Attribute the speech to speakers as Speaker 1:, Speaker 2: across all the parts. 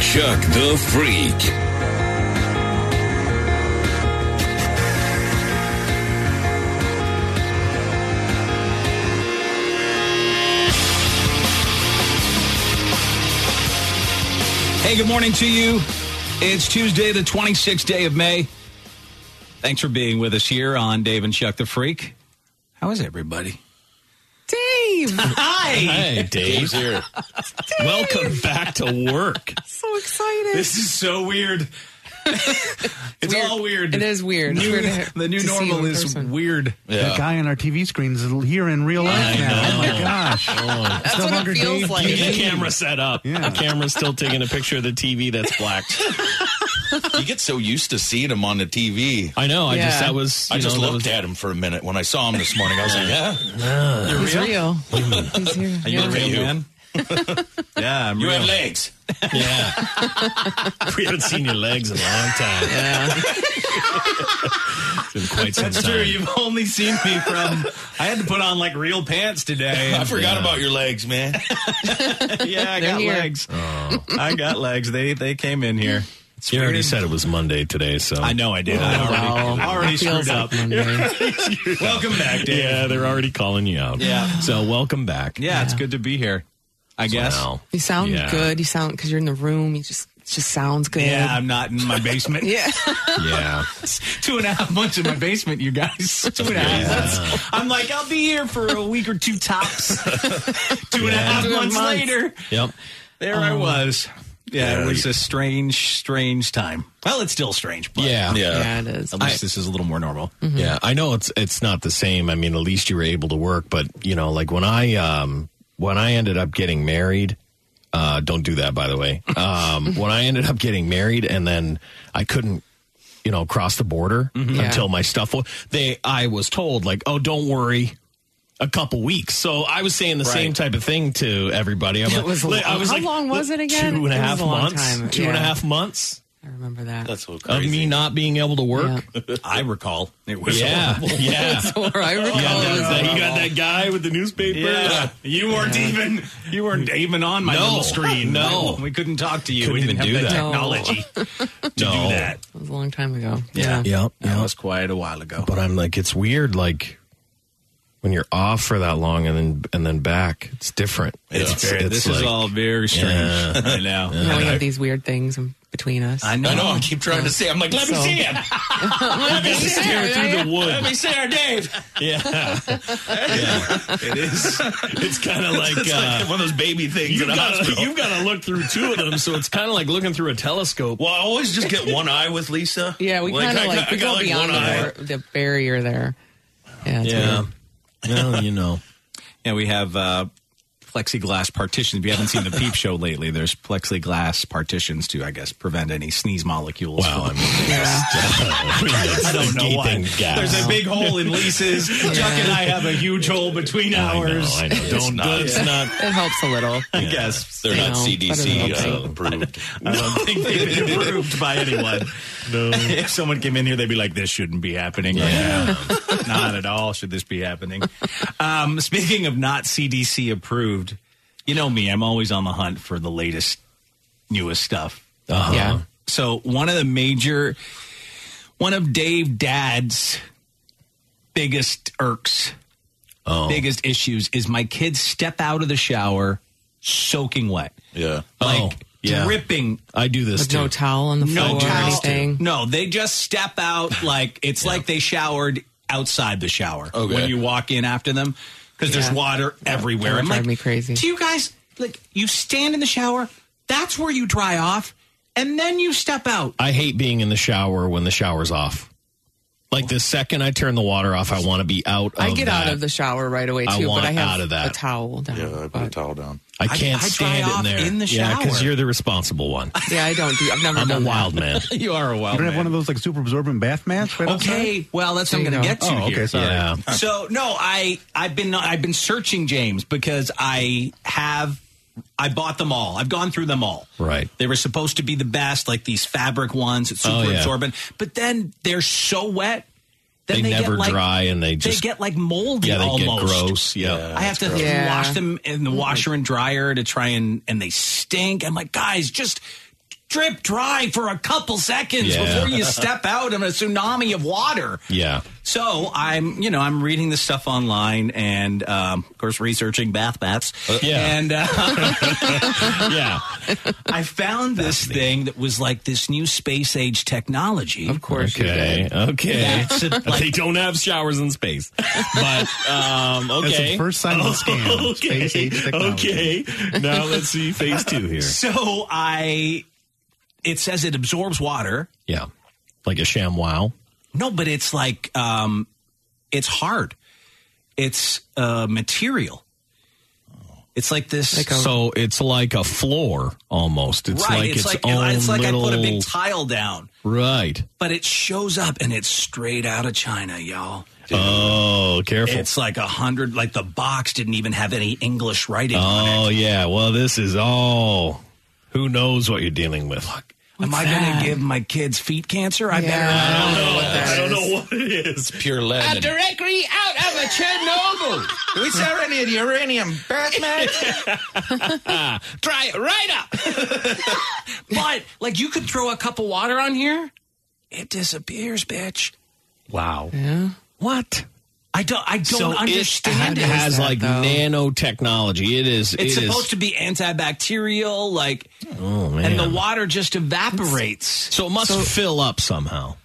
Speaker 1: Chuck the Freak. Hey, good morning to you. It's Tuesday, the 26th day of May. Thanks for being with us here on Dave and Chuck the Freak. How is everybody?
Speaker 2: Dave.
Speaker 1: Hi.
Speaker 3: Hey, Dave. here.
Speaker 1: Welcome back to work.
Speaker 2: So excited.
Speaker 1: This is so weird. it's
Speaker 2: Weird.
Speaker 1: all weird.
Speaker 2: It is weird. It's
Speaker 1: New-
Speaker 2: weird to-
Speaker 1: the new
Speaker 2: to see you
Speaker 1: normal
Speaker 2: in
Speaker 1: is
Speaker 2: person.
Speaker 1: weird.
Speaker 3: Yeah.
Speaker 4: The guy on our TV screens is here in real life now. Oh my gosh.
Speaker 2: That's
Speaker 4: no
Speaker 2: what
Speaker 4: longer
Speaker 2: it feels
Speaker 4: Dave
Speaker 2: like.
Speaker 3: Get the camera set up.
Speaker 4: Yeah.
Speaker 3: The camera's still taking a picture of the TV that's blacked.
Speaker 5: you get so used to seeing him on the TV.
Speaker 3: I know. I just
Speaker 2: Yeah.
Speaker 3: that was. You
Speaker 5: I just
Speaker 3: know, that
Speaker 5: looked
Speaker 3: was,
Speaker 5: at him for a minute when I saw him this morning. I was like, "Yeah,
Speaker 2: He's real. He's here.
Speaker 5: you
Speaker 2: Yeah.
Speaker 5: look at you.
Speaker 1: Yeah, I'm
Speaker 5: You
Speaker 1: real.
Speaker 5: have legs."
Speaker 3: Yeah. we haven't seen your legs in a long time. It's been quite some
Speaker 1: That's
Speaker 3: time.
Speaker 1: true. You've only seen me from. I had to put on like real pants today.
Speaker 5: I forgot about your legs, man.
Speaker 1: yeah, I
Speaker 2: They're
Speaker 1: got
Speaker 2: here.
Speaker 1: legs. I got legs. They they came in here.
Speaker 3: You already said it was Monday today, so
Speaker 1: I know I did. I already, I already
Speaker 2: Oh, Feels
Speaker 1: screwed
Speaker 2: like
Speaker 1: up.
Speaker 2: Monday.
Speaker 1: Welcome back, Dave. Yeah.
Speaker 3: Yeah, they're already calling you out.
Speaker 1: Yeah.
Speaker 3: So welcome back.
Speaker 1: it's good to be here. I guess.
Speaker 3: Wow.
Speaker 2: You sound
Speaker 3: Yeah.
Speaker 2: good. You sound because you're in the room. You just it just sounds good.
Speaker 1: Yeah, I'm not in my basement.
Speaker 2: Yeah.
Speaker 3: Yeah.
Speaker 1: It's two and a half months in my basement, you guys. Two and a half. months. I'm like, I'll be here for a week or two tops. Two and a half
Speaker 2: Two
Speaker 1: months,
Speaker 2: months. Um,
Speaker 1: later,
Speaker 3: yep.
Speaker 1: there I was. Yeah,
Speaker 3: Yeah,
Speaker 1: it was
Speaker 3: you-
Speaker 1: a strange, strange time. Well, it's still strange, but
Speaker 3: Yeah.
Speaker 2: Yeah, it is. Mm-hmm.
Speaker 1: at least this is a little more normal.
Speaker 3: Yeah, I know it's it's not the same. I mean, at least you were able to work, but you know, like when I um when I ended up getting married, uh don't do that by the way. Um when I ended up getting married and then I couldn't you know, cross the border
Speaker 2: Mm-hmm. Yeah.
Speaker 3: until my stuff was they I was told like, "Oh, don't worry." A couple weeks. So I was saying the same type of thing to everybody. I'm
Speaker 2: It
Speaker 3: like-
Speaker 2: was a
Speaker 3: like, I
Speaker 2: long-
Speaker 3: was
Speaker 2: how
Speaker 3: like,
Speaker 2: long was it again?
Speaker 3: Two and a
Speaker 2: It was
Speaker 3: half
Speaker 2: a long
Speaker 3: months.
Speaker 2: time.
Speaker 3: Two and a
Speaker 2: Yeah.
Speaker 3: half months
Speaker 2: I remember that.
Speaker 5: That's so
Speaker 3: of
Speaker 5: crazy.
Speaker 3: me not being able to work.
Speaker 1: I recall it was.
Speaker 3: Yeah. Yeah.
Speaker 2: Or I recall it
Speaker 3: Yeah, that
Speaker 2: was
Speaker 3: was that- you got that guy with the newspaper.
Speaker 1: Yeah, you weren't even you weren't even on my
Speaker 3: No.
Speaker 1: little screen.
Speaker 3: No.
Speaker 1: we couldn't talk to you.
Speaker 3: Couldn't
Speaker 1: we
Speaker 3: even
Speaker 1: didn't have
Speaker 3: do
Speaker 1: that
Speaker 3: that.
Speaker 1: technology to
Speaker 3: No.
Speaker 1: do that.
Speaker 2: It was a long time ago.
Speaker 1: Yeah.
Speaker 3: Yeah,
Speaker 1: That
Speaker 3: yeah.
Speaker 1: was quite a while ago.
Speaker 3: But I'm like, it's weird, like when you're off for that long and then and then back, it's different. It's,
Speaker 1: Very-
Speaker 3: it's
Speaker 1: this is
Speaker 3: like-
Speaker 1: all very strange I know.
Speaker 2: Now we have these weird things in between us.
Speaker 1: I know.
Speaker 5: I know. I keep trying to say. I'm like, "Let me
Speaker 2: So-
Speaker 5: see him.
Speaker 2: Let me see it.
Speaker 3: through the
Speaker 5: Let
Speaker 3: wood.
Speaker 5: me see her, Dave."
Speaker 3: Yeah,
Speaker 1: It is.
Speaker 3: it's kind of like.
Speaker 5: It's
Speaker 3: Uh,
Speaker 5: like one of those baby things
Speaker 3: You've
Speaker 5: in a
Speaker 3: got,
Speaker 5: hospital.
Speaker 3: you've got to look through two of them, so it's kind of like looking through a telescope.
Speaker 5: Well, I always just get one eye with Lisa.
Speaker 2: Yeah, we kind of
Speaker 5: I
Speaker 2: like,
Speaker 5: got-
Speaker 2: we
Speaker 5: I
Speaker 2: go
Speaker 5: got, like,
Speaker 2: beyond
Speaker 5: one eye.
Speaker 2: the, bar- the barrier there. Yeah, it's
Speaker 3: yeah,
Speaker 2: weird.
Speaker 3: well, you know,
Speaker 1: Yeah, we have uh, plexiglass partitions. If you haven't seen the Peep Show lately, there's plexiglass partitions to, I guess, prevent any sneeze molecules.
Speaker 3: wow. I
Speaker 1: from-
Speaker 3: mean, it's
Speaker 1: I don't
Speaker 3: the
Speaker 1: know why.
Speaker 3: gaping gap.
Speaker 1: There's a big hole in Lisa's. Chuck and I have a huge hole between
Speaker 3: I know,
Speaker 1: ours.
Speaker 3: I know. Don't,
Speaker 5: not-
Speaker 3: it's not.
Speaker 2: It helps a little.
Speaker 1: I guess.
Speaker 5: They're
Speaker 2: You
Speaker 5: not
Speaker 2: know,
Speaker 5: CDC
Speaker 2: better than nothing.
Speaker 5: uh, approved.
Speaker 1: I don't think they've been approved by anyone. If someone came in here, they'd be like, "This shouldn't be happening." Yeah. not at all. Should this be happening? Um, speaking of not CDC approved, you know me. I'm always on the hunt for the latest, newest stuff.
Speaker 3: Uh-huh.
Speaker 2: Yeah.
Speaker 1: So one of the major, one of Dave Dad's biggest irks,
Speaker 3: Oh.
Speaker 1: biggest issues is my kids step out of the shower soaking wet,
Speaker 5: Yeah.
Speaker 1: like
Speaker 3: Oh, yeah.
Speaker 1: dripping
Speaker 3: I do this
Speaker 2: With
Speaker 3: too.
Speaker 2: no towel on the floor
Speaker 1: no
Speaker 2: or
Speaker 1: towel.
Speaker 2: anything.
Speaker 1: No, they just step out like it's like they showered outside the shower
Speaker 5: Okay.
Speaker 1: when you walk in after them because
Speaker 2: Yeah.
Speaker 1: there's water everywhere.
Speaker 2: would
Speaker 1: I'm
Speaker 2: drive
Speaker 1: like,
Speaker 2: me crazy.
Speaker 1: Do you guys like you stand in the shower? That's where you dry off, and then you step out.
Speaker 3: I hate being in the shower when the shower's off. Like the second I turn the water off, I want to be out. Of
Speaker 2: I get out
Speaker 3: that.
Speaker 2: of the shower right away
Speaker 3: I
Speaker 2: too,
Speaker 3: want
Speaker 2: but I have
Speaker 3: out of that.
Speaker 2: a towel down.
Speaker 5: Yeah, I put a
Speaker 2: but-
Speaker 5: towel down.
Speaker 3: I can't
Speaker 1: I dry
Speaker 3: stand it
Speaker 1: off
Speaker 3: in there
Speaker 1: in the
Speaker 3: Yeah, because
Speaker 1: shower.
Speaker 3: you're the responsible one.
Speaker 2: Yeah, I don't do. I've never
Speaker 3: I'm a
Speaker 2: done that.
Speaker 3: wild man.
Speaker 1: You are a wild
Speaker 4: You don't have one of those like super absorbent bath mats right outside?
Speaker 1: Okay, well that's what I'm
Speaker 2: There you
Speaker 1: going to
Speaker 2: go.
Speaker 1: get to
Speaker 4: Oh,
Speaker 1: here.
Speaker 4: okay. Sorry.
Speaker 3: yeah.
Speaker 1: so no i i've been i've been searching james because i have i bought them all i've gone through them all
Speaker 3: Right.
Speaker 1: they were supposed to be the best like these fabric ones it's super
Speaker 3: Oh, yeah.
Speaker 1: absorbent but then they're so wet then
Speaker 3: They
Speaker 1: they,
Speaker 3: never
Speaker 1: get like,
Speaker 3: dry and they just
Speaker 1: they get like moldy
Speaker 3: yeah they
Speaker 1: almost
Speaker 3: get gross. Yeah.
Speaker 1: I have to
Speaker 2: Yeah.
Speaker 1: wash them in the washer and dryer to try and and they stink. I'm like, guys, just strip dry for a couple seconds
Speaker 3: Yeah.
Speaker 1: before you step out in a tsunami of water.
Speaker 3: Yeah.
Speaker 1: So I'm, you know, I'm reading this stuff online, and um, of course researching bath baths.
Speaker 3: yeah.
Speaker 1: and uh,
Speaker 3: Yeah.
Speaker 1: I found this thing that was like this new space age technology.
Speaker 2: Of course. you
Speaker 3: Okay.
Speaker 2: did.
Speaker 3: Okay.
Speaker 1: That's it,
Speaker 3: they
Speaker 1: like-
Speaker 3: don't have showers in space. But um
Speaker 4: That's
Speaker 3: okay.
Speaker 4: the first sign of a scam. Space age technology.
Speaker 3: okay. Now let's see phase 2 here.
Speaker 1: so I, it says it absorbs water.
Speaker 3: Yeah. Like a sham wow.
Speaker 1: No, but it's like um, it's hard. It's uh, material. It's like this.
Speaker 2: Like a-
Speaker 3: So it's like a floor almost. It's
Speaker 1: right.
Speaker 3: like
Speaker 1: it's,
Speaker 3: its,
Speaker 1: like
Speaker 3: own
Speaker 1: it's like
Speaker 3: little
Speaker 1: I put a big tile down,
Speaker 3: right.
Speaker 1: but it shows up and it's straight out of China, y'all.
Speaker 3: Oh, careful.
Speaker 1: It's like a hundred. Like the box didn't even have any English writing on it.
Speaker 3: oh yeah. Well, this is all. Who knows what you're dealing with?
Speaker 1: Am I going to give my kids feet cancer? I
Speaker 2: Yeah, I
Speaker 1: better.
Speaker 2: don't know what that
Speaker 3: I
Speaker 2: is.
Speaker 3: don't know what it is.
Speaker 5: Pure lead. and-
Speaker 1: Directly out of a Chernobyl.
Speaker 5: Do we sell any of the uranium back, man?
Speaker 1: Try it right up. but like, you could throw a cup of water on here, it disappears, bitch.
Speaker 3: Wow.
Speaker 2: Yeah.
Speaker 3: What?
Speaker 1: I don't. I don't understand
Speaker 3: It
Speaker 1: it.
Speaker 3: has
Speaker 2: that,
Speaker 3: like
Speaker 2: though?
Speaker 3: nanotechnology. It is.
Speaker 1: It's
Speaker 3: it is-
Speaker 1: supposed to be antibacterial, like,
Speaker 3: Oh man.
Speaker 1: and the water just evaporates.
Speaker 3: so it must fill up somehow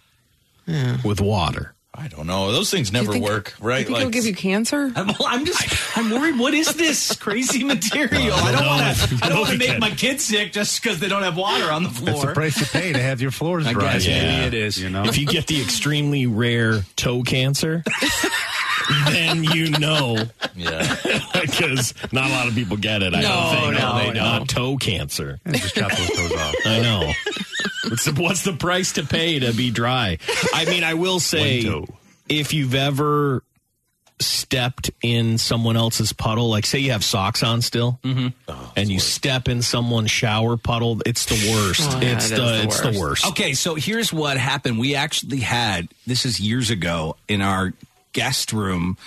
Speaker 3: with water.
Speaker 5: I don't know. Those things
Speaker 2: You
Speaker 5: never
Speaker 2: think-
Speaker 5: work, right?
Speaker 2: You think it'll give you cancer?
Speaker 1: I'm, well, I'm just. I'm worried. What is this crazy material? I don't want to. I don't want to make my kids sick just because they don't have water on the
Speaker 4: That's the
Speaker 1: floor.
Speaker 4: price you pay to have your floors
Speaker 1: I
Speaker 4: dry.
Speaker 1: guess
Speaker 3: Yeah.
Speaker 1: maybe it is.
Speaker 4: You know,
Speaker 3: If you get the extremely rare toe cancer, then you know
Speaker 5: yeah.
Speaker 3: because not a lot of people get it. I
Speaker 2: No,
Speaker 3: don't think.
Speaker 2: no,
Speaker 3: they
Speaker 2: no.
Speaker 3: not toe cancer.
Speaker 4: and just chop those toes off.
Speaker 3: I know. It's the- what's the price to pay to be dry? I mean, I will say,
Speaker 4: One toe.
Speaker 3: if you've ever stepped in someone else's puddle, like say you have socks on still, Oh, and you step in someone's shower puddle, it's the worst.
Speaker 2: Oh, yeah,
Speaker 3: it's
Speaker 2: it
Speaker 3: the,
Speaker 2: is the
Speaker 3: it's the worst.
Speaker 1: Okay, so here's what happened. We actually had this is years ago in our guest room.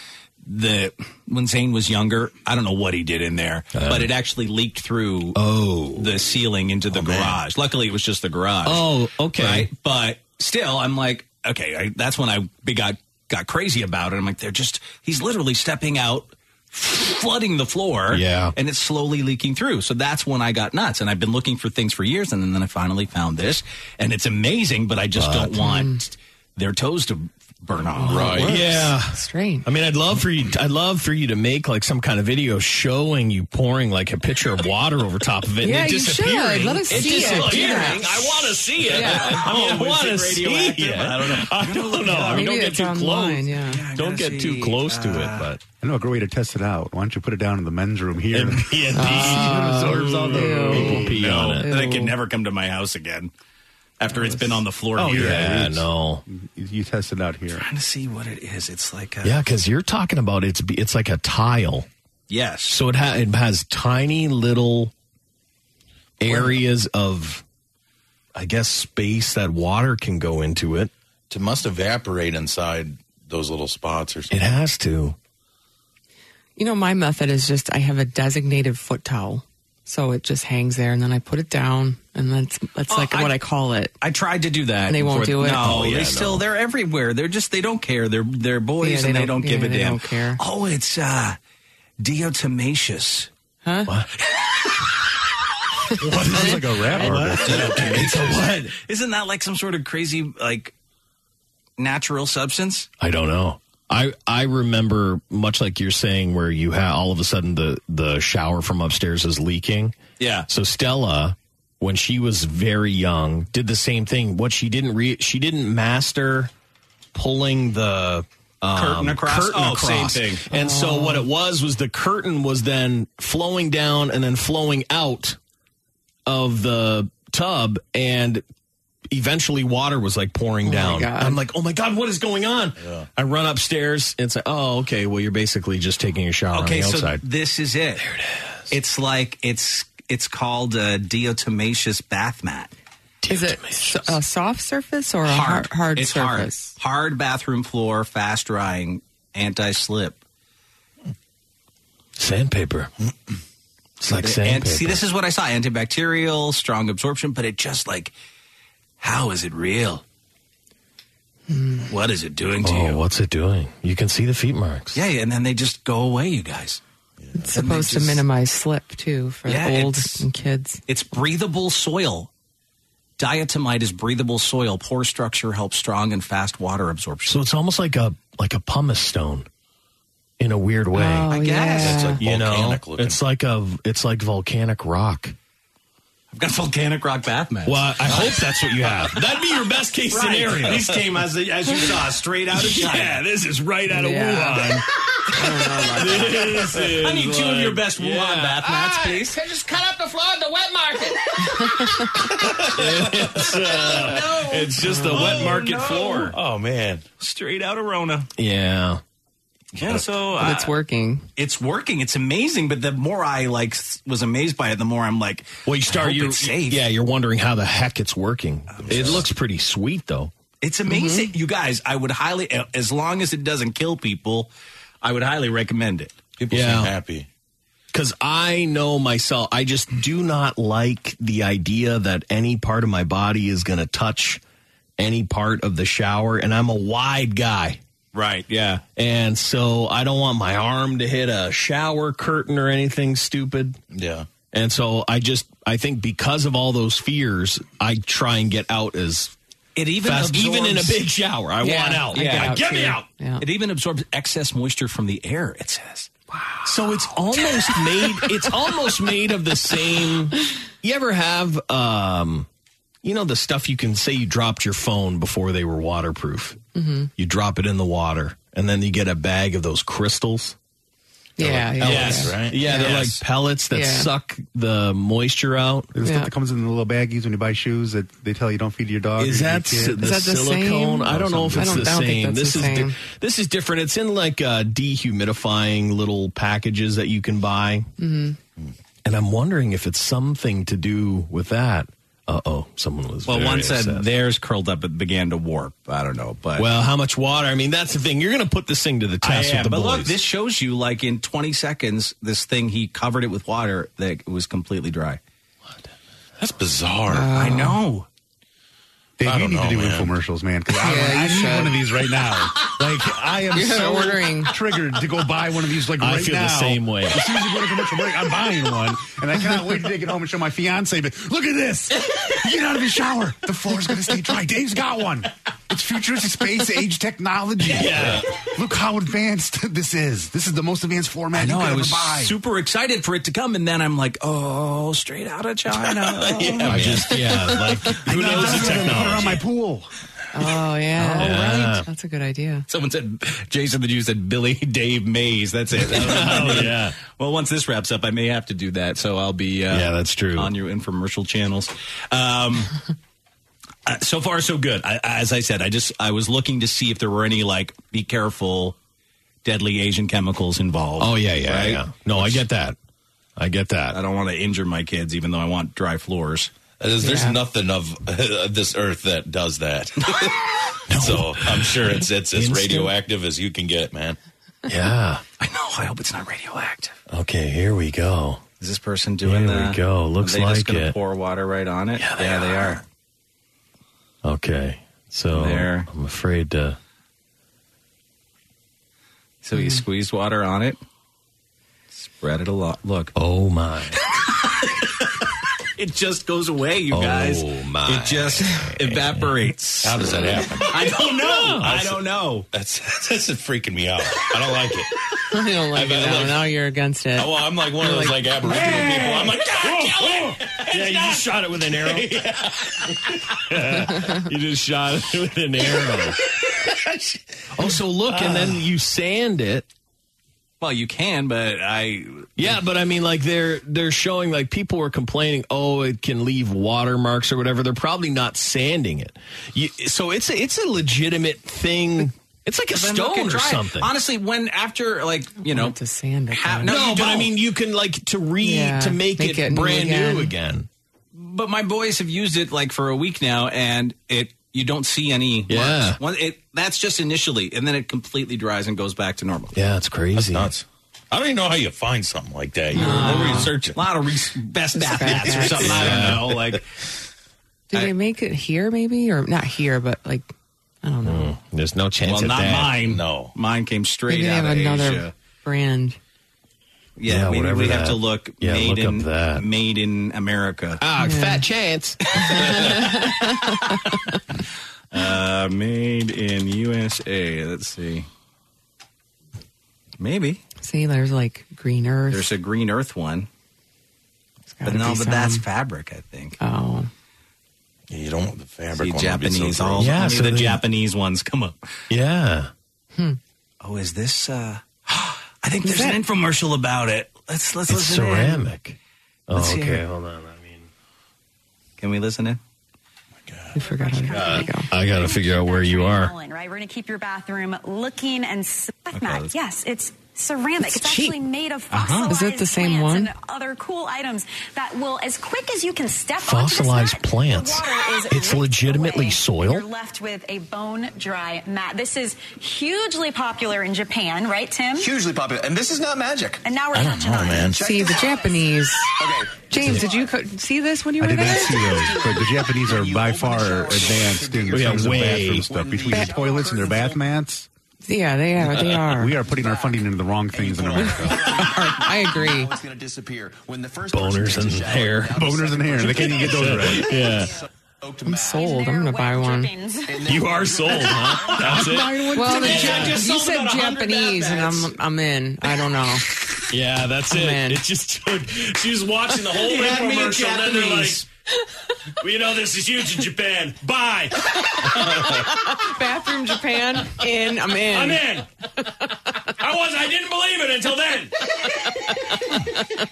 Speaker 1: The when Zane was younger, I don't know what he did in there, but it actually leaked through
Speaker 3: Uh-huh. Oh.
Speaker 1: the ceiling into the garage. Luckily, it was just the garage.
Speaker 3: Oh, okay.
Speaker 1: right? But still, I'm like, okay, I, that's when I be- got got crazy about it. I'm like, they're just he's literally stepping out. Flooding the floor,
Speaker 3: Yeah.
Speaker 1: and it's slowly leaking through. So that's when I got nuts, and I've been looking for things for years, and then I finally found this, and it's amazing. But I just don't want their toes to burn off.
Speaker 5: Right.
Speaker 3: Yeah.
Speaker 2: Strange.
Speaker 3: I mean, I'd love for you. I'd love for you to make like some kind of video showing you pouring like a pitcher of water over top of it.
Speaker 2: Yeah,
Speaker 3: and it
Speaker 2: you should.
Speaker 3: disappearing.
Speaker 2: Let us
Speaker 3: It
Speaker 2: see it.
Speaker 3: disappearing.
Speaker 2: Yeah.
Speaker 3: I want to see it.
Speaker 2: Yeah.
Speaker 3: I, mean, I
Speaker 1: Oh, is
Speaker 3: want to
Speaker 1: it
Speaker 3: see
Speaker 1: radioactive?
Speaker 3: it.
Speaker 1: I don't know.
Speaker 3: I don't know. I
Speaker 2: Maybe
Speaker 3: mean, don't get
Speaker 2: it's
Speaker 3: too
Speaker 2: online,
Speaker 3: close.
Speaker 2: yeah. Yeah,
Speaker 1: I
Speaker 3: don't
Speaker 1: gotta
Speaker 3: get
Speaker 1: see,
Speaker 3: too close to it.
Speaker 5: uh,
Speaker 3: But
Speaker 4: I know a great way to test it out. Why don't you put it down in the men's room here?
Speaker 3: and pee, and pee.
Speaker 4: absorbs all the-
Speaker 3: people pee on it.
Speaker 2: Ew.
Speaker 1: They can never come to my house again after it's been on the floor.
Speaker 4: Oh,
Speaker 1: here.
Speaker 4: yeah.
Speaker 3: Yeah, no.
Speaker 4: You- You test it out here.
Speaker 1: trying to see what it is. It's like a,
Speaker 3: Yeah, because you're talking about it's be- it's like a tile,
Speaker 1: yes.
Speaker 3: so it ha- it has tiny little areas of, I guess, space that water can go into it.
Speaker 5: It must evaporate inside those little spots or
Speaker 3: It
Speaker 5: something.
Speaker 3: has to.
Speaker 2: You know, my method is just I have a designated foot towel. So it just hangs there and then I put it down and that's that's
Speaker 1: Oh,
Speaker 2: like
Speaker 1: I-
Speaker 2: what I call it.
Speaker 1: I tried to do that.
Speaker 2: And they won't do
Speaker 1: before-
Speaker 2: it? Oh,
Speaker 1: No, they still they're everywhere. They're just they don't care. They're they're boys
Speaker 2: Yeah, they
Speaker 1: and they don't,
Speaker 2: don't-
Speaker 1: give
Speaker 2: yeah,
Speaker 1: a
Speaker 2: they
Speaker 1: damn.
Speaker 2: don't care.
Speaker 1: Oh, it's uh deotimaceous.
Speaker 4: What is like a rap artist.
Speaker 1: it's a what? Isn't that like some sort of crazy like natural substance?
Speaker 3: I don't know. I I remember much like you're saying, where you had all of a sudden the the shower from upstairs is leaking.
Speaker 1: Yeah.
Speaker 3: So Stella, when she was very young, did the same thing. What she didn't re- she didn't master pulling the um,
Speaker 1: Curtain across?
Speaker 3: curtain
Speaker 1: Oh, same
Speaker 3: across.
Speaker 1: thing.
Speaker 3: And so what it was was the curtain was then flowing down and then flowing out of the tub and eventually water was like pouring down.
Speaker 2: God.
Speaker 3: I'm like, oh my god, what is going on? I run upstairs. It's like, oh okay. Well, you're basically just taking a shower
Speaker 1: Okay,
Speaker 3: on the
Speaker 1: so
Speaker 3: outside.
Speaker 1: this is it. There it is. It's like it's it's called a deotimaceous bath mat.
Speaker 2: Is it so- a soft surface or a
Speaker 1: Hard,
Speaker 2: hard, hard
Speaker 1: it's
Speaker 2: surface?
Speaker 1: hard, hard bathroom floor, fast drying, anti slip.
Speaker 3: Sandpaper. It's like
Speaker 1: The ant-
Speaker 3: sandpaper.
Speaker 1: see, this is what I saw: antibacterial, strong absorption. But it just like, how is it real?
Speaker 3: Hmm.
Speaker 1: What is it doing to
Speaker 3: oh,
Speaker 1: you?
Speaker 3: what's it doing? You can see the feet marks.
Speaker 1: Yeah, and then they just go away, you guys.
Speaker 2: It's supposed to
Speaker 1: just-
Speaker 2: minimize slip too for
Speaker 1: Yeah,
Speaker 2: old
Speaker 1: it's-
Speaker 2: and kids.
Speaker 1: It's breathable soil. Diatomite is breathable soil. Pore structure helps strong and fast water absorption.
Speaker 3: So it's almost like a like a pumice stone, in a weird way.
Speaker 2: Oh,
Speaker 1: guess.
Speaker 2: yeah.
Speaker 5: It's like
Speaker 3: you know,
Speaker 5: volcanic looking.
Speaker 3: it's like a it's like volcanic rock.
Speaker 1: I've got volcanic rock bath mats.
Speaker 3: Well, I hope that's what you have. That'd be your best case
Speaker 1: Right.
Speaker 3: scenario.
Speaker 1: These came as, as you saw straight out of China.
Speaker 3: Yeah, this is right out of
Speaker 2: Yeah.
Speaker 3: Wuhan. This is
Speaker 1: I need two of
Speaker 3: like-
Speaker 1: your best Wuhan
Speaker 3: Yeah.
Speaker 1: bath mats, please.
Speaker 6: just cut up the floor of the wet market.
Speaker 3: It's, uh, it's just the wet market floor.
Speaker 5: oh man,
Speaker 1: Straight out of Rona.
Speaker 3: Yeah.
Speaker 1: Yeah, so
Speaker 2: But
Speaker 1: uh,
Speaker 2: it's working.
Speaker 1: it's working. It's amazing. But the more I like s- was amazed by it, the more I'm like,
Speaker 3: Well, you start.
Speaker 1: hope
Speaker 3: You're
Speaker 1: it's safe.
Speaker 3: Yeah, you're wondering how the heck it's working. It looks pretty sweet though. Mm-hmm.
Speaker 1: it's amazing. You guys, I would highly, as long as it doesn't kill people, I would highly recommend it.
Speaker 5: people
Speaker 3: Yeah.
Speaker 5: seem happy.
Speaker 3: Because I know myself, I just do not like the idea that any part of my body is going to touch any part of the shower, and I'm a wide guy.
Speaker 1: Right. Yeah.
Speaker 3: And so I don't want my arm to hit a shower curtain or anything stupid.
Speaker 5: Yeah,
Speaker 3: And so I just, I think because of all those fears, I try and get out as
Speaker 1: It even
Speaker 3: fast, even in a
Speaker 1: absorbs-
Speaker 3: big shower. I want out.
Speaker 2: I
Speaker 3: Yeah.
Speaker 2: get out,
Speaker 3: Get me
Speaker 2: too.
Speaker 3: out.
Speaker 2: Yeah.
Speaker 1: It even absorbs excess moisture from the air. It says.
Speaker 3: So it's almost made. It's almost made of the same. You ever have, um, you know, the stuff you can say you dropped your phone before they were waterproof. Mm-hmm. You drop it in the water, and then you get a bag of those crystals.
Speaker 2: Yeah, yeah.
Speaker 3: Yes,
Speaker 5: right?
Speaker 3: Yeah, they're like pellets that
Speaker 2: Yeah.
Speaker 3: suck the moisture out.
Speaker 4: The
Speaker 2: Yeah.
Speaker 4: stuff that comes in the little baggies when you buy shoes that they tell Oh, you don't feed your dog.
Speaker 3: Is
Speaker 4: or your
Speaker 3: that
Speaker 4: kid.
Speaker 3: s- the,
Speaker 2: Is that the
Speaker 3: silicone?
Speaker 2: same?
Speaker 3: I don't know if
Speaker 2: I
Speaker 3: it's
Speaker 2: don't-
Speaker 3: the
Speaker 2: I don't think
Speaker 3: same.
Speaker 2: that's
Speaker 3: This
Speaker 2: the
Speaker 3: is
Speaker 2: same.
Speaker 3: Di- this is different. It's in like uh, dehumidifying little packages that you can buy. Mm-hmm. And I'm wondering if it's something to do with that. Uh oh, someone was.
Speaker 1: Well,
Speaker 3: very
Speaker 1: one said
Speaker 3: upset.
Speaker 1: theirs curled up and began to warp. I don't know, but
Speaker 3: Well, how much water? I mean, that's the thing. You're going to put this thing to the
Speaker 1: I
Speaker 3: test
Speaker 1: am.
Speaker 3: with the
Speaker 1: but
Speaker 3: boys.
Speaker 1: look, this shows you like in 20 seconds, this thing he covered it with water that it was completely dry. Uh,
Speaker 5: that's bizarre.
Speaker 1: I know.
Speaker 4: Oh. Dave,
Speaker 5: I
Speaker 4: you
Speaker 5: don't
Speaker 4: need to do
Speaker 5: know, man.
Speaker 4: infomercials, man. 'cause I,
Speaker 2: Yeah,
Speaker 4: I
Speaker 2: you
Speaker 4: need
Speaker 2: should.
Speaker 4: one of these right now. Like I am
Speaker 2: You're
Speaker 4: so
Speaker 2: ordering.
Speaker 4: triggered to go buy one of these. Like
Speaker 3: I
Speaker 4: right
Speaker 3: feel the
Speaker 4: now.
Speaker 3: same way.
Speaker 4: As soon as we go to commercial break, I'm buying one, and I cannot wait to take it home and show my fiance. But look at this! You get out of the shower. The floor's going to stay dry. Dave's got one. It's futuristic space age technology.
Speaker 3: Yeah.
Speaker 4: Look how advanced this is. This is the most advanced format
Speaker 1: I know.
Speaker 4: you could
Speaker 1: I was
Speaker 4: ever buy.
Speaker 1: super excited for it to come, and then I'm like, oh, straight out of China. Oh,
Speaker 3: yeah, I just yeah, like who
Speaker 4: I
Speaker 3: knows
Speaker 4: thought
Speaker 3: the
Speaker 4: I had another
Speaker 3: technology?
Speaker 4: on my pool.
Speaker 2: Oh, yeah.
Speaker 3: Oh, yeah.
Speaker 2: That's a good idea.
Speaker 1: Someone said, Jason the Jew said, Billy Dave Mays. That's it.
Speaker 3: oh yeah,
Speaker 1: well, once this wraps up, I may have to do that, so I'll be uh,
Speaker 3: yeah, that's true.
Speaker 1: on your infomercial channels. Um, uh, so far, so good. I, as I said, I just I was looking to see if there were any like be careful, deadly Asian chemicals involved.
Speaker 3: oh yeah, yeah,
Speaker 1: Right?
Speaker 3: yeah. No, I get that. I get that.
Speaker 1: I don't want to injure my kids, even though I want dry floors.
Speaker 5: There's, there's
Speaker 2: Yeah.
Speaker 5: nothing of this earth that does that. So I'm sure it's it's as
Speaker 3: Instant-
Speaker 5: radioactive as you can get, man.
Speaker 3: Yeah.
Speaker 1: I know. I hope it's not radioactive.
Speaker 3: Okay, here we go.
Speaker 1: Is this person doing
Speaker 3: Here we
Speaker 1: that?
Speaker 3: go. Looks
Speaker 1: are they
Speaker 3: like
Speaker 1: just gonna
Speaker 3: it.
Speaker 1: pour water right on it. Yeah,
Speaker 3: they
Speaker 1: they are.
Speaker 3: Okay. So
Speaker 1: There.
Speaker 3: I'm afraid to.
Speaker 1: So
Speaker 3: Hmm.
Speaker 1: you squeeze water on it, spread it a lot. Look,
Speaker 3: Oh my!
Speaker 1: it just goes away, you
Speaker 3: Oh,
Speaker 1: guys.
Speaker 3: my.
Speaker 1: It just evaporates.
Speaker 5: How does that happen?
Speaker 1: I don't know. I don't know.
Speaker 5: That's that's freaking me out. I don't like it.
Speaker 2: I don't like
Speaker 5: I- I
Speaker 2: it now.
Speaker 5: like-
Speaker 2: now you're against it.
Speaker 5: Well, I'm like one of those like, Aboriginal people. I'm like, God, kill it!
Speaker 3: yeah, you just shot it with an arrow. you just shot it with an arrow. oh, so look, and then you sand it.
Speaker 1: Well, you can, but I.
Speaker 3: Yeah, but I mean, like they're they're showing like people were complaining. Oh, it can leave watermarks or whatever. They're probably not sanding it. You, so it's a, it's a legitimate thing. It's like a
Speaker 1: Then look and
Speaker 3: stone or
Speaker 1: try it.
Speaker 3: something.
Speaker 1: Honestly, when after like you know,
Speaker 2: want to sand it,
Speaker 1: ha-
Speaker 2: though.
Speaker 1: Uh, no,
Speaker 3: No,
Speaker 1: you
Speaker 3: but
Speaker 1: don't.
Speaker 3: I mean, you can like to re
Speaker 2: Yeah,
Speaker 3: to make,
Speaker 2: make
Speaker 3: it,
Speaker 2: it new
Speaker 3: brand
Speaker 2: again.
Speaker 3: new again.
Speaker 1: but my boys have used it like for a week now, and it you don't see any.
Speaker 3: Yeah.
Speaker 1: marks. One- it- that's just initially, and then it completely dries and goes back to normal.
Speaker 3: Yeah, it's crazy.
Speaker 5: Nuts. I don't even know how you find something like that. You, what were you searching?
Speaker 1: Uh, A lot of re- best
Speaker 2: Best
Speaker 1: at bats or
Speaker 2: at-bats.
Speaker 1: something. I don't know. Like,
Speaker 2: Do they make it here, maybe, or not here, but like I don't know.
Speaker 3: There's no chance
Speaker 1: well,
Speaker 3: at
Speaker 1: not
Speaker 3: that.
Speaker 1: mine.
Speaker 5: No.
Speaker 1: mine came straight
Speaker 2: Maybe they
Speaker 1: out
Speaker 2: have
Speaker 1: of
Speaker 2: another
Speaker 1: Asia.
Speaker 2: brand.
Speaker 1: Yeah,
Speaker 3: Yeah,
Speaker 1: maybe
Speaker 3: whatever
Speaker 1: we have
Speaker 3: that-
Speaker 1: to look.
Speaker 3: yeah,
Speaker 1: made
Speaker 3: look up
Speaker 1: in
Speaker 3: that.
Speaker 1: made in America.
Speaker 3: Ah, fat chance.
Speaker 1: Uh, made in USA. Let's see. Maybe
Speaker 2: See, there's like green earth.
Speaker 1: there's a green earth one,
Speaker 2: It's gotta
Speaker 1: but no,
Speaker 2: be
Speaker 1: but that's
Speaker 2: some-
Speaker 1: fabric. I think.
Speaker 2: oh,
Speaker 5: Yeah, you don't want the fabric.
Speaker 1: See,
Speaker 5: one to be so
Speaker 1: Japanese.
Speaker 5: gross.
Speaker 1: all
Speaker 3: Yeah,
Speaker 1: only
Speaker 3: so
Speaker 1: the
Speaker 3: they-
Speaker 1: Japanese ones come up.
Speaker 3: yeah.
Speaker 1: Oh, is this? uh I think there's an infomercial about it. Let's let's
Speaker 3: It's
Speaker 1: listen in.
Speaker 3: ceramic. Oh,
Speaker 1: Let's see
Speaker 3: okay.
Speaker 1: here.
Speaker 3: Hold on. I mean,
Speaker 1: Can we listen in?
Speaker 2: we forgot how to there you go.
Speaker 3: Uh, I got to figure out where you
Speaker 7: Colin,
Speaker 3: are.
Speaker 7: Right, we're going to keep your bathroom looking and slick
Speaker 1: that's-
Speaker 7: Yes, it's ceramic. It's,
Speaker 2: cheap.
Speaker 7: actually made of
Speaker 1: Uh-huh.
Speaker 2: Is
Speaker 7: fossilized
Speaker 2: it the same
Speaker 7: plants
Speaker 2: one?
Speaker 7: and other cool items that will, as quick as you can step
Speaker 3: Fossilized
Speaker 7: onto this mat, the
Speaker 3: plants.
Speaker 7: water is
Speaker 3: It's
Speaker 7: rinsed
Speaker 3: legitimately
Speaker 7: away.
Speaker 3: soil?
Speaker 7: You're left with a bone dry mat. This is hugely popular in Japan, right, Tim?
Speaker 8: hugely popular. And this is not magic.
Speaker 7: And now we're
Speaker 5: I don't
Speaker 7: touching
Speaker 5: know,
Speaker 7: on it.
Speaker 5: man.
Speaker 2: See the Japanese.
Speaker 8: Okay.
Speaker 2: James, did you co- see this when you
Speaker 4: I
Speaker 2: were
Speaker 4: did not
Speaker 2: there?
Speaker 4: see those, but the Japanese are by far advanced in
Speaker 3: Yeah,
Speaker 4: terms of
Speaker 3: way.
Speaker 4: bathroom stuff. Between the toilets and their bath mats,
Speaker 2: Yeah, they are. They are.
Speaker 4: we are putting our funding into the wrong things in America.
Speaker 2: I agree.
Speaker 8: Now it's going to disappear. When the first person
Speaker 3: Boners
Speaker 8: takes a
Speaker 3: and
Speaker 8: shower
Speaker 3: hair.
Speaker 8: without
Speaker 4: Boners and hair, they can't even get those right.
Speaker 3: Yeah.
Speaker 8: soaked
Speaker 2: I'm
Speaker 8: mat.
Speaker 2: sold.
Speaker 7: They're
Speaker 2: I'm gonna
Speaker 7: wet
Speaker 2: buy one.
Speaker 7: drippings.
Speaker 3: You are sold, huh? That's it.
Speaker 2: Well, the
Speaker 5: I
Speaker 2: Jap-
Speaker 5: just
Speaker 2: you
Speaker 5: sold
Speaker 2: said
Speaker 5: about 100
Speaker 2: Japanese, and I'm I'm in. I don't know.
Speaker 3: Yeah, that's it.
Speaker 2: man.
Speaker 3: It just took. She was watching the whole
Speaker 1: had me at
Speaker 3: infomercial, and then they're like,
Speaker 1: Japanese.
Speaker 3: "Well, you know, this is huge in Japan. Bye.
Speaker 2: Bathroom Japan, in. I'm in.
Speaker 3: I'm in. I was. I didn't believe it until then.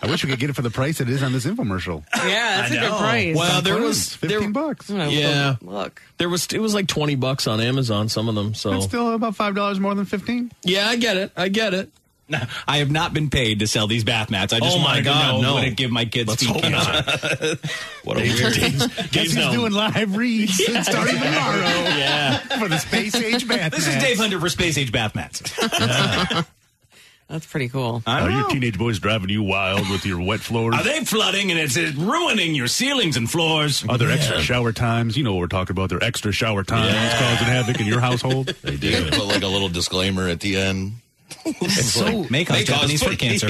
Speaker 4: I wish we could get it for the price it is on this infomercial.
Speaker 2: Yeah, that's a good price.
Speaker 3: Well, there
Speaker 4: Close,
Speaker 3: was there,
Speaker 4: fifteen bucks.
Speaker 2: I'm gonna
Speaker 3: Yeah.
Speaker 2: Look. look.
Speaker 3: there was it was like twenty bucks on Amazon. Some of them. So
Speaker 4: That's still about five dollars more than fifteen.
Speaker 3: yeah, I get it. I get it.
Speaker 1: I have not been paid to sell these bath mats. I just
Speaker 3: Oh my
Speaker 1: wanted
Speaker 3: God,
Speaker 1: to know
Speaker 3: no.
Speaker 1: would it give my kids
Speaker 3: Let's
Speaker 1: feet
Speaker 3: hope
Speaker 1: cancer.
Speaker 3: What a weird Dave's,
Speaker 4: Guess
Speaker 3: Dave's
Speaker 4: he's
Speaker 3: now-
Speaker 4: doing live reads starting tomorrow
Speaker 3: Yeah,
Speaker 4: for the space age bath.
Speaker 1: This is
Speaker 4: mats.
Speaker 1: Dave Hunter for Space Age Bath Mats.
Speaker 2: That's pretty cool.
Speaker 4: Are your teenage boys driving you wild with your wet floors?
Speaker 1: Are they flooding and it's uh, ruining your ceilings and floors?
Speaker 4: Are there extra shower times? You know what we're talking about. There are extra shower times causing havoc in your household.
Speaker 5: They do put like a little disclaimer at the end.
Speaker 1: It's like, may cause
Speaker 5: May cause
Speaker 1: Japanese foot
Speaker 5: foot-
Speaker 1: cancer.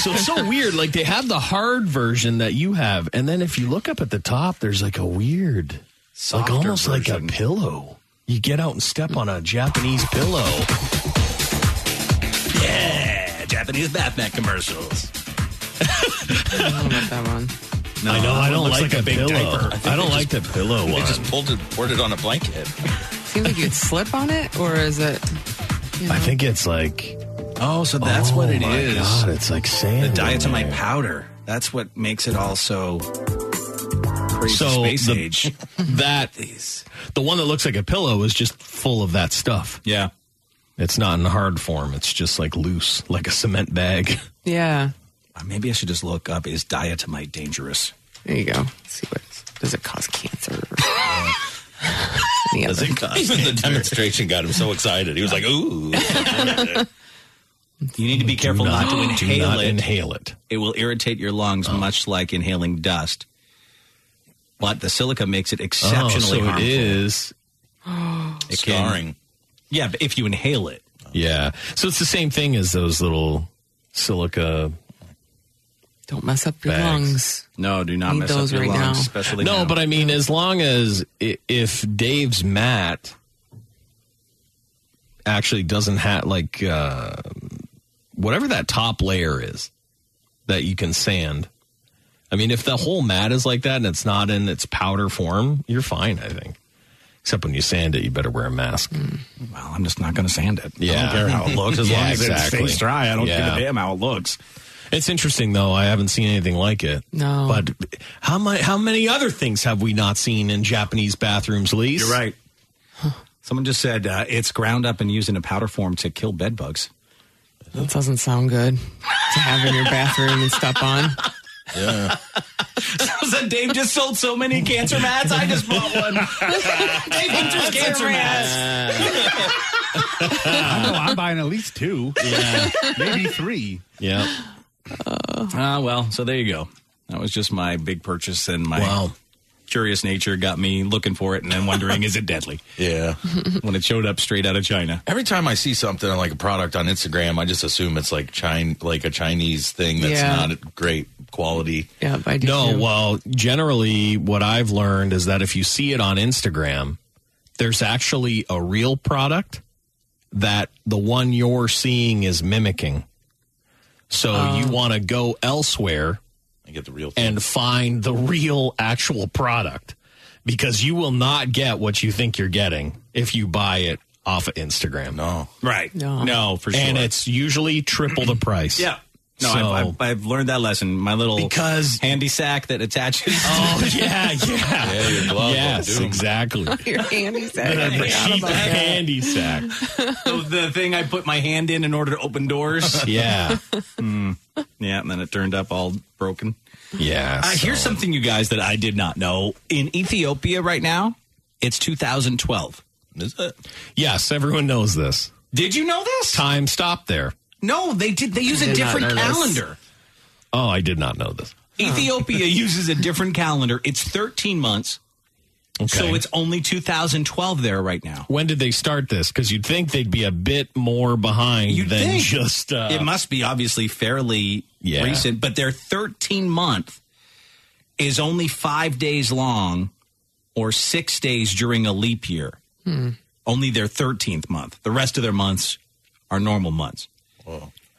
Speaker 3: so it's so weird. Like they have the hard version that you have, and then if you look up at the top, there's like a weird, it's like
Speaker 1: Softer
Speaker 3: almost like a
Speaker 1: version.
Speaker 3: pillow. You get out and step on a Japanese pillow.
Speaker 1: Yeah, Japanese bath mat commercials.
Speaker 2: I don't know about that one.
Speaker 1: No,
Speaker 3: I know. I
Speaker 1: that
Speaker 3: don't
Speaker 1: one looks
Speaker 3: like, the
Speaker 1: a big
Speaker 3: pillow.
Speaker 1: diaper.
Speaker 3: I, don't like the pillow
Speaker 5: They
Speaker 3: one.
Speaker 5: just pulled it, poured it on a blanket.
Speaker 2: Seems like you'd slip on it, or is it?
Speaker 3: I think it's like
Speaker 1: Oh, so that's
Speaker 3: oh
Speaker 1: what it is.
Speaker 3: my God, it's like
Speaker 1: The
Speaker 3: sand. in
Speaker 1: diatomite
Speaker 3: there.
Speaker 1: powder. That's what makes it all so crazy
Speaker 3: So
Speaker 1: space
Speaker 3: the-
Speaker 1: age.
Speaker 3: That Oh. the one that looks like a pillow is just full of that stuff.
Speaker 1: yeah.
Speaker 3: It's not in hard form. It's just like loose, like a cement bag.
Speaker 2: Yeah.
Speaker 1: Or Uh, Maybe I should just look up is diatomite dangerous?
Speaker 2: There you go. Let's see what does it cause cancer? Any
Speaker 3: Does
Speaker 2: other-
Speaker 3: it cost
Speaker 5: Even the demonstration got him so excited. He was like, "Ooh,
Speaker 1: You need to be careful
Speaker 3: Do
Speaker 1: not, to
Speaker 3: do
Speaker 1: inhale
Speaker 3: not
Speaker 1: it.
Speaker 3: Inhale it. Oh.
Speaker 1: it will irritate your lungs, much like inhaling dust. But the silica makes it exceptionally
Speaker 3: oh, so
Speaker 1: harmful.
Speaker 3: it is.
Speaker 1: It can-
Speaker 5: scarring."
Speaker 1: yeah, but if you inhale it,
Speaker 3: Yeah. So it's the same thing as those little silica.
Speaker 2: Don't mess up your
Speaker 3: Bags.
Speaker 2: lungs.
Speaker 1: no, do not
Speaker 2: Need
Speaker 1: mess
Speaker 2: those
Speaker 1: up your
Speaker 2: right
Speaker 1: lungs,
Speaker 2: now.
Speaker 1: especially
Speaker 3: No,
Speaker 1: now.
Speaker 3: but I mean, as long as i- if Dave's mat actually doesn't have like uh, whatever that top layer is that you can sand. I mean, if the whole mat is like that and it's not in its powder form, you're fine. I think. Except when you sand it, you better wear a mask.
Speaker 2: Hmm.
Speaker 1: well, I'm just not going to sand it. I
Speaker 3: Yeah.
Speaker 1: don't care how it looks as
Speaker 3: Yeah,
Speaker 1: long as
Speaker 3: exactly.
Speaker 1: it stays dry. I don't
Speaker 3: Yeah.
Speaker 1: give a damn how it looks.
Speaker 3: It's interesting though. I haven't seen anything like it.
Speaker 2: No.
Speaker 3: But how many how many other things have we not seen in Japanese bathrooms, Lise?
Speaker 1: You're right. Someone just said uh, it's ground up and used in a powder form to kill bed bugs.
Speaker 2: That doesn't sound good to have in your bathroom and stuff on.
Speaker 1: that Dave just sold so many cancer mats. I just bought one. Dave Hunter's cancer mats.
Speaker 4: I know I'm buying at least two,
Speaker 1: Yeah.
Speaker 4: maybe three.
Speaker 3: Yeah.
Speaker 1: Ah, well, so there you go. That was just my big purchase, and my
Speaker 3: Wow.
Speaker 1: curious nature got me looking for it and then wondering, is it deadly?
Speaker 5: Yeah.
Speaker 1: When it showed up straight out of China.
Speaker 5: Every time I see something like a product on Instagram, I just assume it's like China, like a Chinese thing that's
Speaker 2: Yeah.
Speaker 5: not great quality.
Speaker 2: Yeah, I do.
Speaker 3: No,
Speaker 2: too.
Speaker 3: well, generally, what I've learned is that if you see it on Instagram, there's actually a real product that the one you're seeing is mimicking. So
Speaker 2: Oh.
Speaker 3: you want to go elsewhere
Speaker 5: I get the real thing.
Speaker 3: and find the real actual product because you will not get what you think you're getting if you buy it off of Instagram.
Speaker 5: no.
Speaker 1: Right.
Speaker 2: No.
Speaker 1: No, for sure.
Speaker 3: And it's usually triple the price.
Speaker 1: Yeah. No,
Speaker 3: So-
Speaker 1: I've, I've, I've learned that lesson. My little
Speaker 3: Because-
Speaker 1: handy sack that attaches.
Speaker 3: Oh, yeah, yeah.
Speaker 5: Yeah, your glove
Speaker 3: yes,
Speaker 5: will do 'em.
Speaker 3: exactly.
Speaker 2: Your handy sack. I
Speaker 3: the
Speaker 2: forgot
Speaker 3: cheap
Speaker 2: about that.
Speaker 3: candy sack.
Speaker 1: the, the thing I put my hand in in order to open doors. Hmm.
Speaker 3: Yeah.
Speaker 1: yeah, and then it turned up all broken.
Speaker 3: Yeah.
Speaker 1: Uh, Here's something, you guys, that I did not know. In Ethiopia right now, it's 2012.
Speaker 5: Is it?
Speaker 3: yes, everyone knows this.
Speaker 1: Did you know this?
Speaker 3: Time stop there.
Speaker 1: No, they did. They use a
Speaker 2: did not
Speaker 1: different
Speaker 2: know this.
Speaker 1: calendar.
Speaker 3: Oh, I did not know this.
Speaker 1: Ethiopia uses a different calendar. It's 13 months,
Speaker 3: Okay.
Speaker 1: so it's only 2012 there right now.
Speaker 3: when did they start this? Because you'd think they'd be a bit more behind
Speaker 1: You'd
Speaker 3: than
Speaker 1: think.
Speaker 3: just. Uh,
Speaker 1: it must be obviously fairly
Speaker 3: Yeah.
Speaker 1: recent, but their 13 month is only five days long or six days during a leap year.
Speaker 2: Hmm.
Speaker 1: Only their 13th month. The rest of their months are normal months.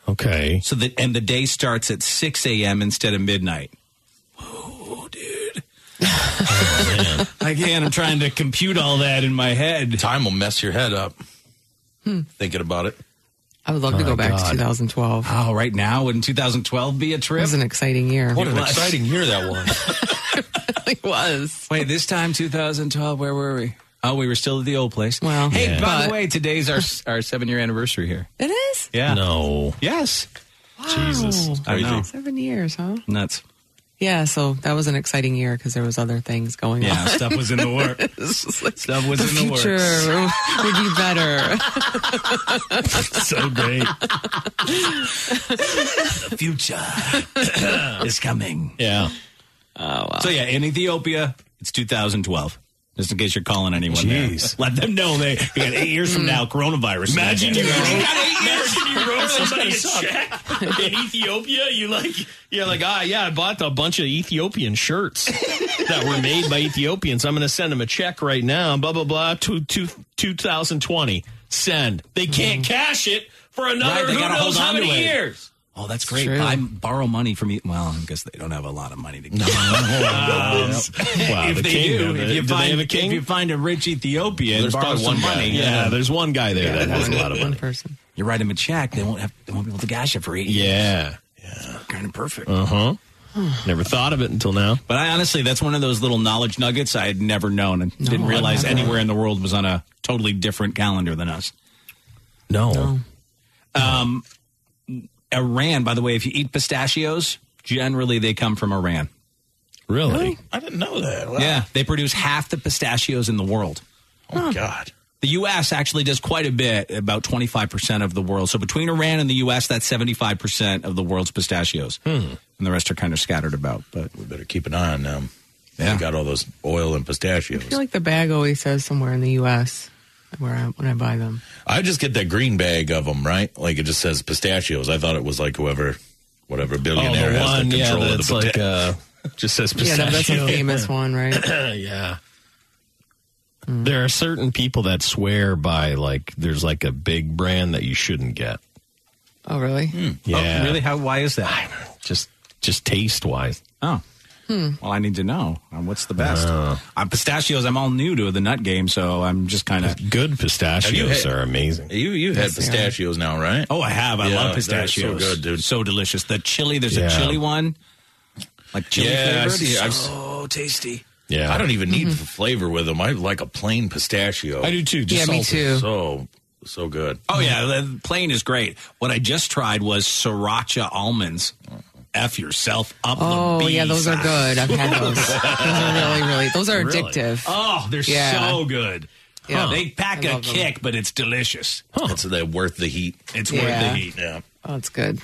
Speaker 3: okay.
Speaker 1: So that and the day starts at 6 a.m. instead of midnight. Whoa, dude. I can't. I'm trying to compute all that in my head.
Speaker 5: Time will mess your head up. Thinking about it.
Speaker 2: I would love to go back to 2012. It
Speaker 1: Oh, right now, wouldn't 2012 be a trip?
Speaker 2: was an exciting year.
Speaker 5: What an
Speaker 1: was.
Speaker 5: exciting year that was.
Speaker 2: It was.
Speaker 1: Wait, this time 2012, where were we? Oh, we were still at the old place.
Speaker 2: Well,
Speaker 1: hey,
Speaker 2: Yeah.
Speaker 1: by the
Speaker 2: but-
Speaker 1: way, today's our our seven year anniversary here.
Speaker 2: It is?
Speaker 1: Yeah.
Speaker 3: No.
Speaker 1: Yes.
Speaker 3: Jesus.
Speaker 2: Wow.
Speaker 1: I know.
Speaker 2: Seven years, huh?
Speaker 1: Nuts.
Speaker 2: Yeah, so that was an exciting year because there was other things going
Speaker 1: Yeah,
Speaker 2: on.
Speaker 1: stuff was in the work. stuff was
Speaker 2: The
Speaker 1: in the work.
Speaker 2: future would be better.
Speaker 3: so great.
Speaker 1: The future is coming.
Speaker 3: Yeah.
Speaker 2: Oh,
Speaker 1: So yeah, in Ethiopia, it's 2012. Just in case you're calling anyone
Speaker 3: Jeez.
Speaker 1: there, let them know they we got eight years from
Speaker 2: Mm.
Speaker 1: now. Coronavirus.
Speaker 3: Imagine
Speaker 1: you
Speaker 3: you
Speaker 1: Imagine you wrote somebody
Speaker 3: In Ethiopia, you like you're like ah yeah, I bought a bunch of Ethiopian shirts that were made by Ethiopians. I'm going to send them a check right now. Blah blah blah. To, to 2020, send. They can't cash it for another
Speaker 1: Mm-hmm. Right, they
Speaker 3: who
Speaker 1: gotta
Speaker 3: knows
Speaker 1: hold
Speaker 3: how
Speaker 1: on
Speaker 3: many
Speaker 1: to it.
Speaker 3: years.
Speaker 1: Oh, that's great.
Speaker 2: True.
Speaker 1: I borrow money from you. Well, I guess they don't have a lot of money to give.
Speaker 3: Wow,
Speaker 1: if
Speaker 3: the
Speaker 1: they
Speaker 3: king
Speaker 1: do,
Speaker 3: of
Speaker 1: if
Speaker 3: it.
Speaker 1: you
Speaker 3: Do they
Speaker 1: find
Speaker 3: have a king?
Speaker 1: if you find a rich Ethiopian,
Speaker 5: There's
Speaker 1: borrow
Speaker 5: probably
Speaker 1: some
Speaker 5: one guy.
Speaker 1: money.
Speaker 3: yeah, there's one guy there that has a lot of
Speaker 2: One
Speaker 3: money.
Speaker 2: person.
Speaker 1: You write him a check, they won't have they won't be able to cash it for eight years.
Speaker 3: Yeah.
Speaker 1: kind of perfect.
Speaker 3: Uh huh. Never thought of it until now.
Speaker 1: But I honestly, that's one of those little knowledge nuggets I had never known and didn't
Speaker 2: I've
Speaker 1: realize
Speaker 2: never.
Speaker 1: anywhere in the world was on a totally different calendar than us. Um,
Speaker 3: no.
Speaker 1: Iran, by the way, if you eat pistachios, generally they come from Iran.
Speaker 3: Really?
Speaker 5: I didn't know that. Wow.
Speaker 1: Yeah, they produce half the pistachios in the world.
Speaker 5: Oh, God.
Speaker 1: The U.S. actually does quite a bit, about 25% of the world. So between Iran and the U.S., that's 75% of the world's pistachios.
Speaker 3: Hmm.
Speaker 1: And the rest are kind of scattered about. But
Speaker 5: Hmm. We better keep an eye on them.
Speaker 1: Yeah.
Speaker 5: They got all those oil and pistachios.
Speaker 2: I feel like the bag always says somewhere in the U.S. where I, when I buy them.
Speaker 5: I just get that green bag of them, right? Like it just says pistachios. I thought it was like whoever, whatever
Speaker 3: Oh,
Speaker 5: billionaire
Speaker 3: the
Speaker 5: has
Speaker 3: one,
Speaker 5: the
Speaker 3: yeah,
Speaker 5: control of
Speaker 3: that's
Speaker 5: the
Speaker 3: like
Speaker 5: pistachio.
Speaker 3: uh, just says
Speaker 2: Yeah,
Speaker 3: pistachio.
Speaker 2: that, that's a famous one, right?
Speaker 3: yeah.
Speaker 1: Mm-hmm.
Speaker 3: There are certain people that swear by like there's like a big brand that you shouldn't get.
Speaker 2: Oh, really?
Speaker 5: Hmm.
Speaker 3: Yeah,
Speaker 1: Oh, really? How? Why is that?
Speaker 3: Just just taste wise.
Speaker 1: Oh.
Speaker 2: Hmm.
Speaker 1: Well, I need to know. Um, what's the best?
Speaker 3: Uh.
Speaker 1: I'm pistachios. I'm all new to the nut game, so I'm just kind of.
Speaker 3: Good
Speaker 5: Have you
Speaker 3: pistachios
Speaker 5: had-
Speaker 3: are amazing.
Speaker 5: you you had pistachios now, right?
Speaker 1: Oh, I have. I
Speaker 5: Yeah,
Speaker 1: love
Speaker 5: they're so
Speaker 1: pistachios.
Speaker 5: good, dude.
Speaker 1: So delicious. The chili. There's a
Speaker 3: Yeah.
Speaker 1: chili one, like chili
Speaker 5: Yeah, I
Speaker 1: flavored.
Speaker 5: see- I've-
Speaker 1: so
Speaker 2: Oh,
Speaker 1: tasty.
Speaker 3: Yeah,
Speaker 5: I don't even
Speaker 2: Mm-hmm.
Speaker 5: need f- flavor with them. I like a plain pistachio.
Speaker 3: I do too.
Speaker 2: yeah,
Speaker 3: Just
Speaker 2: me
Speaker 3: salted.
Speaker 2: too.
Speaker 5: So so good.
Speaker 1: Oh yeah, the plain is great. What I just tried was sriracha almonds. F yourself up. the
Speaker 2: Oh,
Speaker 1: B
Speaker 2: yeah, those are
Speaker 1: side.
Speaker 2: good. I've had those. those are really, really. Those are
Speaker 3: Really?
Speaker 2: addictive.
Speaker 1: Oh, they're
Speaker 2: Yeah.
Speaker 1: so good.
Speaker 2: Yeah.
Speaker 1: They pack
Speaker 2: I
Speaker 1: a
Speaker 2: love them.
Speaker 1: kick, but it's delicious.
Speaker 5: It's
Speaker 3: uh,
Speaker 5: they're worth the heat.
Speaker 1: It's worth the
Speaker 2: Yeah.
Speaker 1: heat.
Speaker 5: Yeah.
Speaker 2: Oh, it's good.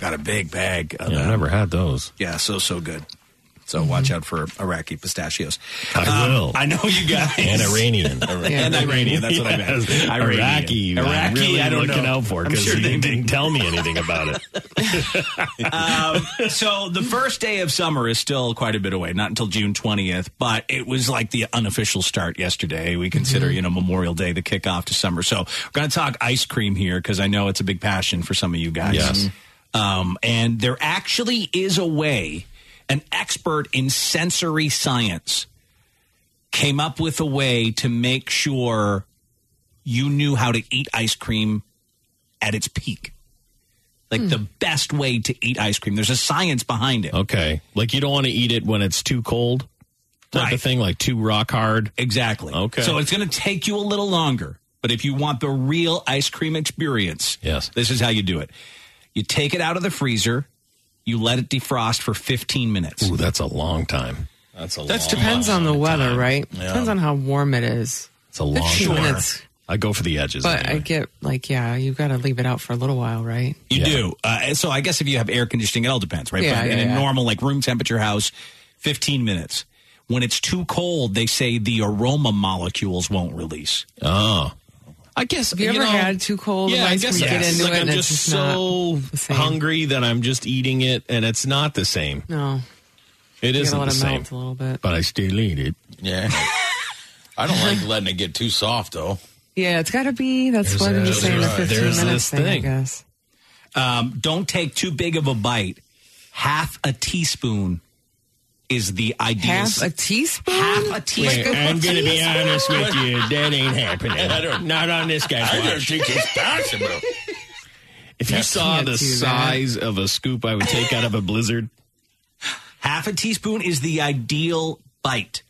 Speaker 1: Got a big bag. Of
Speaker 3: Yeah,
Speaker 1: that.
Speaker 3: I've never had those.
Speaker 1: Yeah, so so good. So
Speaker 2: Mm-hmm.
Speaker 1: watch out for Iraqi pistachios. Um,
Speaker 3: I will.
Speaker 1: Uh, I know you guys.
Speaker 3: And Iranian.
Speaker 1: And Iranian. That's what I meant.
Speaker 3: Yes.
Speaker 1: Iranian.
Speaker 3: Iraqi. I'm
Speaker 1: Iraqi,
Speaker 3: really
Speaker 1: I don't
Speaker 3: looking
Speaker 1: know.
Speaker 3: out for
Speaker 1: I'm
Speaker 3: because
Speaker 1: sure they
Speaker 3: he didn't tell me anything about it.
Speaker 1: Um, so the first day of summer is still quite a bit away, not until June 20th, but it was like the unofficial start yesterday. We consider, you know, Memorial Day the kickoff to summer. So we're going to talk ice cream here because I know it's a big passion for some of you guys.
Speaker 3: Yes.
Speaker 1: Um, and there actually is a way an expert in sensory science came up with a way to make sure you knew how to eat ice cream at its peak. Like
Speaker 3: Hmm.
Speaker 1: the best way to eat ice cream. There's a science behind it.
Speaker 3: Okay. Like you don't want to eat it when it's too cold type
Speaker 1: Right.
Speaker 3: of thing, like too rock hard.
Speaker 1: Exactly.
Speaker 3: Okay.
Speaker 1: So it's going to take you a little longer, but if you want the real ice cream experience,
Speaker 3: Yes.
Speaker 1: this is how you do it. You take it out of the freezer, you let it defrost for 15 minutes.
Speaker 3: Ooh, that's a long time. That's a
Speaker 2: That depends on the weather, right? Depends on how warm it is.
Speaker 3: It's a long
Speaker 2: 15
Speaker 3: time.
Speaker 2: minutes.
Speaker 3: I go for the edges.
Speaker 2: But I
Speaker 3: anyway.
Speaker 2: get like, yeah, you got to leave it out for a little while, right?
Speaker 1: You
Speaker 3: Yeah.
Speaker 1: do. Uh, and so I guess if you have air conditioning, it all depends, right?
Speaker 2: Yeah,
Speaker 1: but
Speaker 2: yeah,
Speaker 1: in a
Speaker 2: yeah.
Speaker 1: normal, like room temperature house, 15 minutes. When it's too cold, they say the aroma molecules won't release.
Speaker 3: oh. I guess
Speaker 2: Have you, ever
Speaker 3: know,
Speaker 2: had too cold
Speaker 3: Yeah,
Speaker 2: of
Speaker 3: I
Speaker 2: ice
Speaker 3: guess
Speaker 2: cream? Get
Speaker 3: yes.
Speaker 2: into
Speaker 3: like
Speaker 2: it
Speaker 3: I'm
Speaker 2: and
Speaker 3: just,
Speaker 2: it's just
Speaker 3: so
Speaker 2: not the same.
Speaker 3: hungry that I'm just eating it, and it's not the same.
Speaker 2: No,
Speaker 3: It
Speaker 2: you gotta
Speaker 3: isn't
Speaker 2: let
Speaker 3: the
Speaker 2: it
Speaker 3: same.
Speaker 2: melt a little bit.
Speaker 3: But I still eat it.
Speaker 5: Yeah. I don't like letting it get too soft though.
Speaker 2: Yeah, it's got to be. That's what I'm just saying. The
Speaker 3: right.
Speaker 2: 15
Speaker 3: There's
Speaker 2: minutes
Speaker 3: this
Speaker 2: thing, I
Speaker 3: thing.
Speaker 2: guess.
Speaker 1: Um, don't take too big of a bite. Half a teaspoon is the ideal.
Speaker 2: Half a teaspoon.
Speaker 1: Half a teaspoon.
Speaker 3: I'm going to be honest with you. That ain't happening.
Speaker 5: I don't-
Speaker 3: Not on this guy's
Speaker 5: I don't think it's possible.
Speaker 3: If you saw
Speaker 2: can't
Speaker 3: the
Speaker 2: do that.
Speaker 3: size of a scoop I would take out of a blizzard,
Speaker 1: Half a teaspoon is the ideal bite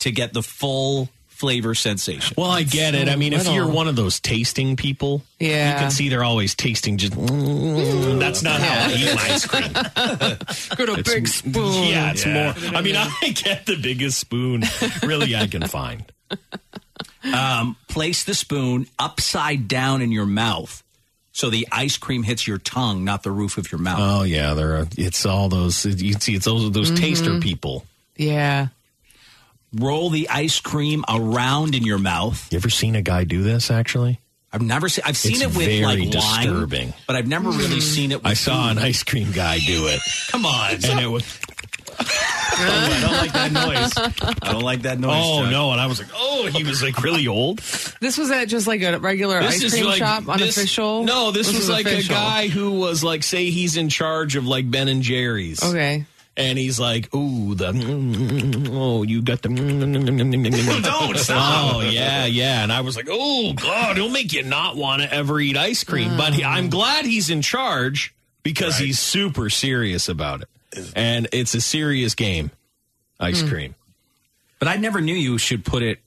Speaker 1: to get the full flavor sensation.
Speaker 3: well, I get it. I mean, if you're one of those tasting people,
Speaker 2: Yeah.
Speaker 3: you can see they're always tasting. Just mm, that's not how I eat my ice cream.
Speaker 2: Good a big spoon.
Speaker 3: Yeah, it's more. I mean, I get the biggest spoon really I can find.
Speaker 1: Um, Place the spoon upside down in your mouth so the ice cream hits your tongue, not the roof of your mouth.
Speaker 3: Oh yeah, there. Are, it's all those. You can see, it's those those
Speaker 2: Mm-hmm.
Speaker 3: taster people.
Speaker 2: Yeah.
Speaker 1: Roll the ice cream around in your mouth.
Speaker 3: You ever seen a guy do this? Actually,
Speaker 1: I've never seen. I've seen
Speaker 3: It's
Speaker 1: it with
Speaker 3: very
Speaker 1: like
Speaker 3: disturbing.
Speaker 1: wine, but I've never
Speaker 5: Mm-hmm.
Speaker 1: really seen it. With
Speaker 3: I saw an
Speaker 1: food.
Speaker 3: ice cream guy do it,
Speaker 1: Come on.
Speaker 3: and it was. I don't like that noise.
Speaker 1: I don't like that noise.
Speaker 3: Oh
Speaker 1: Chuck.
Speaker 3: no! And I was like, oh, he was like really old.
Speaker 2: This was at just like a regular ice cream shop,
Speaker 3: this-
Speaker 2: unofficial.
Speaker 3: No, this, was, like
Speaker 2: official.
Speaker 3: a guy who was like, say he's in charge of like Ben and Jerry's.
Speaker 2: Okay.
Speaker 3: And he's like, ooh, the oh, you got the don't Oh yeah, yeah. And I was like, oh god, it'll make you not want to ever eat ice cream. But he,
Speaker 2: Mm.
Speaker 3: I'm glad he's in charge because he's super serious about it, and it's a serious game. Ice
Speaker 2: Mm.
Speaker 3: cream.
Speaker 1: But I never knew you should put it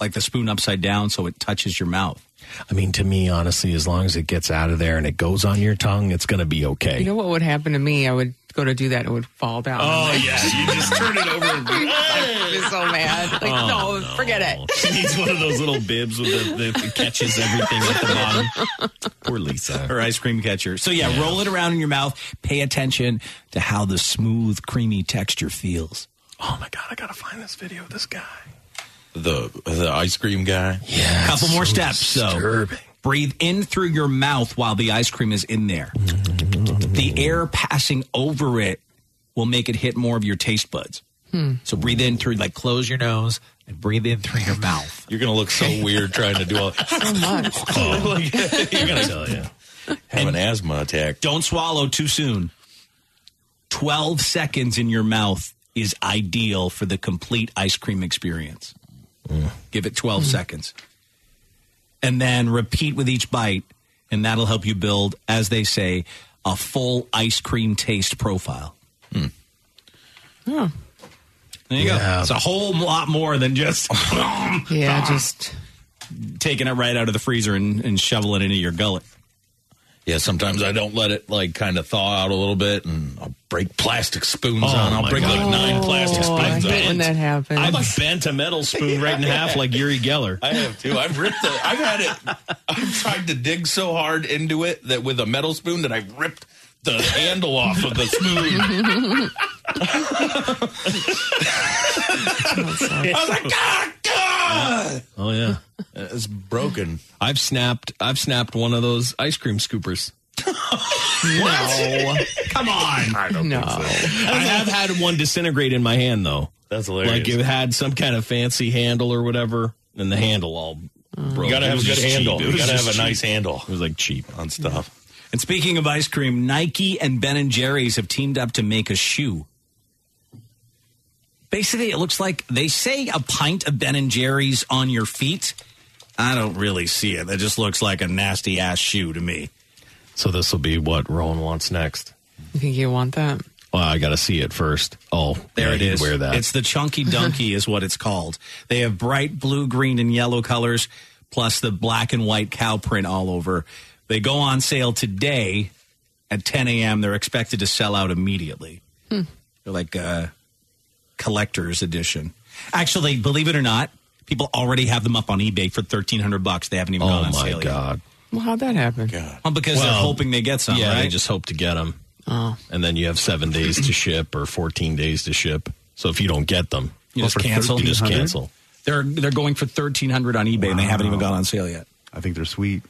Speaker 1: like the spoon upside down so it touches your mouth.
Speaker 3: I mean, to me, honestly, as long as it gets out of there and it goes on your tongue, it's going to be okay.
Speaker 2: You know what would happen to me? I would go to do that. and It would fall down.
Speaker 3: Oh yeah, you just turn it over. And Oh,
Speaker 2: I'd be so mad. Like, no, forget it.
Speaker 3: she needs one of those little bibs with the, the catches everything at the bottom. Poor Lisa.
Speaker 1: Or ice cream catcher. So yeah, roll it around in your mouth. Pay attention to how the smooth, creamy texture feels.
Speaker 3: Oh my god, I gotta find this video of this guy.
Speaker 5: The the ice cream guy.
Speaker 3: Yeah,
Speaker 1: Couple more steps.
Speaker 3: disturbing.
Speaker 1: So breathe in through your mouth while the ice cream is in there. the air passing over it will make it hit more of your taste buds.
Speaker 9: Hmm.
Speaker 1: So breathe in through, like close your nose and breathe in through your mouth.
Speaker 5: You're gonna look so weird trying to do all Oh.
Speaker 2: So much.
Speaker 3: I gotta tell you.
Speaker 5: have an asthma attack.
Speaker 1: Don't swallow too soon. 12 seconds in your mouth is ideal for the complete ice cream experience.
Speaker 5: Mm.
Speaker 1: Give it 12 seconds. And then repeat with each bite, and that'll help you build, as they say, a full ice cream taste profile.
Speaker 5: Hmm.
Speaker 1: There you go.
Speaker 3: Yeah.
Speaker 1: It's a whole lot more than just
Speaker 2: Yeah, just
Speaker 1: taking it right out of the freezer and, and shoveling it into your gullet.
Speaker 5: yeah, sometimes I don't let it like kind of thaw out a little bit, and I'll break plastic spoons
Speaker 3: Oh,
Speaker 5: on. I'll
Speaker 3: my
Speaker 5: break like
Speaker 3: God.
Speaker 5: nine plastic
Speaker 2: Oh, I
Speaker 5: spoons
Speaker 2: hate when
Speaker 5: on.
Speaker 2: that happens.
Speaker 3: I've bent a metal spoon right in half like Yuri Geller.
Speaker 5: I have too. I've ripped the. I've had it. I've tried to dig so hard into it that with a metal spoon that I've ripped the handle off of the spoon. I was like,
Speaker 1: "Ah!"
Speaker 5: God, God!
Speaker 3: Oh yeah,
Speaker 5: Uh, It's broken.
Speaker 3: I've snapped. I've snapped one of those ice cream scoopers.
Speaker 2: no,
Speaker 1: Come on. I don't
Speaker 2: no.
Speaker 3: I have had one disintegrate in my hand though.
Speaker 5: That's
Speaker 3: Like it had some kind of fancy handle or whatever, and the handle all broke.
Speaker 5: you gotta
Speaker 3: It
Speaker 5: have a
Speaker 3: was
Speaker 5: good
Speaker 3: just cheap.
Speaker 5: handle.
Speaker 3: It
Speaker 5: You
Speaker 3: was
Speaker 5: gotta
Speaker 3: just
Speaker 5: have a
Speaker 3: cheap.
Speaker 5: nice handle
Speaker 3: It was like cheap.
Speaker 5: on stuff.
Speaker 1: And speaking of ice cream, Nike and Ben and Jerry's have teamed up to make a shoe. Basically, it looks like they say a pint of Ben and Jerry's on your feet. I don't really see it. That just looks like a nasty ass shoe to me.
Speaker 3: So this will be what Rowan wants next.
Speaker 2: You think you want that?
Speaker 3: Well, I gotta see it first. Oh,
Speaker 1: There
Speaker 3: yeah,
Speaker 1: it
Speaker 3: you'd
Speaker 1: is.
Speaker 3: Wear that.
Speaker 1: It's the Chunky Donkey, is what it's called. They have bright blue, green, and yellow colors, plus the black and white cow print all over. They go on sale today at 10 a.m. They're expected to sell out immediately. They're like a collector's edition. Actually, believe it or not, people already have them up on eBay for 1300 bucks. They haven't even gone
Speaker 3: oh
Speaker 1: on
Speaker 3: my
Speaker 1: sale
Speaker 3: god.
Speaker 2: Well, how'd that happen?
Speaker 1: yet. Well, because they're
Speaker 3: Well,
Speaker 1: hoping they get some,
Speaker 3: yeah,
Speaker 1: right?
Speaker 3: they just hope to get them.
Speaker 2: Oh,
Speaker 3: And then you have seven days to ship or 14 days to ship. So if you don't get them,
Speaker 1: You just
Speaker 3: for
Speaker 1: cancel?
Speaker 3: You just
Speaker 4: 1,300?
Speaker 3: cancel.
Speaker 1: they're, they're going for 1300 on eBay and they haven't even gone on sale yet.
Speaker 4: I think they're sweet.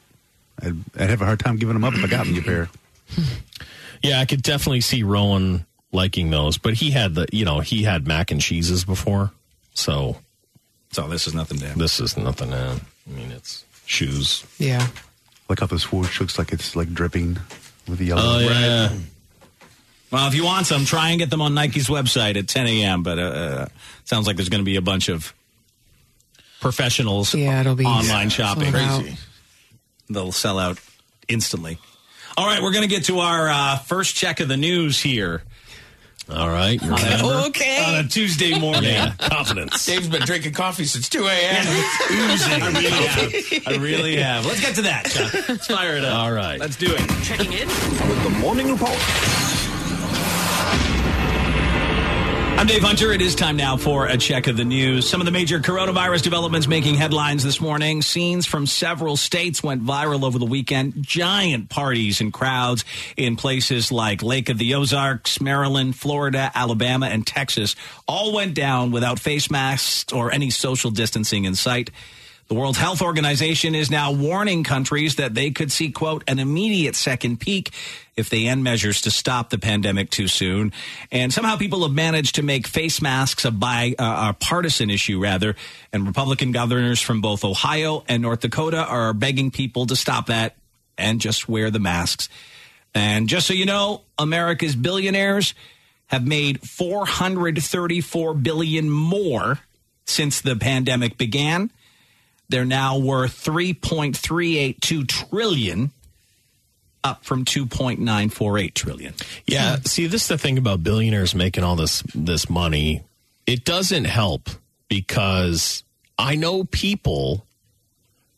Speaker 4: I'd, I'd have a hard time giving them up if I got me a pair.
Speaker 3: Yeah, I could definitely see Rowan liking those, but he had the, you know, he had mac and cheeses before. So
Speaker 1: So this is nothing to him.
Speaker 3: this is nothing. uh, I mean, it's shoes.
Speaker 2: Yeah.
Speaker 4: Like how the swoosh looks like it's like dripping with the yellow.
Speaker 3: Oh, yeah.
Speaker 1: Well, if you want some, try and get them on Nike's website at 10 a.m. But uh, uh, sounds like there's going to be a bunch of professionals
Speaker 2: Yeah, it'll be
Speaker 1: online shopping.
Speaker 2: sold out.
Speaker 1: They'll sell out instantly. All right, we're going to get to our uh, first check of the news here Uh, oh,
Speaker 3: All right. You're
Speaker 1: Remember?
Speaker 2: Okay.
Speaker 1: on a Tuesday morning.
Speaker 3: yeah. Confidence.
Speaker 5: Dave's been drinking coffee since 2 a.m.
Speaker 1: Oozing. I really have. I really have. Let's get to that, Chuck. Let's fire it up.
Speaker 3: All right.
Speaker 1: Let's do it.
Speaker 6: Checking in.
Speaker 1: I'm Dave Hunter. It is time now for a check of the news. Some of the major coronavirus developments making headlines this morning. Scenes from several states went viral over the weekend. Giant parties and crowds in places like Lake of the Ozarks, Maryland, Florida, Alabama, and Texas all went down without face masks or any social distancing in sight. The World Health Organization is now warning countries that they could see, quote, an immediate second peak if they end measures to stop the pandemic too soon. And somehow people have managed to make face masks a, bi, uh, a partisan issue, rather. And Republican governors from both Ohio and North Dakota are begging people to stop that and just wear the masks. And just so you know, America's billionaires have made 434 billion more since the pandemic began. They're now worth 3.382 trillion up from 2.948 trillion.
Speaker 3: Yeah, see, this is the thing about billionaires making all this this money. It doesn't help because I know people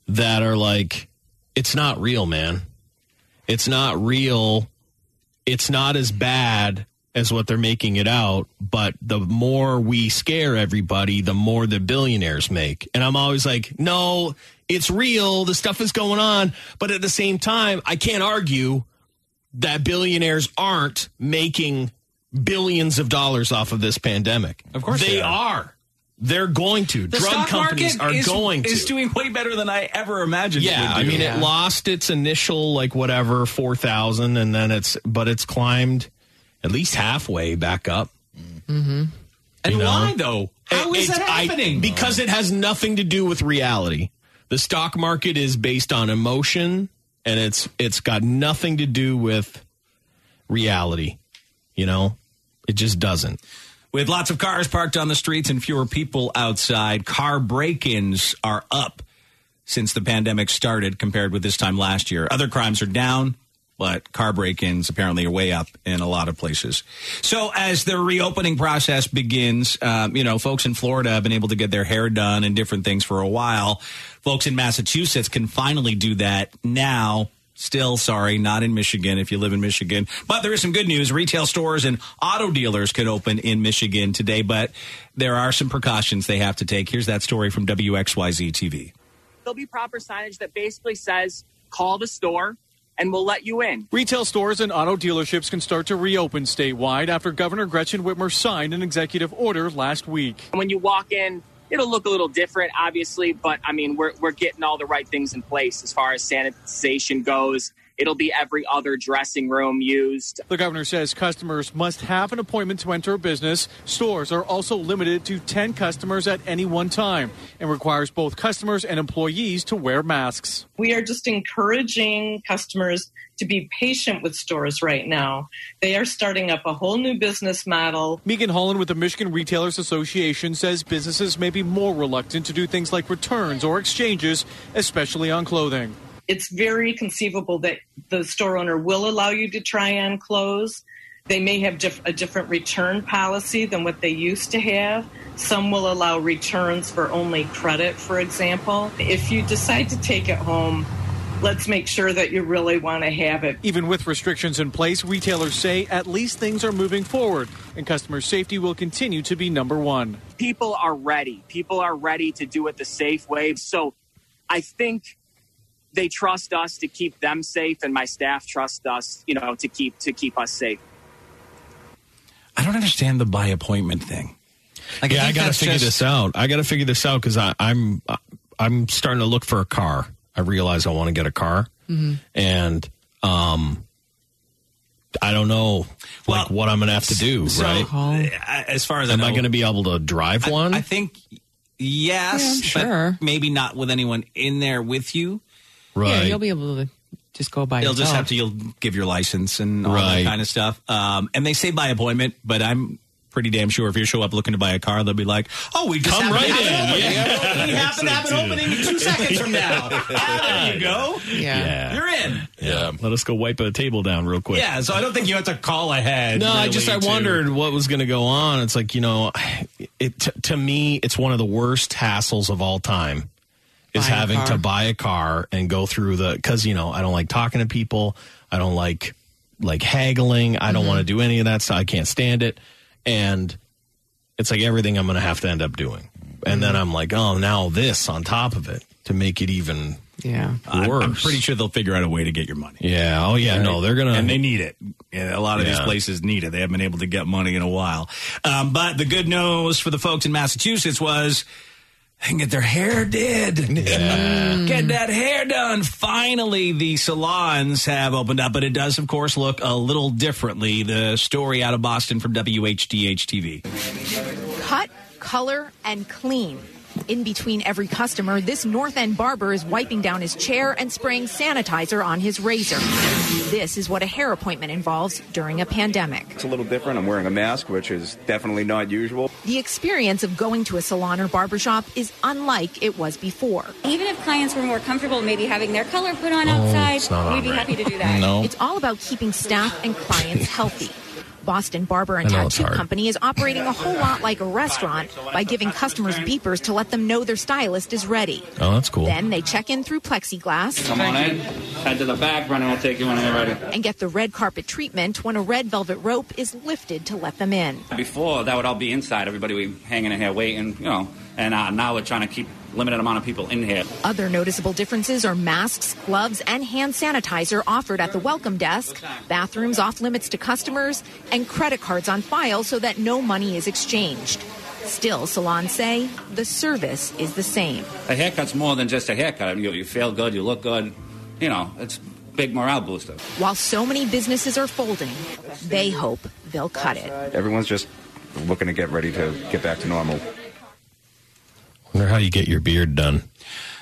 Speaker 3: that are like, "It's not real, man. It's not real. It's not as bad as what they're making it out." But the more we scare everybody, the more the billionaires make. And I'm always like, "No." It's real. The stuff is going on. But at the same time, I can't argue that billionaires aren't making billions of dollars off of this pandemic. Of
Speaker 1: course
Speaker 3: they,
Speaker 1: they
Speaker 3: are. They're going to.
Speaker 1: The
Speaker 3: Drug
Speaker 1: stock
Speaker 3: companies
Speaker 1: market
Speaker 3: are
Speaker 1: is,
Speaker 3: going to.
Speaker 1: is doing way better than I ever imagined.
Speaker 3: yeah,
Speaker 1: it would
Speaker 3: I
Speaker 1: do.
Speaker 3: mean, it lost its initial like whatever four thousand, and then it's but it's climbed at least halfway back up.
Speaker 1: and
Speaker 2: Mm-hmm.
Speaker 3: you know,
Speaker 1: why though? How
Speaker 3: It-
Speaker 1: is
Speaker 3: it's-
Speaker 1: that
Speaker 3: I-
Speaker 1: happening?
Speaker 3: because it has nothing to do with reality. The stock market is based on emotion, and it's it's got nothing to do with reality. You know, it just doesn't.
Speaker 1: With lots of cars parked on the streets and fewer people outside, car break ins are up since the pandemic started compared with this time last year. Other crimes are down, but car break ins apparently are way up in a lot of places. So, as the reopening process begins, um, you know, folks in Florida have been able to get their hair done and different things for a while. Folks in Massachusetts can finally do that now Still, sorry, not in Michigan if you live in Michigan. But there is some good news. Retail stores and auto dealers can open in Michigan today, but there are some precautions they have to take. Here's that story from WXYZ TV.
Speaker 10: there'll be proper signage that basically says call the store and we'll let you in.
Speaker 9: Retail stores and auto dealerships can start to reopen statewide after Governor Gretchen Whitmer signed an executive order last week.
Speaker 10: And when you walk in, it'll look a little different, obviously, but I mean, we're, we're getting all the right things in place as far as sanitization goes. It'll be every other dressing room used.
Speaker 9: The governor says customers must have an appointment to enter a business. Stores are also limited to 10 customers at any one time and requires both customers and employees to wear masks.
Speaker 11: We are just encouraging customers to be patient with stores right now. They are starting up a whole new business model.
Speaker 9: Megan Holland with the Michigan Retailers Association says businesses may be more reluctant to do things like returns or exchanges, especially on clothing.
Speaker 11: It's very conceivable that the store owner will allow you to try on clothes. They may have diff- a different return policy than what they used to have. Some will allow returns for only credit, for example. If you decide to take it home, let's make sure that you really want to have it.
Speaker 9: Even with restrictions in place, retailers say at least things are moving forward and customer safety will continue to be number one.
Speaker 10: People are ready. People are ready to do it the safe way. So I think they trust us to keep them safe and my staff trust us, you know, to keep to keep us safe.
Speaker 1: I don't understand the by appointment thing.
Speaker 3: Like, yeah, I, got to figure this out. I got to figure this out because I'm I'm starting to look for a car. I realize I want to get a car,
Speaker 1: Mm-hmm.
Speaker 2: Mhm.
Speaker 3: and um, I don't know like what I'm gonna have to do.
Speaker 1: so,
Speaker 3: right?
Speaker 1: uh, As far as
Speaker 3: Am
Speaker 1: I, know,
Speaker 3: I gonna be able to drive one?
Speaker 1: I think yes,
Speaker 2: Yeah, I'm
Speaker 1: but
Speaker 2: sure.
Speaker 1: maybe not with anyone in there with you.
Speaker 2: Yeah, you'll be able to just go by
Speaker 1: You'll just
Speaker 2: yourself.
Speaker 1: have to. You'll give your license and all
Speaker 3: Right.
Speaker 1: that kind of stuff. Um, and they say by appointment, but I'm pretty damn sure if you show up looking to buy a car, they'll be like, "Oh, we just
Speaker 3: Come
Speaker 1: happen to
Speaker 3: right
Speaker 1: have
Speaker 3: in.
Speaker 1: an opening.
Speaker 3: Yeah.
Speaker 1: We happen to have an opening in two seconds from now. Ah, there you go.
Speaker 2: yeah.
Speaker 1: You're in.
Speaker 5: Yeah.
Speaker 3: Let us go wipe a table down real quick.
Speaker 1: Yeah. So I don't think you have to call ahead.
Speaker 3: No, I
Speaker 1: really,
Speaker 3: just I
Speaker 1: to-
Speaker 3: wondered what was going to go on. It's like you know, it t- to me it's one of the worst hassles of all time is
Speaker 2: Buying a
Speaker 3: having
Speaker 2: car.
Speaker 3: to buy a car and go through the because you know I don't like talking to people. I don't like like haggling. I
Speaker 2: Mm-hmm.
Speaker 3: don't want to do any of that. So I can't stand it. And it's like everything I'm going to have to end up doing. And
Speaker 2: Mm-hmm.
Speaker 3: then I'm like, oh, now this on top of it to make it even
Speaker 2: Yeah.
Speaker 1: I'm,
Speaker 3: worse.
Speaker 1: I'm pretty sure they'll figure out a way to get your money.
Speaker 3: Yeah. Oh yeah. No, they're gonna.
Speaker 1: and they need it. Yeah, a lot of these
Speaker 3: Yeah.
Speaker 1: places need it. They haven't been able to get money in a while. Um, but the good news for the folks in Massachusetts was they can get their hair did. Get that hair done. Finally, the salons have opened up, but it does, of course, look a little differently. The story out of Boston from WHDH TV.
Speaker 12: cut, color, and clean. In between every customer, this North End barber is wiping down his chair and spraying sanitizer on his razor. This is what a hair appointment involves during a pandemic.
Speaker 13: It's a little different. I'm wearing a mask, which is definitely not usual.
Speaker 12: The experience of going to a salon or barbershop is unlike it was before.
Speaker 14: Even if clients were more comfortable maybe having their color put on
Speaker 12: Oh,
Speaker 14: outside,
Speaker 12: it's not
Speaker 14: we'd be
Speaker 12: on
Speaker 14: happy to do that.
Speaker 12: It's all about keeping staff and clients healthy. Boston Barber and
Speaker 14: I know it's
Speaker 12: Tattoo
Speaker 14: hard.
Speaker 12: Company is operating a whole lot like a restaurant by giving customers beepers to let them know their stylist is ready.
Speaker 3: Oh, that's cool.
Speaker 12: Then they check in through plexiglass.
Speaker 4: Head to the back, Brennan will take you when you're ready.
Speaker 12: and get the red carpet treatment when a red velvet rope is lifted to let them in.
Speaker 4: Before, that would all be inside. Everybody would be hanging in here waiting, you know. And uh, now we're trying to keep limited amount of people in here.
Speaker 12: Other noticeable differences are masks, gloves, and hand sanitizer offered at the welcome desk, bathrooms off limits to customers, and credit cards on file so that no money is exchanged. Still, salons say the service is the same.
Speaker 4: A haircut's more than just a haircut. You, you feel good, you look good. You know, it's big morale booster.
Speaker 12: While so many businesses are folding, they hope they'll cut it.
Speaker 13: Everyone's just looking to get ready to get back to normal.
Speaker 3: wonder how you get your beard done.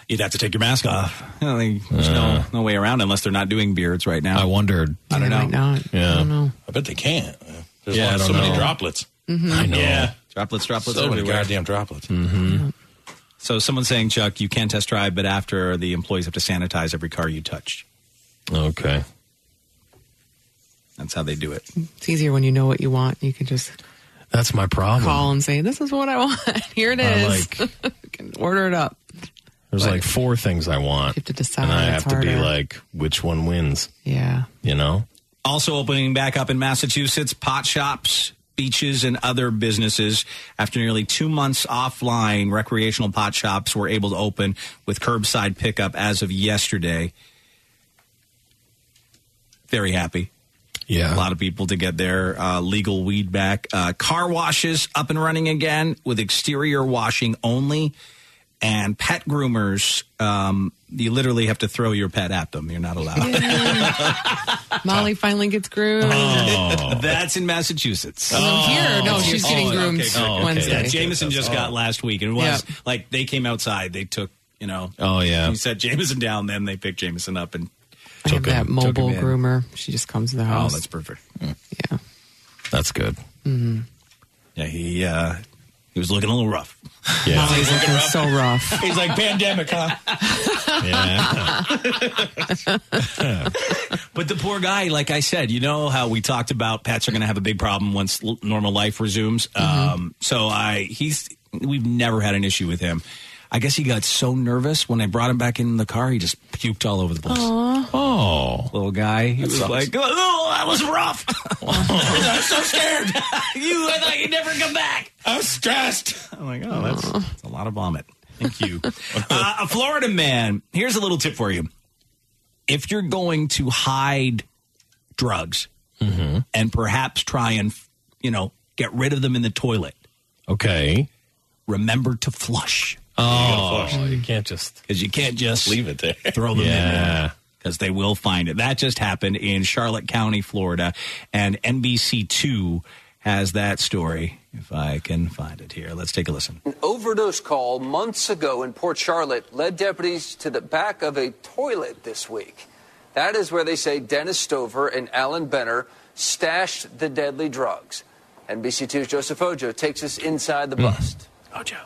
Speaker 1: You'd have to take your mask off. I don't think There's no, no way around unless they're not doing beards right now. I
Speaker 3: wondered.
Speaker 1: I don't know.
Speaker 3: Yeah.
Speaker 5: I bet they can't. There's
Speaker 1: Yeah,
Speaker 5: yeah,
Speaker 1: I don't
Speaker 5: so many
Speaker 1: know.
Speaker 5: droplets.
Speaker 1: Mm-hmm.
Speaker 3: I know.
Speaker 1: Yeah. Droplets, droplets
Speaker 5: so many
Speaker 1: everywhere. Mm-hmm.
Speaker 5: goddamn droplets.
Speaker 1: So someone's saying, Chuck, you can test drive, but after the employees have to sanitize every car you touch.
Speaker 3: Okay.
Speaker 1: That's how they do it.
Speaker 2: It's easier when you know what you want. You can just
Speaker 3: That's my problem.
Speaker 2: call and say, "This is what I want. Here it
Speaker 3: I
Speaker 2: is." you can order it up.
Speaker 3: There's like four things I want.
Speaker 2: You have to decide.
Speaker 3: And I
Speaker 2: It's
Speaker 3: have to be
Speaker 2: harder.
Speaker 3: like, which one wins?
Speaker 2: Yeah.
Speaker 3: You know?
Speaker 1: Also opening back up in Massachusetts, pot shops, beaches, and other businesses. After nearly two months offline, recreational pot shops were able to open with curbside pickup as of yesterday. Very happy.
Speaker 3: Yeah.
Speaker 1: A lot of people to get their uh, legal weed back. Uh, car washes up and running again with exterior washing only. And pet groomers, um, you literally have to throw your pet at them. You're not allowed.
Speaker 2: Molly finally gets groomed.
Speaker 3: Oh.
Speaker 1: That's in Massachusetts.
Speaker 2: Oh, here, no, she's getting groomed
Speaker 1: good, good, good.
Speaker 2: Wednesday.
Speaker 1: Yeah, Jameson just
Speaker 3: Oh.
Speaker 1: got last week, and it was like they came outside. They took, you know.
Speaker 3: Oh, yeah.
Speaker 1: He set Jameson down, then they picked Jameson up, and
Speaker 2: I have that
Speaker 1: took him
Speaker 2: mobile
Speaker 1: in.
Speaker 2: groomer. She just comes to the
Speaker 1: oh,
Speaker 2: house.
Speaker 1: that's perfect.
Speaker 3: That's good.
Speaker 2: Mhm.
Speaker 1: Yeah, he uh, he was looking a little rough.
Speaker 2: Molly's looking so rough.
Speaker 5: He's like pandemic, huh?
Speaker 1: But the poor guy, like I said, you know how we talked about pets are going to have a big problem once l- normal life resumes. Um, so I, he's, we've never had an issue with him. I guess he got so nervous when I brought him back in the car, he just puked all over the place.
Speaker 3: Oh,
Speaker 1: little guy, he was
Speaker 5: sucks.
Speaker 1: like, "Oh, that was rough."
Speaker 5: I'm so scared.
Speaker 1: you, I thought you'd never come back.
Speaker 5: I was stressed.
Speaker 1: I'm like, oh, that's, that's a lot of vomit. Thank you. uh, a Florida man. Here's a little tip for you. If you're going to hide drugs
Speaker 3: Mm-hmm.
Speaker 1: and perhaps try and, you know, get rid of them in the toilet,
Speaker 3: Okay.
Speaker 1: remember to flush.
Speaker 3: Oh, you can't just
Speaker 1: because you can't just
Speaker 5: leave it there.
Speaker 1: Throw them in
Speaker 3: Yeah.
Speaker 1: there because they will find it. That just happened in Charlotte County, Florida, and NBC2 has that story. If I can find it here, let's take a listen.
Speaker 15: An overdose call months ago in Port Charlotte led deputies to the back of a toilet this week. That is where they say Dennis Stover and Alan Benner stashed the deadly drugs. NBC2's Joseph Ojo takes us inside the bust. Ojo.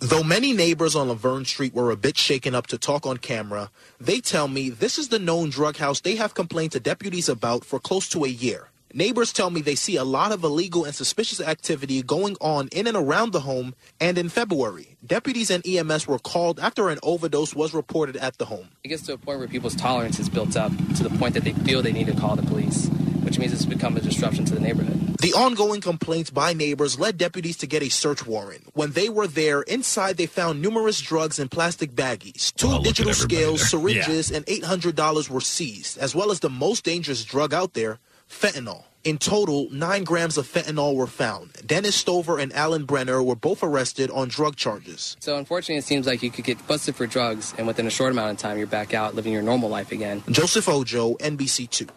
Speaker 16: Though many neighbors on Laverne Street were a bit shaken up to talk on camera, they tell me this is the known drug house they have complained to deputies about for close to a year. Neighbors tell me they see a lot of illegal and suspicious activity going on in and around the home, and in February, deputies and EMS were called after an overdose was reported at the home.
Speaker 14: It gets to a point where people's tolerance is built up to the point that they feel they need to call the police, which means it's become a disruption to the neighborhood.
Speaker 16: The ongoing complaints by neighbors led deputies to get a search warrant. When they were there, inside they found numerous drugs in plastic baggies. Two digital scales, syringes, and $800 were seized, as well as the most dangerous drug out there, fentanyl. In total, nine grams of fentanyl were found. Dennis Stover and Alan Brenner were both arrested on drug charges.
Speaker 14: So unfortunately, it seems like you could get busted for drugs, and within a short amount of time, you're back out living your normal life again.
Speaker 16: Joseph Ojo, NBC2.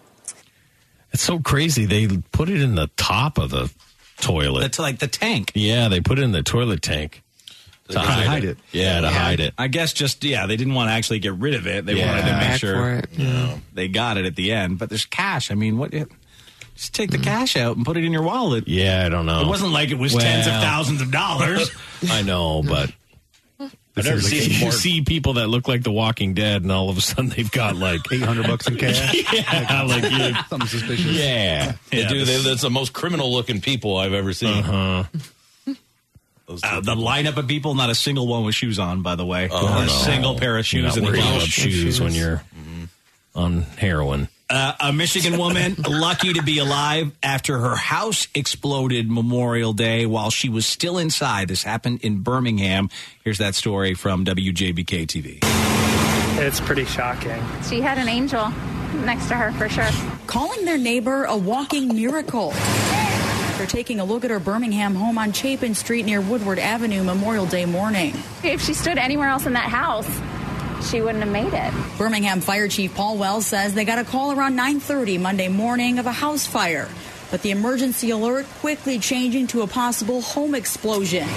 Speaker 3: It's so crazy. They put it in the top of the toilet.
Speaker 1: That's like the tank.
Speaker 3: Yeah, they put it in the toilet tank to hide, it. Yeah, to hide it.
Speaker 1: I guess just yeah, they didn't want to actually get rid of it. They
Speaker 3: Yeah.
Speaker 1: wanted to make
Speaker 3: Back
Speaker 1: sure
Speaker 3: for
Speaker 1: you know, they got it at the end. But there's cash. I mean, what? Just take the cash out and put it in your wallet.
Speaker 3: Mm. Yeah, I don't know.
Speaker 1: It wasn't like it was tens of thousands of dollars.
Speaker 3: I know, but
Speaker 1: I've
Speaker 3: I've
Speaker 1: never seen
Speaker 3: you
Speaker 1: more-
Speaker 3: see people that look like The Walking Dead, and all of a sudden they've got like eight hundred bucks in
Speaker 5: cash?
Speaker 3: yeah, like you,
Speaker 5: Something suspicious.
Speaker 3: Yeah,
Speaker 5: They
Speaker 3: Yeah,
Speaker 5: do. They,
Speaker 3: this-
Speaker 5: that's the most criminal looking people I've ever seen.
Speaker 3: Uh-huh.
Speaker 1: Uh, the lineup of people, not a single one with shoes on. By the way,
Speaker 3: Oh,
Speaker 1: not a
Speaker 3: no.
Speaker 1: single pair of
Speaker 3: You're
Speaker 1: shoes.
Speaker 3: not
Speaker 1: in the
Speaker 3: worried
Speaker 1: club.
Speaker 3: about shoes when you're on heroin.
Speaker 1: Uh, a Michigan woman lucky to be alive after her house exploded Memorial Day while she was still inside. This happened in Birmingham. Here's that story from WJBK TV.
Speaker 17: It's pretty shocking.
Speaker 18: She had an angel next to her for sure.
Speaker 19: calling their neighbor a walking miracle. They're taking a look at her Birmingham home on Chapin Street near Woodward Avenue Memorial Day morning.
Speaker 18: If she stood anywhere else in that house, she wouldn't have made it.
Speaker 19: Birmingham Fire Chief Paul Wells says they got a call around 9:30 Monday morning of a house fire, but the emergency alert quickly changing to a possible home explosion.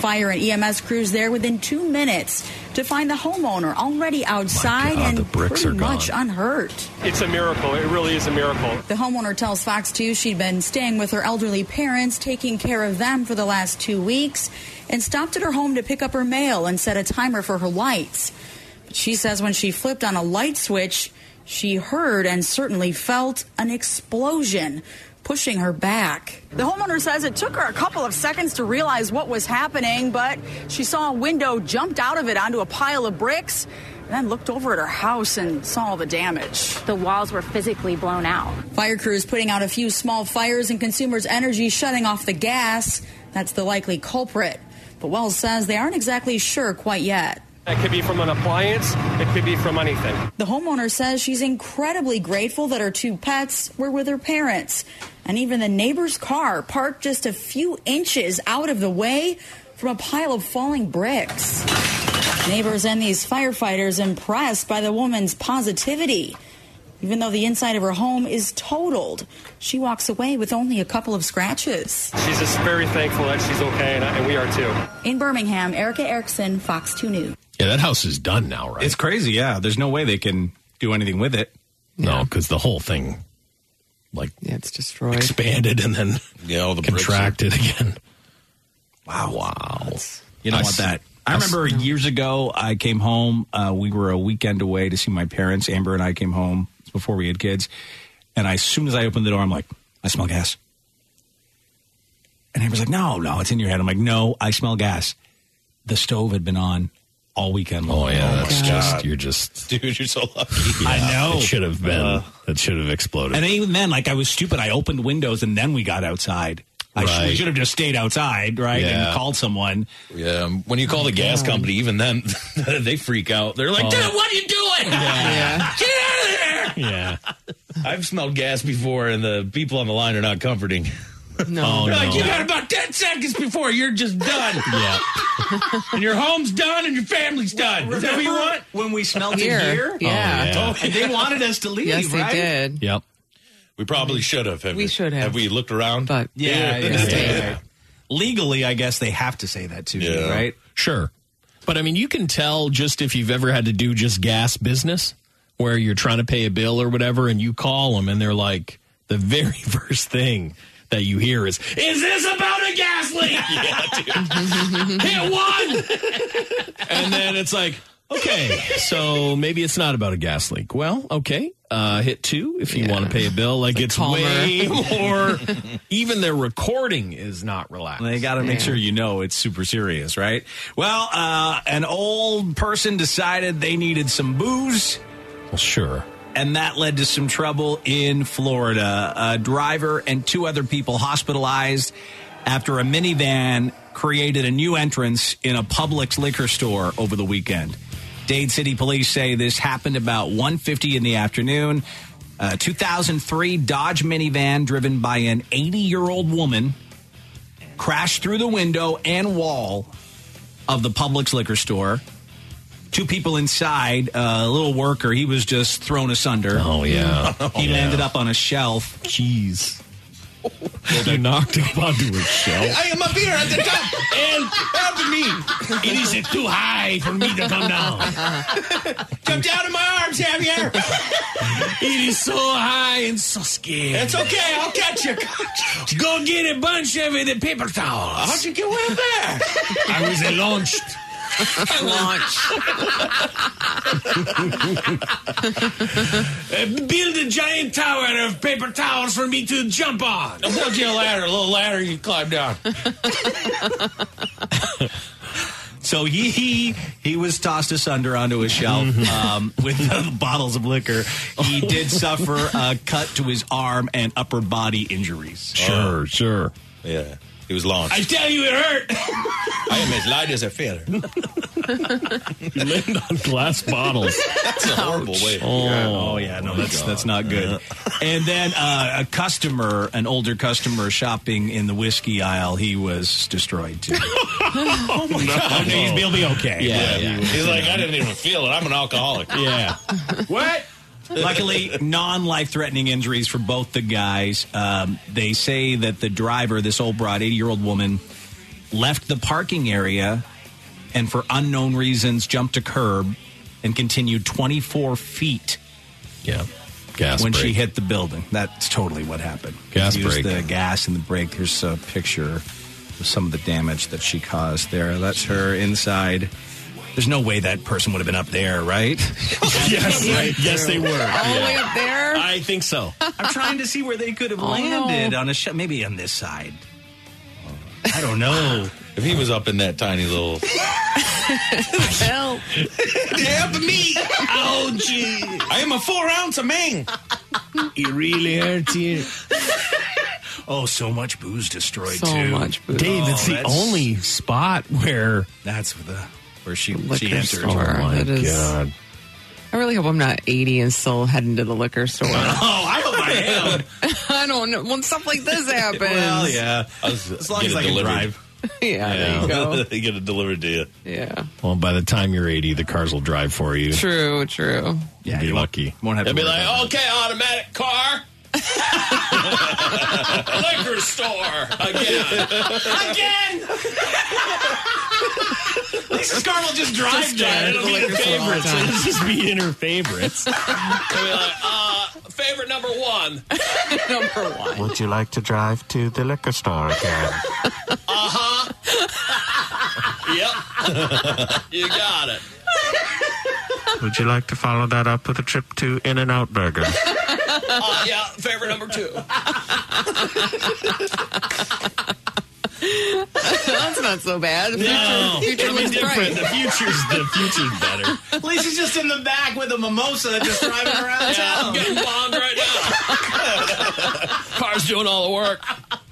Speaker 19: Fire and EMS crews there within two minutes to find the homeowner already
Speaker 17: Oh
Speaker 19: outside and
Speaker 17: bricks
Speaker 19: pretty
Speaker 17: are gone.
Speaker 19: much unhurt.
Speaker 17: It's a miracle. It really is a miracle.
Speaker 19: The homeowner tells Fox 2 she'd been staying with her elderly parents, taking care of them for the last two weeks, and stopped at her home to pick up her mail and set a timer for her lights. But she says when she flipped on a light switch, She heard and certainly felt an explosion pushing her back.
Speaker 8: The homeowner says it took her a couple of seconds to realize what was happening, but she saw a window, jumped out of it onto a pile of bricks, and then looked over at her house and saw all the damage.
Speaker 18: The walls were physically blown out.
Speaker 19: Fire crews putting out a few small fires and consumers energy shutting off the gas. That's the likely culprit. But Wells says they aren't exactly sure quite yet.
Speaker 17: That could be from an appliance, it could be from anything.
Speaker 19: The homeowner says she's incredibly grateful that her two pets were with her parents. And even the neighbor's car parked just a few inches out of the way from a pile of falling bricks. Neighbors and these firefighters impressed by the woman's positivity. Even though the inside of her home is totaled, she walks away with only a couple of scratches.
Speaker 17: She's just very thankful that she's okay, and, I, and we are too.
Speaker 19: In Birmingham, Erica Erickson, Fox 2 News.
Speaker 3: Yeah, that house is done now, right?
Speaker 1: It's crazy. Yeah, there's no way they can do anything with it.
Speaker 3: No, because the whole thing, like,
Speaker 2: yeah, it's destroyed,
Speaker 3: expanded, and then
Speaker 5: yeah, all the bricks
Speaker 3: contracted again.
Speaker 1: Wow, wow. You
Speaker 3: I
Speaker 1: don't want
Speaker 3: see-
Speaker 1: that. I remember years ago, I came home. Uh, we were a weekend away to see my parents. Amber and I came home before we had kids. And I, as soon as I opened the door, I'm like, I smell gas. And Amber's like, no, no, it's in your head. I'm like, no, I smell gas. The stove had been on all weekend long.
Speaker 3: Oh yeah,
Speaker 1: my
Speaker 3: that's
Speaker 1: God.
Speaker 3: just you're just
Speaker 5: dude. You're so lucky.
Speaker 1: I know. Uh,
Speaker 3: It should have been. it should have exploded.
Speaker 1: And even then, like I was stupid. I opened windows and then we got outside. I sh- we
Speaker 5: Right.
Speaker 1: should have just stayed outside, right?
Speaker 5: Yeah.
Speaker 1: And called someone.
Speaker 5: Yeah, um, when you call the gas company, even then they freak out. They're like,
Speaker 1: Oh.
Speaker 5: "Dude, what are you doing? Get out of
Speaker 3: there!" Yeah,
Speaker 5: I've smelled gas before, and the people on the line are not comforting.
Speaker 2: No,
Speaker 1: Oh,
Speaker 5: They're like, you got about ten seconds before you're just done. yeah, and your home's done, and your family's done. Is that what you
Speaker 1: Remember
Speaker 5: want?
Speaker 1: When we smelled
Speaker 2: Here. Yeah.
Speaker 5: Oh, and they wanted us to leave.
Speaker 2: Yes, they
Speaker 5: right?
Speaker 2: did.
Speaker 3: Yep.
Speaker 5: We probably should have. have
Speaker 2: We should have.
Speaker 5: Have we looked around?
Speaker 2: But
Speaker 1: Yeah, yeah, yeah. Legally, I guess they have to say that to you, right?
Speaker 3: Sure. But I mean, you can tell just if you've ever had to do just gas business where you're trying to pay a bill or whatever and you call them and they're like, the very first thing that you hear is,
Speaker 5: Is this about a gas leak? yeah, dude. Hit
Speaker 1: Oh
Speaker 5: one.
Speaker 3: and then it's like, okay, so maybe it's not about a gas leak. Well, okay, uh, hit two if you want to pay a bill. Like it's,
Speaker 1: calmer.
Speaker 3: way more. even their recording is not relaxed.
Speaker 1: They got to make
Speaker 3: Yeah.
Speaker 1: sure you know it's super serious, right? Well, uh, an old person decided they needed some booze.
Speaker 3: Well, sure.
Speaker 1: And that led to some trouble in Florida. A driver and two other people hospitalized after a minivan created a new entrance in a Publix liquor store over the weekend. Dade City police say this happened about 1:50 in the afternoon. A 2003 Dodge minivan driven by an 80-year-old woman crashed through the window and wall of the Publix liquor store. Two people inside, uh, a little worker, he was just thrown asunder. Oh,
Speaker 3: yeah.
Speaker 1: he
Speaker 3: Yeah.
Speaker 1: landed up on a shelf.
Speaker 3: Jeez. You knocked him onto a shelf.
Speaker 5: I am up here at the top, and help me. It is too high for me to come down. Jump down in my arms, Javier.
Speaker 3: It is so high and so scared.
Speaker 5: It's okay. I'll catch you.
Speaker 3: Go get a bunch of it in paper towels.
Speaker 5: How'd you get way up there?
Speaker 3: I was launched.
Speaker 5: Uh, build a giant tower of paper towels for me to jump on. I'll build you a ladder, a little ladder you climb down.
Speaker 1: So he he, he was tossed asunder onto a shelf
Speaker 3: Mm-hmm.
Speaker 1: um, with the bottles of liquor. He
Speaker 3: Oh.
Speaker 1: did suffer a cut to his arm and upper body injuries.
Speaker 3: Sure, sure.
Speaker 5: Yeah, he was launched. I
Speaker 1: tell you, it hurt.
Speaker 5: I am as light as a feather.
Speaker 3: You land on glass bottles.
Speaker 5: That's a horrible way.
Speaker 1: Oh, yeah, no,
Speaker 5: my
Speaker 1: that's
Speaker 5: God.
Speaker 1: that's not good. and then uh, a customer, an older customer shopping in the whiskey aisle, he was destroyed too.
Speaker 5: oh
Speaker 1: my God. He's- he'll be okay.
Speaker 5: Yeah,
Speaker 1: Yeah,
Speaker 5: yeah.
Speaker 1: he was,
Speaker 5: he's like,
Speaker 1: yeah.
Speaker 5: I didn't even feel it. I'm an alcoholic.
Speaker 3: Yeah.
Speaker 5: what?
Speaker 1: Luckily, non life threatening injuries for both the guys. Um, they say that the driver, this old broad, 80 year old woman, left the parking area and for unknown reasons jumped a curb and continued 24 feet
Speaker 3: Yeah. Gas
Speaker 1: when she
Speaker 3: break.
Speaker 1: hit the building. That's totally what happened.
Speaker 3: Gas
Speaker 1: Used
Speaker 3: break.
Speaker 1: The gas and the uh, brake. Here's a picture of some of the damage that she caused there. That's her inside There's no way that person would have been up there, right?
Speaker 3: Yes,
Speaker 1: right. yes, they were.
Speaker 2: All the way up there?
Speaker 1: I think so. I'm trying to see where they could have
Speaker 2: Oh, no.
Speaker 1: landed on a shot, maybe on this side. I don't know.
Speaker 5: If he was up in that tiny little
Speaker 2: Hell.
Speaker 5: Help me! Oh, gee. I am a four ounce a man.
Speaker 1: You really hurt you. oh, so much booze destroyed
Speaker 3: So
Speaker 1: too.
Speaker 3: much booze. Dave, it's
Speaker 5: Oh,
Speaker 3: the only
Speaker 1: spot where Oh, that's the where she she
Speaker 2: Liquor
Speaker 1: entered.
Speaker 2: store. Oh, my That is- God. I really hope I'm not 80 and still heading to the liquor store.
Speaker 1: I hope I am.
Speaker 2: I don't know. When stuff like this happens.
Speaker 1: Well, yeah. As long
Speaker 5: get
Speaker 1: as
Speaker 5: it
Speaker 1: I can
Speaker 5: delivered.
Speaker 1: drive.
Speaker 2: Yeah, there you go.
Speaker 5: they get it delivered to you.
Speaker 2: Yeah.
Speaker 3: Well, by the time you're 80, the cars will drive for you.
Speaker 2: True, true.
Speaker 3: You'll be lucky.
Speaker 1: Won't have
Speaker 3: They'll
Speaker 1: to
Speaker 3: be
Speaker 1: worry
Speaker 3: like,
Speaker 1: about
Speaker 5: Okay, automatic car. Liquor store again.
Speaker 6: Again!
Speaker 5: "Oh, This car will just drive
Speaker 3: Just
Speaker 5: down.
Speaker 3: drive
Speaker 5: It'll
Speaker 3: to
Speaker 5: be
Speaker 3: the
Speaker 5: your
Speaker 3: liquor store all the
Speaker 5: favorites.
Speaker 3: time.
Speaker 5: It'll
Speaker 3: just be in her favorites.
Speaker 5: uh, favorite number one.
Speaker 2: number one.
Speaker 7: Would you like to drive to the liquor store again?
Speaker 5: Uh huh. yep. you got it.
Speaker 7: Would you like to follow that up with a trip to In and Out Burger?
Speaker 3: Oh,
Speaker 5: Uh, yeah, favorite number two.
Speaker 2: That's not so bad. The future,
Speaker 1: No,
Speaker 2: future
Speaker 1: it'll be
Speaker 2: looks
Speaker 1: different.
Speaker 2: bright.
Speaker 1: The future's the future's better. At least he's just in the back with a mimosa, just driving around town.
Speaker 5: bombed right now. Car's doing all the work.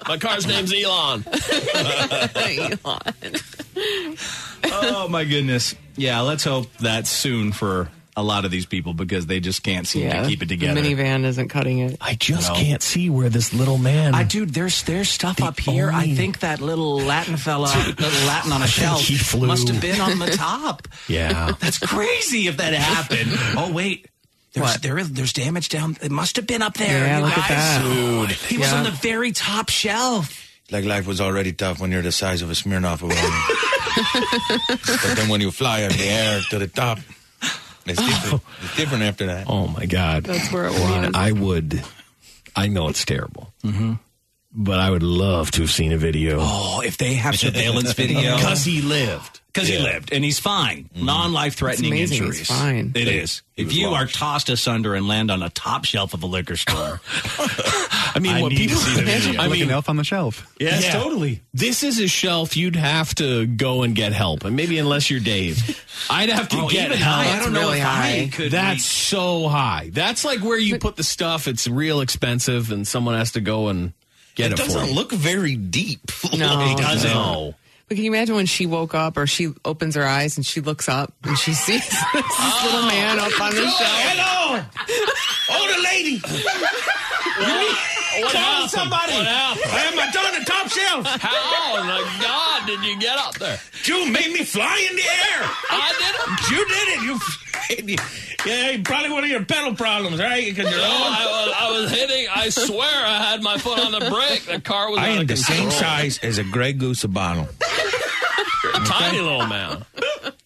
Speaker 5: My car's name's Elon.
Speaker 1: oh my goodness. Yeah, let's hope that's soon for a lot of these people because they just can't seem
Speaker 2: Yeah,
Speaker 1: to keep it
Speaker 2: the
Speaker 1: together.
Speaker 2: minivan isn't cutting it.
Speaker 3: I just can't see where this little man. I,
Speaker 1: dude, there's there's stuff up here. I think that little Latin fella, little Latin on a
Speaker 3: I think
Speaker 1: shelf,
Speaker 3: he flew.
Speaker 1: must have been on the top.
Speaker 3: yeah.
Speaker 1: That's crazy if that happened. Oh wait. There's, there is, there's damage down. It must have been up there.
Speaker 2: Yeah,
Speaker 1: you
Speaker 2: look at
Speaker 1: guys.
Speaker 2: that.
Speaker 5: Dude.
Speaker 1: He was
Speaker 2: Yeah.
Speaker 1: on the very top shelf.
Speaker 5: Like life was already tough when you're the size of a Smirnoff balloon. but then when you fly up the air to the top, it's different, it's different after that.
Speaker 3: Oh my God.
Speaker 2: That's where it
Speaker 3: I
Speaker 2: was.
Speaker 3: mean, I would. I know it's terrible,
Speaker 20: Mm-hmm.
Speaker 3: but I would love to have seen a video.
Speaker 1: Oh, if they have surveillance video,
Speaker 3: because he lived.
Speaker 1: because
Speaker 3: Yeah.
Speaker 1: he lived and he's fine. Non-life-threatening
Speaker 2: It's amazing he's
Speaker 1: injuries.
Speaker 2: fine.
Speaker 1: It is.
Speaker 5: He
Speaker 1: If
Speaker 5: was
Speaker 1: you
Speaker 5: launched.
Speaker 1: are tossed asunder and land on a top shelf of a liquor store,
Speaker 3: I mean, what people I mean,
Speaker 4: elf on the shelf.
Speaker 1: Yes, totally.
Speaker 3: This is a shelf. You'd have to go and get help, and maybe unless you're Dave, I'd have to
Speaker 1: Oh,
Speaker 3: get
Speaker 1: even
Speaker 3: help.
Speaker 1: I- I don't know
Speaker 2: really
Speaker 1: if I
Speaker 2: high.
Speaker 1: could.
Speaker 3: That's
Speaker 1: reach-
Speaker 3: so high. That's like where you put the stuff. It's real expensive, and someone has to go and get it,
Speaker 5: It
Speaker 3: for
Speaker 5: doesn't
Speaker 3: you.
Speaker 5: look very deep.
Speaker 2: No,
Speaker 5: Like,
Speaker 2: it doesn't.
Speaker 3: No.
Speaker 2: But can you imagine when she woke up or she opens her eyes and she looks up and she sees this little man up on the
Speaker 5: Oh,
Speaker 2: shelf?
Speaker 5: hello! Older lady! What Tell somebody! I am a on the top shelf! How in the God did you get up there? You made me fly in the air! I did it? You did it! You. Yeah, probably one of your pedal problems, right? Because you're I, was, I was hitting. I swear, I had my foot on the brake. The car was. I am the same size as a Grey Goose Abano. Tiny little man.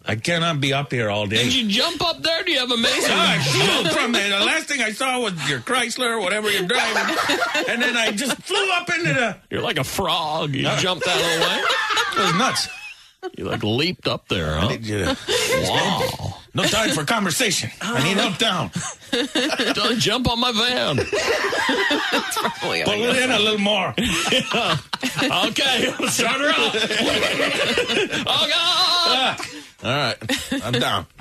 Speaker 5: I cannot be up here all day. Did you jump up there? Do you have amazing? I flew from there. The last thing I saw was your Chrysler, or whatever you're driving, and then I just flew up into the.
Speaker 3: You're like a frog. You jumped that little
Speaker 5: It was nuts.
Speaker 3: way. You like leaped up there, huh? Wow.
Speaker 5: No time for conversation. I need help down.
Speaker 3: Don't jump on my van.
Speaker 2: Probably
Speaker 5: Pull it in a little more.
Speaker 3: Okay, start her up.
Speaker 5: Oh God! All right, I'm down.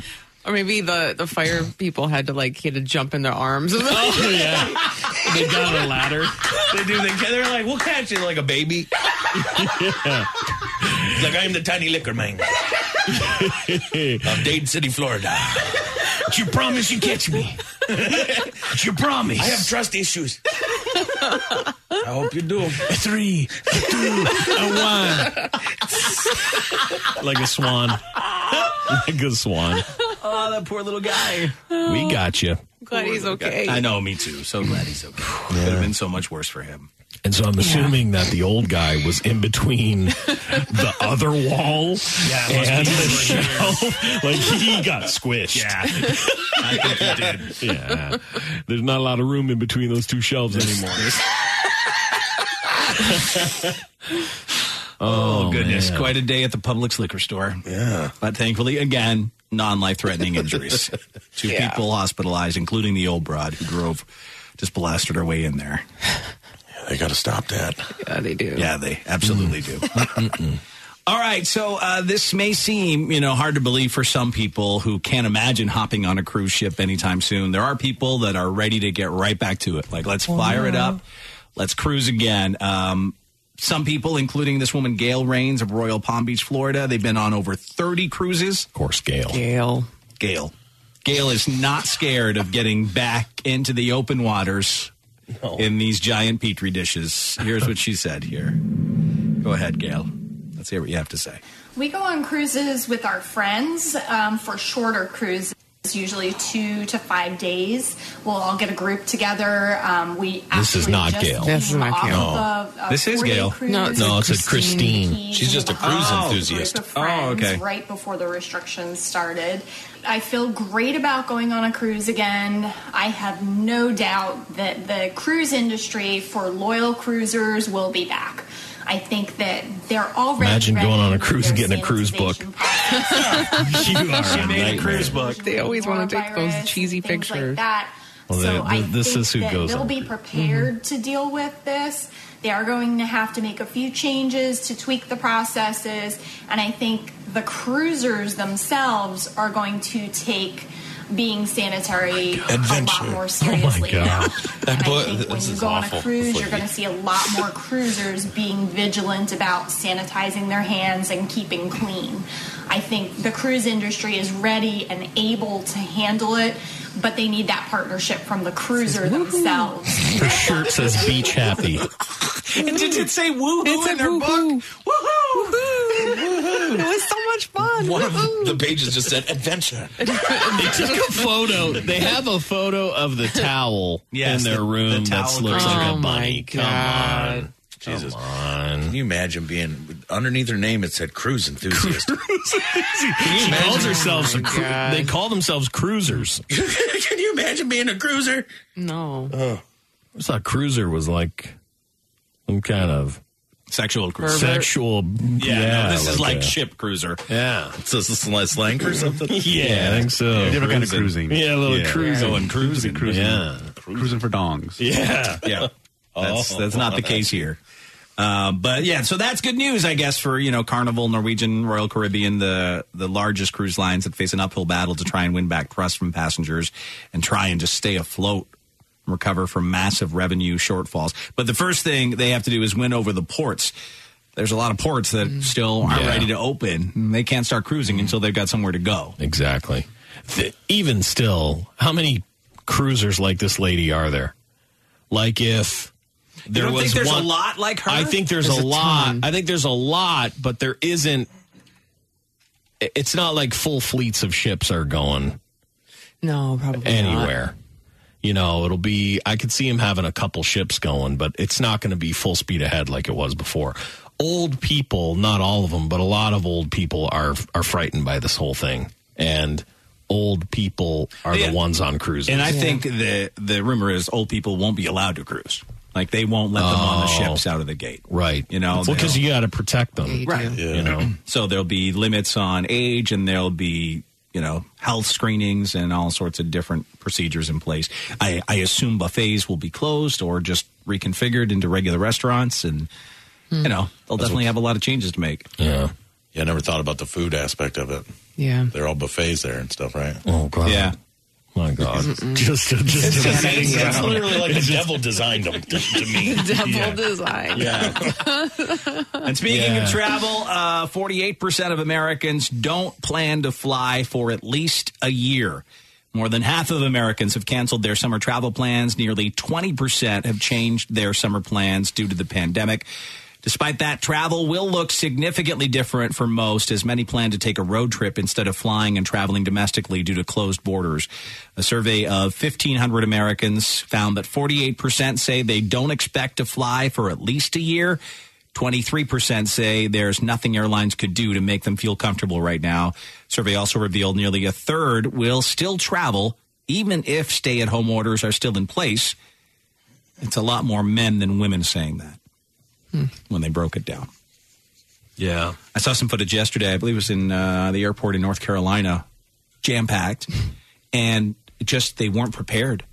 Speaker 2: Or maybe the, the fire people had to like he had to jump in their arms.
Speaker 3: Oh yeah, they got a ladder.
Speaker 5: They do. They, they're like, we'll catch you like a baby. Like I am the tiny liquor man of Dade City, Florida.
Speaker 1: you promise you catch me. you promise.
Speaker 5: I have trust issues. I hope you do.
Speaker 1: three, two, and one.
Speaker 3: like a swan. like a swan.
Speaker 1: Oh, that poor little guy.
Speaker 3: We got you.
Speaker 2: I'm glad he's okay.
Speaker 1: I know, me too. So glad he's okay. Could have been so much worse for him.
Speaker 3: And so I'm assuming that the old guy was in between the other wall
Speaker 1: Yeah, it must
Speaker 3: and
Speaker 1: be
Speaker 3: the
Speaker 1: right
Speaker 3: shelf. like he got squished.
Speaker 1: Yeah, I think he did.
Speaker 3: Yeah. There's not a lot of room in between those two shelves anymore.
Speaker 1: Oh, goodness.
Speaker 3: man.
Speaker 1: Quite a day at the Publix liquor store. Yeah. But thankfully, again, non life threatening injuries. Two
Speaker 5: Yeah.
Speaker 1: people hospitalized, including the old broad who drove, just blasted her way in there. they got to stop that. Mm-hmm.
Speaker 2: Yeah, they do.
Speaker 1: Yeah, they absolutely do. All right, so uh, this may seem, you know, hard to believe for some people who can't imagine hopping on a cruise ship anytime soon. There are people that are ready to get right back to it. Like, let's fire it up, let's cruise again. Um, some people, including this woman Gail Rains of Royal Palm Beach, Florida, they've been on over thirty cruises. Of course, Gail.
Speaker 2: Gail.
Speaker 1: Gail. Gail is not scared of getting back into the open waters in these giant petri dishes. Here's what she said here. Go ahead, Gail. Let's hear what you have to say.
Speaker 21: We go on cruises with our friends um, for shorter cruises. Usually two to five days. We'll all get a group together. Um, we
Speaker 3: This is
Speaker 21: actually
Speaker 3: not
Speaker 21: just
Speaker 3: Gail.
Speaker 21: came
Speaker 3: This is not
Speaker 21: off
Speaker 3: Gail.
Speaker 21: of uh, a
Speaker 3: This is
Speaker 21: four-day
Speaker 3: Gail.
Speaker 21: cruise
Speaker 3: No, it's No, a it's a Christine. Christine. She's just a
Speaker 21: with
Speaker 3: cruise
Speaker 21: whole
Speaker 3: enthusiast.
Speaker 21: group of
Speaker 3: Oh,
Speaker 21: friends
Speaker 3: okay.
Speaker 21: Right before the restrictions started, I feel great about going on a cruise again. I have no doubt that the cruise industry for loyal cruisers will be back. I think that they're already
Speaker 3: Imagine
Speaker 21: ready
Speaker 3: going on a
Speaker 21: with
Speaker 3: cruise
Speaker 21: their
Speaker 3: and getting a cruise book.
Speaker 21: sanitization.
Speaker 3: She made a cruise
Speaker 1: book.
Speaker 2: They always want to take those
Speaker 21: Coronavirus,
Speaker 2: cheesy
Speaker 21: things
Speaker 2: pictures.
Speaker 21: Like that.
Speaker 3: Well,
Speaker 21: so
Speaker 3: they-
Speaker 21: I
Speaker 3: th- this
Speaker 21: think
Speaker 3: is who
Speaker 21: that
Speaker 3: goes Mm-hmm.
Speaker 21: they'll
Speaker 3: on
Speaker 21: be prepared to deal with this. They are going to have to make a few changes to tweak the processes, and I think the cruisers themselves are going to take being sanitary a lot
Speaker 20: Adventure.
Speaker 21: more seriously. now.
Speaker 20: that book.
Speaker 21: When
Speaker 20: This
Speaker 21: you
Speaker 20: is
Speaker 21: go on
Speaker 20: awful.
Speaker 21: a cruise, you're going to see a lot more cruisers being vigilant about sanitizing their hands and keeping clean. I think the cruise industry is ready and able to handle it, but they need that partnership from the cruiser themselves.
Speaker 3: Her shirt says beach happy.
Speaker 1: And did it say woo hoo in her book? Woohoo! Woohoo!
Speaker 2: It was so much fun.
Speaker 20: One of the pages just said adventure.
Speaker 3: they took a photo. They have a photo of the towel
Speaker 20: Yes,
Speaker 3: in their
Speaker 20: the-
Speaker 3: room
Speaker 20: the
Speaker 3: that
Speaker 20: towel
Speaker 3: looks like
Speaker 20: creature.
Speaker 3: a
Speaker 20: Oh,
Speaker 3: bunny.
Speaker 20: my
Speaker 3: Come
Speaker 20: God.
Speaker 3: on.
Speaker 20: Jesus. Can you imagine being underneath her name? It said cruise enthusiast.
Speaker 3: Can
Speaker 20: you
Speaker 3: she calls
Speaker 20: imagine-
Speaker 3: herself a cru-
Speaker 20: Oh, my God.
Speaker 3: they call themselves cruisers.
Speaker 20: Can you imagine being a cruiser? Oh.
Speaker 2: No.
Speaker 3: I thought cruiser was like some kind of
Speaker 1: sexual
Speaker 20: cruiser.
Speaker 3: Sexual.
Speaker 20: Yeah,
Speaker 3: Yeah,
Speaker 20: no, this is like
Speaker 3: a-
Speaker 1: ship cruiser.
Speaker 3: Yeah.
Speaker 20: So is this like slang or something?
Speaker 3: Yeah, I think so.
Speaker 4: Different kind of cruising.
Speaker 3: Yeah, a little cruising.
Speaker 4: Going cruising. cruising.
Speaker 1: Yeah.
Speaker 4: Cruising for dongs.
Speaker 1: Yeah, yeah. That's that's not the case here. Uh, but yeah, so that's good news, I guess, for you know Carnival, Norwegian, Royal Caribbean, the the largest cruise lines that face an uphill battle to try and win back trust from passengers and try and just stay afloat, and recover from massive revenue shortfalls. But the first thing they have to do is win over the ports. There's a lot of ports that still aren't ready to open. and They can't start cruising until they've got somewhere to go.
Speaker 3: Exactly. Th- even still, how many cruisers like this lady are there? Like if there
Speaker 1: don't
Speaker 3: was
Speaker 1: think there's a
Speaker 3: one,
Speaker 1: lot like her?
Speaker 3: I think there's,
Speaker 1: There's
Speaker 3: a,
Speaker 1: a
Speaker 3: lot.
Speaker 1: ton.
Speaker 3: I think there's a lot, but there isn't. i- It's not like full fleets of ships are going
Speaker 2: No, probably
Speaker 3: anywhere. You know, it'll be. I could see him having a couple ships going, but it's not going to be full speed ahead like it was before. Old people, not all of them, but a lot of old people are are frightened by this whole thing, and old people are
Speaker 1: Yeah.
Speaker 3: the ones on cruises.
Speaker 1: And I think the the rumor is old people won't be allowed to cruise. Like they won't let them on the
Speaker 3: Oh.
Speaker 1: ships out of the gate.
Speaker 3: right,
Speaker 1: You know,
Speaker 3: well, because
Speaker 1: they'll-
Speaker 3: you got to protect them,
Speaker 1: Right.
Speaker 3: You know,
Speaker 1: So there'll be limits on age and there'll be, you know, health screenings and all sorts of different procedures in place. I, I assume buffets will be closed or just reconfigured into regular restaurants and
Speaker 3: Hmm.
Speaker 1: you know, they'll
Speaker 20: That's
Speaker 1: definitely have a lot of changes to make.
Speaker 3: Yeah.
Speaker 20: Yeah, I never thought about the food aspect of it.
Speaker 2: Yeah.
Speaker 20: They're all buffets there and stuff, right?
Speaker 3: Oh god.
Speaker 1: Yeah.
Speaker 3: My God. just, just
Speaker 20: It's just-
Speaker 3: amazing.
Speaker 20: it's literally like the
Speaker 3: devil designed them to, to me.
Speaker 2: Double design.
Speaker 1: And speaking
Speaker 5: Yeah.
Speaker 1: of travel, uh, 48% of Americans don't plan to fly for at least a year. More than half of Americans have canceled their summer travel plans. Nearly 20% have changed their summer plans due to the pandemic. Despite that, travel will look significantly different for most, as many plan to take a road trip instead of flying and traveling domestically due to closed borders. A survey of 1,500 Americans found that 48% say they don't expect to fly for at least a year. 23% say there's nothing airlines could do to make them feel comfortable right now. Survey also revealed nearly a third will still travel even if stay at home orders are still in place. It's a lot more men than women saying that when they broke it down. Yeah. I saw some footage yesterday. I believe it was in uh, the airport in North Carolina, jam packed, and just they weren't prepared.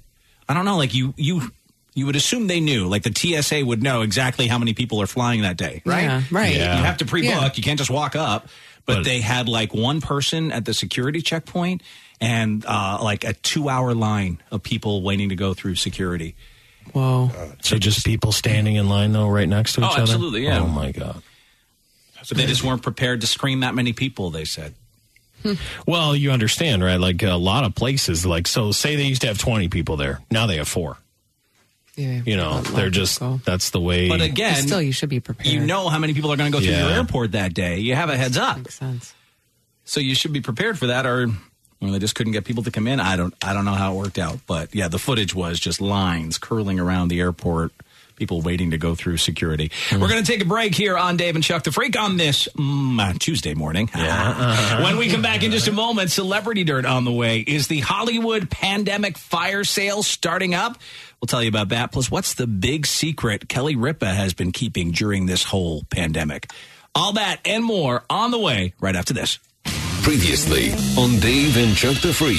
Speaker 1: I don't know. Like you, you, you would assume they knew. Like the TSA would know exactly how many people are flying that day, right?
Speaker 2: Yeah, right.
Speaker 1: You have to pre-book.
Speaker 2: Yeah.
Speaker 1: You can't just walk up. But, they had like one person at the security checkpoint and uh, like a two-hour line of people waiting to go through security.
Speaker 2: Whoa.
Speaker 3: So just people standing in line though, right next to each
Speaker 1: Oh,
Speaker 3: other.
Speaker 1: absolutely, yeah.
Speaker 3: Oh my god.
Speaker 1: But they just weren't prepared to screen that many people. They said.
Speaker 3: Well, you understand, right? Like a lot of places, like so. Say they used to have twenty people there. Now they have four.
Speaker 2: Yeah.
Speaker 3: You know, they're just that's the way.
Speaker 1: But again,
Speaker 2: still, you should be prepared.
Speaker 1: You know how many people are going to go through
Speaker 3: Yeah.
Speaker 1: your airport that day. You have a heads up. Makes
Speaker 2: sense.
Speaker 1: So you should be prepared for that, or well, they just couldn't get people to come in. I don't, I don't know how it worked out, but yeah, the footage was just lines curling around the airport, people waiting to go through security. We're going to take a break here on Dave and Chuck the Freak on this mm, uh, Tuesday morning. when we come back in just a moment, celebrity dirt on the way. Is the Hollywood pandemic fire sale starting up? We'll tell you about that. Plus, what's the big secret Kelly Ripa has been keeping during this whole pandemic? All that and more on the way right after this.
Speaker 22: Previously on Dave and Chuck the Freak.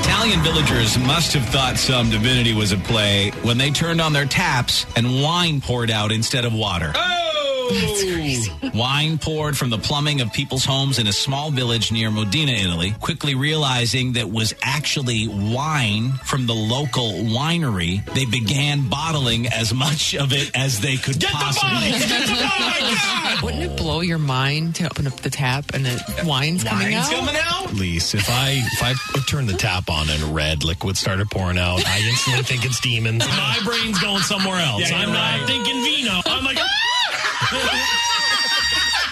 Speaker 1: Italian villagers must have thought some divinity was at play when they turned on their taps and wine poured out instead of water. Oh! That's crazy. Wine poured from the plumbing of people's homes in a small village near Modena, Italy, quickly realizing that was actually wine from the local winery. They began bottling as much of it as they could possibly.
Speaker 2: Wouldn't it blow your mind to open up the tap and it wine's coming out?
Speaker 3: At least if I if I turned the tap on and red liquid started pouring out, I instantly think it's demons. My brain's going somewhere else.
Speaker 5: Yeah, you're
Speaker 3: I'm
Speaker 5: right.
Speaker 3: not thinking vino. I'm like,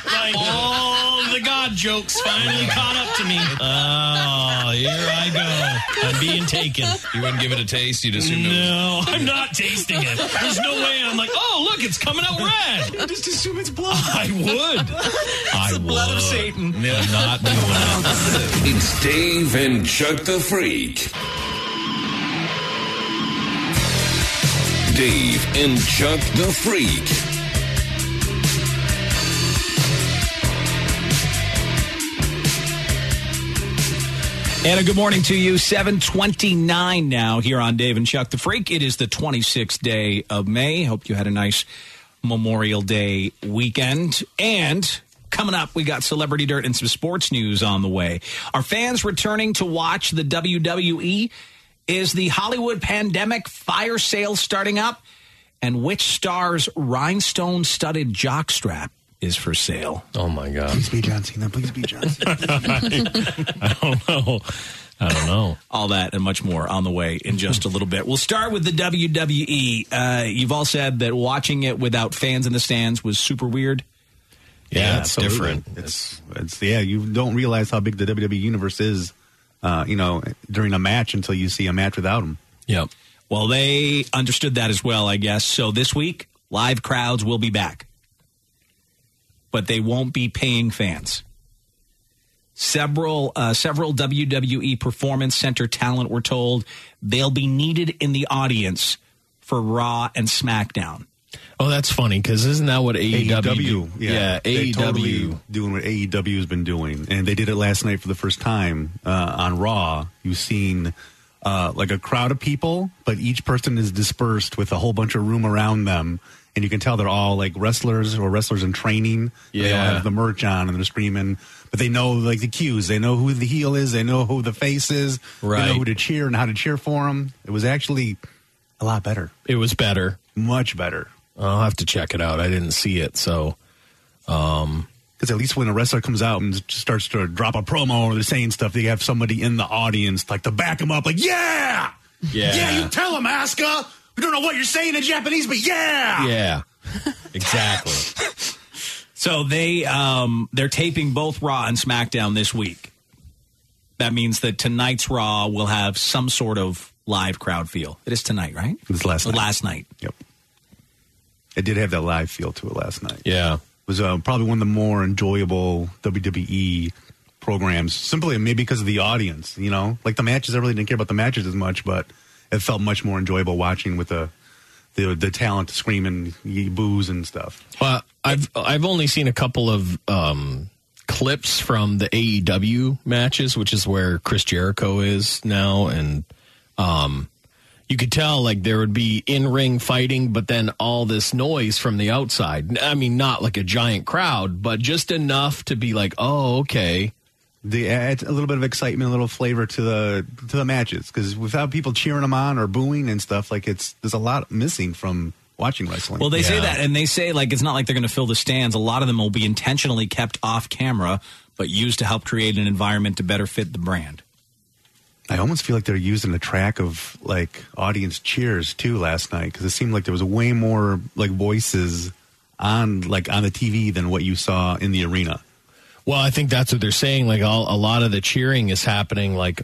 Speaker 3: like all the god jokes finally caught up to me. Oh, here I go. I'm being taken.
Speaker 20: You wouldn't give it a taste. You'd assume it was.
Speaker 3: No, Oh, I'm not tasting it. There's no way. I'm like, oh look, it's coming out red.
Speaker 1: Just assume it's blood.
Speaker 3: I would. I the
Speaker 20: blood
Speaker 3: of
Speaker 1: Satan.
Speaker 3: I'm not doing it.
Speaker 22: It's Dave and Chuck the Freak. Dave and Chuck the Freak.
Speaker 1: And a good morning to you. 729 now here on Dave and Chuck the Freak. It is the 26th day of May. Hope you had a nice Memorial Day weekend. And coming up, we got celebrity dirt and some sports news on the way. Are fans returning to watch the WWE? Is the Hollywood pandemic fire sale starting up? And which star's rhinestone studded jockstrap is for sale?
Speaker 3: Oh my God.
Speaker 4: Please be John Cena. Please be John
Speaker 1: I don't know. I don't know. All that and much more on the way in just a little bit. We'll start with the WWE. Uh, you've all said that watching it without fans in the stands was super weird.
Speaker 4: Yeah,
Speaker 1: it's
Speaker 4: absolutely. It's it's yeah. You don't realize how big the WWE universe is, uh, you know, during a match until you see a match without them.
Speaker 1: Yep. Well, they understood that as well, I guess. So this week, live crowds will be back, but they won't be paying fans. Several uh, several WWE Performance Center talent were told they'll be needed in the audience for Raw and SmackDown.
Speaker 3: Oh, that's funny because isn't that what E AEW?
Speaker 4: AEW, yeah, They
Speaker 3: AEW.
Speaker 1: E
Speaker 4: totally doing what AEW has been doing, and they did it last night for the first time uh, on Raw. You've seen uh, like a crowd of people, but each person is dispersed with a whole bunch of room around them, and you can tell they're all like wrestlers or wrestlers in training. they all
Speaker 3: Yeah.
Speaker 4: have the merch on and they're screaming, but they know like the cues. They know who the heel is. They know who the face is. They know
Speaker 3: Right.
Speaker 4: who to cheer and how to cheer for them. It was actually a lot better.
Speaker 3: It was better,
Speaker 4: much better.
Speaker 3: I'll have to check it out. I didn't see it, so um,
Speaker 4: Because at least when a wrestler comes out and just starts to drop a promo or they're saying stuff, they have somebody in the audience like to back them up, like, yeah!
Speaker 3: Yeah.
Speaker 4: Yeah, you tell them, Asuka! We don't know what you're saying in Japanese, but yeah!
Speaker 3: yeah, exactly.
Speaker 1: So they um, they're taping both Raw and SmackDown this week. That means that tonight's Raw will have some sort of live crowd feel. It is tonight, right?
Speaker 4: It was last night.
Speaker 1: Last night.
Speaker 4: Yep. It did have that live feel to it last night.
Speaker 3: Yeah. It
Speaker 4: was uh, probably one of the more enjoyable WWE programs, simply maybe because of the audience, you know? Like the matches, I really didn't care about the matches as much, but it felt much more enjoyable watching with the, the, the talent screaming boos and stuff.
Speaker 3: Well, I've I've only seen a couple of um, clips from the AEW matches, which is where Chris Jericho is now, and um, you could tell like there would be in ring fighting, but then all this noise from the outside. I mean, not like a giant crowd, but just enough to be like, oh, okay.
Speaker 4: The adds a little bit of excitement, a little flavor to the to the matches because without people cheering them on or booing and stuff, like it's there's a lot missing from watching wrestling.
Speaker 1: Well, they say that, and they say like it's not like they're going to fill the stands. A lot of them will be intentionally kept off camera, but used to help create an environment to better fit the brand.
Speaker 4: I almost feel like they're using a track of like audience cheers too last night because it seemed like there was way more like voices on like on the TV than what you saw in the arena.
Speaker 3: Well, I think that's what they're saying. Like all, a lot of the cheering is happening like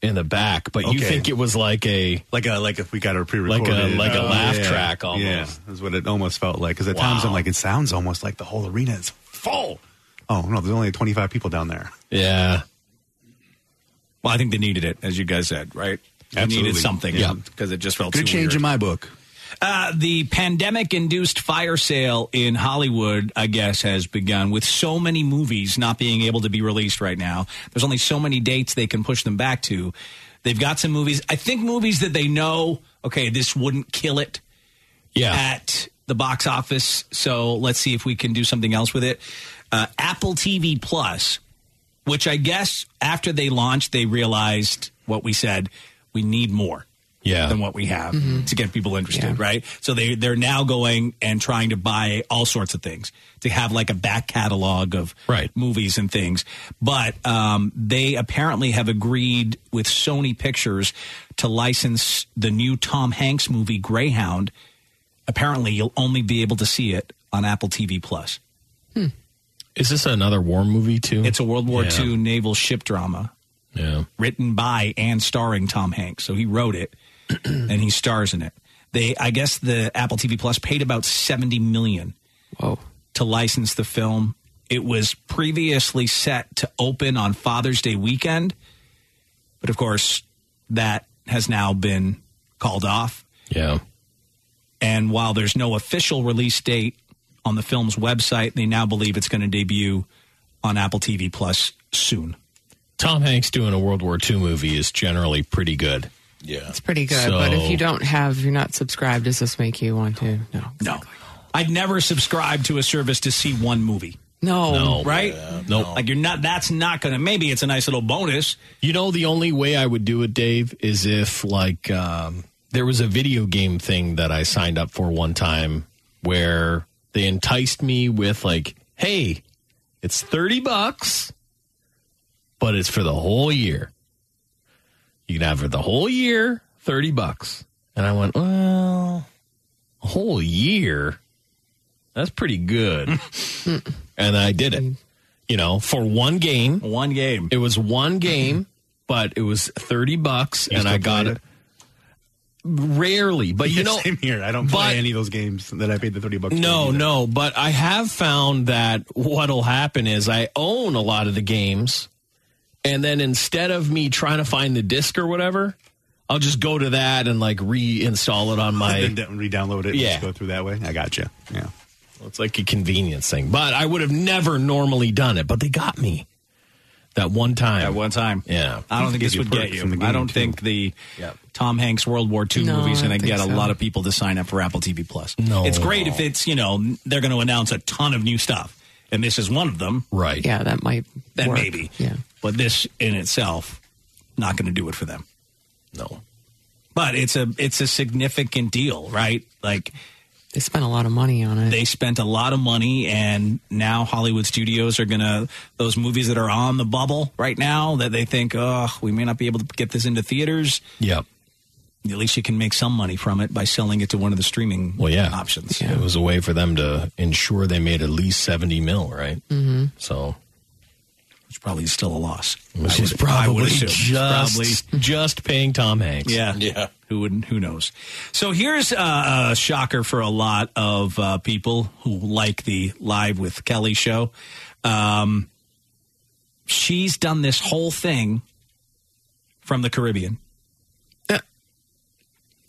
Speaker 3: in the back, but you
Speaker 4: Okay.
Speaker 3: think it was like a
Speaker 4: like a like if we got a pre-recorded
Speaker 3: like uh, a like a
Speaker 4: Oh,
Speaker 3: laugh
Speaker 4: yeah.
Speaker 3: track almost.
Speaker 4: Yeah, that's what it almost felt like. Because at times I'm like, it sounds almost like the whole arena is full. Oh no, there's only 25 people down there.
Speaker 3: Yeah.
Speaker 1: Well, I think they needed it, as you guys said, right? They
Speaker 4: Absolutely.
Speaker 1: needed something,
Speaker 4: Yeah.
Speaker 1: because it just felt
Speaker 4: Good
Speaker 1: too
Speaker 4: change
Speaker 1: weird.
Speaker 4: in my book.
Speaker 1: Uh, the pandemic induced fire sale in Hollywood, I guess, has begun with so many movies not being able to be released right now. There's only so many dates they can push them back to. They've got some movies, I think movies that they know, okay, this wouldn't kill it
Speaker 3: yeah.
Speaker 1: at the box office. So let's see if we can do something else with it. Uh, Apple TV Plus, which I guess after they launched, they realized what we said we need more
Speaker 3: yeah.
Speaker 1: than what we have to get people interested, right? So they, they're now going and trying to buy all sorts of things to have like a back catalog of
Speaker 3: right.
Speaker 1: movies and things. But um, they apparently have agreed with Sony Pictures to license the new Tom Hanks movie, Greyhound. Apparently, you'll only be able to see it on Apple TV Plus.
Speaker 3: Is this another war movie too?
Speaker 1: It's a World War
Speaker 3: Yeah.
Speaker 1: II naval ship drama.
Speaker 3: Yeah.
Speaker 1: Written by and starring Tom Hanks. So he wrote it and he stars in it. They I guess the Apple TV Plus paid about 70 million to license the film. It was previously set to open on Father's Day weekend, but of course that has now been called off.
Speaker 3: Yeah.
Speaker 1: And while there's no official release date on the film's website, they now believe it's going to debut on Apple TV Plus soon.
Speaker 3: Tom Hanks doing a World War II movie is generally pretty good. Yeah.
Speaker 1: It's
Speaker 2: Pretty good, but if you don't have, you're not subscribed. Does this make you want to? No,
Speaker 1: No. I'd never subscribe to a service to see one movie.
Speaker 2: no,
Speaker 1: Right? no. Like you're not that's not gonna maybe it's a nice little bonus.
Speaker 3: You know, the only way I would do it, Dave, is if like um, there was a video game thing that I signed up for one time where they enticed me with like, "Hey, it's thirty bucks, but it's for the whole year. You can have it the whole year, thirty bucks." And I went, "Well, a whole year." That's pretty good. and I did it. You know, for one game.
Speaker 1: One game.
Speaker 3: It was one game, but it was 30 bucks and I got it. Rarely, but you know,
Speaker 4: same here. I don't
Speaker 3: but-
Speaker 4: play any of those games that I paid the 30 bucks. for
Speaker 3: no,
Speaker 4: either.
Speaker 3: no, but I have found that what'll happen is I own a lot of the games, and then instead of me trying to find the disc or whatever, I'll just go to that and like reinstall it on my
Speaker 4: And then re-download it.
Speaker 3: Yeah.
Speaker 4: and just go through that way. I got you. Yeah,
Speaker 3: Well, it's like a convenience thing, but I would have never normally done it. But they got me that one time. At
Speaker 1: one time,
Speaker 3: yeah.
Speaker 1: I don't think
Speaker 3: Gives
Speaker 1: this
Speaker 3: you
Speaker 1: would
Speaker 3: perks
Speaker 1: get you.
Speaker 3: from the
Speaker 1: I
Speaker 3: game,
Speaker 1: don't
Speaker 3: too.
Speaker 1: think the Tom Hanks World War II
Speaker 3: No,
Speaker 1: movie is
Speaker 3: I
Speaker 1: going
Speaker 3: don't
Speaker 1: to
Speaker 3: think
Speaker 1: get a
Speaker 3: so.
Speaker 1: lot of people to sign up for Apple TV Plus.
Speaker 3: No.
Speaker 1: it's great if it's you know they're going to announce a ton of new stuff, and this is one of them.
Speaker 3: Right?
Speaker 2: Yeah, that might
Speaker 1: That
Speaker 2: work.
Speaker 1: maybe.
Speaker 2: Yeah.
Speaker 1: But this in itself, not going to do it for them.
Speaker 3: No.
Speaker 1: But it's a it's a significant deal, right? Like
Speaker 2: They spent a lot of money on it.
Speaker 1: They spent a lot of money, and now Hollywood studios are going to, those movies that are on the bubble right now that they think, oh, we may not be able to get this into theaters.
Speaker 3: Yep.
Speaker 1: At least you can make some money from it by selling it to one of the streaming
Speaker 3: Well, yeah.
Speaker 1: options.
Speaker 3: It was a way for them to ensure they made at least 70 mil, right? Mm-hmm. So.
Speaker 1: Which probably is still a loss.
Speaker 3: Which
Speaker 1: I
Speaker 3: is
Speaker 1: would- I would
Speaker 3: probably
Speaker 1: assume.
Speaker 3: just,
Speaker 1: Probably.
Speaker 3: just paying Tom Hanks.
Speaker 1: Yeah. Yeah. Who would who knows? So here's uh, a shocker for a lot of uh, people who like the live with Kelly show. Um, she's done this whole thing from the Caribbean.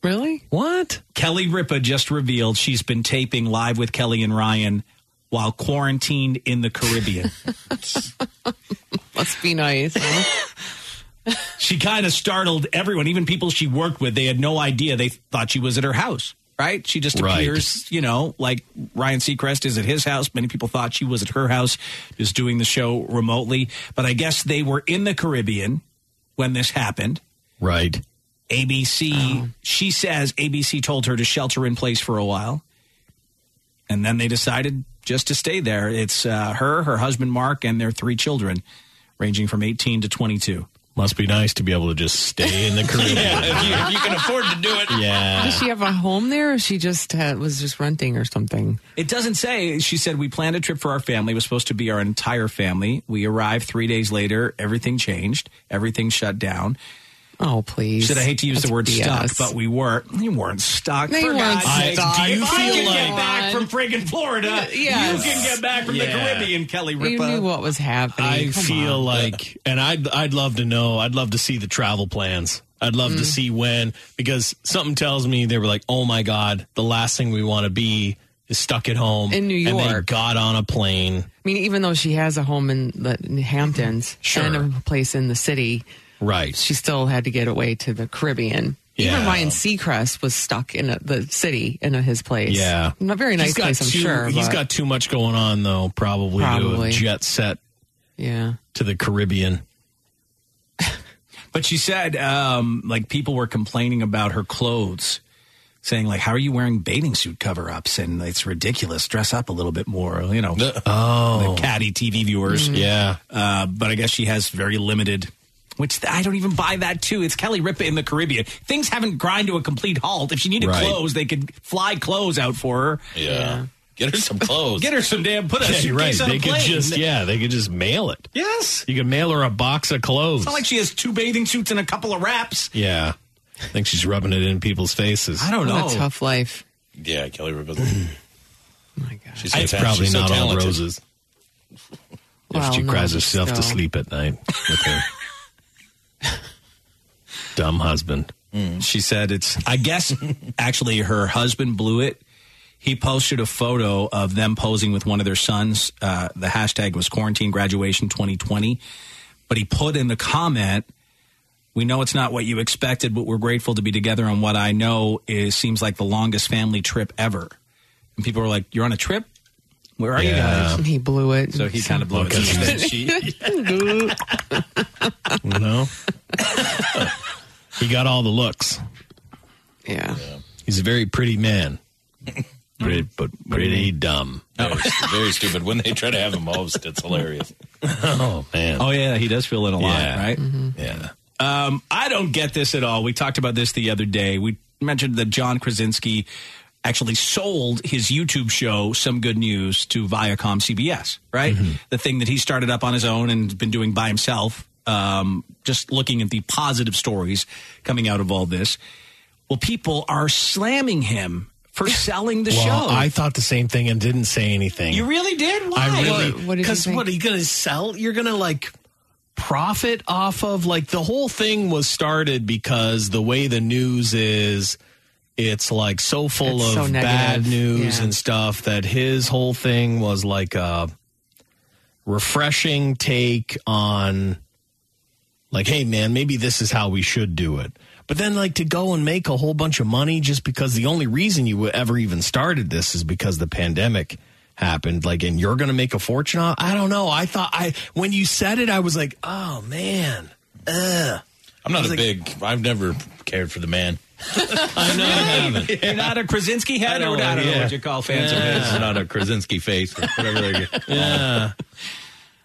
Speaker 2: Really?
Speaker 3: What?
Speaker 1: Kelly Ripa just revealed she's been taping live with Kelly and Ryan while quarantined in the Caribbean.
Speaker 2: Must be nice. huh?
Speaker 1: she kind of startled everyone, even people she worked with. They had no idea. They thought she was at her house, right? She just
Speaker 3: Right.
Speaker 1: appears, you know, like Ryan Seacrest is at his house. Many people thought she was at her house, just doing the show remotely. But I guess they were in the Caribbean when this happened.
Speaker 3: Right.
Speaker 1: ABC, she says ABC told her to shelter in place for a while. And then they decided just to stay there. It's uh, her, her husband, Mark, and their three children, ranging from 18 to 22.
Speaker 3: Must be nice to be able to just stay in the Caribbean.
Speaker 1: yeah, you, you can afford to do it.
Speaker 3: Yeah.
Speaker 2: Does she have a home there, or she just uh, was just renting or something?
Speaker 1: It doesn't say. She said, We planned a trip for our family. It was supposed to be our entire family. We arrived three days later. Everything changed. Everything shut down.
Speaker 2: Oh, please.
Speaker 1: She said, I hate to use
Speaker 2: That's
Speaker 1: the word
Speaker 2: BS.
Speaker 1: stuck, but we were. We weren't stuck.
Speaker 2: They
Speaker 1: for
Speaker 2: weren't
Speaker 1: God's sake.
Speaker 2: stuck.
Speaker 1: Do you
Speaker 2: Come
Speaker 1: feel
Speaker 2: on.
Speaker 1: like get back from friggin' Florida?
Speaker 2: Yes.
Speaker 1: You can get back from
Speaker 3: Yeah.
Speaker 1: the Caribbean, Kelly
Speaker 2: You
Speaker 1: Ripa.
Speaker 2: knew what was happening.
Speaker 3: I
Speaker 2: Come
Speaker 3: feel
Speaker 2: on.
Speaker 3: like, and I'd I'd love to know. I'd love to see the travel plans. I'd love to
Speaker 2: Mm.
Speaker 3: see when because something tells me they were like, "Oh my god, the last thing we want to be is stuck at home
Speaker 2: In New
Speaker 3: And they
Speaker 2: York.
Speaker 3: got on a plane,
Speaker 2: I mean, even though she has a home in the in the Hamptons
Speaker 3: Sure.
Speaker 2: and a place in the city,
Speaker 3: right?
Speaker 2: she still had to get away to the Caribbean.
Speaker 3: Yeah.
Speaker 2: Even Ryan Seacrest was stuck in a, the city in a, his place.
Speaker 3: Yeah,
Speaker 2: Not a very nice
Speaker 3: He's got
Speaker 2: place, I'm
Speaker 3: too-
Speaker 2: sure.
Speaker 3: He's
Speaker 2: but-
Speaker 3: got too much going on though. Probably, to
Speaker 2: Probably.
Speaker 3: have jet set
Speaker 2: yeah.
Speaker 3: to the Caribbean.
Speaker 1: But she said, um, like, people were complaining about her clothes, saying, like, how are you wearing bathing suit cover ups? And it's ridiculous. Dress up a little bit more, you know.
Speaker 3: oh.
Speaker 1: The catty TV viewers.
Speaker 3: Mm. Yeah.
Speaker 1: Uh, but I guess she has very limited. Which I don't even buy that too. It's Kelly Ripa in the Caribbean. Things haven't grind to a complete halt. If she needed
Speaker 3: Right.
Speaker 1: clothes, they could fly clothes out for her.
Speaker 3: Yeah. Get her some clothes.
Speaker 1: Get her some damn. Put a
Speaker 3: yeah, you're right.
Speaker 1: suitcase on
Speaker 3: They
Speaker 1: a
Speaker 3: could
Speaker 1: plane.
Speaker 3: just yeah, they could just mail it.
Speaker 1: Yes.
Speaker 3: You could mail her a box of clothes.
Speaker 1: It's not like she has two bathing suits and a couple of wraps.
Speaker 3: Yeah. I think she's rubbing it in people's faces.
Speaker 1: I
Speaker 2: What
Speaker 1: don't know.
Speaker 2: a tough life.
Speaker 20: Yeah, Kelly Ripa. my God. She's
Speaker 3: It's
Speaker 20: fantastic.
Speaker 3: probably
Speaker 20: She's so
Speaker 3: not all
Speaker 20: talented.
Speaker 3: roses.
Speaker 2: Well,
Speaker 3: if she
Speaker 2: no,
Speaker 3: cries
Speaker 2: but
Speaker 3: herself to
Speaker 2: still.
Speaker 3: sleep at night with her dumb husband.
Speaker 1: She said it's, I guess, actually, her husband blew it. He posted a photo of them posing with one of their sons. Uh, the hashtag was quarantine graduation 2020. But he put in the comment, We know it's not what you expected, but we're grateful to be together on what I know is seems like the longest family trip ever. And people were like, You're on a trip? Where are you guys?
Speaker 2: He blew it.
Speaker 1: So he kind of blew it.
Speaker 3: Because
Speaker 1: So
Speaker 3: he's-
Speaker 1: she-
Speaker 3: no. he got all the looks.
Speaker 2: yeah.
Speaker 3: He's a very pretty man. Pretty, but pretty dumb.
Speaker 20: Very, very stupid. When they try to have him host, it's hilarious.
Speaker 3: Oh man.
Speaker 1: Oh yeah, he does feel it a lot,
Speaker 3: Yeah.
Speaker 1: right?
Speaker 3: Yeah.
Speaker 1: Um, I don't get this at all. We talked about this the other day. We mentioned that John Krasinski actually sold his YouTube show Some Good News to Viacom CBS, right?
Speaker 3: Mm-hmm.
Speaker 1: The thing that he started up on his own and been doing by himself. Um, just looking at the positive stories coming out of all this. Well, people are slamming him for selling the
Speaker 3: Well,
Speaker 1: show.
Speaker 3: I thought the same thing and didn't say anything.
Speaker 1: you really did? Why?
Speaker 3: I really
Speaker 2: What- what did you
Speaker 3: because
Speaker 2: think?
Speaker 3: what are you gonna sell? You're gonna like profit off of like the whole thing was started because the way the news is it's like so full
Speaker 2: It's
Speaker 3: of
Speaker 2: so
Speaker 3: bad
Speaker 2: negative.
Speaker 3: news
Speaker 2: Yeah.
Speaker 3: and stuff that his whole thing was like a refreshing take on like hey man maybe this is how we should do it but then like to go and make a whole bunch of money just because the only reason you ever even started this is because the pandemic happened like and you're gonna make a fortune off i don't know i thought i when you said it i was like oh man Ugh.
Speaker 20: I'm not a big. I've never cared for the man.
Speaker 3: i know I haven't.
Speaker 1: You're not a Krasinski head, or I don't know
Speaker 20: yeah.
Speaker 1: what you call fans of his.
Speaker 20: It's not a Krasinski face or whatever. They get.
Speaker 3: yeah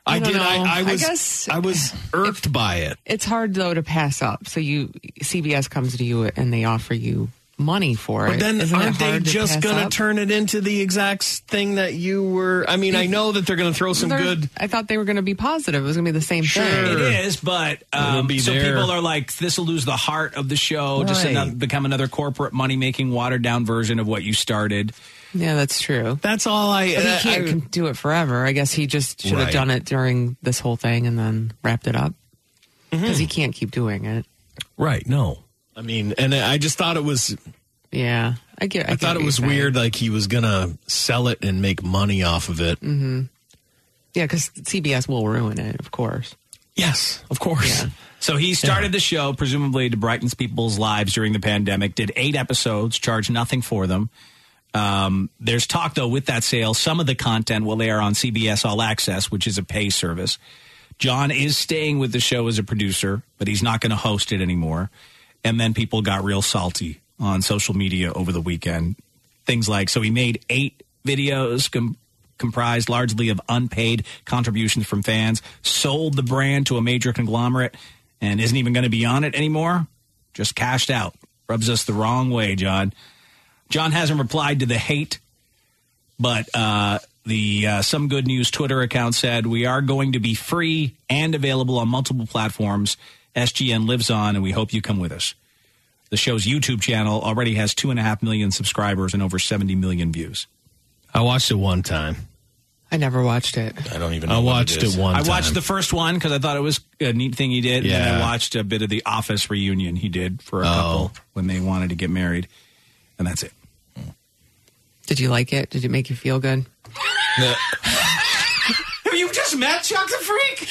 Speaker 3: i,
Speaker 2: don't
Speaker 3: did
Speaker 2: know.
Speaker 3: I, I
Speaker 2: I
Speaker 3: was I,
Speaker 2: guess-
Speaker 3: was irked by it
Speaker 2: It's hard though to pass up. So you CBS comes to you and they offer you money for it.
Speaker 3: But then
Speaker 2: Isn't it
Speaker 3: aren't they
Speaker 2: hard to
Speaker 3: just
Speaker 2: pass
Speaker 3: going to
Speaker 2: up?
Speaker 3: turn it into the exact s- thing that you were? I mean, I know that they're going to throw some
Speaker 2: They're-
Speaker 3: good.
Speaker 2: I thought they were going to be positive. It was going to be the same
Speaker 3: Sure.
Speaker 2: thing.
Speaker 1: It is, but
Speaker 3: It'll
Speaker 1: um,
Speaker 3: be
Speaker 1: so
Speaker 3: there.
Speaker 1: people are like, this will lose the heart of the show, just
Speaker 3: Right.
Speaker 1: another, become another corporate money making, watered down version of what you started.
Speaker 2: Yeah, that's true.
Speaker 3: That's all I.
Speaker 2: But
Speaker 3: uh,
Speaker 2: he can't
Speaker 3: I-
Speaker 2: con- do it forever. I guess he just should have
Speaker 3: Right.
Speaker 2: done it during this whole thing and then wrapped it up
Speaker 3: Mm-hmm.
Speaker 2: because he can't keep doing it.
Speaker 3: right? No, I mean, and I just thought it was.
Speaker 2: Yeah, I get.
Speaker 3: I, thought it was weird, like he was gonna sell it and make money off of it.
Speaker 2: Mm-hmm. Yeah, because CBS will ruin it, of course.
Speaker 3: Yes, of course.
Speaker 1: So he started the show, presumably to brighten people's lives during the pandemic. Did eight episodes, charged nothing for them. Um, there's talk though with that sale, some of the content will air on CBS All Access, which is a pay service. John is staying with the show as a producer, but he's not going to host it anymore. And then people got real salty on social media over the weekend. Things like so he made eight videos com- comprised largely of unpaid contributions from fans, sold the brand to a major conglomerate, and isn't even going to be on it anymore. Just cashed out. Rubs us the wrong way, John. John hasn't replied to the hate, but uh, the uh, Some Good News Twitter account said we are going to be free and available on multiple platforms. SGN lives on, and we hope you come with us. The show's YouTube channel already has two and a half million subscribers and over 70 million views.
Speaker 3: I watched it one time.
Speaker 2: I never watched it.
Speaker 1: I don't even.
Speaker 3: know I what it watched is. it one
Speaker 1: I
Speaker 3: time.
Speaker 1: watched the first one because I thought it was a neat thing he did. And then I
Speaker 3: Yeah. Oh.
Speaker 1: watched a bit of the Office reunion he did for a couple when they wanted to get married, and that's it.
Speaker 2: Did you like it? Did it make you feel good?
Speaker 5: Have you just met Chuck the Freak?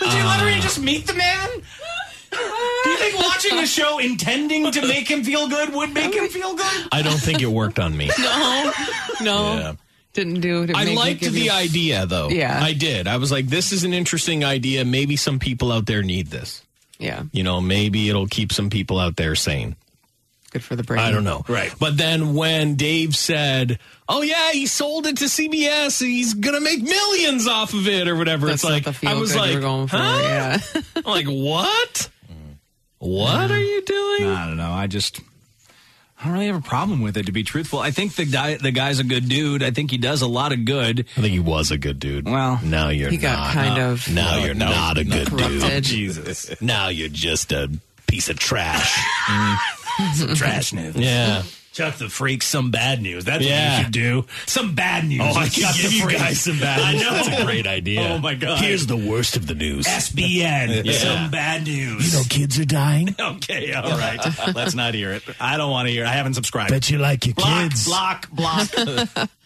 Speaker 1: Would you
Speaker 5: Uh.
Speaker 1: literally just meet the man? Do you think watching the show intending to make him feel good would make him feel good?
Speaker 3: I don't think it worked on me.
Speaker 2: No, no,
Speaker 3: Yeah.
Speaker 2: didn't do. it. It
Speaker 3: I
Speaker 2: made me
Speaker 3: liked
Speaker 2: give
Speaker 3: the
Speaker 2: you-
Speaker 3: idea, though.
Speaker 2: Yeah.
Speaker 3: I did. I was like, this is an interesting idea. Maybe some people out there need this.
Speaker 2: Yeah,
Speaker 3: You know, maybe it'll keep some people out there sane.
Speaker 2: good for the brain.
Speaker 3: I don't know. Right. But then when Dave said, oh, yeah, he sold it to CBS. He's going to make millions off of it or whatever.
Speaker 2: That's
Speaker 3: it's
Speaker 2: not
Speaker 3: like,
Speaker 2: the feel
Speaker 3: I was
Speaker 2: good
Speaker 3: like,
Speaker 2: you were going for.
Speaker 3: huh?
Speaker 2: Yeah.
Speaker 3: I'm like, what? What are you doing?
Speaker 1: I don't know. I just I don't really have a problem with it to be truthful. I think the guy the guy's a good dude. I think he does a lot of good.
Speaker 3: I think he was a good dude.
Speaker 1: Well,
Speaker 3: now you're
Speaker 1: He got
Speaker 3: not.
Speaker 1: kind
Speaker 3: Now-
Speaker 1: of-
Speaker 3: now
Speaker 1: No,
Speaker 3: you're
Speaker 1: no,
Speaker 3: not a
Speaker 1: no.
Speaker 3: good
Speaker 1: Corrupted.
Speaker 3: dude. Jesus. Now you're just a piece of trash.
Speaker 1: Some trash news.
Speaker 3: Yeah.
Speaker 1: Chuck the Freak, some bad news. That's what
Speaker 3: Yeah.
Speaker 1: you should do. Some bad news.
Speaker 3: Oh, I
Speaker 1: with
Speaker 3: could
Speaker 1: Chuck the
Speaker 3: give you
Speaker 1: Freak.
Speaker 3: guys some bad news.
Speaker 1: I know.
Speaker 3: That's a great idea.
Speaker 1: Oh, my God.
Speaker 3: Here's the worst of the news.
Speaker 1: SBN,
Speaker 3: Yeah.
Speaker 1: some bad news.
Speaker 3: You know, kids are dying.
Speaker 1: Okay, all right. Let's not hear it. I don't want to hear it. I haven't subscribed.
Speaker 3: Bet you like your
Speaker 1: block,
Speaker 3: kids.
Speaker 1: block, block.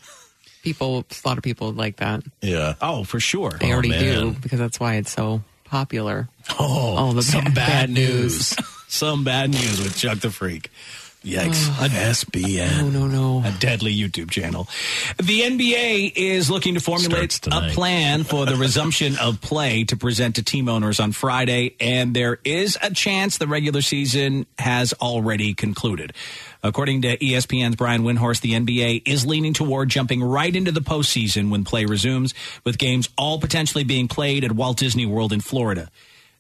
Speaker 2: people, a lot of people like that.
Speaker 3: Yeah.
Speaker 1: Oh, for sure.
Speaker 2: They already do because that's why it's so popular.
Speaker 3: Oh,
Speaker 2: All the
Speaker 3: some
Speaker 2: ba-
Speaker 3: bad,
Speaker 2: bad
Speaker 3: news.
Speaker 1: some bad news with Chuck the Freak. Yikes. An SBN.
Speaker 2: No, no,
Speaker 1: no. A deadly YouTube channel. The NBA is looking to formulate a plan for the resumption of play to present to team owners on Friday, and there is a chance the regular season has already concluded. According to E ESPN's Brian Windhorst, the NBA is leaning toward jumping right into the postseason when play resumes, with games all potentially being played at Walt Disney World in Florida.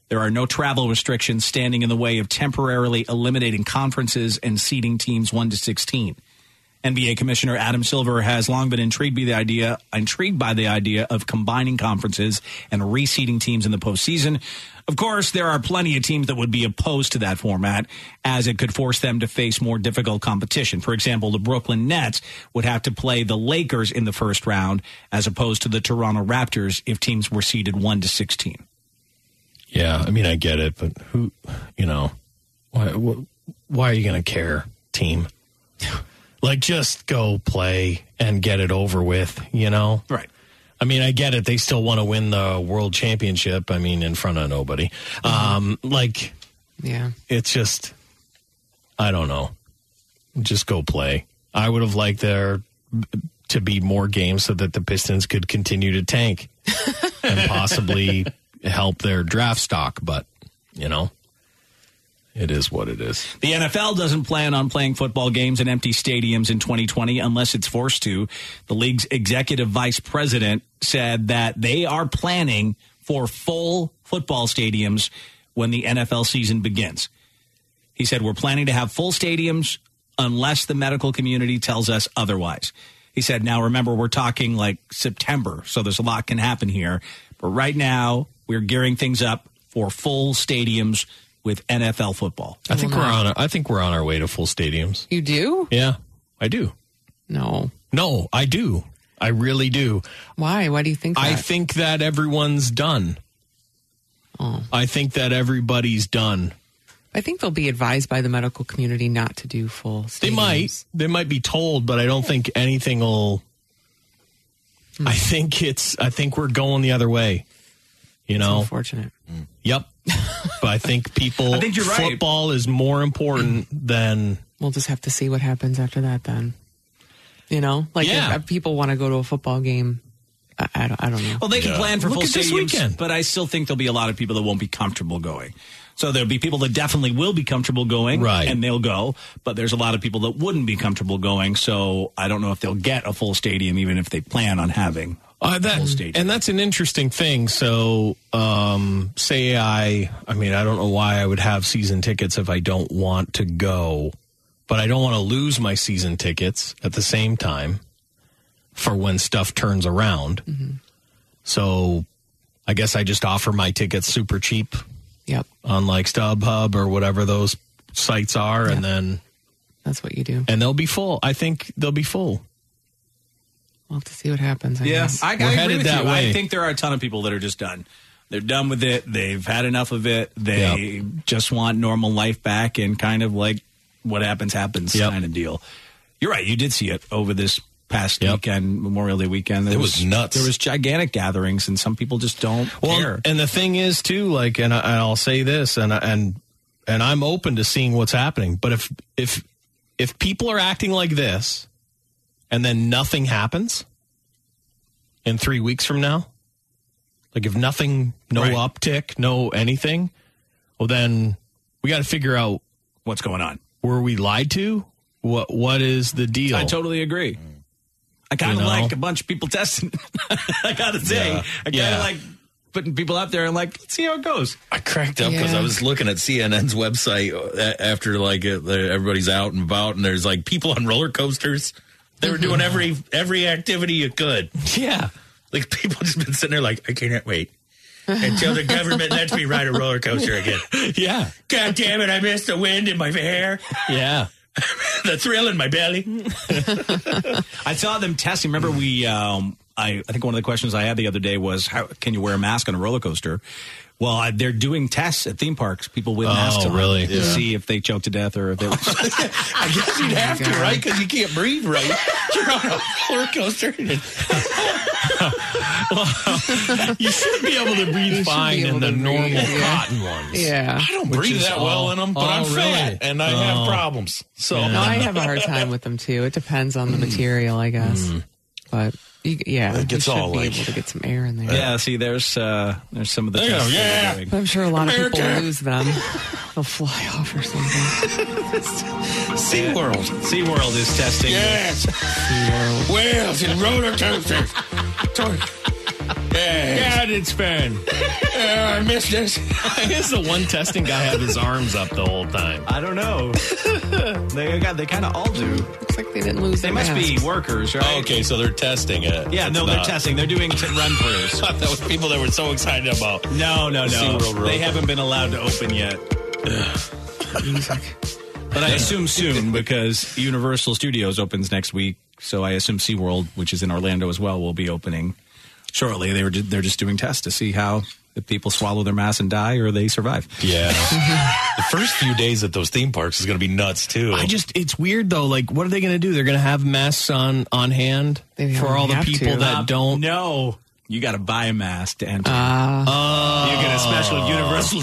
Speaker 1: There are no travel restrictions standing in the way of temporarily eliminating conferences and seeding teams 1 to 16. NBA Commissioner Adam Silver has long been intrigued by the idea, intrigued by the idea of combining conferences and reseeding teams in the postseason. Of course, there are plenty of teams that would be opposed to that format, as it could force them to face more difficult competition. For example, the Brooklyn Nets would have to play the Lakers in the first round, as opposed to the Toronto Raptors if teams were seeded one to sixteen.
Speaker 3: Yeah, I mean, I get it, but who, you know, why? Wh- why are you going to care, team? like, just go play and get it over with, you know?
Speaker 1: Right.
Speaker 3: I mean, I get it. They still want to win the world championship. I mean, in front of nobody. Um, like,
Speaker 2: yeah,
Speaker 3: it's just, I don't know. Just go play. I would have liked there to be more games so that the Pistons could continue to tank and possibly help their draft stock. But, you know, it is what it is.
Speaker 1: The NFL doesn't plan on playing football games in empty stadiums in 2020 unless it's forced to. The league's executive vice president said that they are planning for full football stadiums when the NFL season begins. He said, We're planning to have full stadiums unless the medical community tells us otherwise. He said, Now remember, we're talking like September, so there's a lot can happen here. But right now, we're gearing things up for full stadiums with NFL football.
Speaker 3: I think we're on. I think we're on our way to full stadiums.
Speaker 2: You do?
Speaker 3: Yeah, I do.
Speaker 2: No,
Speaker 3: no, I do. I really do.
Speaker 2: Why? Why do you think?
Speaker 3: I
Speaker 2: that?
Speaker 3: think
Speaker 2: Oh.
Speaker 3: that everyone's done. I think that everybody's done.
Speaker 2: I think they'll be advised by the medical community not to do full.
Speaker 3: They might. They might be told, but I don't think anything will. I think it's. I think we're going the other way. You know,
Speaker 2: unfortunate.
Speaker 3: Yep. but I think people.
Speaker 2: I think you're right.
Speaker 3: Football is more important than.
Speaker 2: We'll just have to see what happens after that. Then, you know, like
Speaker 1: Yeah.
Speaker 2: if, if people want to go to a football game, I, I, don't, I don't know.
Speaker 1: Well, they can plan for
Speaker 2: Mm-hmm. Look
Speaker 1: full
Speaker 2: at this
Speaker 1: stadiums,
Speaker 2: weekend.
Speaker 1: but I still think there'll be a lot of people that won't be comfortable going. So there'll be people that definitely will be comfortable going, right. and they'll go. But there's a lot of people that wouldn't be comfortable going. So I don't know if they'll get a full stadium, even if they plan on having.
Speaker 3: Uh, that, and that's an interesting thing. So, um, say I, I mean, I don't know why I would have season tickets if I don't want to go, but I don't want to lose my season tickets at the same time for when stuff turns around.
Speaker 2: Mm-hmm.
Speaker 3: So, I guess I just offer my tickets super cheap.
Speaker 2: Yep.
Speaker 3: On like StubHub or whatever those sites are, and then
Speaker 2: that's what you do.
Speaker 3: And they'll be full. I think they'll be full.
Speaker 2: We'll have to see what happens. I guess.
Speaker 1: I, I agree with you. I think there are a ton of people that are just done. They're done with it. They've had enough of it. They just want normal life back and kind of like what happens happens kind of deal. You're right. You did see it over this past weekend, Memorial Day weekend. There
Speaker 3: It was nuts.
Speaker 1: There was gigantic gatherings, and some people just don't care.
Speaker 3: And the thing is, too, like, and, I, and I'll say this, and I- and and I'm open to seeing what's happening. But if if if people are acting like this, and then nothing happens in three weeks from now, like if nothing, no uptick, no anything, well then we got to figure out
Speaker 1: what's going on.
Speaker 3: Were we lied to? What what is the deal?
Speaker 1: I totally agree. I kind of
Speaker 3: You know?
Speaker 1: like a bunch of people testing. I gotta say,
Speaker 20: Yeah.
Speaker 1: I kind of
Speaker 20: Yeah.
Speaker 1: like putting people out there and like, let's see how it goes.
Speaker 20: I cracked up because I was looking at CNN's website uh, after like uh, the- everybody's out and about, and there's like people on roller coasters. They were doing every every activity you could.
Speaker 3: Yeah,
Speaker 20: like people just been sitting there like I can't wait until the government lets me ride a roller coaster again.
Speaker 1: Ah.
Speaker 3: Yeah.
Speaker 20: God damn it! I missed the wind in my hair,
Speaker 3: Yeah.
Speaker 20: the thrill in my belly.
Speaker 1: I saw them testing. Remember, we um, I, I think one of the questions I had the other day was, "How can you wear a mask on a roller coaster?" Well, I, they're doing tests at theme parks. People with
Speaker 3: Oh,
Speaker 1: masks on
Speaker 3: really?
Speaker 1: to
Speaker 3: Yeah.
Speaker 1: see if they choke to death or if they.
Speaker 20: I guess you'd have to, right? Because you can't breathe, right? You're on a roller coaster.
Speaker 3: you should be able to breathe fine in the normal cotton ones.
Speaker 2: Yeah.
Speaker 20: I don't
Speaker 3: Which
Speaker 20: breathe
Speaker 3: is
Speaker 20: that
Speaker 3: all-
Speaker 20: well in them, but
Speaker 3: Oh,
Speaker 20: I'm
Speaker 3: really?
Speaker 20: fat and I
Speaker 3: Oh.
Speaker 20: have problems. So
Speaker 2: No, I have a hard time with them too. It depends on the material, I guess. But you, yeah,
Speaker 1: It gets
Speaker 2: you should
Speaker 1: all,
Speaker 2: be
Speaker 1: like-
Speaker 2: able to get some air in there.
Speaker 1: yeah, see, there's uh, there's some of the
Speaker 2: There you go,
Speaker 1: tests that they're
Speaker 2: yeah.
Speaker 1: doing.
Speaker 2: But I'm sure a lot of people
Speaker 1: America.
Speaker 2: lose them. They'll fly off or something.
Speaker 20: SeaWorld.
Speaker 1: SeaWorld is testing.
Speaker 20: Yes. Whales and roller coasters. God,
Speaker 3: it's Uh, fun.
Speaker 20: I missed this.
Speaker 3: I guess the one testing guy had his arms up the whole time.
Speaker 1: I don't know. they got they kind of all do. Looks
Speaker 2: like they didn't lose.
Speaker 1: They
Speaker 2: their
Speaker 1: must be
Speaker 2: masks.
Speaker 1: workers, right?
Speaker 3: Okay, so they're testing it.
Speaker 1: Yeah,
Speaker 3: It's
Speaker 1: no, they're
Speaker 3: not-
Speaker 1: testing. They're doing t- run throughs.
Speaker 3: thought that was people that were so excited about.
Speaker 1: No, no, no.
Speaker 3: SeaWorld
Speaker 1: They
Speaker 3: Road.
Speaker 1: haven't been allowed to open yet. But I assume soon because Universal Studios opens next week. So I assume SeaWorld, which is in Orlando as well, will be opening shortly. They were ju- they're just doing tests to see how if people swallow their mass and die or they survive.
Speaker 20: Yeah. the first few days at those theme parks is going to be nuts too.
Speaker 3: I just it's weird though. Like, what are they going to do? They're going to have masks on on hand for all the people that don't.
Speaker 1: know. You got to buy a mask to enter.
Speaker 3: Ah.
Speaker 1: you get a special Universal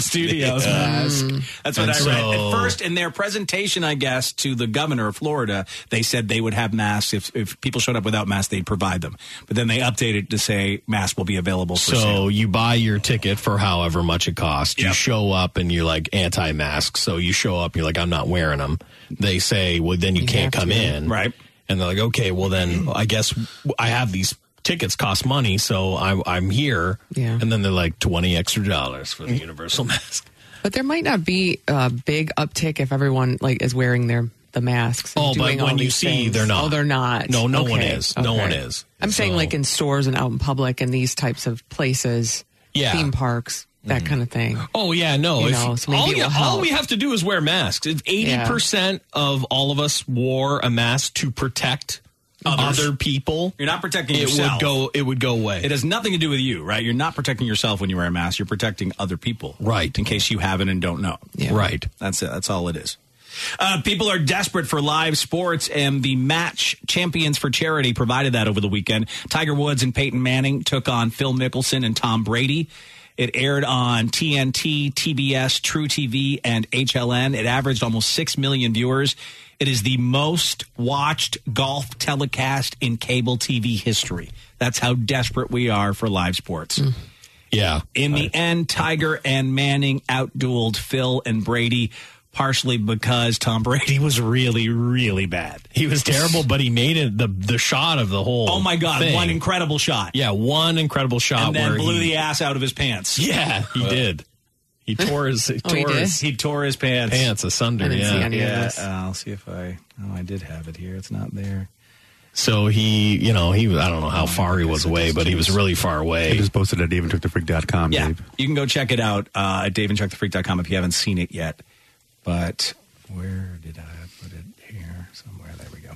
Speaker 1: Studios
Speaker 3: Yeah.
Speaker 1: mask.
Speaker 3: Mm.
Speaker 1: That's what
Speaker 3: And
Speaker 1: I read.
Speaker 3: so-
Speaker 1: At first, in their presentation, I guess, to the governor of Florida, they said they would have masks. If, if people showed up without masks, they'd provide them. But then they updated to say masks will be available for
Speaker 3: So
Speaker 1: sale.
Speaker 3: you buy your ticket for however much it costs. You show up and you're like anti-mask. So you show up, and you're like, I'm not wearing them. They say, well, then you, can't come in,
Speaker 1: right?
Speaker 3: And they're like, okay, well then I guess I have these tickets cost money, so I, I'm here.
Speaker 2: Yeah.
Speaker 3: And then they're like twenty extra dollars for the universal mask.
Speaker 2: But there might not be a big uptick if everyone like is wearing their the masks. And
Speaker 3: Oh, but
Speaker 2: doing all
Speaker 3: when you
Speaker 2: these
Speaker 3: see,
Speaker 2: things.
Speaker 3: they're not.
Speaker 2: Oh, they're not.
Speaker 3: No, no one
Speaker 2: Okay,
Speaker 3: is. No
Speaker 2: okay.
Speaker 3: one is.
Speaker 2: I'm saying like in stores and out in public and these types of places.
Speaker 3: Yeah.
Speaker 2: Theme parks, that kind of thing.
Speaker 3: Oh yeah, no.
Speaker 2: You
Speaker 3: if-
Speaker 2: know, so maybe
Speaker 3: all,
Speaker 2: it
Speaker 3: you-
Speaker 2: will
Speaker 3: all
Speaker 2: help.
Speaker 3: we have to do is wear masks. If eighty percent of all of us wore a mask to protect
Speaker 1: Others.
Speaker 3: other people,
Speaker 1: You're not protecting
Speaker 3: it
Speaker 1: yourself.
Speaker 3: would go. It would go away.
Speaker 1: It has nothing to do with you, right? You're not protecting yourself when you wear a mask. You're protecting other people, right? In case you haven't and don't know,
Speaker 3: Right.
Speaker 1: That's it. That's all it is. Uh, people are desperate for live sports, and the match Champions for Charity provided that over the weekend. Tiger Woods and Peyton Manning took on Phil Mickelson and Tom Brady. It aired on TNT, TBS, True TV, and HLN. It averaged almost 6 million viewers. It is the most watched golf telecast in cable TV history. That's how desperate we are for live sports.
Speaker 3: Yeah.
Speaker 1: In the end, Tiger and Manning outdueled Phil and Brady, partially because Tom Brady was really, really bad.
Speaker 3: He was terrible, but he made it the the shot of the whole.
Speaker 1: Oh my God!
Speaker 3: thing.
Speaker 1: One incredible shot.
Speaker 3: Yeah, one incredible shot
Speaker 1: and then
Speaker 3: where
Speaker 1: blew
Speaker 3: he,
Speaker 1: the ass out of his pants.
Speaker 3: Yeah, he did. He tore his he
Speaker 1: Oh, he
Speaker 3: tore
Speaker 1: did?
Speaker 3: his
Speaker 1: he tore his pants
Speaker 3: pants asunder.
Speaker 1: I didn't
Speaker 3: yeah,
Speaker 1: see any of Yeah, this. I'll see if I oh I did have it here. It's not there.
Speaker 3: So he, you know, he I don't know how far he was away, but he was really far away. It was
Speaker 4: posted at DaveAndTookTheFreak.com,
Speaker 1: Yeah, you can go check it out uh, at DaveAndChuckTheFreak.com if you haven't seen it yet. But where did I put it? Here somewhere. There we go.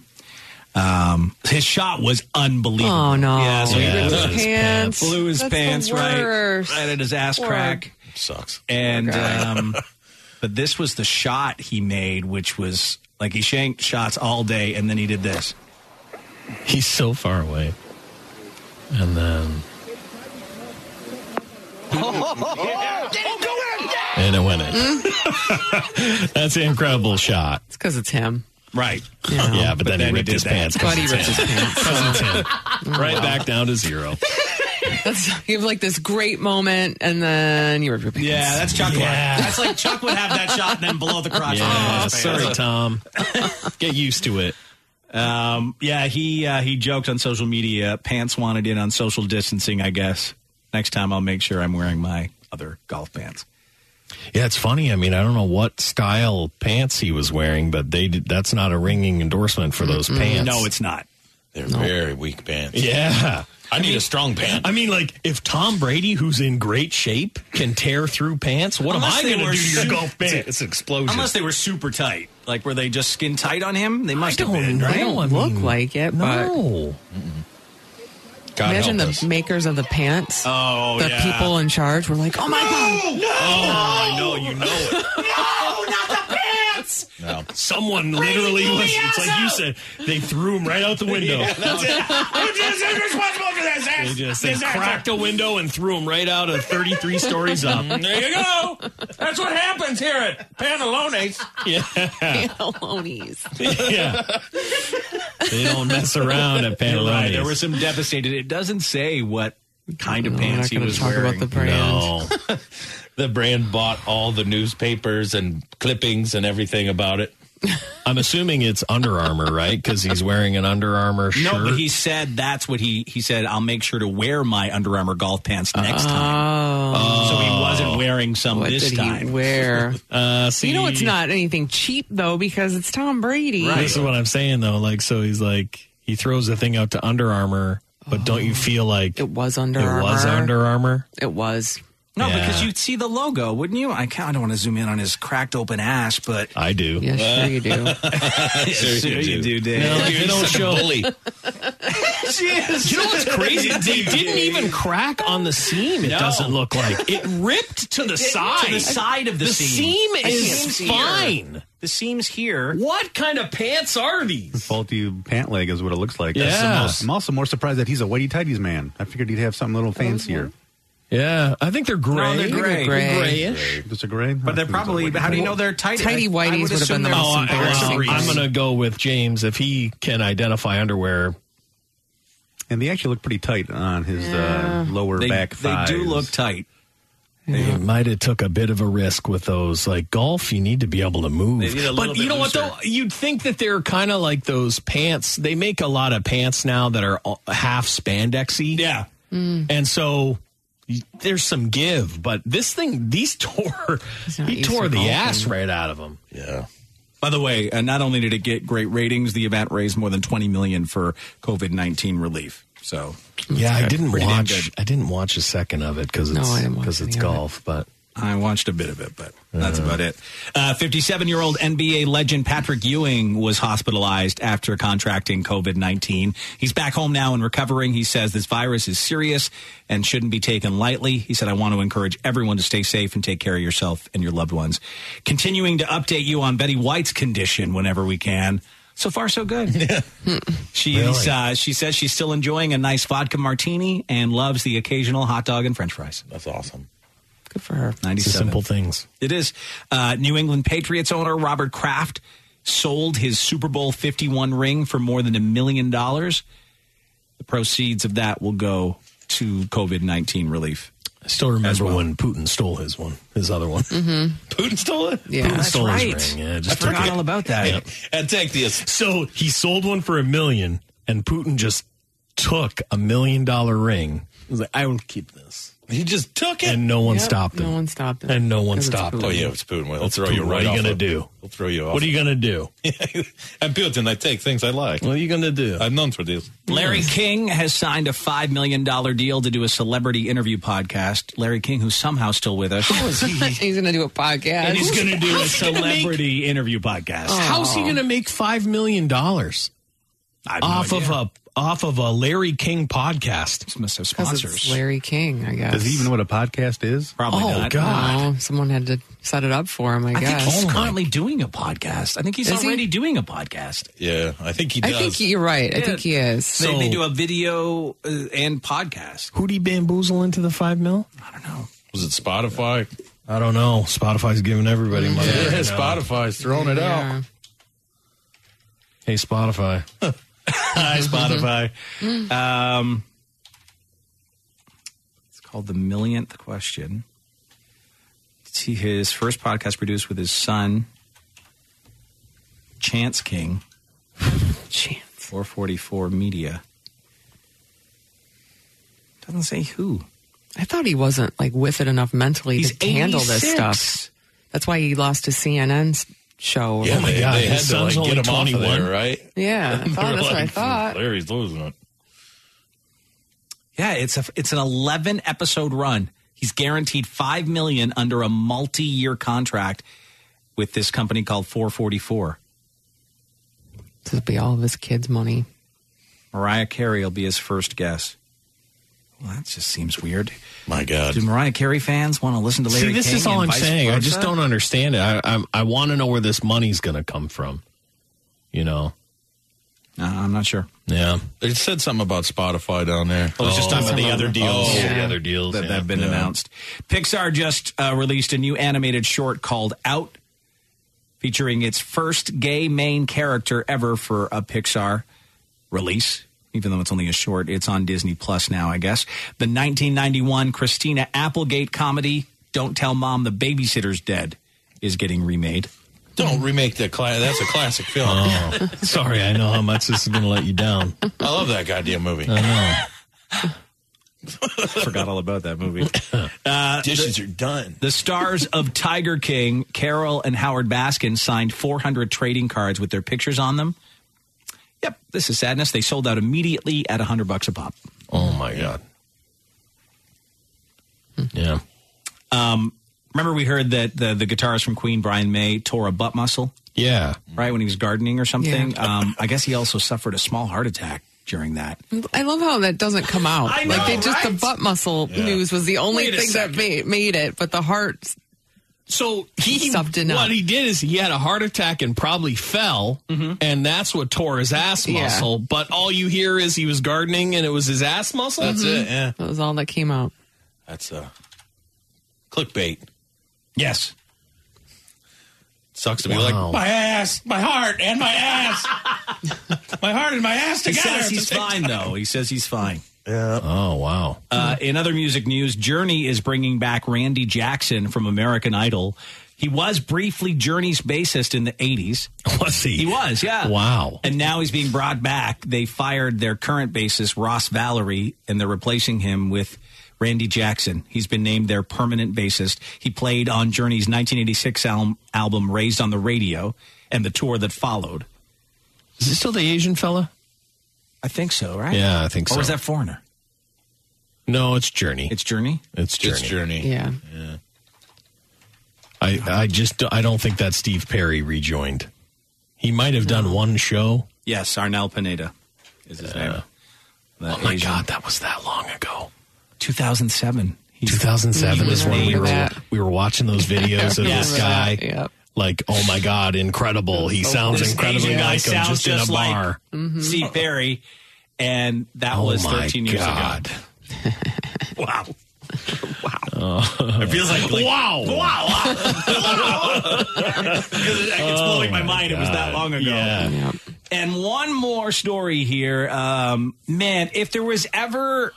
Speaker 1: Um, his shot was unbelievable.
Speaker 2: Oh, no.
Speaker 1: Yeah, so
Speaker 2: Yeah,
Speaker 1: he
Speaker 2: blew
Speaker 1: blew
Speaker 2: his
Speaker 1: his
Speaker 2: pants. That's
Speaker 1: pants. Blew his
Speaker 2: the
Speaker 1: pants right,
Speaker 2: worst.
Speaker 1: right at his ass
Speaker 2: Poor
Speaker 1: crack.
Speaker 20: Sucks.
Speaker 1: And
Speaker 2: Poor guy.
Speaker 1: um, but this was the shot he made, which was like he shanked shots all day, and then he did this.
Speaker 3: He's so far away. And then
Speaker 20: Oh,
Speaker 3: and it went in. That's an incredible shot. It's
Speaker 2: because Mm. it's him.
Speaker 1: Right.
Speaker 2: Yeah.
Speaker 3: Yeah, but, then, he ripped his pants. 'cause
Speaker 2: But he
Speaker 3: it's
Speaker 2: ripped his
Speaker 3: him.
Speaker 2: pants.
Speaker 3: 'Cause it's him.
Speaker 2: Oh,
Speaker 3: Right
Speaker 2: wow.
Speaker 3: back down to zero.
Speaker 2: That's, you have like this great moment, and then you rip your pants.
Speaker 1: Yeah, that's Chuck. That's like Chuck would have that shot and then below the crotch.
Speaker 3: Yeah,
Speaker 1: Oh,
Speaker 3: sorry, Tom. Get used to it.
Speaker 1: Um, yeah, he uh, he joked on social media. Pants wanted in on social distancing. I guess next time I'll make sure I'm wearing my other golf pants.
Speaker 3: Yeah, it's funny. I mean, I don't know what style pants he was wearing, but they did, that's not a ringing endorsement for those pants.
Speaker 1: No, it's not.
Speaker 20: They're very weak pants.
Speaker 3: Yeah.
Speaker 20: I, need a strong pant.
Speaker 3: I mean, like if Tom Brady, who's in great shape, can tear through pants, what am
Speaker 1: Unless
Speaker 3: I
Speaker 1: they
Speaker 3: going to
Speaker 1: were
Speaker 3: do to your
Speaker 1: su-
Speaker 3: golf
Speaker 1: it's a-
Speaker 3: pants? It's an explosion.
Speaker 1: Unless they were super tight, like were they just skin tight on him? They must have
Speaker 3: don't
Speaker 1: been,
Speaker 3: know.
Speaker 1: right?
Speaker 3: I don't
Speaker 2: look
Speaker 1: Hmm.
Speaker 2: like it, but-
Speaker 3: no.
Speaker 2: Imagine the makers of the pants.
Speaker 1: Oh,
Speaker 2: the
Speaker 1: yeah.
Speaker 2: people in charge were like, "Oh my god,
Speaker 1: No! Oh, I know you know it.
Speaker 3: No. Someone literally
Speaker 5: Brady
Speaker 3: was.
Speaker 5: Lee
Speaker 3: It's like you said. They threw him right out the window.
Speaker 5: Yeah, that's it. Who's responsible for this?
Speaker 3: They just they
Speaker 5: Disaster.
Speaker 3: cracked a window and threw him right out of 33 stories up.
Speaker 5: There you go. That's what happens here at Panelone's.
Speaker 3: Yeah.
Speaker 2: Pantalones.
Speaker 3: yeah. They don't mess around at
Speaker 1: You're right.
Speaker 3: Pantalones.
Speaker 1: There were some devastated. It doesn't say what kind of
Speaker 2: No, we're
Speaker 1: pants
Speaker 2: not
Speaker 1: he
Speaker 2: gonna
Speaker 1: was
Speaker 2: talk about
Speaker 1: wearing.
Speaker 2: the brand.
Speaker 20: No. the brand bought all the newspapers and clippings and everything about it.
Speaker 3: I'm assuming it's Under Armour, right? Because he's wearing an Under Armour shirt.
Speaker 1: No, but he said that's what he he said. I'll make sure to wear my Under Armour golf pants
Speaker 3: Ah.
Speaker 1: next time.
Speaker 2: Oh.
Speaker 1: So he wasn't wearing some
Speaker 2: What
Speaker 1: this
Speaker 2: did he
Speaker 1: time.
Speaker 2: wear?
Speaker 3: uh, see,
Speaker 2: you know it's not anything cheap though because it's Tom Brady."
Speaker 3: This is what I'm saying though. Like, so he's like, he throws the thing out to Under Armour, but don't you feel like it
Speaker 2: Oh. was Under
Speaker 3: it was
Speaker 2: Armour.
Speaker 3: Under Armour?
Speaker 2: It was.
Speaker 1: No,
Speaker 3: Yeah.
Speaker 1: because you'd see the logo, wouldn't you? I, can't, I don't want to zoom in on his cracked open ass, but
Speaker 3: I do.
Speaker 2: Yeah, sure you do.
Speaker 1: sure, you do, Dave.
Speaker 3: No,
Speaker 1: You're
Speaker 3: they don't
Speaker 1: such a
Speaker 3: show.
Speaker 1: bully.
Speaker 3: You know what's crazy? They didn't even crack on the seam. It
Speaker 1: No.
Speaker 3: doesn't look like it ripped to the side.
Speaker 1: To the side of the,
Speaker 3: the
Speaker 1: seam.
Speaker 3: seam
Speaker 1: I
Speaker 3: is
Speaker 1: can't see
Speaker 3: fine.
Speaker 1: here. The seam's here.
Speaker 3: What kind of pants are these?
Speaker 4: Faulty pant leg is what it looks like. That's the
Speaker 3: Yeah.
Speaker 4: most- I'm also more surprised that he's a whitey tighties man. I figured he'd have something a little fancier.
Speaker 3: Yeah, I think they're gray.
Speaker 1: No, they're gray. Gray.
Speaker 3: grayish.
Speaker 4: Just a gray.
Speaker 1: But they're probably. How do you know they're tight?
Speaker 2: Tidy
Speaker 1: I- I
Speaker 2: whities would have
Speaker 1: assume
Speaker 2: been the
Speaker 1: they're-
Speaker 2: most
Speaker 1: Oh, I-
Speaker 3: Well,
Speaker 2: embarrassing.
Speaker 3: I'm gonna go with James if he can identify underwear.
Speaker 4: And they actually look pretty tight on his
Speaker 2: Yeah.
Speaker 4: uh, lower
Speaker 1: They-
Speaker 4: back
Speaker 1: they
Speaker 4: thighs.
Speaker 1: do look tight.
Speaker 3: They might have took a bit of a risk with those. Like golf, you need to be able to move.
Speaker 1: They need a little
Speaker 3: But you
Speaker 1: bit
Speaker 3: know
Speaker 1: looser.
Speaker 3: what though? You'd think that they're kind of like those pants. They make a lot of pants now that are all- half spandexy.
Speaker 1: Yeah.
Speaker 3: And so y- there's some give, but this thing, these tore, he
Speaker 2: used
Speaker 3: tore
Speaker 2: to
Speaker 3: the
Speaker 2: golfing.
Speaker 3: ass right out of him.
Speaker 20: Yeah.
Speaker 1: By the way, uh, not only did it get great ratings, the event raised more than 20 million for COVID 19 relief. So
Speaker 3: Yeah, I didn't
Speaker 1: Pretty damn
Speaker 3: watch.
Speaker 1: good.
Speaker 3: I didn't watch a second of it because
Speaker 2: No, I
Speaker 3: it's
Speaker 2: didn't watch
Speaker 3: because
Speaker 2: any
Speaker 3: it's
Speaker 2: of it.
Speaker 3: golf. But
Speaker 1: I watched a bit of it, but that's about it. Uh, 57-year-old NBA legend Patrick Ewing was hospitalized after contracting COVID-19. He's back home now and recovering. He says this virus is serious and shouldn't be taken lightly. He said, I want to encourage everyone to stay safe and take care of yourself and your loved ones. Continuing to update you on Betty White's condition whenever we can. So far, so good. She's uh, she says she's still enjoying a nice vodka martini and loves the occasional hot dog and French fries. That's awesome.
Speaker 2: Good for her.
Speaker 3: It's the
Speaker 1: 97.
Speaker 3: simple things.
Speaker 1: It is. Uh, New England Patriots owner Robert Kraft sold his Super Bowl 51 ring for more than a million dollars. The proceeds of that will go to COVID 19 relief.
Speaker 3: I still remember when Putin stole his one, his other one.
Speaker 2: Mm-hmm.
Speaker 20: Putin stole it?
Speaker 3: Yeah. Putin stole his ring, yeah, just took it. Yeah.
Speaker 20: And take this.
Speaker 3: So he sold one for a million, and Putin just took a million dollar ring. He was like, I will keep this.
Speaker 20: He just took it,
Speaker 3: and no one
Speaker 2: Yep,
Speaker 3: stopped him.
Speaker 2: No one stopped him.
Speaker 3: And no one
Speaker 2: 'Cause it's
Speaker 3: stopped.
Speaker 2: Putin.
Speaker 20: Oh, yeah, it's Putin. Well, he'll
Speaker 3: It's
Speaker 20: throw you
Speaker 3: Putin.
Speaker 20: right
Speaker 3: What are
Speaker 20: off
Speaker 3: you gonna
Speaker 20: of-
Speaker 3: do?
Speaker 20: He'll throw you off.
Speaker 3: What are you gonna do?
Speaker 20: I'm Putin. I take things I like.
Speaker 3: What are you gonna do?
Speaker 20: I'm known for this.
Speaker 1: Larry King has signed a $5 million deal to do a celebrity interview podcast. Larry King, who's somehow still with us.
Speaker 2: he's going to do a podcast.
Speaker 1: and he's going to do a
Speaker 3: how's he gonna make- Oh.
Speaker 1: celebrity interview podcast.
Speaker 3: How's he going to make five million dollars
Speaker 1: no
Speaker 3: off of a off of a Larry King podcast?
Speaker 1: must have
Speaker 2: Because it's Larry King, I guess.
Speaker 4: Does he even know what a podcast is?
Speaker 1: Probably
Speaker 3: Oh,
Speaker 1: not.
Speaker 3: God.
Speaker 2: No, someone had to set it up for him, I,
Speaker 1: I think
Speaker 2: guess.
Speaker 1: he's currently doing a podcast. I think he's
Speaker 2: Is he?
Speaker 1: already doing a podcast.
Speaker 20: Yeah, I think he
Speaker 2: I
Speaker 20: does.
Speaker 2: think he- you're right. I
Speaker 1: Yeah.
Speaker 2: think he is.
Speaker 1: they, they do a video uh, and podcast.
Speaker 3: Who'd he bamboozle into the five mil?
Speaker 20: Was it Spotify?
Speaker 3: I don't know. Spotify's giving everybody money.
Speaker 20: Yeah,
Speaker 3: right now.
Speaker 20: Spotify's throwing it out.
Speaker 3: Hey, Spotify.
Speaker 1: Hi, Spotify.
Speaker 2: Mm.
Speaker 1: um, it's called The Millionth Question. See his first podcast produced with his son, Chance King,
Speaker 2: Chance.
Speaker 1: 444 Media. Doesn't say who.
Speaker 2: I thought he wasn't like with it enough mentally
Speaker 1: He's
Speaker 2: to handle this
Speaker 1: 86.
Speaker 2: stuff. That's why he lost his CNN 's show.
Speaker 20: Yeah,
Speaker 3: Oh my
Speaker 20: they,
Speaker 3: God,
Speaker 20: they
Speaker 3: his
Speaker 20: had to
Speaker 3: son's
Speaker 20: like, get
Speaker 3: only
Speaker 20: him off of
Speaker 3: 21.
Speaker 20: there, right?
Speaker 2: Yeah, I
Speaker 20: They
Speaker 2: thought,
Speaker 20: were
Speaker 2: that's what I
Speaker 20: like,
Speaker 2: thought.
Speaker 20: Larry's losing it.
Speaker 1: Yeah, it's a it's an 11 episode run. He's guaranteed 5 million under a multi-year contract with this company called 444.
Speaker 2: This would be all of his kids' money.
Speaker 1: Mariah Carey will be his first guest. Well, that just seems weird.
Speaker 20: My God.
Speaker 1: Do Mariah Carey fans want to listen to Larry
Speaker 3: See, this
Speaker 1: King
Speaker 3: is all
Speaker 1: and
Speaker 3: I'm
Speaker 1: vice
Speaker 3: saying. I just
Speaker 1: versa?
Speaker 3: don't understand it. I I, I want to know where this money's going to come from. You know?
Speaker 1: Uh, I'm not sure.
Speaker 3: Yeah.
Speaker 20: They said something about Spotify down there.
Speaker 1: Oh, it's just talking about the other deals.
Speaker 20: Oh,
Speaker 2: Yeah.
Speaker 3: The other deals
Speaker 1: that
Speaker 3: yeah.
Speaker 1: have been
Speaker 20: Yeah.
Speaker 1: announced. Pixar just uh, released a new animated short called Out, featuring its first gay main character ever for a Pixar release. Even though it's only a short, it's on Disney Plus now, I guess. The 1991 Christina Applegate comedy "Don't Tell Mom the Babysitter's Dead" is getting remade.
Speaker 20: Don't remake that. Cla- that's a classic film.
Speaker 3: Oh, sorry. I know how much this is going to let you down.
Speaker 20: I love that goddamn movie.
Speaker 3: I know.
Speaker 1: Forgot all about that movie.
Speaker 20: Dishes are done.
Speaker 1: Uh, The stars of Tiger King, Carol and Howard Baskin, signed 400 trading cards with their pictures on them. Yep, this is sadness. They sold out immediately at 100 bucks a pop.
Speaker 3: Oh my god. Yeah.
Speaker 1: Um, Remember, we heard that the, the guitarist from Queen, Brian May, tore a butt muscle,
Speaker 3: Yeah.
Speaker 1: right, when he was gardening or something. Um, I guess he also suffered a small heart attack during that.
Speaker 2: I love how that doesn't come out.
Speaker 1: I know,
Speaker 2: like they just the
Speaker 1: right?
Speaker 2: butt muscle news was the only
Speaker 1: Wait a
Speaker 2: thing that
Speaker 1: second.
Speaker 2: made, made it, but the heart.
Speaker 3: So he
Speaker 2: Stuffed it
Speaker 3: what
Speaker 2: up.
Speaker 3: he did is he had a heart attack and probably fell,
Speaker 20: Mm-hmm.
Speaker 3: and that's what tore his ass
Speaker 2: Yeah.
Speaker 3: muscle. But all you hear is he was gardening and it was his ass muscle.
Speaker 20: That's
Speaker 2: Mm-hmm.
Speaker 20: it. Yeah.
Speaker 2: That was all that came out.
Speaker 20: That's uh, clickbait.
Speaker 1: Yes.
Speaker 20: Sucks to be
Speaker 3: Wow.
Speaker 20: like my ass, my heart, and my ass, my heart and my ass
Speaker 1: He
Speaker 20: together.
Speaker 1: says
Speaker 20: at the
Speaker 1: he's
Speaker 20: same
Speaker 1: fine, though. He says he's fine.
Speaker 3: Oh wow.
Speaker 1: Uh, in other music news, Journey is bringing back Randy Jackson from American Idol. He was briefly Journey's bassist in the 80s.
Speaker 3: Was he?
Speaker 1: He was, yeah.
Speaker 3: Wow.
Speaker 1: And now he's being brought back. They fired their current bassist, Ross Valerie, and they're replacing him with Randy Jackson. He's been named their permanent bassist. He played on Journey's 1986 al- album, Raised on the Radio, and the tour that followed.
Speaker 3: Is this still the Asian fella?
Speaker 1: I think so, right?
Speaker 3: Yeah, I think
Speaker 1: Or
Speaker 3: so.
Speaker 1: was that Foreigner?
Speaker 3: No, it's Journey.
Speaker 1: It's Journey?
Speaker 3: It's
Speaker 20: Journey.
Speaker 3: Journey.
Speaker 2: Yeah.
Speaker 3: I, I just I don't think that Steve Perry rejoined. He might have done one show.
Speaker 1: Yes, Arnell Pineda is his name.
Speaker 3: oh my God, that was that long ago.
Speaker 1: 2007.
Speaker 3: 2007 is when we
Speaker 1: Remember
Speaker 3: were
Speaker 1: that.
Speaker 3: we were watching those videos of
Speaker 1: Yes.
Speaker 3: this guy.
Speaker 1: Remember that, yep.
Speaker 3: Like, oh my God, incredible! He
Speaker 1: Oh,
Speaker 3: sounds
Speaker 1: this
Speaker 3: incredibly
Speaker 1: Asian guy
Speaker 3: like him,
Speaker 1: sounds
Speaker 3: just, in a
Speaker 1: like Mm-hmm. Oh.
Speaker 3: bar.
Speaker 1: Steve Perry, and that
Speaker 3: Oh
Speaker 1: was
Speaker 3: my
Speaker 1: 13 years
Speaker 3: God.
Speaker 1: ago. wow.
Speaker 3: Oh.
Speaker 20: It feels like, like
Speaker 1: Wow. Wow. it's
Speaker 3: Oh
Speaker 1: blowing my
Speaker 5: Oh my
Speaker 1: mind. It was that
Speaker 5: God.
Speaker 1: long ago. And one more story here. Um, man, if there was ever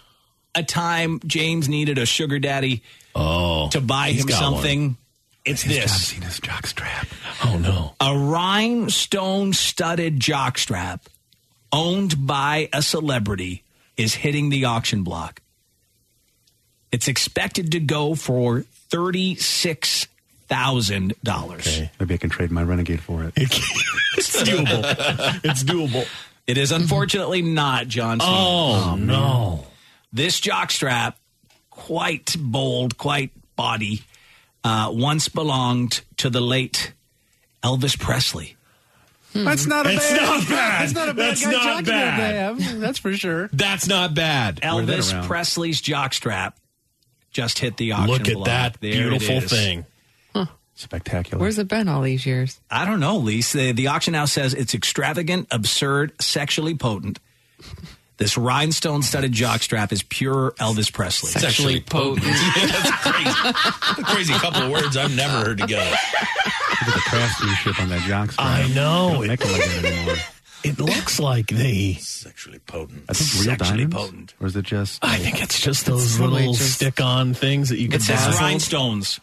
Speaker 1: a time James needed a sugar daddy
Speaker 3: oh,
Speaker 1: to buy
Speaker 5: he's
Speaker 1: him
Speaker 5: got one.
Speaker 1: something, it's
Speaker 5: He's
Speaker 1: this.
Speaker 5: gotta
Speaker 3: Oh no.
Speaker 1: A rhinestone studded jockstrap owned by a celebrity is hitting the auction block. It's expected to go for $36,000.
Speaker 4: Maybe I can trade my Renegade for it.
Speaker 1: It's doable.
Speaker 3: it's doable.
Speaker 1: It is unfortunately not, John. Cena.
Speaker 3: Oh, no.
Speaker 1: This jockstrap, quite bold, quite body, uh, once belonged to the late Elvis Presley.
Speaker 4: That's not a
Speaker 1: That's
Speaker 4: bad.
Speaker 1: not bad.
Speaker 4: That's not a bad
Speaker 1: That's
Speaker 4: guy
Speaker 1: not
Speaker 4: jockstrap
Speaker 1: bad.
Speaker 4: to have, That's for sure.
Speaker 3: That's not bad.
Speaker 4: Wear that
Speaker 1: Elvis
Speaker 4: around.
Speaker 1: Presley's jockstrap just hit the auction.
Speaker 3: Look at
Speaker 1: block.
Speaker 3: that
Speaker 1: There it
Speaker 3: beautiful
Speaker 1: is.
Speaker 3: thing.
Speaker 4: Spectacular.
Speaker 2: Where's it been all these years?
Speaker 1: I don't know, Lise. The, the auction house says it's extravagant, absurd, sexually potent. This rhinestone studded jockstrap is pure Elvis Presley.
Speaker 20: Sexually potent. Yeah, that's crazy. A crazy couple of words I've never heard together.
Speaker 4: Look at the craftsmanship on that jockstrap.
Speaker 3: I know.
Speaker 4: They don't make 'em like that anymore.
Speaker 3: It looks like they
Speaker 20: sexually potent.
Speaker 4: I think real diamonds, or is it just?
Speaker 3: I think it's just those
Speaker 2: probably
Speaker 3: little
Speaker 2: just-
Speaker 3: stick-on things that you can
Speaker 1: It says
Speaker 3: dazzle.
Speaker 1: rhinestones.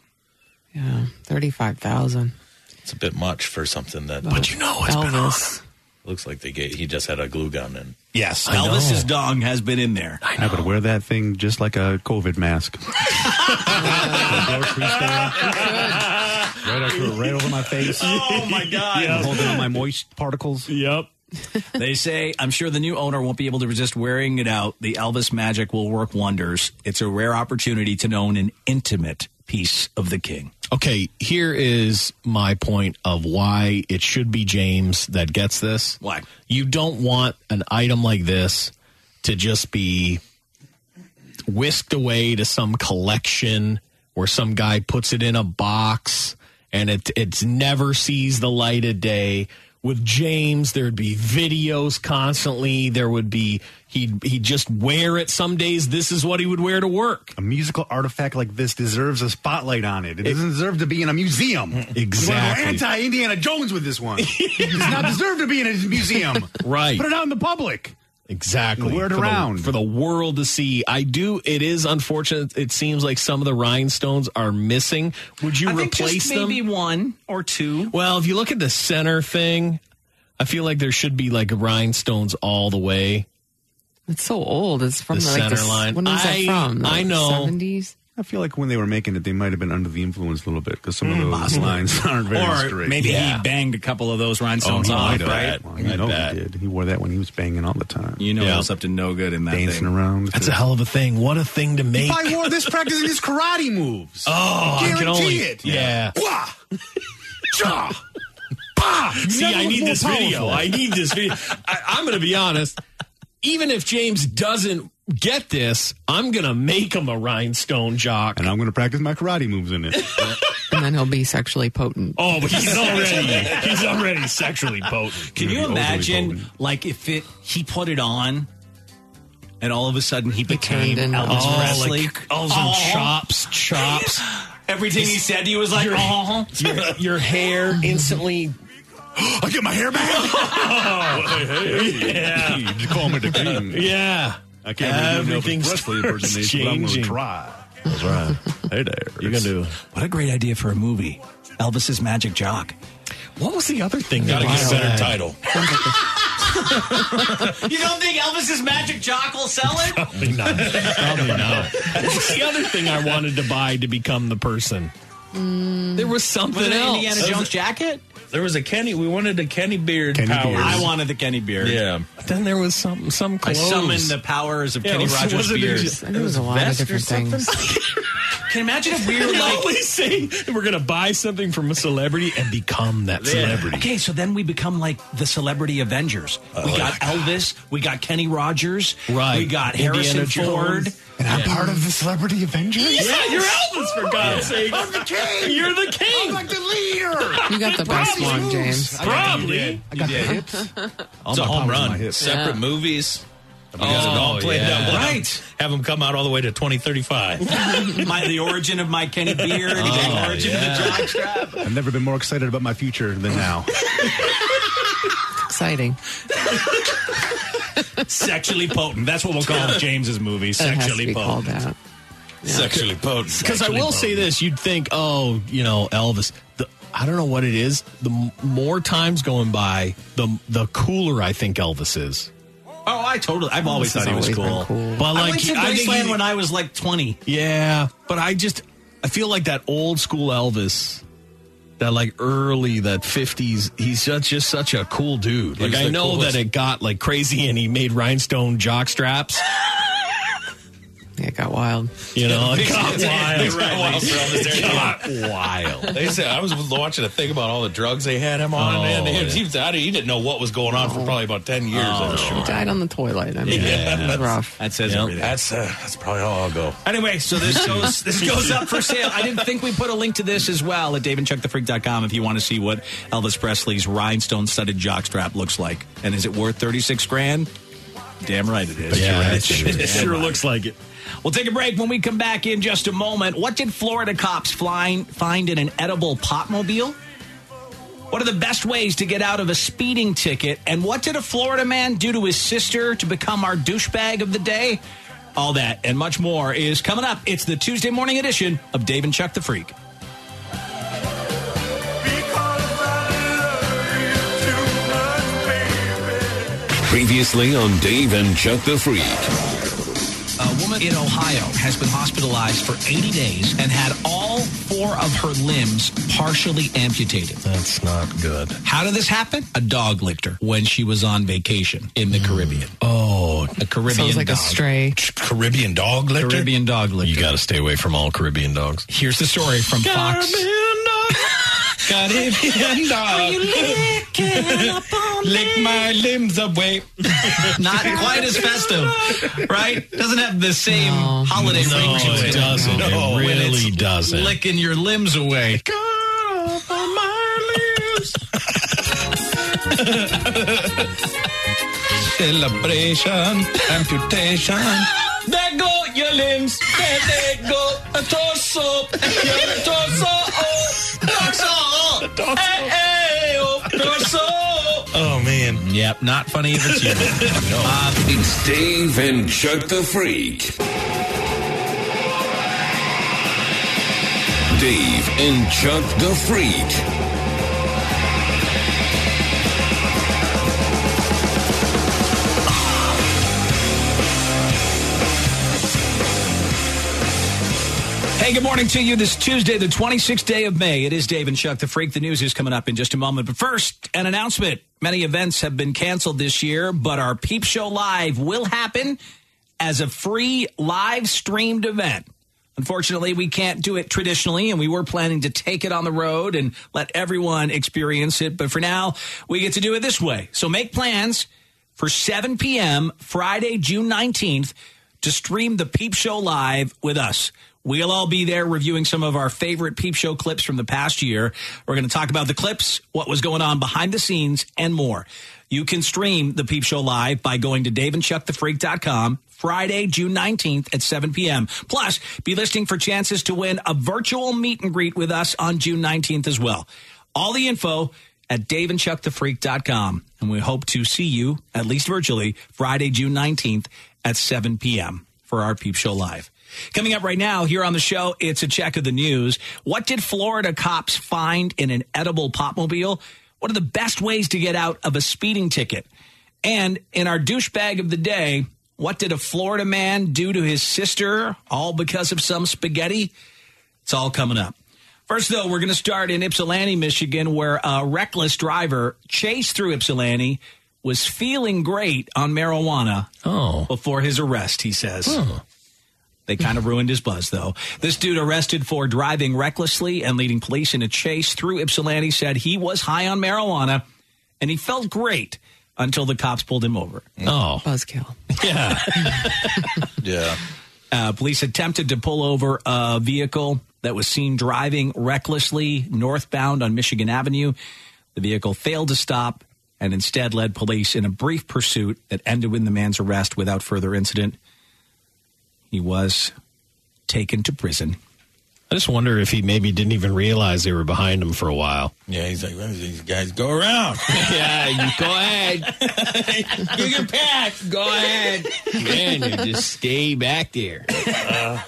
Speaker 2: Yeah, thirty-five thousand.
Speaker 20: It's a bit much for something that.
Speaker 2: But you know it's been Elvis.
Speaker 20: Looks like they get, he just had a glue gun in.
Speaker 1: Yes,
Speaker 20: I
Speaker 1: Elvis's
Speaker 20: know.
Speaker 1: dong has been in there.
Speaker 4: I, would wear that thing just like a COVID mask. Grocery store. right, up- right over my face.
Speaker 1: Oh my God!
Speaker 4: Yeah, holding all my moist particles.
Speaker 1: Yep. they say, I'm sure the new owner won't be able to resist wearing it out. The Elvis magic will work wonders. It's a rare opportunity to own an intimate piece of the king.
Speaker 3: Okay, here is my point of why it should be James that gets this.
Speaker 1: Why?
Speaker 3: You don't want an item like this to just be whisked away to some collection where some guy puts it in a box and it it's never sees the light of day. With James, there'd be videos constantly. There would be he'd he'd just wear it some days. This is what he would wear to work.
Speaker 4: A musical artifact like this deserves a spotlight on it. It, doesn't deserve to be in a museum.
Speaker 3: Exactly.
Speaker 4: Anti Indiana Jones with this one. it does not deserve to be in a museum.
Speaker 3: Right.
Speaker 4: Put it out in the public.
Speaker 3: Exactly.
Speaker 4: Wear it
Speaker 3: For the-
Speaker 4: around.
Speaker 3: for the world to see. I do. It is unfortunate. It seems like some of the rhinestones are missing. Would you
Speaker 1: I think
Speaker 3: replace
Speaker 1: just
Speaker 3: them?
Speaker 1: maybe one or two.
Speaker 3: Well, if you look at the center thing, I feel like there should be like rhinestones all the way.
Speaker 2: It's so old. It's from
Speaker 3: The
Speaker 2: like
Speaker 3: center
Speaker 2: the, s-
Speaker 3: line.
Speaker 2: When was that
Speaker 3: I-
Speaker 2: from? The
Speaker 3: I know.
Speaker 2: seventies.
Speaker 4: I feel like when they were making it, they might have been under the influence a little bit because some of those
Speaker 1: possibly.
Speaker 4: lines aren't very
Speaker 1: or
Speaker 4: straight.
Speaker 1: maybe he banged a couple of those rhinestones
Speaker 4: Oh, he
Speaker 1: off,
Speaker 4: might have.
Speaker 1: right?
Speaker 4: Well, you know he did. He wore that when he was banging all the time.
Speaker 1: You know, it was up to no good in that
Speaker 4: dancing
Speaker 1: thing.
Speaker 4: around.
Speaker 3: That's a hell of a thing. What a thing to make.
Speaker 4: If I wore this practicing his karate moves.
Speaker 3: Oh, I can
Speaker 4: Guarantee
Speaker 3: only.
Speaker 4: it.
Speaker 3: Yeah.
Speaker 4: Wah! Cha!
Speaker 3: See,
Speaker 4: Never
Speaker 3: I
Speaker 4: was
Speaker 3: need
Speaker 4: more
Speaker 3: this video.
Speaker 4: powerful.
Speaker 3: I need this video. I, I'm going to be honest. Even if James doesn't get this, I'm going to make him a rhinestone jock.
Speaker 4: And I'm going to practice my karate moves in it.
Speaker 2: and then he'll be sexually potent.
Speaker 3: Oh, but he's already he's already sexually potent.
Speaker 1: Can you imagine, like, if it he put it on, and all of a sudden he became
Speaker 2: turned into
Speaker 1: Elvis
Speaker 2: Elvis.
Speaker 1: Presley?
Speaker 3: all of a sudden
Speaker 1: Oh.
Speaker 3: chops, chops.
Speaker 1: Everything he said to you was like,
Speaker 3: Your-
Speaker 1: oh,
Speaker 3: Your, your hair instantly.
Speaker 4: I get my hair back.
Speaker 5: Oh,
Speaker 3: Yeah,
Speaker 4: you call me the king.
Speaker 3: yeah.
Speaker 4: I can't believe you know
Speaker 3: Everything's
Speaker 4: the Presley impersonation, but I'm going
Speaker 3: changing.
Speaker 4: to try.
Speaker 3: That's right.
Speaker 4: Hey there.
Speaker 3: You're gonna do.
Speaker 1: What a great idea for a movie. Elvis's Magic Jock.
Speaker 3: What was the other thing?
Speaker 20: Got to
Speaker 3: that
Speaker 20: get a
Speaker 3: Lyle
Speaker 20: better
Speaker 3: had?
Speaker 20: title.
Speaker 1: You don't think Elvis's Magic Jock will sell it?
Speaker 3: Probably not. Probably not. What's the other thing I wanted to buy to become the person? There was something
Speaker 1: Was it
Speaker 3: else.
Speaker 1: Indiana Jones jacket?
Speaker 20: There was a Kenny. We wanted a Kenny Beard
Speaker 4: Kenny
Speaker 20: powers.
Speaker 4: Beard.
Speaker 1: I wanted the Kenny Beard.
Speaker 20: Yeah.
Speaker 3: But then there was some some
Speaker 1: I
Speaker 3: clothes.
Speaker 1: summoned the powers of
Speaker 3: Yeah,
Speaker 1: Kenny
Speaker 3: was-
Speaker 1: Rogers
Speaker 3: wasn't it
Speaker 1: Beard.
Speaker 3: just-
Speaker 2: There was a lot of
Speaker 20: vest or
Speaker 2: different things.
Speaker 1: Can imagine if we were
Speaker 3: They
Speaker 1: like
Speaker 3: always
Speaker 1: saying we're gonna buy something from a celebrity and become that
Speaker 3: celebrity.
Speaker 1: Okay, so then we become like the celebrity Avengers. we got Elvis, we got Kenny Rogers, right? We got Harrison
Speaker 4: Indiana Jones.
Speaker 1: Ford.
Speaker 4: And I'm part of the Celebrity Avengers?
Speaker 1: Yeah, you're Elvis for God's sake.
Speaker 4: I'm the king.
Speaker 1: You're the king.
Speaker 4: I'm like the leader.
Speaker 2: You got the best one, James.
Speaker 20: Probably.
Speaker 4: I got the
Speaker 20: You did.
Speaker 4: hips.
Speaker 20: it's a
Speaker 4: my
Speaker 20: home
Speaker 4: powers in my
Speaker 20: run.
Speaker 4: hips.
Speaker 20: Separate
Speaker 4: Yeah.
Speaker 20: movies. Oh,
Speaker 1: Oh,
Speaker 20: all played
Speaker 1: yeah.
Speaker 20: out. Well,
Speaker 1: Right.
Speaker 20: Have them come out all the way to 2035.
Speaker 1: my the origin of my Kenny Beard, the
Speaker 20: Oh,
Speaker 1: origin of the jockstrap.
Speaker 4: I've never been more excited about my future than now.
Speaker 2: Exciting.
Speaker 1: Sexually potent. That's what we'll call James's movie.
Speaker 3: That has to
Speaker 1: Sexually
Speaker 3: be
Speaker 1: potent.
Speaker 3: called
Speaker 20: Sexually potent.
Speaker 3: Because I will say this, you'd think, oh, you know, Elvis. The, I don't know what it is. The m- more times going by, the the cooler I think Elvis is.
Speaker 1: Oh, I totally. I've always
Speaker 3: has
Speaker 1: thought he was
Speaker 3: always been
Speaker 1: cool.
Speaker 3: cool. But, like,
Speaker 1: I went to
Speaker 3: I think
Speaker 1: Graceland
Speaker 3: he-
Speaker 1: when I was like twenty.
Speaker 3: Yeah, but I just I feel like that old school Elvis, that like early that fifties. He's just, just such a cool dude.
Speaker 20: He
Speaker 3: Like
Speaker 20: was
Speaker 3: I
Speaker 20: the
Speaker 3: know
Speaker 20: coolest.
Speaker 3: that it got like crazy, and he made rhinestone jock straps.
Speaker 2: It got wild.
Speaker 3: You know, it
Speaker 20: They
Speaker 3: got
Speaker 20: said- they
Speaker 3: wild.
Speaker 20: Oh, got wild for Elvis there.
Speaker 3: It got wild.
Speaker 20: They said I was watching a thing about all the drugs they had him on,
Speaker 3: Oh,
Speaker 20: and he,
Speaker 3: yeah.
Speaker 20: he, was out of- he didn't know what was going
Speaker 3: Oh.
Speaker 20: on for probably about ten years. I'm
Speaker 2: He
Speaker 20: sure.
Speaker 2: died on the toilet. I mean,
Speaker 20: Yeah,
Speaker 2: it was rough.
Speaker 1: That says
Speaker 20: Yep.
Speaker 1: everything.
Speaker 20: That's uh, that's probably all I'll go.
Speaker 1: Anyway, so this goes this goes up for sale. I didn't think we put a link to this as well at daveandchuckthefreak.com if you want to see what Elvis Presley's rhinestone studded jockstrap looks like. And is it worth 36 grand? Damn right it is.
Speaker 3: Yeah, it sure
Speaker 1: Damn
Speaker 3: is. Sure
Speaker 1: looks like it. We'll take a break when we come back in just a moment. What did Florida cops flying, find in an edible popmobile? What are the best ways to get out of a speeding ticket? And what did a Florida man do to his sister to become our douchebag of the day? All that and much more is coming up. It's the Tuesday morning edition of Dave and Chuck the Freak.
Speaker 22: Previously on Dave and Chuck the Freak.
Speaker 1: A woman in Ohio has been hospitalized for 80 days and had all four of her limbs partially amputated.
Speaker 3: That's not good.
Speaker 1: How did this happen? A dog licked her when she was on vacation in the Caribbean.
Speaker 3: Hmm. Oh,
Speaker 1: a Caribbean
Speaker 2: Sounds like a
Speaker 1: dog.
Speaker 2: stray.
Speaker 20: Caribbean dog litter.
Speaker 1: Caribbean dog licked
Speaker 3: you got to stay away from all Caribbean dogs.
Speaker 1: Here's the story from Fox.
Speaker 20: Caribbean dog. Lick my limbs away.
Speaker 1: Not quite as festive, right? Doesn't have the same holiday
Speaker 3: No,
Speaker 1: ring to
Speaker 3: it doesn't. It
Speaker 1: when
Speaker 3: really
Speaker 1: it's
Speaker 3: doesn't.
Speaker 1: Licking your limbs away.
Speaker 20: Celebration, amputation.
Speaker 5: There go your limbs. There they go. A torso. Your torso. Oh, torso. Oh. Hey, hey, oh, torso.
Speaker 20: Oh man.
Speaker 1: Yep, not funny if it's human.
Speaker 22: Uh, It's Dave and Chuck the Freak. Dave and Chuck the Freak.
Speaker 1: Hey, good morning to you. This Tuesday, the 26th day of May. It is Dave and Chuck the Freak. The news is coming up in just a moment. But first, an announcement. Many events have been canceled this year, but our Peep Show Live will happen as a free live streamed event. Unfortunately, we can't do it traditionally, and we were planning to take it on the road and let everyone experience it. But for now, we get to do it this way. So make plans for 7 p.m. Friday, June 19th to stream the Peep Show live with us. We'll all be there reviewing some of our favorite Peep Show clips from the past year. We're going to talk about the clips, what was going on behind the scenes, and more. You can stream the Peep Show live by going to daveandchuckthefreak.com Friday, June 19th at 7 p.m. Plus, be listening for chances to win a virtual meet and greet with us on June 19th as well. All the info at daveandchuckthefreak.com. And we hope to see you, at least virtually, Friday, June 19th at 7 p.m. for our Peep Show Live. Coming up right now here on the show, it's a check of the news. What did Florida cops find in an edible popmobile? What are the best ways to get out of a speeding ticket? And in our douchebag of the day, what did a Florida man do to his sister all because of some spaghetti? It's all coming up. First, though, we're going to start in Ypsilanti, Michigan, where a reckless driver chased through Ypsilanti was feeling great on marijuana
Speaker 3: Oh.
Speaker 1: before his arrest, he says. They kind of ruined his buzz, though. This dude arrested for driving recklessly and leading police in a chase through Ypsilanti said he was high on marijuana and he felt great until the cops pulled him over.
Speaker 3: Oh.
Speaker 2: Buzzkill.
Speaker 1: Yeah.
Speaker 20: yeah.
Speaker 1: Uh, police attempted to pull over a vehicle that was seen driving recklessly northbound on Michigan Avenue. The vehicle failed to stop and instead led police in a brief pursuit that ended with the man's arrest without further incident. He was taken to prison.
Speaker 3: I just wonder if he maybe didn't even realize they were behind him for a while.
Speaker 20: Yeah, he's like, well, these guys go around. yeah, you go ahead. you can pass. Go ahead.
Speaker 3: Man, you just stay back there.
Speaker 1: Uh,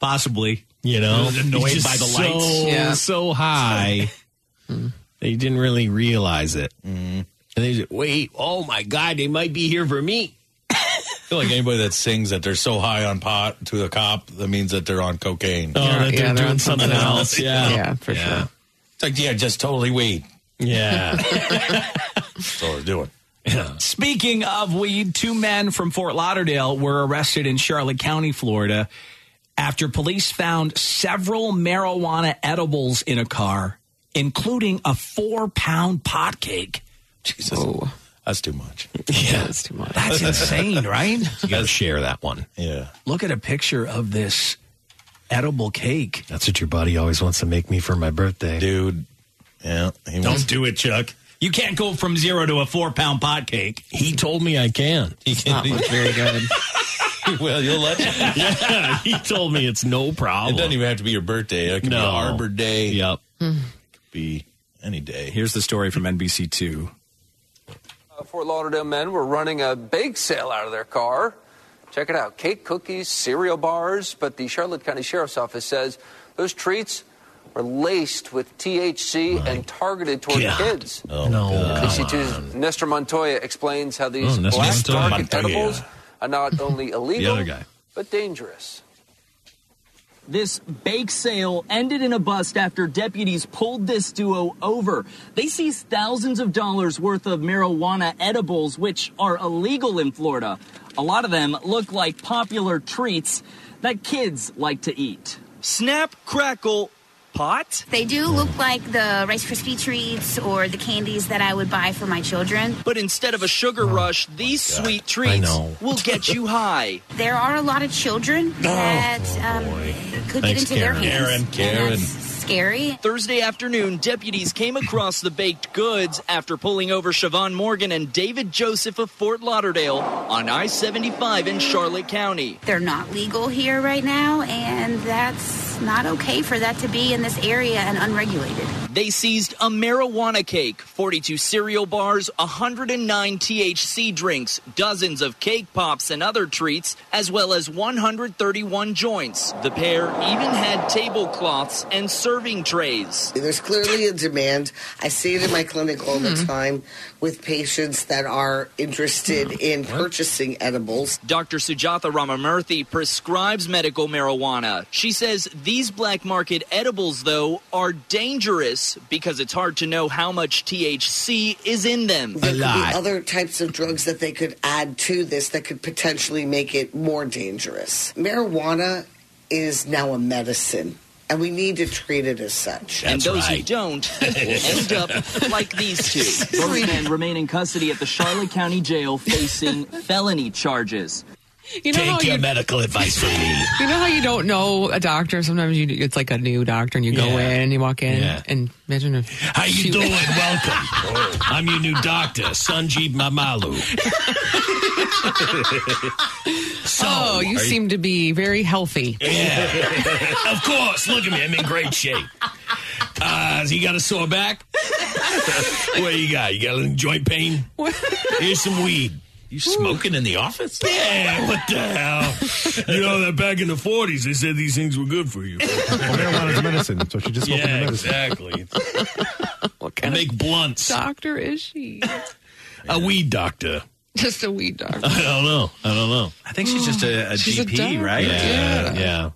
Speaker 1: Possibly.
Speaker 3: You know,
Speaker 1: He was annoyed
Speaker 3: He's just
Speaker 1: by the
Speaker 3: so,
Speaker 1: lights. Yeah. Hmm.
Speaker 3: so high. they didn't really realize it.
Speaker 20: Mm-hmm.
Speaker 3: And they just, wait, oh my God, they might be here for me.
Speaker 20: I feel like anybody that sings that they're so high on pot to the cop, that means that they're on cocaine.
Speaker 3: Oh, that they're doing something else. Yeah.
Speaker 20: sure. It's like, yeah, just totally weed.
Speaker 3: Yeah.
Speaker 20: That's all they're doing.
Speaker 1: Speaking of weed, two men from Fort Lauderdale were arrested in Charlotte County, Florida, after police found several marijuana edibles in a car, including a four pound pot cake.
Speaker 20: Jesus. That's too much.
Speaker 1: Yeah, that's too much. That's insane, right?
Speaker 3: You got to share that one.
Speaker 20: Yeah.
Speaker 1: Look at a picture of this edible cake.
Speaker 3: That's what your buddy always wants to make me for my birthday.
Speaker 20: Dude. Yeah. He
Speaker 3: wants-
Speaker 1: do it, Chuck. You can't go from zero to a four pound pot cake.
Speaker 3: He told me I can.
Speaker 20: He
Speaker 1: not look very
Speaker 3: good.
Speaker 20: well, you'll let you.
Speaker 3: yeah, he told me it's no problem.
Speaker 20: It doesn't even have to be your birthday. It can
Speaker 3: No.
Speaker 20: be Arbor Day.
Speaker 3: Yep.
Speaker 20: be any day.
Speaker 1: Here's the story from NBC2.
Speaker 15: Uh, Fort Lauderdale men were running a bake sale out of their car. Check it out cake, cookies, cereal bars. But the Charlotte County Sheriff's Office says those treats were laced with THC and targeted toward
Speaker 3: God.
Speaker 15: kids.
Speaker 3: Oh, no.
Speaker 15: NBC2's Nestor Montoya explains how these
Speaker 3: Oh, Nestor
Speaker 15: black
Speaker 3: Montoya.
Speaker 15: market
Speaker 3: Montoya.
Speaker 15: edibles are not only
Speaker 3: The
Speaker 15: illegal,
Speaker 3: other guy.
Speaker 15: but dangerous.
Speaker 23: This bake sale ended in a bust after deputies pulled this duo over. They seized thousands of dollars worth of marijuana edibles, which are illegal in Florida. A lot of them look like popular treats that kids like to eat. Snap, crackle, pot?
Speaker 9: They do look like the Rice Krispie treats or the candies that I would buy for my children.
Speaker 23: But instead of a sugar
Speaker 3: Oh
Speaker 23: rush, these sweet treats
Speaker 9: know.
Speaker 23: will get you high.
Speaker 9: There are a lot of children that um,
Speaker 23: Thanks,
Speaker 9: could get into their
Speaker 23: Karen.
Speaker 9: hands.
Speaker 23: Karen,
Speaker 9: and
Speaker 23: Karen.
Speaker 9: that's Scary.
Speaker 23: Thursday afternoon, deputies came across the baked goods after pulling over Siobhan Morgan and David Joseph of Fort Lauderdale on I 75 in Charlotte County.
Speaker 9: They're not legal here right now, and that's not okay for that to be in this area and unregulated.
Speaker 23: They seized a marijuana cake, 42 cereal bars, 109 THC drinks, dozens of cake pops and other treats, as well as 131 joints. The pair even had tablecloths and serving trays.
Speaker 24: There's clearly a demand. I see it in my clinic all the time with patients that are interested in purchasing edibles.
Speaker 23: Dr. Sujatha Ramamurthy prescribes medical marijuana. She says these black market edibles, though, are dangerous because it's hard to know how much THC is in them.
Speaker 24: There could be other types of drugs that they could add to this that could potentially make it more dangerous. Marijuana is now a medicine, and we need to treat it as such.
Speaker 23: and those who don't end up like these two. Both men remain in custody at the Charlotte County Jail facing felony charges.
Speaker 2: You know how you
Speaker 3: medical advice from me.
Speaker 2: You know how you don't know a doctor. Sometimes you, it's like a new doctor, and you go
Speaker 3: Yeah.
Speaker 2: in and you walk in,
Speaker 3: Yeah.
Speaker 2: and imagine if
Speaker 3: How you doing? Welcome. I'm your new doctor, Sanjeev Mamalu. so,
Speaker 2: oh, you
Speaker 3: are
Speaker 2: seem to be very healthy.
Speaker 3: Yeah. of course. Look at me. I'm in great shape. Uh, has he got a sore back? what you got? You got any joint pain? Here's some weed.
Speaker 20: You smoking in the office?
Speaker 3: Yeah, what the hell? You know that back in the 40s, they said these things were good for you.
Speaker 4: marijuana is medicine, so she just opened
Speaker 3: yeah,
Speaker 4: the medicine.
Speaker 3: exactly. Make blunts.
Speaker 2: Doctor is she?
Speaker 3: A weed doctor.
Speaker 2: Just a weed doctor.
Speaker 3: I don't know. I don't know.
Speaker 2: I think she's just a- a She's a GP, doctor, right?
Speaker 3: Yeah.
Speaker 2: yeah.
Speaker 3: Yeah.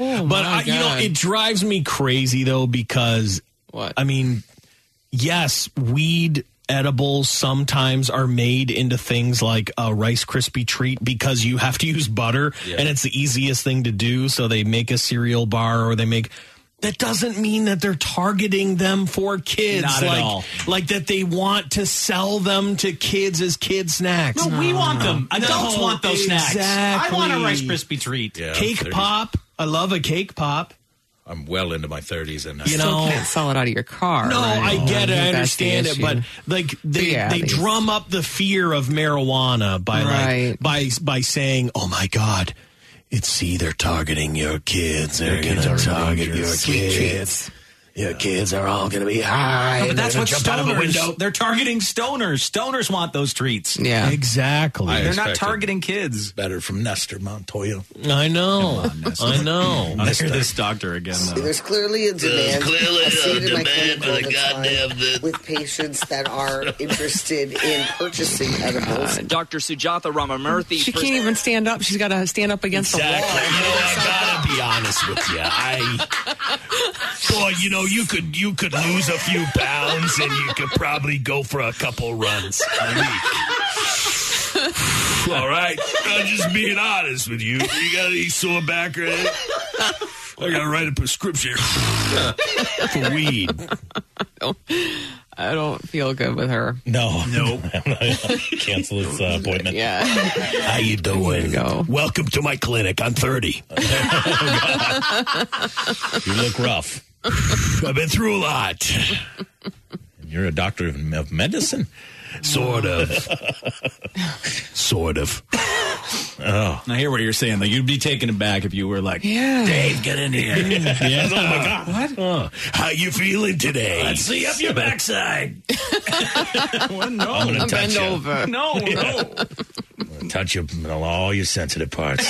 Speaker 2: Oh,
Speaker 3: but
Speaker 2: my
Speaker 3: I, you know,
Speaker 2: God.
Speaker 3: it drives me crazy though because I mean, yes, weed edibles sometimes are made into things like a Rice Krispie treat because you have to use butter and it's the easiest thing to do. So they make a cereal bar or they make. That doesn't mean that they're targeting them for kids.
Speaker 1: Not at
Speaker 3: like,
Speaker 1: all.
Speaker 3: Like that they want to sell them to kids as kid snacks.
Speaker 1: No, we want them. Adults
Speaker 3: No,
Speaker 1: want those snacks. I
Speaker 3: exactly.
Speaker 1: want a Rice Krispie treat.
Speaker 3: Cake pop. I love a cake pop.
Speaker 20: I'm well into my 30s, and uh, I
Speaker 3: You know-
Speaker 2: can't sell it out of your car.
Speaker 3: No,
Speaker 2: right?
Speaker 3: I get
Speaker 2: think
Speaker 3: it. I
Speaker 2: that's the
Speaker 3: understand it, but
Speaker 2: issue.
Speaker 3: like they
Speaker 2: Yeah,
Speaker 3: they
Speaker 2: these-
Speaker 3: drum up the fear of marijuana by like
Speaker 2: Right.
Speaker 3: by by saying, "Oh my god, it's see they're targeting your kids. They're
Speaker 5: Your kids
Speaker 3: gonna
Speaker 5: are
Speaker 3: target your
Speaker 5: dangerous. Sweet
Speaker 3: kids. Your kids are all gonna be high.
Speaker 1: No, but
Speaker 3: and
Speaker 1: that's
Speaker 3: they're
Speaker 1: what
Speaker 3: gonna jump out of a window."
Speaker 1: stoners. They're targeting stoners. Stoners want those treats.
Speaker 3: exactly.
Speaker 1: They're not targeting kids.
Speaker 20: Better from Nestor Montoya.
Speaker 3: I know. I know.
Speaker 1: I hear this doctor again.
Speaker 24: See,
Speaker 1: Though.
Speaker 24: there's clearly a demand.
Speaker 20: clearly
Speaker 24: I see
Speaker 20: a
Speaker 24: it in my
Speaker 20: demand
Speaker 24: clinic all
Speaker 20: for the goddamn
Speaker 24: time with patients that are interested in purchasing edibles.
Speaker 23: Dr. Uh, Sujatha Ramamurthy.
Speaker 2: She
Speaker 23: first-
Speaker 2: can't even stand up. She's got to stand up against the wall.
Speaker 20: Oh,
Speaker 3: gotta be honest with you. I boy, you know, you could you could lose a few pounds and you could probably go for a couple runs a week.
Speaker 5: All right. I'm just being honest with you. You got any sore back or anything? I got to write a prescription for weed.
Speaker 2: I don't feel good with her.
Speaker 20: No,
Speaker 2: no.
Speaker 20: Cancel this uh, appointment.
Speaker 2: Yeah.
Speaker 3: How you doing? Welcome to my clinic. I'm 30.
Speaker 20: You look rough.
Speaker 3: I've been through a lot.
Speaker 20: You're a doctor of, of medicine.
Speaker 3: Sort of. sort of.
Speaker 1: Oh. I hear what you're saying. Though you'd be taken aback if you were like,
Speaker 2: Yeah.
Speaker 1: "Dave, get in here."
Speaker 3: Yeah.
Speaker 1: Oh my god.
Speaker 3: What? How you feeling today?
Speaker 5: Let's see up your backside.
Speaker 1: Well, no.
Speaker 20: I'm gonna touch you.
Speaker 1: No, no.
Speaker 20: Touch you all your sensitive parts.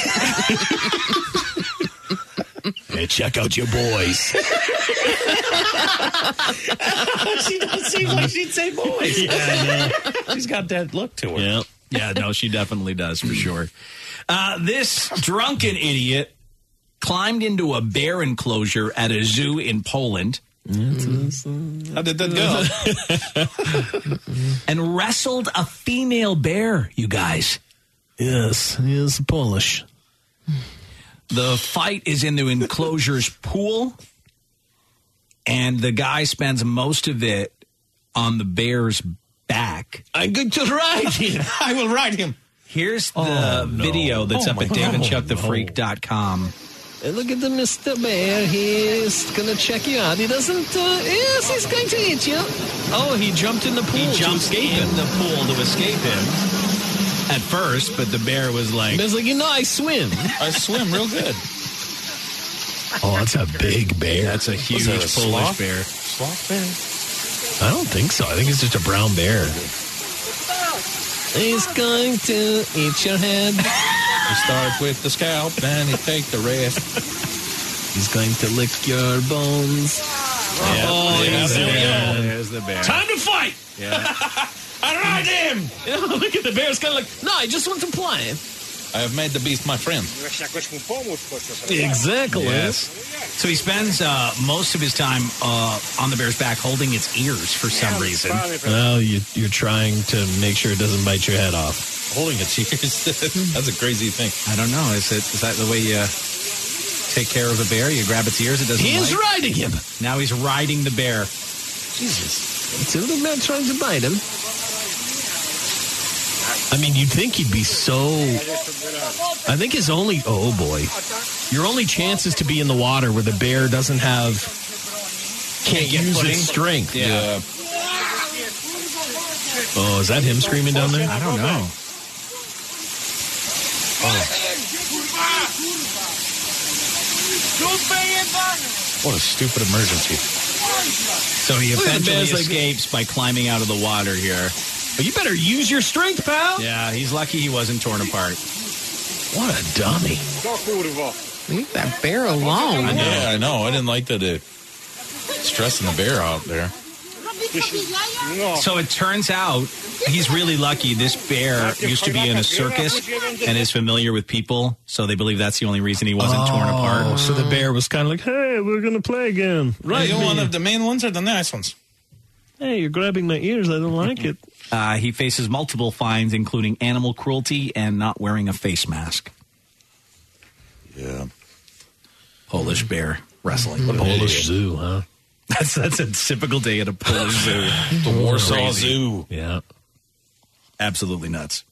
Speaker 3: Hey, check out your boys.
Speaker 5: she doesn't seem like she'd say boys.
Speaker 20: She's got that look to her.
Speaker 1: Yeah. Yeah, no, she definitely does for sure. Uh, this drunken idiot climbed into a bear enclosure at a zoo in Poland. How did that go? and wrestled a female bear, you guys.
Speaker 3: Yes, he is Polish.
Speaker 1: The fight is in the enclosure's pool, and the guy spends most of it on the bear's back.
Speaker 3: I'm going to ride him.
Speaker 1: I will ride him. Here's the video that's
Speaker 3: Oh,
Speaker 1: up
Speaker 3: my
Speaker 1: at
Speaker 3: God.
Speaker 1: daveandchuckthefreak.com.
Speaker 3: Look at the Mr. Bear. He's gonna check you out. He doesn't. Uh, yes, he's going to eat you. Oh, he jumped in the pool.
Speaker 1: He
Speaker 3: to
Speaker 1: jumps
Speaker 3: escape
Speaker 1: in
Speaker 3: him.
Speaker 1: the pool to escape him at first, but the bear was like,
Speaker 3: Bear's like, you know, I swim.
Speaker 20: I swim real good.
Speaker 3: Oh, that's a big bear.
Speaker 1: That's a huge
Speaker 3: that a
Speaker 1: Polish
Speaker 3: sloth?
Speaker 1: bear.
Speaker 3: I don't think so. I think it's just a brown bear. He's going to eat your head.
Speaker 20: He starts with the scalp and he take the rest.
Speaker 3: He's going to lick your bones.
Speaker 1: Oh,
Speaker 3: he's
Speaker 1: there
Speaker 3: there.
Speaker 1: we go. There's the bear.
Speaker 5: Time to fight.
Speaker 1: Yeah.
Speaker 5: I ride him.
Speaker 3: Look at the bear. It's kind of like, no, I just want to play.
Speaker 20: I have made the beast my friend.
Speaker 3: Exactly.
Speaker 1: So he spends uh, most of his time uh, on the bear's back holding its ears for some reason.
Speaker 3: Well, you, you're trying to make sure it doesn't bite your head off.
Speaker 20: Holding its ears. That's a crazy thing.
Speaker 1: I don't know. Is, it, is that the way you uh, take care of a bear? You grab its ears, it doesn't
Speaker 3: He is
Speaker 1: like?
Speaker 3: riding him.
Speaker 1: Now he's riding the bear.
Speaker 3: Jesus. It's a little man trying to bite him. I mean, you'd think he'd be so. I think his only. Oh boy. Your only chance is to be in the water where the bear doesn't have. Can't
Speaker 20: get
Speaker 3: use
Speaker 20: footing.
Speaker 3: its strength.
Speaker 20: Yeah.
Speaker 3: Oh, is that him screaming down there?
Speaker 1: I don't know.
Speaker 20: What a stupid emergency.
Speaker 1: So he
Speaker 3: Look at the
Speaker 1: eventually
Speaker 3: bear's like-
Speaker 1: escapes by climbing out of the water here.
Speaker 3: But you better use your strength, pal.
Speaker 1: Yeah, he's lucky he wasn't torn apart.
Speaker 3: What a dummy.
Speaker 2: Leave that bear alone.
Speaker 20: Oh. Yeah, I know. I didn't like that it stressing the bear out there.
Speaker 1: So it turns out he's really lucky. This bear used to be in a circus and is familiar with people, so they believe that's the only reason he wasn't torn
Speaker 3: Oh,
Speaker 1: apart.
Speaker 3: so the bear was kind of like, hey, we're going to play again.
Speaker 20: Right.
Speaker 3: Right.
Speaker 20: You want the main ones or the nice ones?
Speaker 1: Hey, you're grabbing my ears. I don't like it. Uh, he faces multiple fines, including animal cruelty and not wearing a face mask.
Speaker 20: Yeah.
Speaker 1: Polish bear wrestling.
Speaker 3: What an Polish idiot.
Speaker 1: zoo, huh? That's that's a typical day at a Polish zoo.
Speaker 20: The Warsaw
Speaker 1: Zoo. Yeah. Absolutely nuts.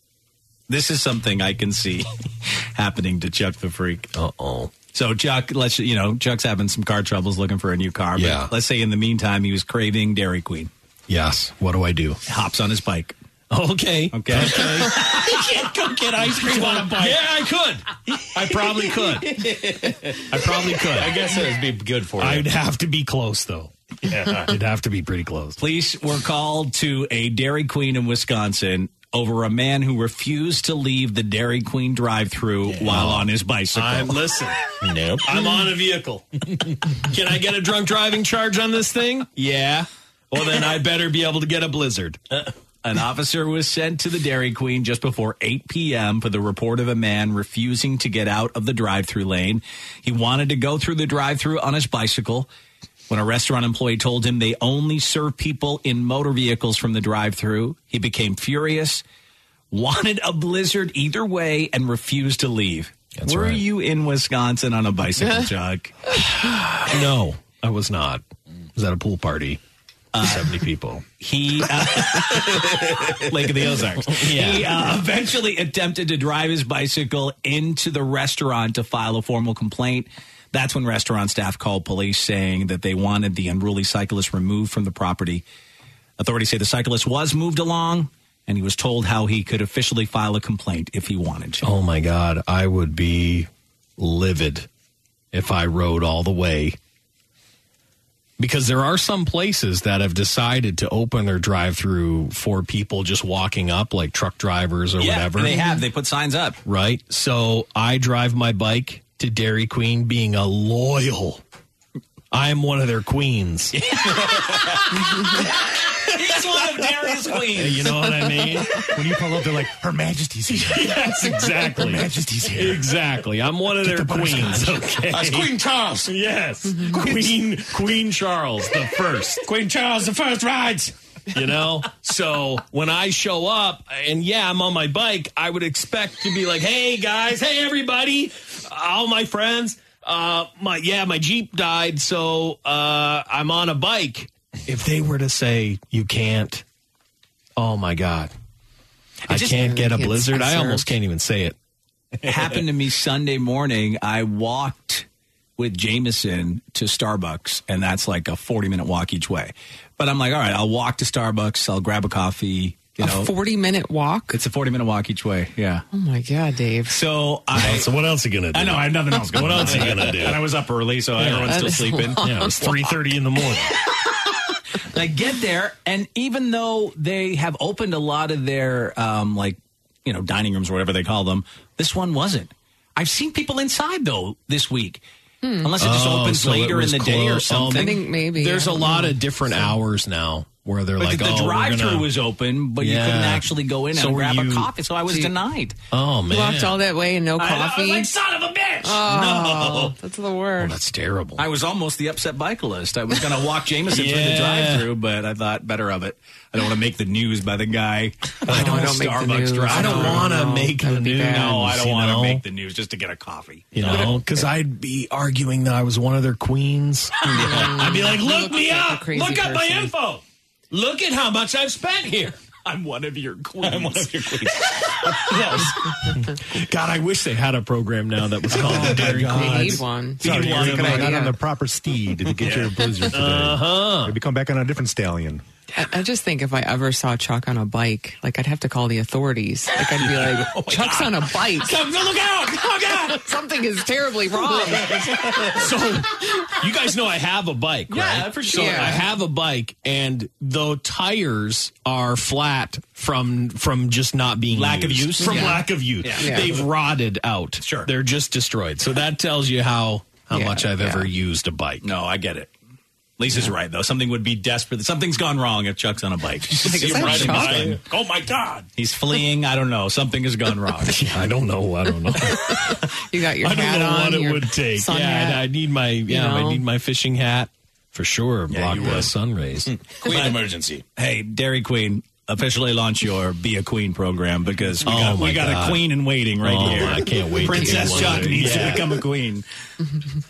Speaker 1: This is something I can see happening to Chuck the Freak. Uh oh. So Chuck, let's you know, Chuck's having some car troubles looking for a new car. But
Speaker 3: Yeah.
Speaker 1: let's say in the meantime he was craving Dairy Queen.
Speaker 3: Yes. What do I do?
Speaker 1: Hops on his bike.
Speaker 3: Okay.
Speaker 1: Okay.
Speaker 5: you can't go get ice cream on a bike.
Speaker 20: Yeah, I could.
Speaker 1: I probably could. I probably could.
Speaker 20: I guess it'd be good for you.
Speaker 1: I'd have to be close though.
Speaker 20: Yeah.
Speaker 1: It'd have to be pretty close. Police were called to a Dairy Queen in Wisconsin over a man who refused to leave the Dairy Queen drive-through while on his bicycle.
Speaker 5: I'm- listen.
Speaker 1: nope.
Speaker 5: I'm on a vehicle. Can I get a drunk driving charge on this thing?
Speaker 1: Yeah.
Speaker 5: Well, then I better be able to get a blizzard.
Speaker 1: An officer was sent to the Dairy Queen just before 8 p.m. for the report of a man refusing to get out of the drive through lane. He wanted to go through the drive through on his bicycle. When a restaurant employee told him they only serve people in motor vehicles from the drive through, he became furious, wanted a blizzard either way, and refused to leave. Were you in Wisconsin on a bicycle, Chuck?
Speaker 3: no, I was not. I was at a pool party. 70 people.
Speaker 1: He, uh, Lake of the Ozarks. He uh, eventually attempted to drive his bicycle into the restaurant to file a formal complaint. That's when restaurant staff called police saying that they wanted the unruly cyclist removed from the property. Authorities say the cyclist was moved along and he was told how he could officially file a complaint if he wanted to.
Speaker 3: Oh my God. I would be livid if I rode all the way. Because there are some places that have decided to open their drive through for people just walking up, like truck drivers or
Speaker 1: yeah,
Speaker 3: whatever.
Speaker 1: They have. They put signs up.
Speaker 3: Right. So I drive my bike to Dairy Queen being a loyal. I'm one of their queens.
Speaker 5: He's one of Darius Queen.
Speaker 3: You know what I mean? When you pull up, they're like, Her Majesty's here. yes, exactly.
Speaker 5: Her Majesty's here.
Speaker 3: Exactly. I'm one of
Speaker 5: Get
Speaker 3: their
Speaker 5: the
Speaker 3: queens.
Speaker 5: butterscotch.
Speaker 3: Okay.
Speaker 5: That's Queen
Speaker 20: Charles. Mm-hmm.
Speaker 3: Yes. Queen Queen Charles the first.
Speaker 20: Queen Charles the first rides.
Speaker 3: You know?
Speaker 5: So when I show up, and yeah, I'm on my bike, I would expect to be like, "Hey guys, hey everybody, all my friends, uh, my yeah, my Jeep died, so uh, I'm on a bike."
Speaker 3: If they were to say you can't, oh my God. I can't get a
Speaker 1: It's
Speaker 3: blizzard. I
Speaker 1: absurd.
Speaker 3: almost can't even say it.
Speaker 1: It happened to me Sunday morning. I walked with Jameson to Starbucks, and that's like a 40 minute walk each way. But I'm like, all right, I'll walk to Starbucks, I'll grab a coffee. You know,
Speaker 2: a 40 minute walk?
Speaker 1: It's a 40 minute walk each way. Yeah.
Speaker 2: Oh my God, Dave.
Speaker 1: So I.
Speaker 3: Oh, So what else are you gonna do?
Speaker 1: I know I have nothing else. Going
Speaker 3: What
Speaker 1: on.
Speaker 3: else are you gonna do?
Speaker 1: And I was up early, so
Speaker 3: Yeah,
Speaker 1: everyone's
Speaker 3: that
Speaker 1: still
Speaker 3: is a
Speaker 1: sleeping.
Speaker 3: long Yeah, it was 3:30 in the morning.
Speaker 1: I get there, and even though they have opened a lot of their um, like you know dining rooms or whatever they call them, this one wasn't. I've seen people inside though this week, unless it just
Speaker 3: Oh,
Speaker 1: opens
Speaker 3: so it
Speaker 1: later in
Speaker 3: was
Speaker 1: the day or
Speaker 3: closed. Oh,
Speaker 1: something.
Speaker 3: I think
Speaker 2: maybe,
Speaker 3: There's
Speaker 2: I
Speaker 3: a
Speaker 2: don't
Speaker 3: lot
Speaker 2: know.
Speaker 3: of different hours now where they're
Speaker 1: But
Speaker 3: like,
Speaker 1: the,
Speaker 3: oh, we're
Speaker 1: drive-through
Speaker 3: gonna-
Speaker 1: was open, but
Speaker 3: Yeah.
Speaker 1: you couldn't actually go in
Speaker 3: So
Speaker 1: and
Speaker 3: were
Speaker 1: grab
Speaker 3: you-
Speaker 1: a coffee, so I was
Speaker 3: So you-
Speaker 1: denied.
Speaker 3: Oh man,
Speaker 2: Walked all that way and no
Speaker 1: I know, I was
Speaker 2: coffee.
Speaker 1: like, son of a bitch!
Speaker 2: Oh,
Speaker 1: No.
Speaker 2: That's the worst.
Speaker 3: that's terrible.
Speaker 1: I was almost the upset bicyclist. I was going to walk Jameson through the
Speaker 3: Yeah.
Speaker 1: drive-through, but I thought better of it. I don't want to make the news by the guy. I
Speaker 3: don't make the news. I don't wanna
Speaker 1: No,
Speaker 3: make
Speaker 1: that'd
Speaker 3: the
Speaker 1: be bad.
Speaker 3: news,
Speaker 1: No, I don't
Speaker 3: you
Speaker 1: want to
Speaker 3: know?
Speaker 1: make the news just to get a coffee.
Speaker 3: You know, because I'd be arguing that I was one of their queens.
Speaker 5: I'd be like, "Look me up,
Speaker 2: crazy
Speaker 5: look up my
Speaker 2: person."
Speaker 5: info, look at how much I've spent here."
Speaker 1: I'm one of your queens. I'm
Speaker 5: one of your queens.
Speaker 3: God, I wish they had a program now that
Speaker 1: Oh
Speaker 3: was called Dairy
Speaker 2: They
Speaker 3: Queen.
Speaker 2: need one.
Speaker 4: Sorry,
Speaker 3: Feed
Speaker 4: you're
Speaker 3: one,
Speaker 4: not
Speaker 3: good
Speaker 4: not
Speaker 2: idea.
Speaker 4: on the proper steed to get your blizzard today. Uh-huh. Maybe come back on a different stallion.
Speaker 2: I, I just think if I ever saw Chuck on a bike, like I'd have to call the authorities. Like I'd be like, Chuck's on a bike.
Speaker 5: look out! Look out!
Speaker 2: Something is terribly wrong.
Speaker 3: So you guys know I have a bike, right?
Speaker 2: Yeah, for
Speaker 3: So
Speaker 2: sure.
Speaker 3: I have a bike, and the tires are flat from from just not being
Speaker 1: Lack of
Speaker 3: used.
Speaker 1: use?
Speaker 3: from
Speaker 1: Yeah.
Speaker 3: lack of use.
Speaker 1: Yeah. Yeah.
Speaker 3: They've rotted out.
Speaker 1: Sure.
Speaker 3: they're just destroyed. So that tells you how how
Speaker 1: Yeah,
Speaker 3: much I've
Speaker 1: yeah.
Speaker 3: ever used a bike.
Speaker 1: No, I get it. Lisa's right though. Something would be desperate. Something's gone wrong if Chuck's on a bike.
Speaker 2: Is that Chuck?
Speaker 1: riding behind.
Speaker 5: Oh my god!
Speaker 1: He's fleeing. I don't know. Something has gone wrong.
Speaker 3: I don't know. I don't know.
Speaker 2: You got your
Speaker 3: I don't
Speaker 2: hat
Speaker 3: know
Speaker 2: on.
Speaker 3: what it
Speaker 2: your
Speaker 3: would take.
Speaker 2: sun
Speaker 3: Yeah,
Speaker 2: hat.
Speaker 3: I I need my yeah,
Speaker 2: know?
Speaker 3: I need my fishing hat. for sure. Block
Speaker 1: you
Speaker 3: the
Speaker 1: would. Hmm.
Speaker 3: sun rays.
Speaker 1: Queen emergency. Hey, Dairy Queen, officially launch your Be a Queen program because we
Speaker 3: Oh
Speaker 1: got, we
Speaker 3: my
Speaker 1: got
Speaker 3: God.
Speaker 1: a queen in waiting right
Speaker 3: Oh,
Speaker 1: here.
Speaker 3: I can't wait to get
Speaker 1: Princess
Speaker 3: one
Speaker 1: Chuck
Speaker 3: of these.
Speaker 1: needs
Speaker 3: Yeah.
Speaker 1: to become a queen.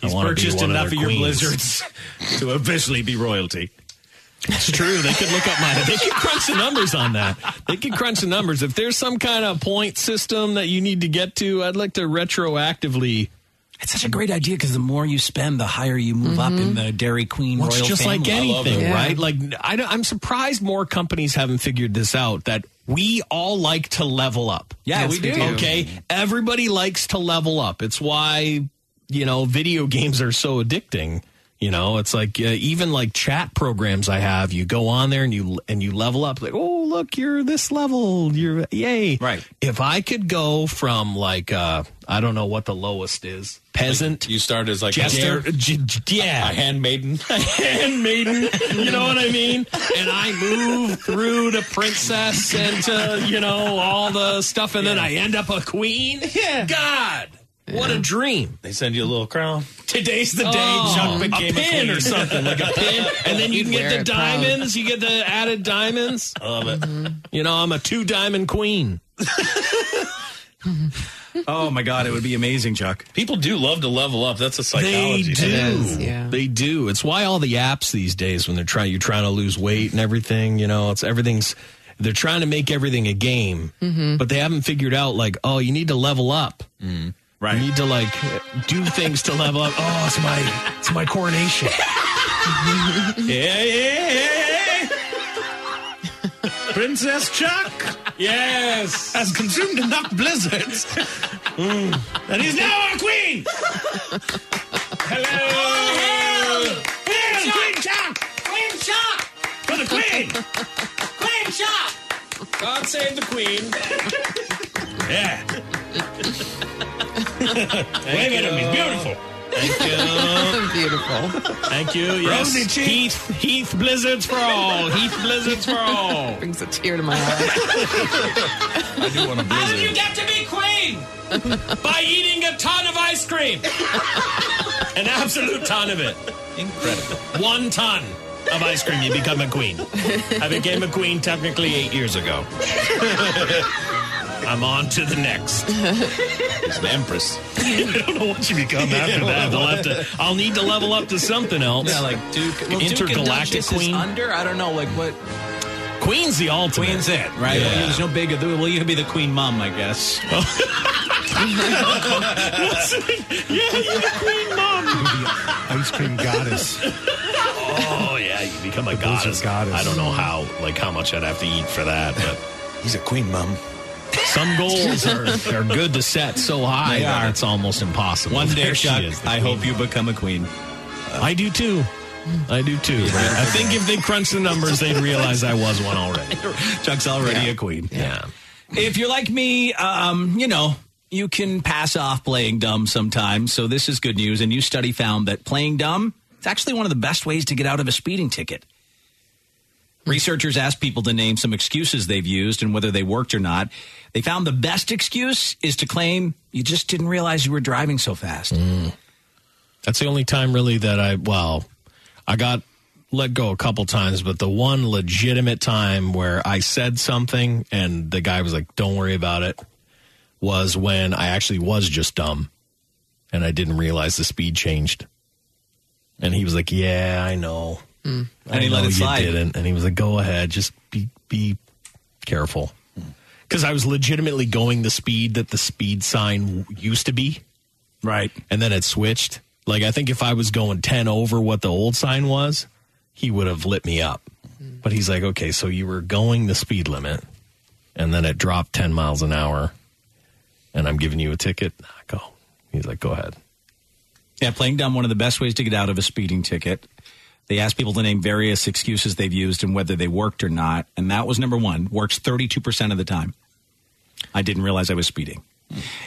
Speaker 1: He's
Speaker 3: wanna be
Speaker 1: purchased
Speaker 3: one of
Speaker 1: enough
Speaker 3: their
Speaker 1: of, your
Speaker 3: queens.
Speaker 1: blizzards to officially be royalty.
Speaker 3: It's true. They could look up my. They could crunch the numbers on that. They could crunch the numbers. If there's some kind of point system that you need to get to, I'd like to retroactively.
Speaker 1: It's such a great idea because the more you spend, the higher you move up in the Dairy Queen
Speaker 3: Well,
Speaker 1: royal
Speaker 3: it's Mm-hmm. just like
Speaker 1: family.
Speaker 3: anything, right? Like I don't, I'm surprised more companies haven't figured this out that we all like to level up.
Speaker 1: Yeah, Yes, we we do. do.
Speaker 3: Okay, everybody likes to level up. It's why you know video games are so addicting. You know, it's like uh, even like chat programs I have. You go on there and you and you level up. Like, oh look, you're this level. You're yay. Right. If I could go from like uh I don't know what the lowest is peasant.
Speaker 20: you start as like
Speaker 3: Jester,
Speaker 20: a,
Speaker 3: j- j- yeah,
Speaker 20: a handmaiden.
Speaker 3: handmaiden. You know what I mean? And I move through to princess and to, you know, all the stuff, and then I end up a queen. Yeah. God. What a dream!
Speaker 20: They send you a little crown.
Speaker 1: Today's the
Speaker 3: day
Speaker 20: Oh,
Speaker 3: Chuck became
Speaker 20: a pin
Speaker 3: or something like a pin, and then you
Speaker 20: You'd
Speaker 3: can get
Speaker 20: wear
Speaker 3: the
Speaker 20: it proud.
Speaker 3: diamonds. You get the added diamonds.
Speaker 20: I love it.
Speaker 3: You know, I'm a two diamond queen.
Speaker 1: Oh my God, it would be amazing, Chuck.
Speaker 20: People do love to level up. That's a psychology.
Speaker 3: They do. They do. It's why all the apps these days, when they're trying, you're trying to lose weight and everything. You know, it's everything's. They're trying to make everything a game,
Speaker 2: Mm-hmm.
Speaker 5: Mhm.
Speaker 3: but they haven't figured out like, oh, you need to level up. Mm. Right. You need to like do things to level up. Oh, it's my it's my coronation.
Speaker 5: Yeah, yeah, yeah,
Speaker 1: Princess Chuck.
Speaker 5: Yes. Hmm. Has consumed enough blizzards. And he's now our queen. Hello. Hail, Queen Chuck. Queen Chuck. For the queen. Queen Chuck. God save the queen. yeah. Wave at him. He's beautiful.
Speaker 3: Thank
Speaker 5: you. beautiful.
Speaker 3: Thank you.
Speaker 5: Rosy
Speaker 3: Yes.
Speaker 5: cheeks.
Speaker 3: Heath Heath Blizzards for all. Heath Blizzards for all.
Speaker 2: Brings a tear to my eye.
Speaker 20: I do want a
Speaker 5: How did you get to be queen? By eating a ton of ice cream.
Speaker 3: An absolute ton of it. Incredible. One ton of ice cream, you become a queen. I became a queen technically eight years ago. I'm on to the next. It's the Empress. I don't know what you become after that. I'll, have to, I'll need to level up to something else.
Speaker 12: Yeah, like Duke. Well, Duke and
Speaker 3: Intergalactic
Speaker 12: Duchess is
Speaker 3: queen.
Speaker 12: under, I don't know, like what.
Speaker 3: Queen's the ultimate.
Speaker 1: Queen's it, right?
Speaker 12: Yeah.
Speaker 1: There's no big. Well, you could be the queen mom, I guess.
Speaker 3: Oh.
Speaker 5: yeah, you're the queen mom.
Speaker 3: Ice cream goddess. oh yeah, you become a goddess. goddess. I don't know how, like how much I'd have to eat for that, but he's a queen, mum. Some goals are, are good to set so high
Speaker 1: They
Speaker 3: that
Speaker 1: are.
Speaker 3: it's almost impossible.
Speaker 1: One day,
Speaker 3: There she
Speaker 1: Chuck,
Speaker 3: is, the
Speaker 1: I
Speaker 3: queen.
Speaker 1: hope you become a queen.
Speaker 3: I do too. I do too. I think if they crunch the numbers, they'd realize I was one already.
Speaker 1: Chuck's already a queen.
Speaker 3: Yeah.
Speaker 1: If you're like me, um, you know, you can pass off playing dumb sometimes. So this is good news. A new study found that playing dumb is actually one of the best ways to get out of a speeding ticket. Researchers asked people to name some excuses they've used and whether they worked or not. They found the best excuse is to claim you just didn't realize you were driving so fast.
Speaker 3: That's the only time really that I well, I got let go a couple times, but the one legitimate time where I said something and the guy was like, "Don't worry about it," was when I actually was just dumb and I didn't realize the speed changed. And he was like, "Yeah, I know." I
Speaker 2: Hmm.
Speaker 1: And he let
Speaker 3: know
Speaker 1: it
Speaker 3: you
Speaker 1: slide.
Speaker 3: Didn't. And he was like, "Go ahead, just be be careful." Because I was legitimately going the speed that the speed sign w- used to be.
Speaker 1: Right.
Speaker 3: And then it switched. Like, I think if I was going 10 over what the old sign was, he would have lit me up. But he's like, okay, so you were going the speed limit, and then it dropped 10 miles an hour, and I'm giving you a ticket. Nah, go. He's like, go ahead.
Speaker 1: Yeah, playing dumb, one of the best ways to get out of a speeding ticket. They asked people to name various excuses they've used and whether they worked or not. And that was number one works 32% of the time. I didn't realize I was speeding.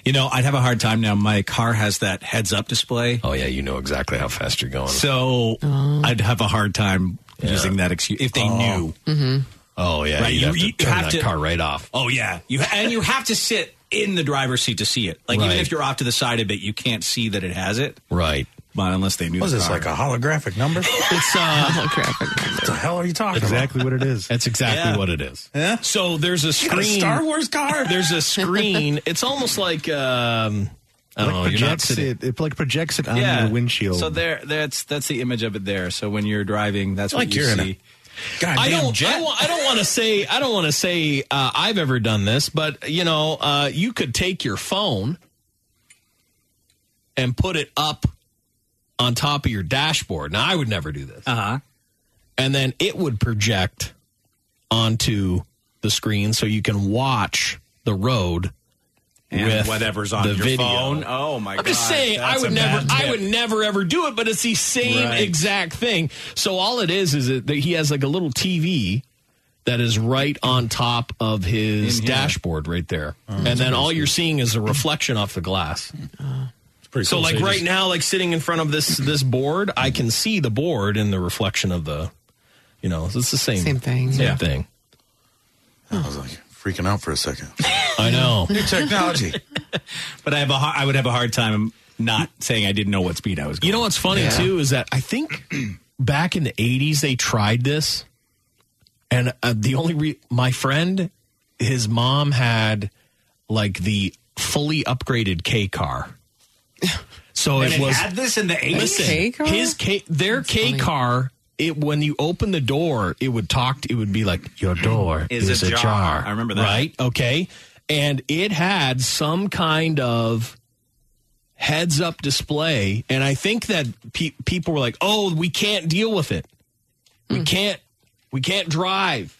Speaker 1: You know, I'd have a hard time now. My car has that heads up display.
Speaker 3: Oh, yeah, you know exactly how fast you're going.
Speaker 1: So I'd have a hard time using that excuse if they knew.
Speaker 2: Mm-hmm.
Speaker 3: Oh, yeah.
Speaker 1: Right,
Speaker 3: you'd
Speaker 1: you-
Speaker 3: have to
Speaker 1: you
Speaker 3: turn
Speaker 1: have
Speaker 3: that
Speaker 1: to-
Speaker 3: car right off.
Speaker 1: Oh, yeah. You And you have to sit in the driver's seat to see it. Like, even
Speaker 3: Right.
Speaker 1: if you're off to the side a bit, you can't see that it has it.
Speaker 3: Right.
Speaker 1: But unless they knew,
Speaker 25: Was
Speaker 1: the
Speaker 25: this
Speaker 1: car.
Speaker 25: like a holographic number?
Speaker 1: It's uh, holographic.
Speaker 25: What the hell are you talking
Speaker 1: Exactly
Speaker 25: about?
Speaker 1: what it
Speaker 4: is.
Speaker 3: That's exactly what it is.
Speaker 25: Yeah.
Speaker 3: So there's a
Speaker 25: You got a
Speaker 3: screen.
Speaker 25: Star Wars car?
Speaker 3: There's a screen. it's almost like um, I
Speaker 4: Like
Speaker 3: don't know. You're not
Speaker 4: projects
Speaker 3: sitting.
Speaker 4: it, it like projects it on your
Speaker 25: E
Speaker 4: windshield.
Speaker 1: So there, that's that's the image of it there. So when you're driving, that's
Speaker 3: Like
Speaker 1: what you
Speaker 3: you're in a
Speaker 1: see.
Speaker 3: I don't. I, wa- I don't want to say. I don't want to say uh, I've ever done this, but you know, uh, you could take your phone and put it up on top of your dashboard. Now, I would never do this. Uh
Speaker 1: huh.
Speaker 3: And then it would project onto the screen, so you can watch the road
Speaker 1: and
Speaker 3: with
Speaker 1: whatever's on
Speaker 3: the
Speaker 1: your
Speaker 3: video.
Speaker 1: phone. Oh my!
Speaker 3: I'm just
Speaker 1: God,
Speaker 3: saying, I
Speaker 1: that's
Speaker 3: would
Speaker 1: a
Speaker 3: never,
Speaker 1: bad
Speaker 3: I
Speaker 1: tip.
Speaker 3: would never ever do it. But it's the same
Speaker 1: Right.
Speaker 3: exact thing. So all it is is that he has like a little TV that is right on top of his
Speaker 1: In here.
Speaker 3: dashboard right there,
Speaker 1: that's
Speaker 3: and then
Speaker 1: pretty
Speaker 3: all you're seeing is a reflection off the glass. So
Speaker 1: cool.
Speaker 3: like
Speaker 1: So you
Speaker 3: right
Speaker 1: just-
Speaker 3: now, like sitting in front of this this board, I can see the board in the reflection of the, you know, it's the same
Speaker 2: Same thing.
Speaker 3: same
Speaker 2: Yeah.
Speaker 3: thing.
Speaker 25: I was like freaking out for a second.
Speaker 3: I know.
Speaker 25: New technology.
Speaker 1: but I have a, har- I would have a hard time not saying I didn't know what speed I was. going.
Speaker 3: You know what's funny
Speaker 1: Yeah.
Speaker 3: too is that I think back in the '80s they tried this, and uh, the only re- my friend, his mom had like the fully upgraded K car. So
Speaker 1: And
Speaker 3: it
Speaker 1: it
Speaker 3: was
Speaker 1: had this in the 80s?
Speaker 3: Listen,
Speaker 1: K car?
Speaker 3: his K, their K car. It when you open the door, it would talk. To, it would be like your door
Speaker 1: Is
Speaker 3: is,
Speaker 1: ajar."
Speaker 3: ajar.
Speaker 1: I remember that.
Speaker 3: Right? Okay, and it had some kind of heads up display and i think that pe- people were like oh we can't deal with it we can't we can't drive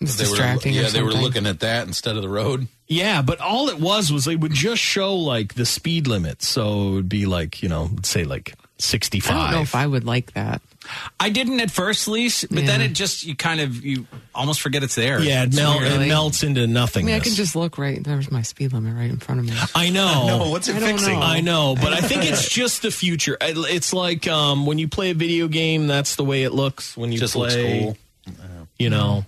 Speaker 2: Hmm. It's
Speaker 20: They were-
Speaker 2: distracting or
Speaker 20: yeah, they were
Speaker 2: something.
Speaker 20: looking at that instead of the road.
Speaker 3: yeah but all it was was they would just show like the speed limit so it would be like you know say like 65
Speaker 2: I don't know if I would like that.
Speaker 1: I didn't at first, least, but then it just you kind of you almost forget it's there.
Speaker 3: yeah it,
Speaker 1: It's
Speaker 3: mel-
Speaker 1: weird.
Speaker 3: it melts into
Speaker 2: I
Speaker 3: nothing
Speaker 2: mean, I can just look right. There's my speed limit right in front of me.
Speaker 3: I know.
Speaker 2: No, what's it I don't fixing? know.
Speaker 3: I know, but I think
Speaker 2: I-
Speaker 3: it's just the future. I- It's like um, when you play a video game, that's the way it looks when you
Speaker 1: Just looks
Speaker 3: play.
Speaker 1: cool.
Speaker 3: You know,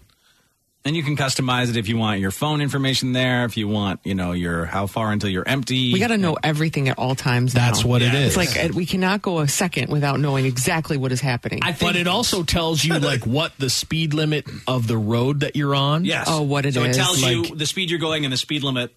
Speaker 1: Then you can customize it if you want your phone information there, if you want, you know, your how far until you're empty.
Speaker 2: We got to know everything at all times. now.
Speaker 3: That's what it Yeah.
Speaker 2: It's
Speaker 3: is.
Speaker 2: like uh, we cannot go a second without knowing exactly what is happening.
Speaker 3: but it also tells you like what the speed limit of the road that you're on.
Speaker 1: Yes.
Speaker 2: Oh, what it
Speaker 1: so
Speaker 2: is.
Speaker 1: it tells
Speaker 2: Like-
Speaker 1: you the speed you're going and the speed limit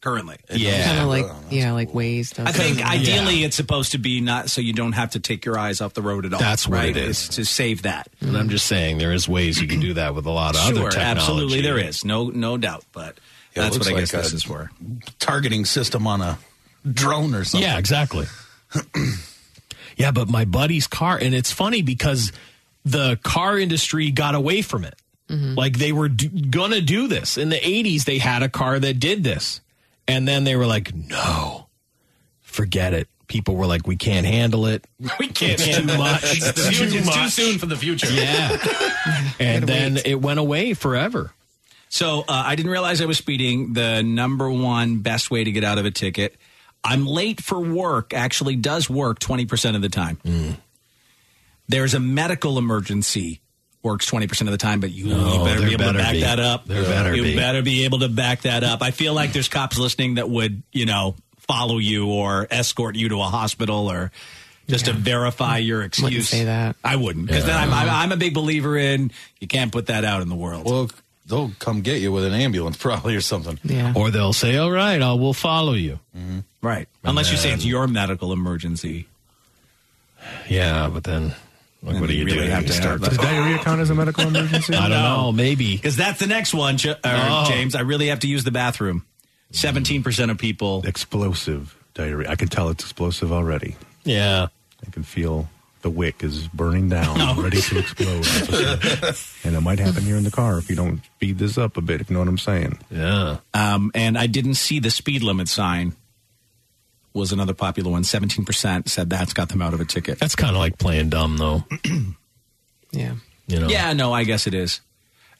Speaker 1: currently.
Speaker 2: kind of like yeah, like ways.
Speaker 1: I think ideally it's supposed to be not so you don't have to take your eyes off the road at all.
Speaker 3: That's what
Speaker 1: right?
Speaker 3: it is.
Speaker 1: It's to save that.
Speaker 3: And I'm just saying there is ways you can do that with a lot of
Speaker 1: sure,
Speaker 3: other technology.
Speaker 1: absolutely, there is no no doubt. But
Speaker 20: Yeah, it
Speaker 1: that's
Speaker 20: looks
Speaker 1: what I guess
Speaker 20: like a
Speaker 1: this is for.
Speaker 20: Targeting system on a drone or something.
Speaker 3: Yeah, exactly. yeah, but my buddy's car, and it's funny because the car industry got away from it.
Speaker 2: Mm-hmm.
Speaker 3: Mm-hmm. Like they were do- gonna do this in the '80s. They had a car that did this, and then they were like, "No, forget it." People were like, "We can't handle it.
Speaker 1: We can't
Speaker 3: It's too
Speaker 1: handle it.
Speaker 3: much.
Speaker 1: It's
Speaker 3: It's
Speaker 1: too-
Speaker 3: too
Speaker 1: it's too
Speaker 3: much."
Speaker 1: soon for the future.
Speaker 3: Yeah, and then it went away forever.
Speaker 1: So uh, I didn't realize I was speeding. The number one best way to get out of a ticket. I'm late for work actually does work 20% of the time.
Speaker 3: Hmm.
Speaker 1: There's a medical emergency works 20% of the time, but you, you
Speaker 3: No, Oh,
Speaker 1: better
Speaker 3: there
Speaker 1: be able
Speaker 3: better
Speaker 1: to back
Speaker 3: be.
Speaker 1: that up.
Speaker 3: There better
Speaker 1: you
Speaker 3: be.
Speaker 1: better be able to back that up. I feel like there's cops listening that would, you know, follow you or escort you to a hospital or just to verify
Speaker 3: Mm.
Speaker 1: your excuse.
Speaker 2: say that.
Speaker 1: I wouldn't because then I'm, I'm, I'm a big believer in you can't put that out in the world.
Speaker 20: Well, they'll come get you with an ambulance probably or something.
Speaker 2: Yeah.
Speaker 3: Or they'll say, "All right, I will follow you."
Speaker 1: Right. Unless you say it's your medical emergency.
Speaker 3: Yeah, but then like, what do you
Speaker 1: really
Speaker 3: do?
Speaker 1: have
Speaker 3: You
Speaker 1: to
Speaker 3: start to-
Speaker 1: have that.
Speaker 4: Does diarrhea count as a medical emergency?
Speaker 3: I don't know. Maybe
Speaker 1: Because that's the next one, Ch- or
Speaker 4: Oh.
Speaker 1: James. I really have to use the bathroom. 17% of people.
Speaker 4: Explosive diarrhea. I can tell it's explosive already.
Speaker 3: Yeah.
Speaker 4: I can feel the wick is burning down, ready to explode. and it might happen here in the car if you don't speed this up a bit, if you know what I'm saying.
Speaker 3: Yeah.
Speaker 1: Um, and I didn't see the speed limit sign, was another popular one. 17% said that's got them out of a ticket.
Speaker 3: That's kind of like playing dumb, though.
Speaker 2: yeah.
Speaker 3: You know?
Speaker 1: Yeah, no, I guess it is.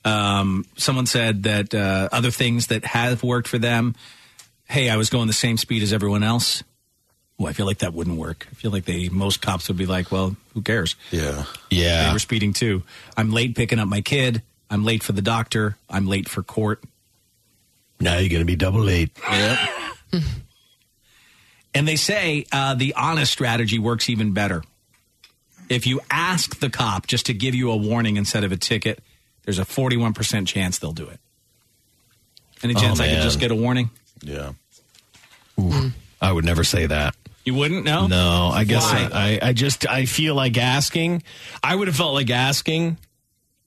Speaker 1: Um, someone said that uh, other things that have worked for them. Hey, I was going the same speed as everyone else. Well, I feel like that wouldn't work. I feel like they most cops would be like, "Well, who cares?"
Speaker 20: Yeah,
Speaker 3: yeah.
Speaker 1: They were speeding too. I'm late picking up my kid. I'm late for the doctor. I'm late for court.
Speaker 3: Now you're going to be double late.
Speaker 20: Yep.
Speaker 1: And they say uh, the honest strategy works even better. If you ask the cop just to give you a warning instead of a ticket, there's a 41% chance they'll do it. Any
Speaker 3: Oh,
Speaker 1: chance I could
Speaker 3: man.
Speaker 1: just get a warning?
Speaker 3: Yeah. I would never say that.
Speaker 1: You wouldn't? No?
Speaker 3: No, I guess
Speaker 1: Why?
Speaker 3: I, I just I feel like asking. I would have felt like asking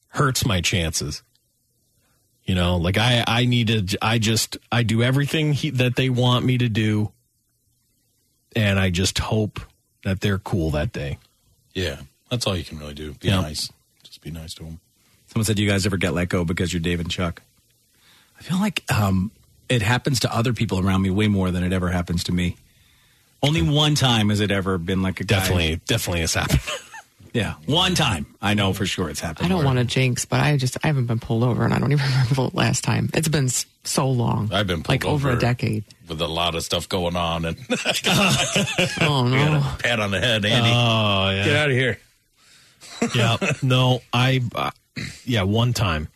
Speaker 3: hurts my chances. You know, like I I need to I just I do everything he, that they want me to do, and I just hope that they're cool that day.
Speaker 20: Yeah, that's all you can really do. Be nice. Just be nice to them.
Speaker 1: Someone said, "Do you guys ever get let go because you're Dave and Chuck?" I feel like um, it happens to other people around me way more than it ever happens to me. Only one time has it ever been like a guy-
Speaker 3: Definitely- definitely has happened.
Speaker 1: yeah, one time I know for sure it's happened.
Speaker 2: I don't want to jinx, but I just I haven't been pulled over, and I don't even remember the last time. It's been s- so long.
Speaker 20: I've been pulled
Speaker 2: like over,
Speaker 20: over.
Speaker 2: a decade.
Speaker 20: With a lot of stuff going on, and
Speaker 2: Oh no!
Speaker 20: pat on the head, Andy.
Speaker 3: Oh, yeah.
Speaker 20: Get out of here.
Speaker 3: yeah, no, I uh, yeah one time.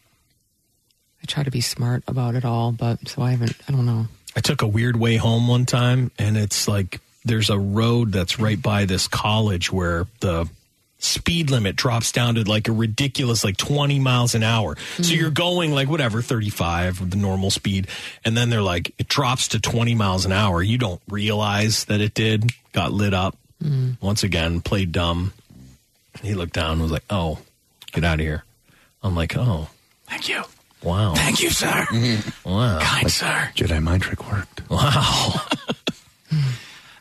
Speaker 2: I try to be smart about it all, but so I haven't. I don't know.
Speaker 3: I took a weird way home one time, and it's like there's a road that's right by this college where the speed limit drops down to like a ridiculous like 20 miles an hour.
Speaker 1: Mm.
Speaker 3: So you're going like whatever 35 with the normal speed and then they're like it drops to 20 miles an hour. You don't realize that it did. Got lit up.
Speaker 20: Mm.
Speaker 3: Once again, played dumb. He looked down and was like, "Oh, get out of here." I'm like, "Oh,
Speaker 1: Thank you.
Speaker 3: wow."
Speaker 1: Thank you, sir.
Speaker 3: Wow.
Speaker 1: Kind sir.
Speaker 4: Jedi mind trick worked.
Speaker 3: Wow.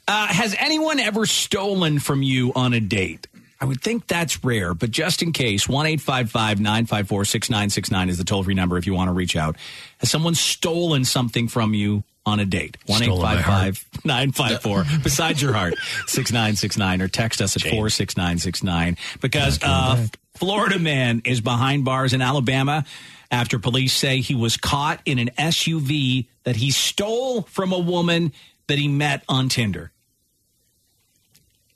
Speaker 1: Uh, has anyone ever stolen from you on a date? I would think that's rare, but just in case, 1 954 6969 is the toll free number if you want to reach out. Has someone stolen something from you on a date? 1
Speaker 3: Stolen my heart.
Speaker 1: 954 besides your heart 6969 or text us at 46969 because uh, Florida man is behind bars in Alabama after police say he was caught in an SUV that he stole from a woman that he met on Tinder.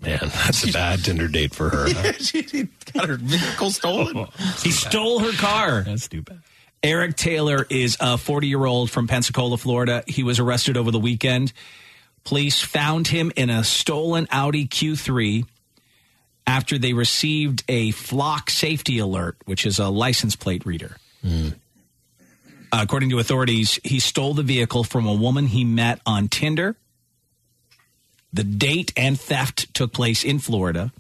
Speaker 3: Man, that's a bad Tinder date for her.
Speaker 20: she got her vehicle stolen.
Speaker 1: Oh, He stole her car. That's
Speaker 3: too bad.
Speaker 1: Eric Taylor is a 40 year old from Pensacola, Florida. He was arrested over the weekend. Police found him in a stolen Audi Q3 after they received a flock safety alert, which is a license plate reader.
Speaker 3: Hmm.
Speaker 1: According to authorities, he stole the vehicle from a woman he met on Tinder. The date and theft took place in Florida.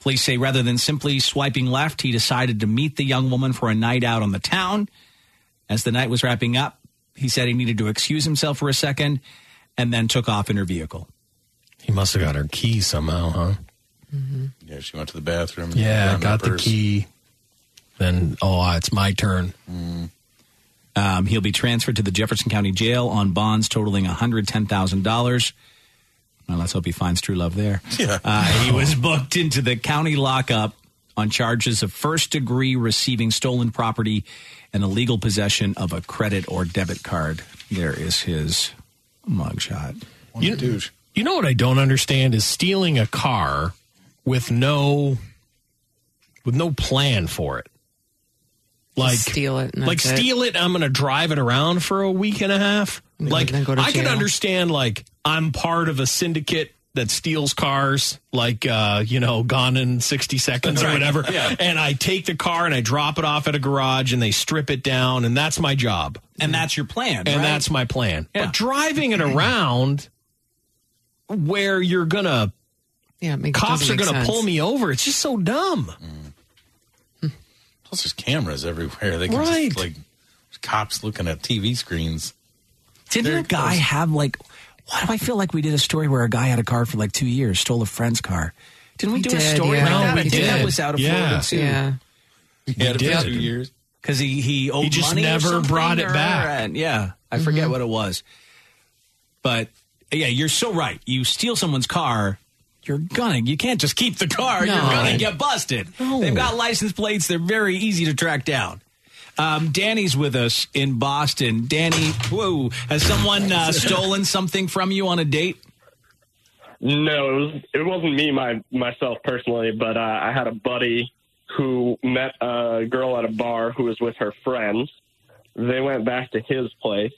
Speaker 1: Police say rather than simply swiping left, he decided to meet the young woman for a night out on the town. As the night was wrapping up, he said he needed to excuse himself for a second and then took off in her vehicle.
Speaker 3: He must have got her key somehow, huh?
Speaker 20: Yeah, she went to the bathroom.
Speaker 3: Yeah,
Speaker 20: found her
Speaker 3: got the
Speaker 20: purse.
Speaker 3: key. Then, oh, it's my turn.
Speaker 1: Mm. Um, he'll be transferred to the Jefferson County Jail on bonds totaling $110,000. Well, let's hope he finds true love there.
Speaker 20: Yeah.
Speaker 1: Uh, he was booked into the county lockup on charges of first degree receiving stolen property and illegal possession of a credit or debit card. There is his mugshot.
Speaker 3: You, you know what I don't understand is stealing a car with no with no plan for it. Like
Speaker 2: steal it and
Speaker 3: like
Speaker 2: that's it.
Speaker 3: steal it. I'm going to drive it around for a week and a half. Like
Speaker 2: then go to
Speaker 3: I can
Speaker 2: jail.
Speaker 3: understand. Like I'm part of a syndicate that steals cars. Like uh, you know, gone in 60 seconds or
Speaker 5: Right.
Speaker 3: whatever.
Speaker 5: Yeah.
Speaker 3: And I take the car and I drop it off at a garage and they strip it down and that's my job.
Speaker 1: And that's your
Speaker 3: And
Speaker 1: plan. right?
Speaker 3: that's my plan.
Speaker 1: Yeah.
Speaker 3: But driving it around where you're gonna
Speaker 2: Yeah, it makes,
Speaker 3: cops
Speaker 2: doesn't
Speaker 3: are
Speaker 2: make
Speaker 3: gonna
Speaker 2: sense.
Speaker 3: pull me over. It's just so dumb.
Speaker 20: Plus, there's cameras everywhere. They can
Speaker 3: Right.
Speaker 20: just, like cops looking at TV screens.
Speaker 1: Didn't a guy have like? Why do I feel like we did a story where a guy had a car for like two years, stole a friend's car? Didn't we,
Speaker 2: We
Speaker 1: do a
Speaker 2: did,
Speaker 1: story
Speaker 2: yeah.
Speaker 1: like
Speaker 2: No,
Speaker 1: that?
Speaker 2: we
Speaker 1: I think that
Speaker 2: did.
Speaker 1: was out of
Speaker 2: Yeah.
Speaker 1: Florida too.
Speaker 2: Yeah.
Speaker 20: He had it
Speaker 1: did.
Speaker 20: for two years.
Speaker 1: because he he owed
Speaker 3: He just
Speaker 1: money or
Speaker 3: never
Speaker 1: something,
Speaker 3: brought it
Speaker 1: or-
Speaker 3: back.
Speaker 1: and- yeah, I forget what it was, but yeah, you're so right. You steal someone's car. You're gonna. You can't just keep the car. You're
Speaker 5: No.
Speaker 1: gonna get busted.
Speaker 5: No.
Speaker 1: They've got license plates. They're very easy to track down. Um, Danny's with us in Boston. Danny, whoa, has someone uh, stolen something from you on a date?
Speaker 10: No, it was it wasn't me my myself personally, but uh, I had a buddy who met a girl at a bar who was with her friends. They went back to his place,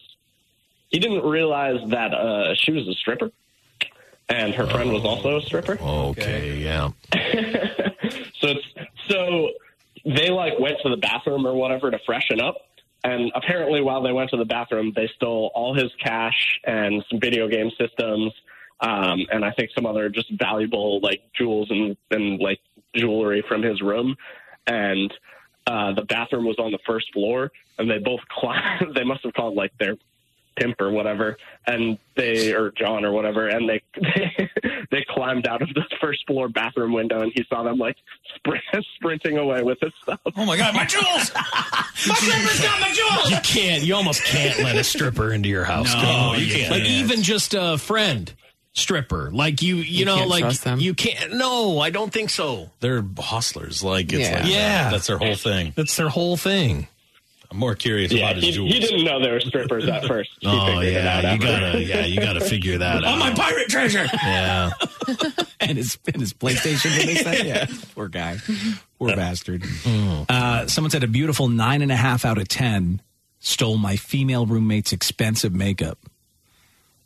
Speaker 10: He didn't realize that uh, she was a stripper, and her friend was also a stripper.
Speaker 20: Oh,
Speaker 3: Okay, yeah.
Speaker 10: So it's, so they like went to the bathroom or whatever to freshen up. And apparently, while they went to the bathroom, they stole all his cash and some video game systems, um, and I think some other just valuable like jewels and, and like jewelry from his room. And uh, the bathroom was on the first floor, and they both climbed. they must have called like their pimp or whatever, and they or John or whatever, and they they, they climbed out of the first floor bathroom window, and he saw them like sprint, sprinting away with his stuff.
Speaker 5: Oh my God, my jewels! my stripper's got my jewels!
Speaker 3: You can't. You almost can't let a stripper into your house.
Speaker 5: No,
Speaker 3: can
Speaker 5: you can't.
Speaker 3: Like even just a friend stripper. Like you, you,
Speaker 5: You
Speaker 3: know,
Speaker 5: can't
Speaker 3: like
Speaker 5: trust them.
Speaker 3: you can't. No, I don't think so.
Speaker 20: They're hustlers. Like it's
Speaker 3: yeah.
Speaker 20: like
Speaker 3: yeah,
Speaker 20: that's their whole thing.
Speaker 3: That's their whole thing.
Speaker 20: I'm more curious
Speaker 10: Yeah,
Speaker 20: about his
Speaker 10: he,
Speaker 20: jewels.
Speaker 10: he didn't know there were strippers at first. He
Speaker 3: Oh
Speaker 10: figured it out
Speaker 3: yeah, you
Speaker 10: after.
Speaker 3: gotta yeah, you gotta figure that out.
Speaker 5: On my pirate treasure!
Speaker 3: Yeah,
Speaker 1: and his and his PlayStation. What they said. Yeah, poor guy, poor bastard.
Speaker 3: Hmm.
Speaker 1: Uh, someone said a beautiful nine and a half out of ten stole my female roommate's expensive makeup.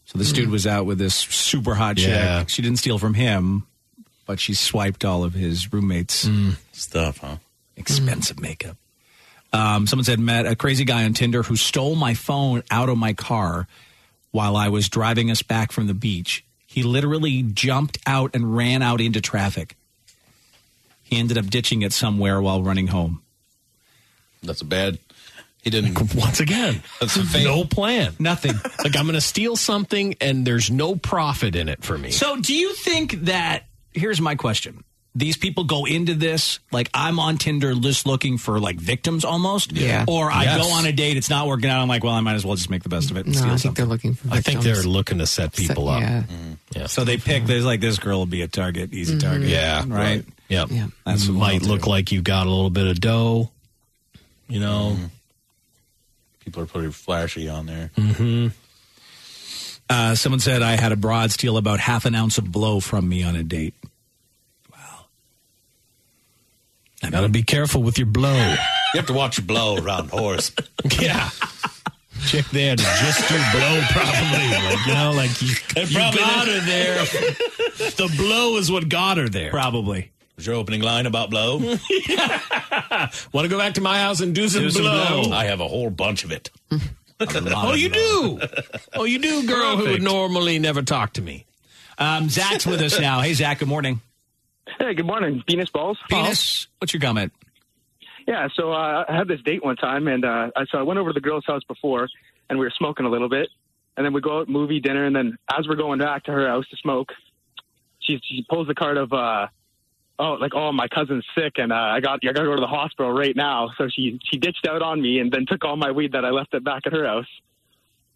Speaker 1: So
Speaker 3: Hmm.
Speaker 1: this dude was out with this super hot chick.
Speaker 5: Yeah.
Speaker 1: She didn't steal from him, but she swiped all of his roommates'
Speaker 3: Hmm.
Speaker 20: stuff. Huh?
Speaker 1: Expensive makeup. Um, someone said met a crazy guy on Tinder who stole my phone out of my car while I was driving us back from the beach. He literally jumped out and ran out into traffic. He ended up ditching it somewhere while running home.
Speaker 20: That's a bad. He didn't.
Speaker 3: Once again,
Speaker 20: that's a
Speaker 3: no plan,
Speaker 1: nothing.
Speaker 3: like I'm going to steal something, and there's no profit in it for me.
Speaker 1: So, do you think that? Here's my question: These people go into this like I'm on Tinder, just looking for like victims, almost.
Speaker 2: Yeah.
Speaker 1: Or I
Speaker 2: Yes.
Speaker 1: go on a date, it's not working out. I'm like, well, I might as well just make the best of it and
Speaker 2: No, I
Speaker 1: steal
Speaker 2: think
Speaker 1: something.
Speaker 2: they're looking for.
Speaker 3: I think
Speaker 2: victims.
Speaker 3: they're looking to set people up.
Speaker 2: Yeah.
Speaker 1: So they pick. There's like this girl will be a target, easy
Speaker 2: Mhm.
Speaker 1: target.
Speaker 3: Yeah,
Speaker 1: right.
Speaker 3: Yep. Mm-hmm. Yeah.
Speaker 1: That's what
Speaker 3: might
Speaker 1: we'll
Speaker 3: look like you've got a little bit of dough. You know.
Speaker 5: Mm-hmm.
Speaker 20: People are pretty flashy on there.
Speaker 1: Mm-hmm. Uh, someone said I had a broad steal about half an ounce of blow from me on a date. Wow. I
Speaker 3: gotta be careful with your blow.
Speaker 20: You have to watch your blow around horse.
Speaker 3: yeah. Chick there to just do blow properly. Like, you know, like you,
Speaker 20: They
Speaker 3: you
Speaker 20: probably
Speaker 3: got her
Speaker 20: didn't-
Speaker 3: there. the blow is what got her there.
Speaker 1: Probably.
Speaker 20: Was your opening line about blow?
Speaker 3: Want to go back to my house and do some,
Speaker 20: Do some
Speaker 3: blow.
Speaker 20: blow. I have a whole bunch of it.
Speaker 3: Oh, you do. Oh, you do, girl who would normally never talk to me.
Speaker 1: Um, Zach's with us now. Hey, Zach. Good morning.
Speaker 8: Hey, good morning, Venus Balls.
Speaker 1: Venus, what's your comment?
Speaker 8: Yeah, so uh, I had this date one time, and uh, I- so I went over to the girl's house before, and we were smoking a little bit, and then we go out movie dinner, and then as we're going back to her house to smoke, she she pulls the card of uh, oh like oh my cousin's sick, and uh, I got I got to go to the hospital right now. So she she ditched out on me, and then took all my weed that I left it back at her house.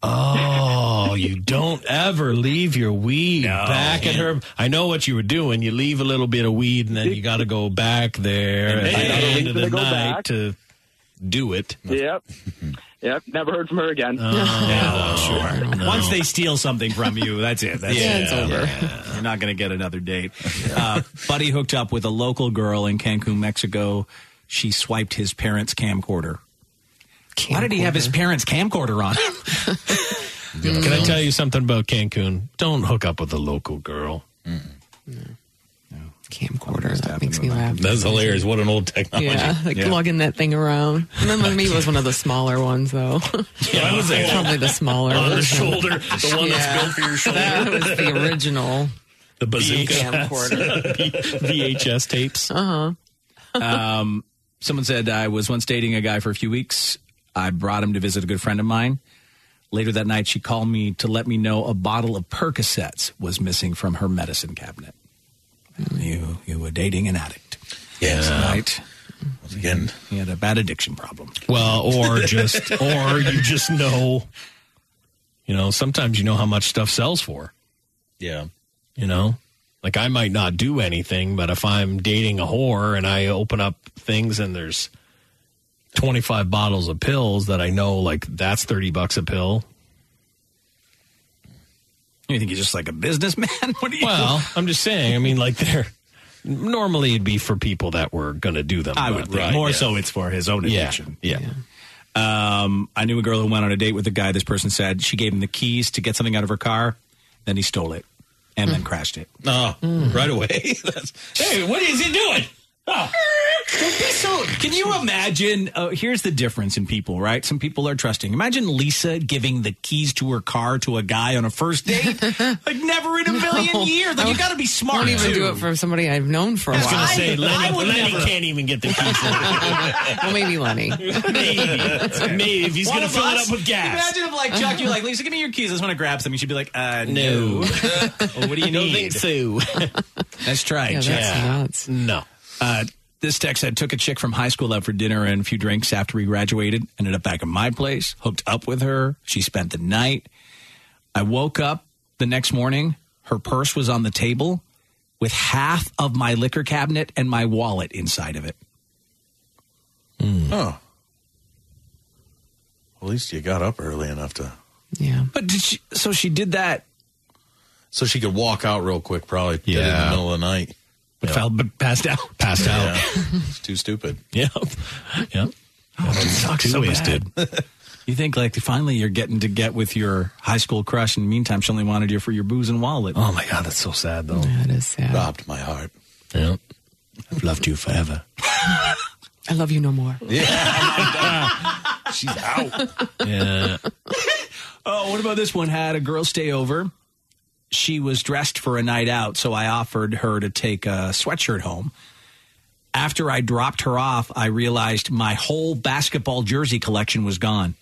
Speaker 3: Oh, you don't ever leave your weed back at her. I know what you were doing. You leave a little bit of weed, and then you got to go back there at the
Speaker 8: I gotta
Speaker 3: end
Speaker 8: leave
Speaker 3: of
Speaker 8: it
Speaker 3: the
Speaker 8: to go
Speaker 3: night
Speaker 8: back.
Speaker 3: to do it.
Speaker 8: Yep, yep. Never heard from her again.
Speaker 1: sure. Oh, Once they steal something from you, that's it. That's
Speaker 8: Yeah,
Speaker 1: it.
Speaker 8: it's over.
Speaker 1: Yeah. You're not going to get another date. Uh, Buddy hooked up with a local girl in Cancun, Mexico. She swiped his parents' camcorder. Why did he have his parents' camcorder on?
Speaker 3: Can I tell you something about Cancun? Don't hook up with a local girl.
Speaker 2: Camcorder. That makes me laugh.
Speaker 20: That's hilarious. What an old technology.
Speaker 2: Yeah, like lugging that thing around. Remember me was one of the smaller ones though.
Speaker 20: Yeah, I was there.
Speaker 2: Probably the smaller
Speaker 20: On the
Speaker 2: version.
Speaker 20: shoulder, the one that's built for your shoulder.
Speaker 2: That was the original.
Speaker 20: The bazooka.
Speaker 2: Camcorder.
Speaker 3: VHS tapes.
Speaker 2: Uh huh.
Speaker 1: um, someone said I was once dating a guy for a few weeks. I brought him to visit a good friend of mine. Later that night, she called me to let me know a bottle of Percocets was missing from her medicine cabinet. You you were dating an addict.
Speaker 20: Yes,
Speaker 1: right.
Speaker 20: Once again,
Speaker 1: he had a bad addiction problem.
Speaker 3: Well, or just, or you just know, you know, sometimes you know how much stuff sells for.
Speaker 20: Yeah.
Speaker 3: You know, like I might not do anything, but if I'm dating a whore and I open up things and there's 25 bottles of pills that I know, like that's 30 bucks a pill.
Speaker 1: You think you're just like a businessman? What do you?
Speaker 3: Well, I'm just saying, I mean, like they're normally it'd be for people that were going to do them.
Speaker 1: I would
Speaker 3: but-
Speaker 1: think. More so it's for his own
Speaker 3: Yeah.
Speaker 1: addiction.
Speaker 3: Yeah.
Speaker 1: Um, I knew a girl who went on a date with a guy. This person said she gave him the keys to get something out of her car, then he stole it and then crashed it. Hmm.
Speaker 20: Oh, right away. That's, hey, what is he doing? Oh.
Speaker 1: Don't be so. Can you imagine? Uh, here's the difference in people, right? Some people are trusting. Imagine Lisa giving the keys to her car to a guy on a first date. like never in a million years. Like you got to be smart.
Speaker 2: Won't Oh. even
Speaker 1: too.
Speaker 2: do it for somebody I've known for a
Speaker 1: I
Speaker 2: while.
Speaker 1: was gonna say, Lenny- I would Lenny never. can't
Speaker 2: even get the keys. well, maybe Lenny.
Speaker 1: Maybe.
Speaker 2: Maybe, if he's
Speaker 1: One
Speaker 2: gonna
Speaker 1: of
Speaker 2: fill it
Speaker 1: us?
Speaker 2: up with gas.
Speaker 1: Imagine if, like, Chuck, you're like, Lisa, give me your keys. I just want to grab something. She'd be like, uh, no. Well, what do you need?
Speaker 3: Don't think
Speaker 1: so. That's right,
Speaker 3: Yeah, that's
Speaker 2: nuts.
Speaker 1: Chuck. No. Uh, this text said, took a chick from high school out for dinner and a few drinks after we graduated. Ended up back at my place, hooked up with her. She spent the night. I woke up the next morning. Her purse was on the table with half of my liquor cabinet and my wallet inside of it.
Speaker 20: Hmm.
Speaker 25: Oh. At least you got up early enough to.
Speaker 2: Yeah.
Speaker 1: But did she? So she did that.
Speaker 20: So she could walk out real quick, probably. Yeah. In the middle of the night.
Speaker 1: But fell, but passed out.
Speaker 3: Passed
Speaker 20: out. It's too stupid.
Speaker 1: Yep. Yep. Oh, it sucks so
Speaker 20: wasted.
Speaker 1: bad. You think like finally you're getting to get with your high school crush, and meantime she only wanted you for your booze and wallet.
Speaker 3: Oh my god, that's so sad though.
Speaker 2: That is sad.
Speaker 1: Robbed my heart.
Speaker 3: Yeah. I've loved you forever.
Speaker 2: I love you no more.
Speaker 1: She's out.
Speaker 3: Yeah.
Speaker 1: oh, what about this one? Had a girl stay over. She was dressed for a night out, so I offered her to take a sweatshirt home. After I dropped her off, I realized my whole basketball jersey collection was gone.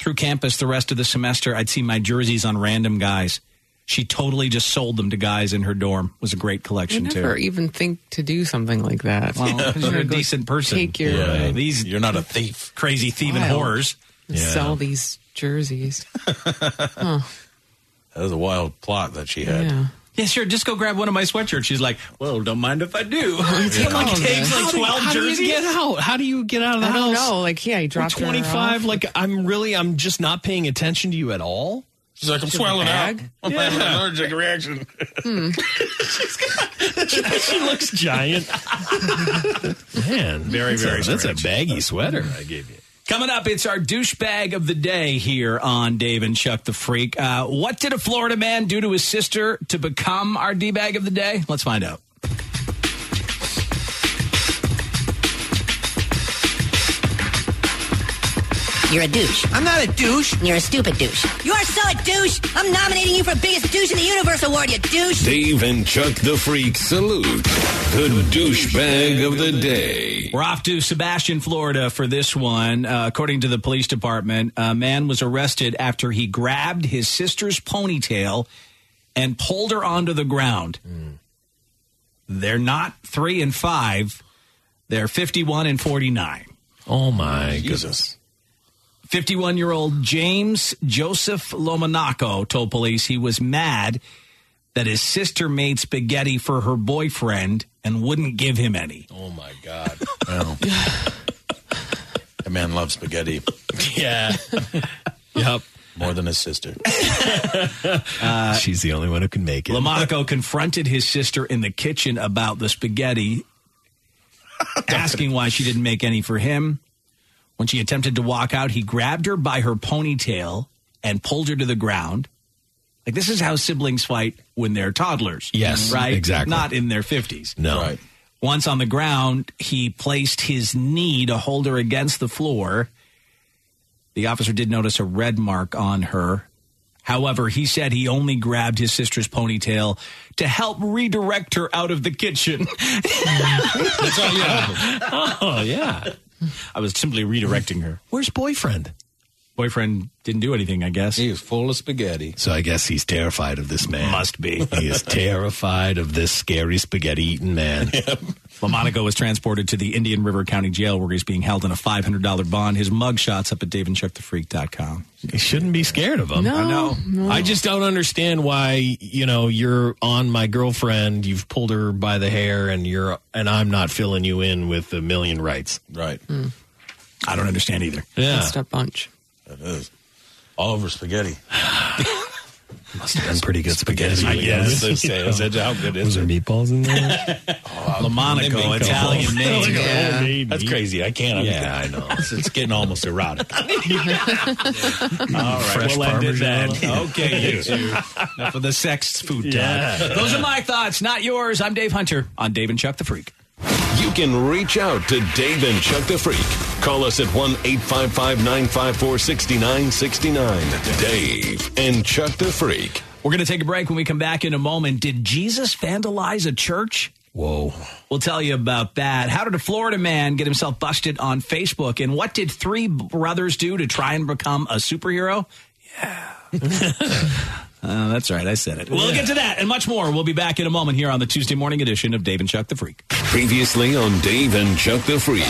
Speaker 1: Through campus the rest of the semester, I'd see my jerseys on random guys. She totally just sold them to guys in her dorm. It was a great
Speaker 2: I
Speaker 1: collection
Speaker 2: never
Speaker 1: too.
Speaker 2: even think to do something like that.
Speaker 1: Well, 'cause you're a
Speaker 2: Go
Speaker 1: decent person.
Speaker 2: Take your
Speaker 1: Yeah, uh, these you're not a thief. Crazy thieving
Speaker 2: Wild.
Speaker 1: whores.
Speaker 2: sell these jerseys.
Speaker 20: That was a wild plot that she had.
Speaker 2: Yeah.
Speaker 1: Yeah, sure. Just go grab one of my sweatshirts. She's like, well, don't mind if I do. Come on, takes like 12 jerseys.
Speaker 3: out? How do you get out of the
Speaker 2: I don't
Speaker 3: house?
Speaker 2: know. Like, yeah, I
Speaker 3: We're
Speaker 2: dropped her
Speaker 3: 25.
Speaker 2: off.
Speaker 3: Like, I'm really, I'm just not paying attention to you at all.
Speaker 20: She's like, I'm
Speaker 3: Is it
Speaker 20: swelling out.
Speaker 3: bag?
Speaker 20: I'm
Speaker 3: Yeah.
Speaker 20: having an allergic reaction.
Speaker 3: she looks giant. Man,
Speaker 1: Very,
Speaker 3: that's
Speaker 1: very
Speaker 3: A, that's a
Speaker 1: strange.
Speaker 3: baggy sweater.
Speaker 1: I gave you. Coming up, it's our douchebag of the day here on Dave and Chuck the Freak. Uh, what did a Florida man do to his sister to become our D-bag of the day? Let's find out.
Speaker 16: You're a douche. I'm not a douche. You're a stupid douche. You're so a douche. I'm nominating you for biggest douche in the universe award. You douche.
Speaker 22: Dave and Chuck the Freak salute the douchebag of the day.
Speaker 1: We're off to Sebastian, Florida for this one. Uh, according to the police department, a man was arrested after he grabbed his sister's ponytail and pulled her onto the ground. They're not three and five, they're 51 and 49.
Speaker 3: Oh my
Speaker 1: goodness. 51 year old James Joseph Lomanaco told police he was mad that his sister made spaghetti for her boyfriend and wouldn't give him any.
Speaker 20: Oh my god! Wow. that man loves spaghetti.
Speaker 3: Yeah. yep.
Speaker 20: More than his sister.
Speaker 3: She's the only one who can make it.
Speaker 1: LaMonaco confronted his sister in the kitchen about the spaghetti, asking why she didn't make any for him. When she attempted to walk out, he grabbed her by her ponytail and pulled her to the ground. Like, this is how siblings fight when they're toddlers.
Speaker 3: Yes,
Speaker 1: Right?
Speaker 3: exactly.
Speaker 1: Not in their 50s.
Speaker 3: No.
Speaker 1: Once on the ground, he placed his knee to hold her against the floor. The officer did notice a red mark on her. However, he said he only grabbed his sister's ponytail to help redirect her out of the kitchen. That's all you Oh, yeah. I was simply redirecting her.
Speaker 3: Where's boyfriend?
Speaker 1: Boyfriend didn't do anything, I guess.
Speaker 20: He was full of spaghetti.
Speaker 3: So I guess he's terrified of this man.
Speaker 1: Must be.
Speaker 3: He is terrified of this scary spaghetti eating man.
Speaker 1: LaMonaco was transported to the Indian River County Jail where he's being held on a $500 bond. His mugshot's up at daveandchuckthefreak.com.
Speaker 3: You shouldn't be scared of him.
Speaker 1: No, I know. no.
Speaker 3: I just don't understand why, you know, you're on my girlfriend, you've pulled her by the hair and you're and I'm not filling you in with a million rights.
Speaker 20: Right.
Speaker 2: Hmm.
Speaker 1: I don't understand either.
Speaker 3: Yeah.
Speaker 2: Messed up bunch.
Speaker 20: That is all over spaghetti.
Speaker 3: Must have been pretty good spaghetti.
Speaker 1: I guess.
Speaker 3: Let's say,
Speaker 1: Is that how good is
Speaker 3: was there meatballs in there?
Speaker 1: La Monaco, Italian name.
Speaker 20: Yeah. That's crazy. I can't. I'm-
Speaker 1: Yeah, I
Speaker 20: know. It's, it's getting almost erotic.
Speaker 1: All right,
Speaker 20: Fresh
Speaker 1: we'll end it then.
Speaker 20: Parmesan.
Speaker 1: Okay, you two. Enough of the sex food talk.
Speaker 22: Yeah.
Speaker 1: Those are my thoughts, not yours. I'm Dave Hunter on Dave and Chuck the Freak.
Speaker 22: You can reach out to Dave and Chuck the Freak. Call us at 1 855 954 6969. Dave and Chuck the Freak.
Speaker 1: We're going to take a break when we come back in a moment. Did Jesus vandalize a church? Whoa. We'll tell you about that. How did a Florida man get himself busted on Facebook? And what did three brothers do to try and become a superhero? Yeah. Uh, that's right. I said it. We'll get to that and much more. We'll be back in a moment here on the Tuesday morning edition of Dave and Chuck the Freak.
Speaker 22: Previously on Dave and Chuck the Freak.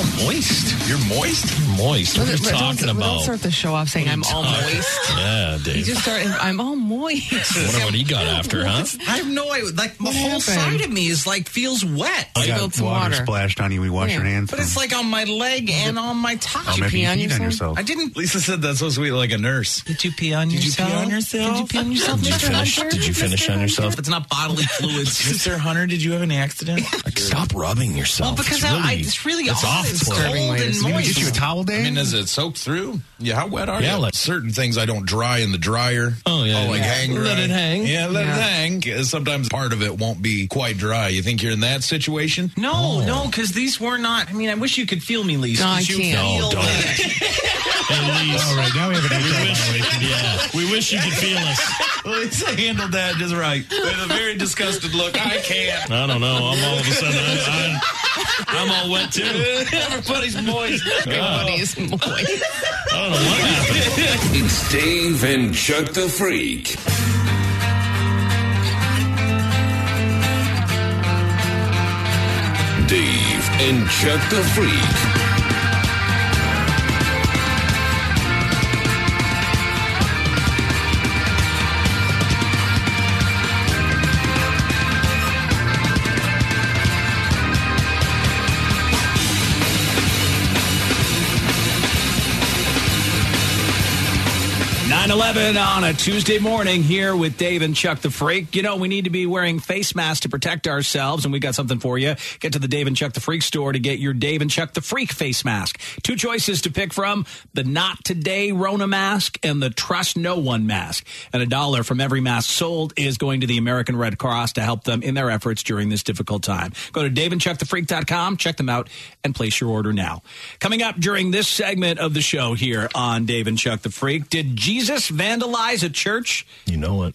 Speaker 1: Oh, moist. You're moist?
Speaker 3: Moist. What are
Speaker 2: Don't-
Speaker 3: you
Speaker 2: don't-
Speaker 3: talking
Speaker 2: Don't
Speaker 3: about?
Speaker 2: start the show off saying I'm all moist.
Speaker 3: Yeah,
Speaker 2: You
Speaker 3: Dave.
Speaker 2: just start. I'm all moist.
Speaker 3: Wonder what he got after, huh?
Speaker 5: I have no idea. Like my
Speaker 2: What
Speaker 5: whole
Speaker 2: happened?
Speaker 5: side of me is like feels wet.
Speaker 4: I got water, splashed on you. We wash your hands.
Speaker 5: But it's like on my leg and on my top.
Speaker 4: Oh, maybe you peed on yourself.
Speaker 5: I didn't.
Speaker 20: Lisa said that's supposed to be like a nurse.
Speaker 5: Did you pee on yourself? Did you pee on yourself? Did you pee on yourself?
Speaker 20: Did you finish- did you finish on yourself?
Speaker 5: It's not bodily fluids.
Speaker 20: Mr. Hunter, did you have an accident?
Speaker 3: Stop rubbing
Speaker 5: well,
Speaker 3: yourself.
Speaker 5: because I, I, it's really
Speaker 20: it's
Speaker 5: odd.
Speaker 20: awful.
Speaker 5: It's cold and moist.
Speaker 4: towel,
Speaker 20: Dave? I mean, does it soak through? Yeah, how wet are
Speaker 5: Yeah,
Speaker 20: you?
Speaker 5: like-
Speaker 20: Certain things I don't dry in the dryer.
Speaker 3: Oh, yeah,
Speaker 20: I'll, like
Speaker 3: yeah.
Speaker 20: hang dry.
Speaker 3: Let it hang.
Speaker 20: Yeah, let
Speaker 3: Yeah.
Speaker 20: it hang. 'Cause Sometimes part of it won't be quite dry. You think you're in that situation?
Speaker 5: No,
Speaker 1: Oh.
Speaker 5: no, because these were not. I mean, I wish you could feel me, Lisa.
Speaker 20: No, I
Speaker 5: Did you
Speaker 20: can't. No,
Speaker 5: feel
Speaker 20: don't.
Speaker 5: that?
Speaker 20: All right, now we have an wish, Yeah,
Speaker 3: we wish you could feel us.
Speaker 20: Lisa handled that just right. With a very disgusted look. I can't.
Speaker 3: I don't know. I'm all of a sudden, I, I'm, I'm all wet too. Ah.
Speaker 20: Everybody's moist.
Speaker 2: Everybody's moist.
Speaker 22: It's Dave and Chuck the Freak. Dave and Chuck the Freak.
Speaker 1: Nine eleven on a Tuesday morning here with Dave and Chuck the Freak. You know, we need to be wearing face masks to protect ourselves, and we got something for you. Get to the Dave and Chuck the Freak store to get your Dave and Chuck the Freak face mask. Two choices to pick from the Not Today Rona mask and the Trust No One mask. And a dollar from every mask sold is going to the American Red Cross to help them in their efforts during this difficult time. Go to daveandchuckthefreak.com, check them out, and place your order now. Coming up during this segment of the show here on Dave and Chuck the Freak, did Jesus vandalize a church?
Speaker 3: You know it.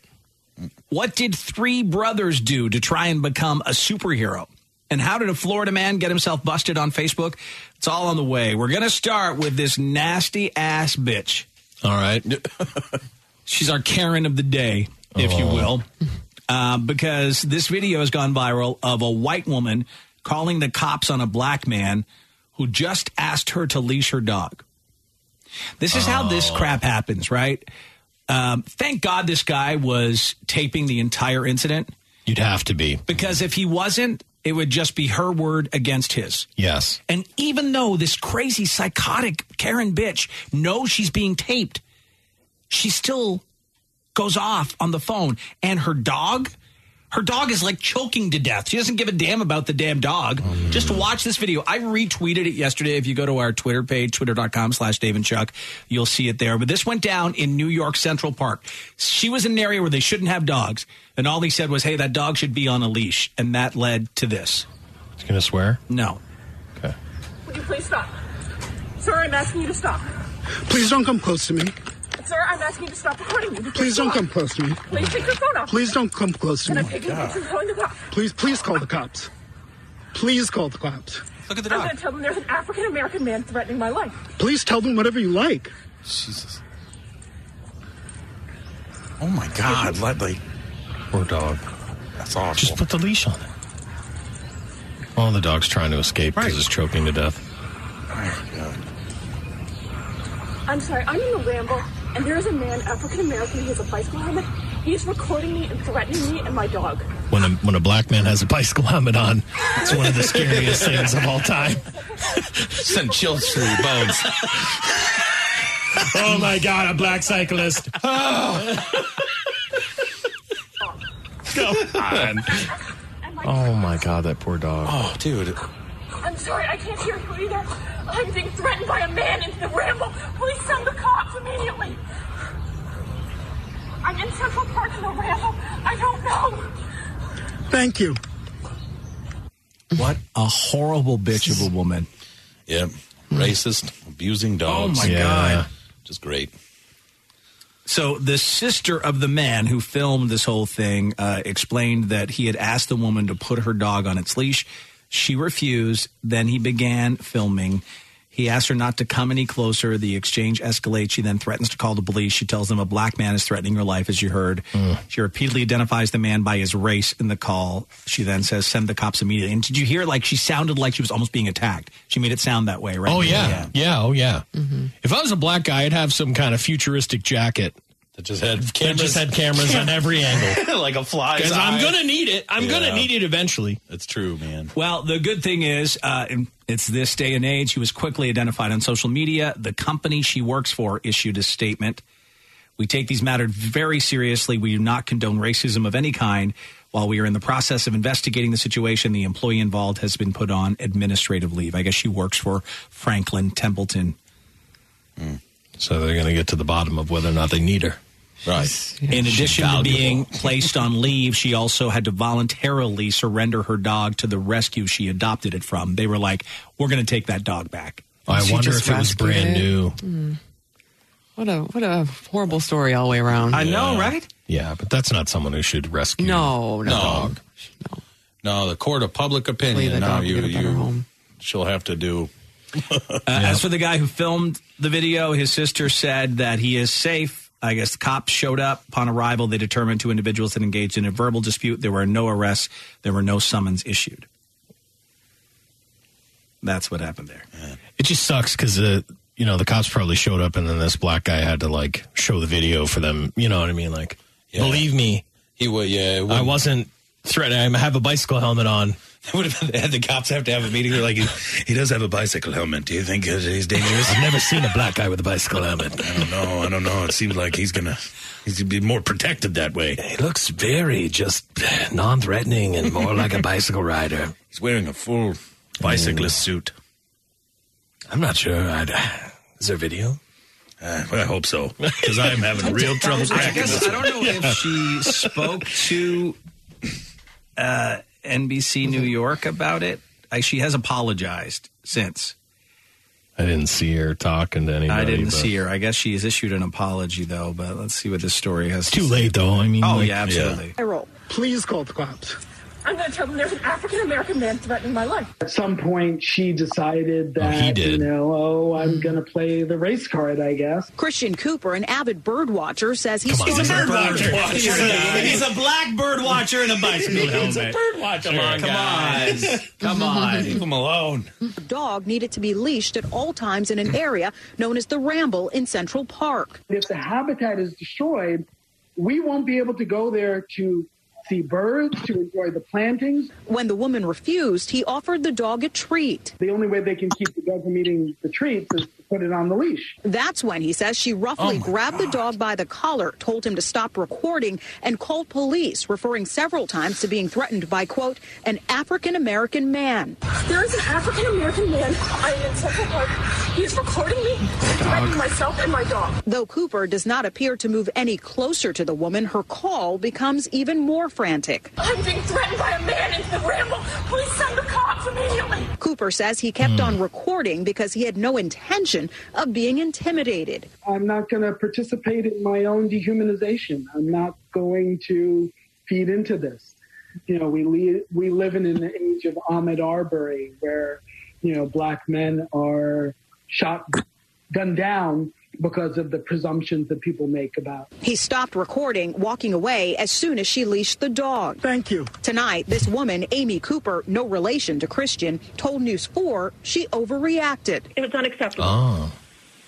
Speaker 1: What did three brothers do to try and become a superhero? And how did a Florida man get himself busted on Facebook? It's all on the way. We're going to start with this nasty ass bitch.
Speaker 3: All right.
Speaker 1: She's our Karen of the day, if you will, uh, because this video has gone viral of a white woman calling the cops on a black man who just asked her to leash her dog. This is how
Speaker 3: Oh.
Speaker 1: this crap happens, right? Um, thank God this guy was taping the entire incident.
Speaker 3: You'd have to be.
Speaker 1: Because if he wasn't, it would just be her word against his.
Speaker 3: Yes.
Speaker 1: And even though this crazy, psychotic Karen bitch knows she's being taped, she still goes off on the phone. And her dog, her dog is like choking to death. She doesn't give a damn about the damn dog. Just watch this video. I retweeted it yesterday. If you go to our Twitter page, twitter.com slash Dave and Chuck, you'll see it there. But this went down in New York Central Park. She was in an area where they shouldn't have dogs. And all he said was, hey, that dog should be on a leash. And that led to this.
Speaker 3: He's going to swear?
Speaker 1: No.
Speaker 14: Would you please stop? Sir, I'm asking you to stop.
Speaker 17: Please don't come close to me.
Speaker 14: Sir, I'm asking you to stop recording me. Just
Speaker 17: Please
Speaker 14: take
Speaker 17: don't
Speaker 14: it
Speaker 17: come
Speaker 14: off.
Speaker 17: close to me.
Speaker 14: Please take your phone off.
Speaker 17: Please don't come close to
Speaker 14: And
Speaker 17: me.
Speaker 14: I'm taking a picture and calling the cops.
Speaker 17: Please, please call the cops. Please call the cops.
Speaker 14: Look at the dog. I'm going to tell them there's an African American man threatening my life.
Speaker 17: Please tell them whatever you like.
Speaker 20: Jesus. Oh my God, Ledley.
Speaker 3: Poor dog.
Speaker 20: That's awful.
Speaker 3: Just put the leash on it. Oh, the dog's trying to escape because it's choking to death.
Speaker 14: I'm sorry, I'm in the Ramble, and there is a man, African American, he has a bicycle helmet. He's recording me and threatening me and my dog.
Speaker 3: When a, when a black man has a bicycle helmet on, it's one of the scariest things of all time.
Speaker 20: Send chills through your bones.
Speaker 5: oh my God, a black cyclist. Oh.
Speaker 3: Come on. Oh my god, that poor dog.
Speaker 25: Oh, dude.
Speaker 14: I'm sorry, I can't hear you either. I'm being threatened by a man in the ramble. Please send the cops immediately. I'm in Central Park in the ramble. I don't know.
Speaker 17: Thank you.
Speaker 1: What a horrible bitch of a woman.
Speaker 25: Yep.
Speaker 3: Hmm.
Speaker 25: Racist, abusing dogs.
Speaker 1: Oh, my Yeah. God.
Speaker 25: Just great.
Speaker 1: So the sister of the man who filmed this whole thing uh, explained that he had asked the woman to put her dog on its leash. She refused. Then he began filming. He asked her not to come any closer. The exchange escalates. She then threatens to call the police. She tells them a black man is threatening her life, as you heard.
Speaker 3: Mm.
Speaker 1: She repeatedly identifies the man by his race in the call. She then says, "Send the cops immediately." And did you hear? Like she sounded like she was almost being attacked. She made it sound that way, right?
Speaker 3: Oh yeah. yeah, Oh yeah. If I was a black guy, I'd have some kind of futuristic jacket that
Speaker 25: just had
Speaker 3: cameras, just had cameras on every angle.
Speaker 1: like a fly.
Speaker 3: Because I'm gonna need it. I'm gonna need it eventually.
Speaker 25: That's true, man.
Speaker 1: Well, the good thing is, uh, in- it's this day and age. He was quickly identified on social media. The company she works for issued a statement. We take these matters very seriously. We do not condone racism of any kind. While we are in the process of investigating the situation, the employee involved has been put on administrative leave. I guess she works for Franklin Templeton.
Speaker 3: So they're gonna get to the bottom of whether or not they need her.
Speaker 25: Right.
Speaker 1: In addition to being placed on leave, she also had to voluntarily surrender her dog to the rescue she adopted it from. They were like, "We're going to take that dog back."
Speaker 3: I wonder if it was brand new.
Speaker 2: Mm. What a what a horrible story all the way around.
Speaker 3: I know,
Speaker 1: right?
Speaker 3: Yeah, but that's not someone who should rescue.
Speaker 2: No,
Speaker 3: no.
Speaker 25: Dog. No, the court of public opinion. No, you, you, she'll have to do.
Speaker 1: Uh, As for the guy who filmed the video, his sister said that he is safe. I guess the cops showed up upon arrival. They determined two individuals had engaged in a verbal dispute. There were no arrests. There were no summons issued. That's what happened there.
Speaker 3: It just sucks because the you know the cops probably showed up and then this black guy had to like show the video for them. You know what I mean? Like, believe me,
Speaker 25: he would. Yeah,
Speaker 3: I wasn't threatening. I have a bicycle helmet on.
Speaker 20: Would have been, had the cops have to have a meeting. They're like, he, he does have a bicycle helmet. Do you think that he's dangerous?
Speaker 3: I've never seen a black guy with a bicycle helmet.
Speaker 20: I don't know. I don't know. It seems like he's gonna he's gonna be more protected that way.
Speaker 3: He looks very just non-threatening and more like a bicycle rider.
Speaker 20: He's wearing a full bicyclist suit.
Speaker 3: I'm not sure. I'd, is there video?
Speaker 20: Uh, well, I hope so because I'm having real trouble
Speaker 1: I
Speaker 20: cracking
Speaker 1: guess
Speaker 20: this.
Speaker 1: I don't know if she spoke to uh, NBC New York about it. I, she has apologized since.
Speaker 3: I didn't see her talking to anybody.
Speaker 1: I didn't
Speaker 3: but-
Speaker 1: see her. I guess she has issued an apology though. But let's see what this story has.
Speaker 3: Too late though. I mean,
Speaker 1: oh
Speaker 3: like-
Speaker 1: yeah, absolutely.
Speaker 14: I roll.
Speaker 17: Please call the cops.
Speaker 14: I'm gonna tell them there's an African American man threatening my life.
Speaker 6: At some point, she decided that,
Speaker 14: he did.
Speaker 6: you know, oh, I'm going to play the race card, I guess.
Speaker 18: Christian Cooper, an avid bird watcher, says he's
Speaker 6: He's a bird
Speaker 1: watcher. He's a- he's a
Speaker 20: black bird watcher in a
Speaker 1: bicycle
Speaker 20: He's a
Speaker 1: helmet.
Speaker 20: bird watcher.
Speaker 1: Come on, guys.
Speaker 20: Come on. Leave him alone.
Speaker 18: dog needed to be leashed at all times in an area known as the Ramble in Central Park.
Speaker 6: If the habitat is destroyed, we won't be able to go there to see birds, to enjoy the plantings.
Speaker 18: When the woman refused, he offered the dog a treat.
Speaker 6: The only way they can keep the dog from eating the treats is to put it on the leash.
Speaker 18: That's when he says she roughly grabbed the dog by the collar, told him to stop recording, and called police, referring several times to being threatened by, quote, an African American man.
Speaker 14: There is an African American man. I am in Central Park. He's recording me, threatening myself and my dog.
Speaker 18: Though Cooper does not appear to move any closer to the woman, her call becomes even more frantic.
Speaker 14: I'm being threatened by a man in the ramble. Please send the cops immediately.
Speaker 18: Cooper says he kept on recording because he had no intention of being intimidated.
Speaker 6: I'm not going to participate in my own dehumanization. I'm not going to feed into this. You know, we le- we live in an age of Ahmed Arbery, where you know black men are shot, gunned down because of the presumptions that people make about
Speaker 18: He stopped recording, walking away as soon as she leashed the dog.
Speaker 17: Thank you.
Speaker 18: Tonight, this woman, Amy Cooper, no relation to Christian, told News 4 she overreacted.
Speaker 14: It was unacceptable.
Speaker 3: Oh.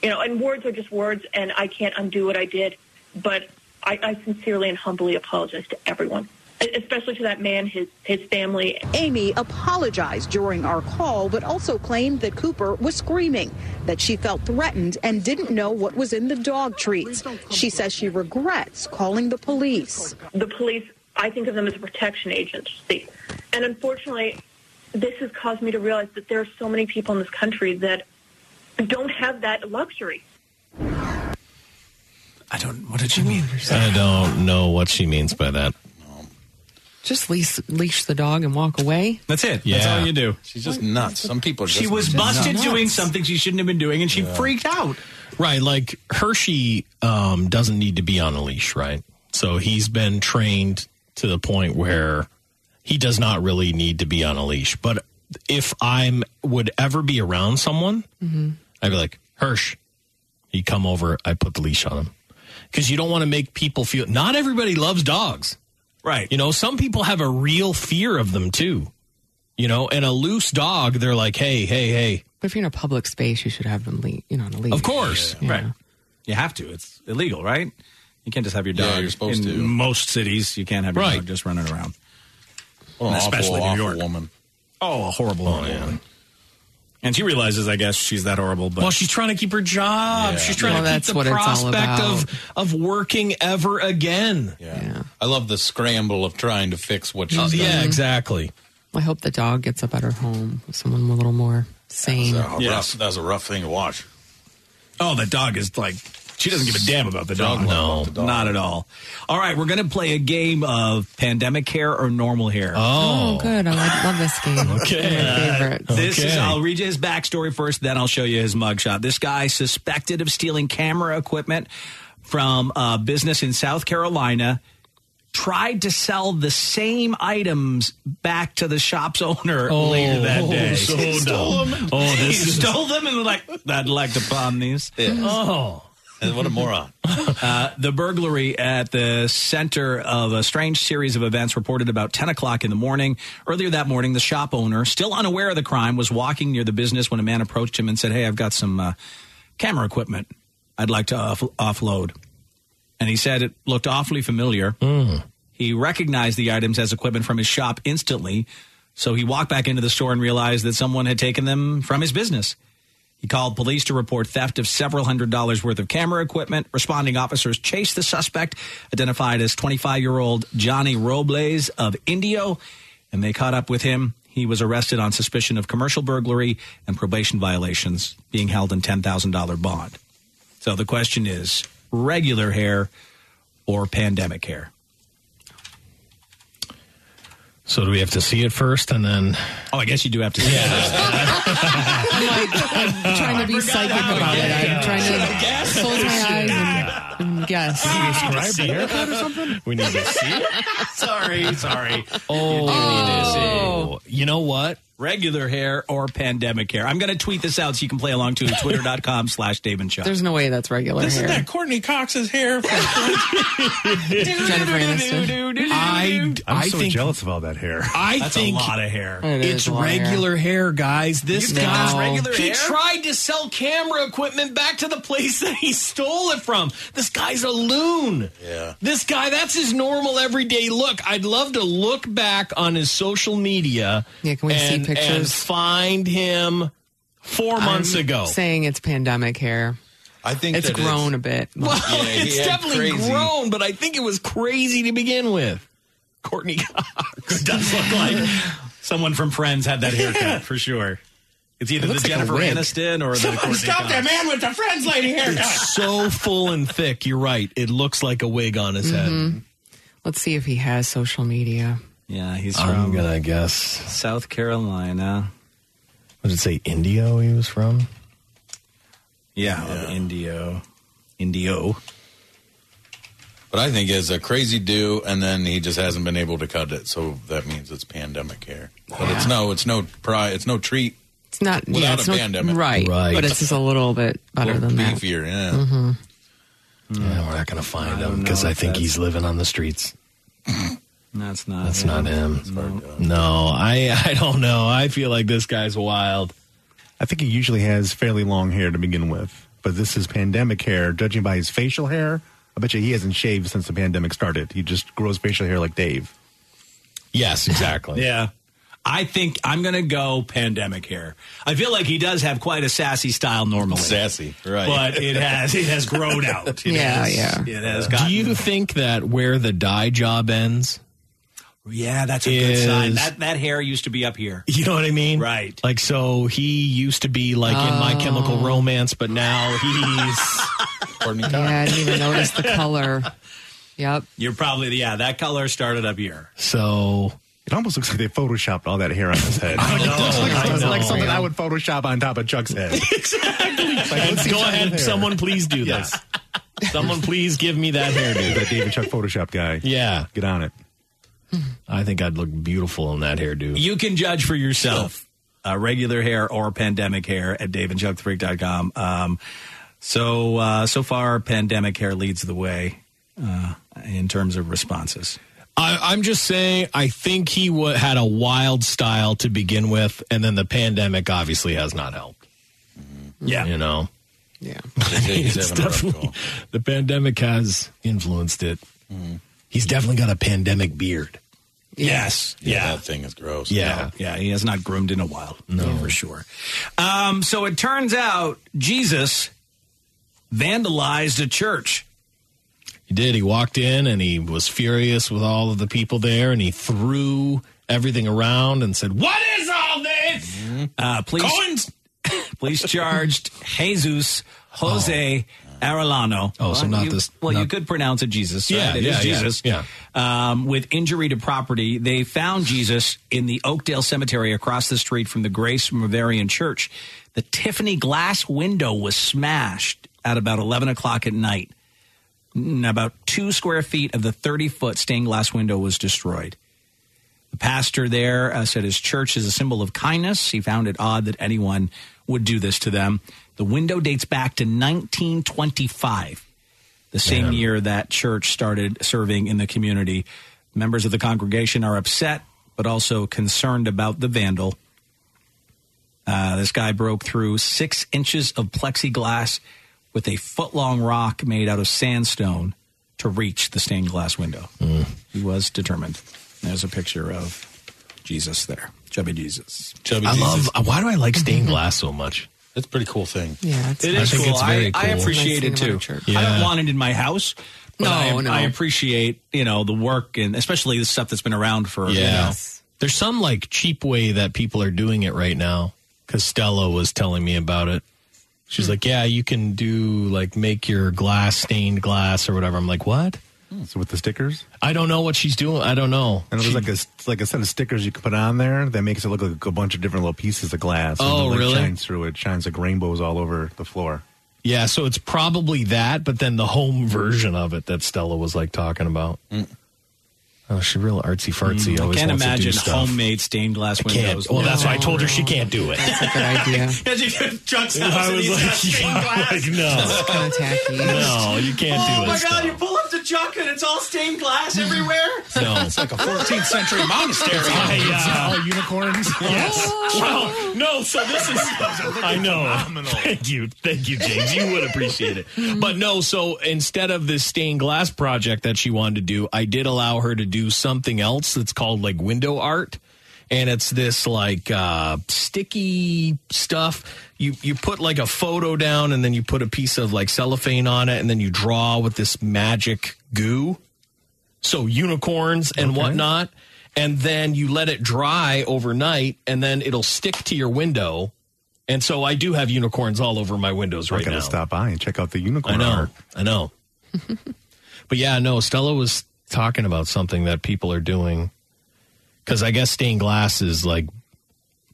Speaker 14: You know, and words are just words, and I can't undo what I did. But I, I sincerely and humbly apologize to everyone. e-, especially to that man, his his family.
Speaker 18: Amy apologized during our call, but also claimed that Cooper was screaming, that she felt threatened and didn't know what was in the dog treats. She says she regrets calling the police.
Speaker 14: The police, I think of them as a protection agency, and unfortunately, this has caused me to realize that there are so many people in this country that don't have that luxury.
Speaker 3: I don't. What did she mean? I don't know what she means by that.
Speaker 2: Just leash, leash the dog and walk away.
Speaker 1: That's it. That's
Speaker 3: Yeah.
Speaker 1: all you do.
Speaker 25: She's just nuts. Some people. Are
Speaker 1: She was busted doing something she shouldn't have been doing, and she freaked out.
Speaker 3: Right, like Hershey um, doesn't need to be on a leash, right? So he's been trained to the point where he does not really need to be on a leash. But if I'm would ever be around someone,
Speaker 5: Mm-hmm.
Speaker 3: I'd be like, Hirsch, he come over, I put the leash on him. Because you don't want to make people feel, not everybody loves dogs.
Speaker 1: Right.
Speaker 3: You know, some people have a real fear of them too. You know, and a loose dog, they're like, hey, hey, hey.
Speaker 2: But if you're in a public space, you should have them, le- you know, on a leash.
Speaker 3: Of course.
Speaker 1: Right. You have to. It's illegal, right? You can't just have your dog.
Speaker 25: Yeah, you're supposed
Speaker 1: in
Speaker 25: to.
Speaker 1: most cities, you can't have your
Speaker 25: Right.
Speaker 1: dog just running around.
Speaker 25: What an
Speaker 1: And
Speaker 25: awful,
Speaker 1: especially New
Speaker 25: awful
Speaker 1: York.
Speaker 25: woman.
Speaker 1: Oh, a horrible woman. And she realizes, I guess, she's that horrible. But
Speaker 3: Well, she's trying to keep her job.
Speaker 1: Yeah.
Speaker 3: She's trying
Speaker 1: Well,
Speaker 3: to keep
Speaker 1: that's
Speaker 3: the
Speaker 1: what it's all
Speaker 3: prospect
Speaker 1: about.
Speaker 3: of of working ever again.
Speaker 25: Yeah. I love the scramble of trying to fix what she's
Speaker 2: Oh,
Speaker 25: done.
Speaker 2: yeah,
Speaker 3: exactly.
Speaker 2: I hope the dog gets a better home with someone a little more sane.
Speaker 25: That was, a rough, that was Oh, a rough thing to watch.
Speaker 1: Oh, the dog is like she doesn't give a damn about the dog.
Speaker 25: Dog
Speaker 1: No, not at all. All right, we're gonna play a game of pandemic hair or normal hair.
Speaker 2: Oh, good. I like, love this game. It's one of
Speaker 1: Uh,
Speaker 2: my favorites.
Speaker 1: This is, I'll read you his backstory first, then I'll show you his mugshot. This guy suspected of stealing camera equipment from a business in South Carolina, tried to sell the same items back to the shop's owner
Speaker 5: Oh,
Speaker 1: later that day.
Speaker 5: so
Speaker 1: He stole
Speaker 5: dumb.
Speaker 1: them.
Speaker 5: Oh,
Speaker 1: He
Speaker 5: this is-
Speaker 1: stole them and like, I'd like to palm these.
Speaker 3: Oh.
Speaker 1: And what a moron. uh, the burglary at the center of a strange series of events reported about 10 o'clock in the morning. Earlier that morning, the shop owner, still unaware of the crime, was walking near the business when a man approached him and said, Hey, I've got some uh, camera equipment I'd like to off- offload. And he said it looked awfully familiar. He recognized the items as equipment from his shop instantly. So he walked back into the store and realized that someone had taken them from his business. He called police to report theft of several hundred dollars worth of camera equipment. Responding officers chased the suspect, identified as 25 year old Johnny Robles of Indio, and they caught up with him. He was arrested on suspicion of commercial burglary and probation violations, being held in $10,000 bond. So the question is regular hair or pandemic hair?
Speaker 3: So do we have to see it first and then
Speaker 1: Oh, I guess you do have to see
Speaker 2: I'm like, I'm trying to be psychic about it. I'm trying to close my eyes and, and guess.
Speaker 3: We need to see it.
Speaker 1: sorry, sorry.
Speaker 3: Oh,
Speaker 1: you know what? Regular hair or pandemic hair. I'm going to tweet this out so you can play along too. Twitter.com slash Dave and Chuck.
Speaker 2: There's no way that's regular
Speaker 1: This is
Speaker 2: hair.
Speaker 1: that
Speaker 25: Courtney Cox's hair.
Speaker 2: Jennifer Aniston.
Speaker 3: I,
Speaker 4: I'm
Speaker 3: I
Speaker 4: so
Speaker 3: think
Speaker 4: jealous of all that hair.
Speaker 3: I think
Speaker 4: It is
Speaker 3: it's
Speaker 4: a lot of hair.
Speaker 3: regular hair. guys. This
Speaker 4: You think
Speaker 3: guy
Speaker 4: it's regular
Speaker 3: he
Speaker 4: hair?
Speaker 3: tried to sell camera equipment back to the place that he stole it from. This guy's a loon.
Speaker 25: Yeah.
Speaker 3: This guy, that's his normal everyday look. I'd love to look back on his social media.
Speaker 2: Yeah, can we see
Speaker 3: and- And
Speaker 2: pictures?
Speaker 3: find him four
Speaker 2: I'm
Speaker 3: months ago.
Speaker 2: Saying it's pandemic hair.
Speaker 25: I think
Speaker 2: it's
Speaker 3: that
Speaker 2: grown
Speaker 3: it's-
Speaker 2: a bit.
Speaker 3: Well,
Speaker 2: Yeah, he
Speaker 3: it's
Speaker 2: had
Speaker 3: definitely
Speaker 2: crazy-
Speaker 3: grown, but I think it was crazy to begin with. Courtney Cox
Speaker 1: does look like someone from Friends had that haircut for sure. It's either
Speaker 3: It
Speaker 1: the
Speaker 3: looks like a
Speaker 1: Jennifer
Speaker 3: wig.
Speaker 1: Aniston or the
Speaker 3: Someone
Speaker 1: Courtney
Speaker 3: stop
Speaker 1: Cox.
Speaker 5: that man with the friends lady haircut.
Speaker 3: It's so full and thick. You're right. It looks like a wig on his head.
Speaker 2: Mhm. Let's see if he has social media.
Speaker 1: Yeah, he's
Speaker 3: I'm
Speaker 1: from
Speaker 3: gonna guess
Speaker 1: South Carolina.
Speaker 3: What did it say? Indio he was from?
Speaker 1: Yeah, of Indio. Indio.
Speaker 25: But I think it's a crazy do, and then he just hasn't been able to cut it, so that means it's pandemic hair. But it's no, it's no pri it's no treat.
Speaker 2: It's not yeah,
Speaker 25: Without
Speaker 2: it's
Speaker 25: a
Speaker 2: not-
Speaker 25: pandemic.
Speaker 2: right?
Speaker 25: Right.
Speaker 2: But it's just a little bit better than that.
Speaker 25: beefier, yeah.
Speaker 2: hmm
Speaker 3: Yeah, we're not gonna find him because Mm-hmm. I think he's living on the streets.
Speaker 1: That's not.
Speaker 3: That's not him. No, I I don't know. I feel like this guy's wild.
Speaker 4: I think he usually has fairly long hair to begin with, but this is pandemic hair. Judging by his facial hair, I bet you he hasn't shaved since the pandemic started. He just grows facial hair like Dave.
Speaker 3: Yes, exactly.
Speaker 1: yeah. I think I'm going to go pandemic hair. I feel like he does have quite a sassy style normally.
Speaker 25: Sassy,
Speaker 3: right.
Speaker 1: But it has it has grown out. It
Speaker 3: Yeah,
Speaker 1: has-
Speaker 3: yeah.
Speaker 1: It has
Speaker 3: Do
Speaker 1: gotten
Speaker 3: you think that where the dye job ends?
Speaker 1: Yeah, that's a good sign.
Speaker 3: is-
Speaker 1: That that hair used to be up here.
Speaker 3: You know what I mean?
Speaker 1: Right.
Speaker 3: Like, so he used to be like in My Chemical Romance, but now he's.
Speaker 2: Oh. Yeah, I didn't even notice the color. Yep.
Speaker 1: You're probably yeah, that color started up here.
Speaker 3: So
Speaker 4: it almost looks like they photoshopped all that hair on his head.
Speaker 1: I
Speaker 4: Like, it
Speaker 1: know,
Speaker 4: looks like,
Speaker 1: I
Speaker 4: it's like
Speaker 1: know.
Speaker 4: something I would Photoshop on top of Chuck's head.
Speaker 3: exactly.
Speaker 4: let's see
Speaker 3: go
Speaker 4: Chuck's
Speaker 3: ahead,
Speaker 4: hair.
Speaker 3: someone please do this. Someone please give me that hairdo.
Speaker 4: that David Chuck Photoshop guy.
Speaker 3: Yeah.
Speaker 4: Get on it.
Speaker 3: I think I'd look beautiful in that hairdo.
Speaker 1: You can judge for yourself uh, regular hair or pandemic hair at daveandchuckthefreak.com. Um, so, uh, so far, pandemic hair leads the way uh, in terms of responses.
Speaker 3: I, I'm just saying, I think he wa had a wild style to begin with, and then the pandemic obviously has not helped.
Speaker 1: Yeah.
Speaker 3: You know?
Speaker 2: Yeah.
Speaker 3: it's definitely, the pandemic has influenced it. He's definitely got a pandemic beard.
Speaker 1: Yes. Yeah.
Speaker 25: That thing is gross.
Speaker 1: Yeah. Yeah. He has not groomed in a while. No. For sure. Um, so it turns out Jesus vandalized a church.
Speaker 3: He did. He walked in and he was furious with all of the people there and he threw everything around and said, What is all this?
Speaker 1: Uh, police, police charged Jesus Jose Arellano.
Speaker 3: Oh, so
Speaker 1: Well,
Speaker 3: not
Speaker 1: you-
Speaker 3: this-
Speaker 1: Well, you
Speaker 3: not-
Speaker 1: could pronounce it Jesus.
Speaker 3: Yeah,
Speaker 1: right? It
Speaker 3: yeah,
Speaker 1: is
Speaker 3: yeah,
Speaker 1: Jesus.
Speaker 3: yeah.
Speaker 1: Um, with injury to property, they found Jesus in the Oakdale Cemetery across the street from the Grace Mavarian Church. The Tiffany glass window was smashed at about eleven o'clock at night. Mm, About two square feet of the 30 foot stained glass window was destroyed. The pastor there uh, said his church is a symbol of kindness. He found it odd that anyone would do this to them. The window dates back to 1925, the same year that church started serving in the community. Members of the congregation are upset, but also concerned about the vandal. Uh, this guy broke through six inches of plexiglass with a foot long rock made out of sandstone to reach the stained glass window. He was determined. There's a picture of Jesus there. Chubby Jesus.
Speaker 25: Chubby
Speaker 3: I love, uh, why do I like stained glass so much?
Speaker 25: That's a pretty cool thing.
Speaker 2: Yeah,
Speaker 1: It is cool. I, I appreciate it too. I don't want it in my house. But
Speaker 3: No,
Speaker 1: I,
Speaker 3: no.
Speaker 1: I appreciate you know the work and especially the stuff that's been around for you
Speaker 3: Yeah.
Speaker 1: know.
Speaker 3: There's some like cheap way that people are doing it right now. Because Stella was telling me about it. She's like, yeah, you can do like make your glass stained glass or whatever. I'm like, what?
Speaker 4: Hmm. So with the stickers?
Speaker 3: I don't know what she's doing. I don't know.
Speaker 4: And there's like a it's like a set of stickers you can put on there that makes it look like a bunch of different little pieces of glass. and
Speaker 3: Oh,
Speaker 4: it, like,
Speaker 3: really?
Speaker 4: Shines through it, shines like rainbows all over the floor.
Speaker 3: Yeah, so it's probably that, but then the home version of it that Stella was like talking about.
Speaker 4: Hmm.
Speaker 3: Oh, she real artsy fartsy.
Speaker 1: Mm, I
Speaker 3: always
Speaker 1: can't
Speaker 3: wants to do
Speaker 1: imagine
Speaker 3: stuff.
Speaker 1: homemade stained glass
Speaker 3: Can't.
Speaker 1: windows.
Speaker 3: Well, that's why I
Speaker 1: No.
Speaker 3: told her she can't do it.
Speaker 2: That's a good idea.
Speaker 1: As you go to Chuck's house
Speaker 3: I
Speaker 1: and
Speaker 3: was
Speaker 1: he's
Speaker 3: like,
Speaker 1: got stained
Speaker 3: yeah,
Speaker 1: glass.
Speaker 3: like, no. That's
Speaker 2: kinda tacky.
Speaker 3: No, you can't
Speaker 1: oh
Speaker 3: do
Speaker 1: my
Speaker 3: it.
Speaker 1: god, you pull up to Chuck and it's all stained glass everywhere.
Speaker 3: No. It's
Speaker 1: like a 14th century monastery.
Speaker 3: I,
Speaker 4: all unicorns.
Speaker 3: Yes. Wow. No, so this is. I know. Thank you. Thank you, James. You would appreciate it. But no, so instead of this stained glass project that she wanted to do, I did allow her to do something else that's called like window art. And it's this like uh, sticky stuff. You you put like a photo down, and then you put a piece of like cellophane on it, and then you draw with this magic goo so unicorns and whatnot and then you let it dry overnight and then it'll stick to your window and so i do have unicorns all over my windows
Speaker 4: I
Speaker 3: right
Speaker 4: gotta
Speaker 3: now
Speaker 4: stop by and check out the unicorn
Speaker 3: i know
Speaker 4: art.
Speaker 3: i know but yeah no stella was talking about something that people are doing because i guess stained glass is like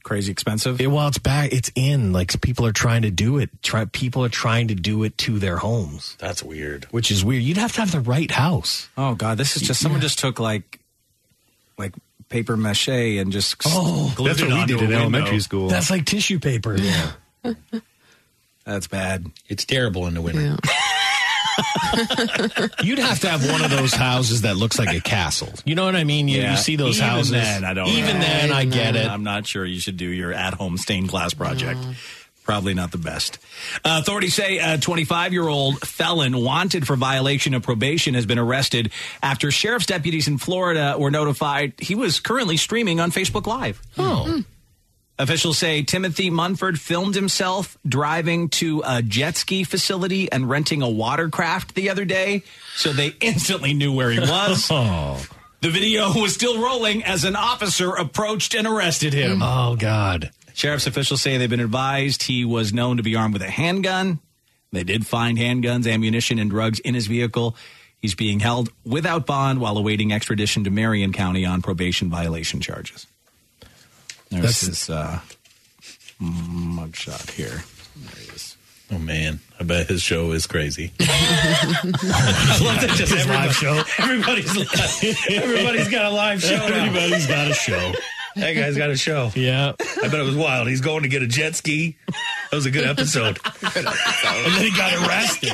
Speaker 1: crazy expensive
Speaker 3: it, well it's back it's in like people are trying to do it try people are trying to do it to their homes
Speaker 25: that's weird
Speaker 3: which is weird you'd have to have the right house
Speaker 1: Oh god, this is just someone just took like like paper mache and just oh, glued
Speaker 4: that's
Speaker 1: it
Speaker 4: what we
Speaker 1: onto
Speaker 4: did
Speaker 1: a
Speaker 4: in
Speaker 1: window.
Speaker 4: elementary school.
Speaker 3: that's like tissue paper yeah
Speaker 1: That's bad.
Speaker 25: It's terrible in the winter.
Speaker 3: You'd have to have one of those houses that looks like a castle. You know what I mean? You, you
Speaker 1: Yeah.
Speaker 3: see those
Speaker 1: Even
Speaker 3: houses.
Speaker 1: Then, I don't.
Speaker 3: Even then, I get it.
Speaker 1: I'm not sure you should do your at-home stained glass project. probably not the best. Uh, authorities say a 25 year old felon wanted for violation of probation has been arrested after sheriff's deputies in Florida were notified he was currently streaming on Facebook Live. Oh.
Speaker 3: Hmm.
Speaker 1: Officials say Timothy Munford filmed himself driving to a jet ski facility and renting a watercraft the other day, so they instantly knew where he was.
Speaker 3: Oh.
Speaker 1: The video was still rolling as an officer approached and arrested him. Oh, God. Sheriff's officials say they've been advised he was known to be armed with a handgun. They did find handguns, ammunition, and drugs in his vehicle. He's being held without bond while awaiting extradition to Marion County on probation violation charges. There's
Speaker 20: That's-
Speaker 1: his uh, mugshot here.
Speaker 20: Oh man, I bet his show is crazy.
Speaker 5: I love that just
Speaker 20: His
Speaker 5: everybody,
Speaker 20: live show.
Speaker 5: Everybody's live. Everybody's got a live show. now.
Speaker 20: Everybody's got a show.
Speaker 5: That guy's got a show.
Speaker 20: Yeah, I bet it was wild. He's going to get a jet ski. That was a good episode. and then he got arrested.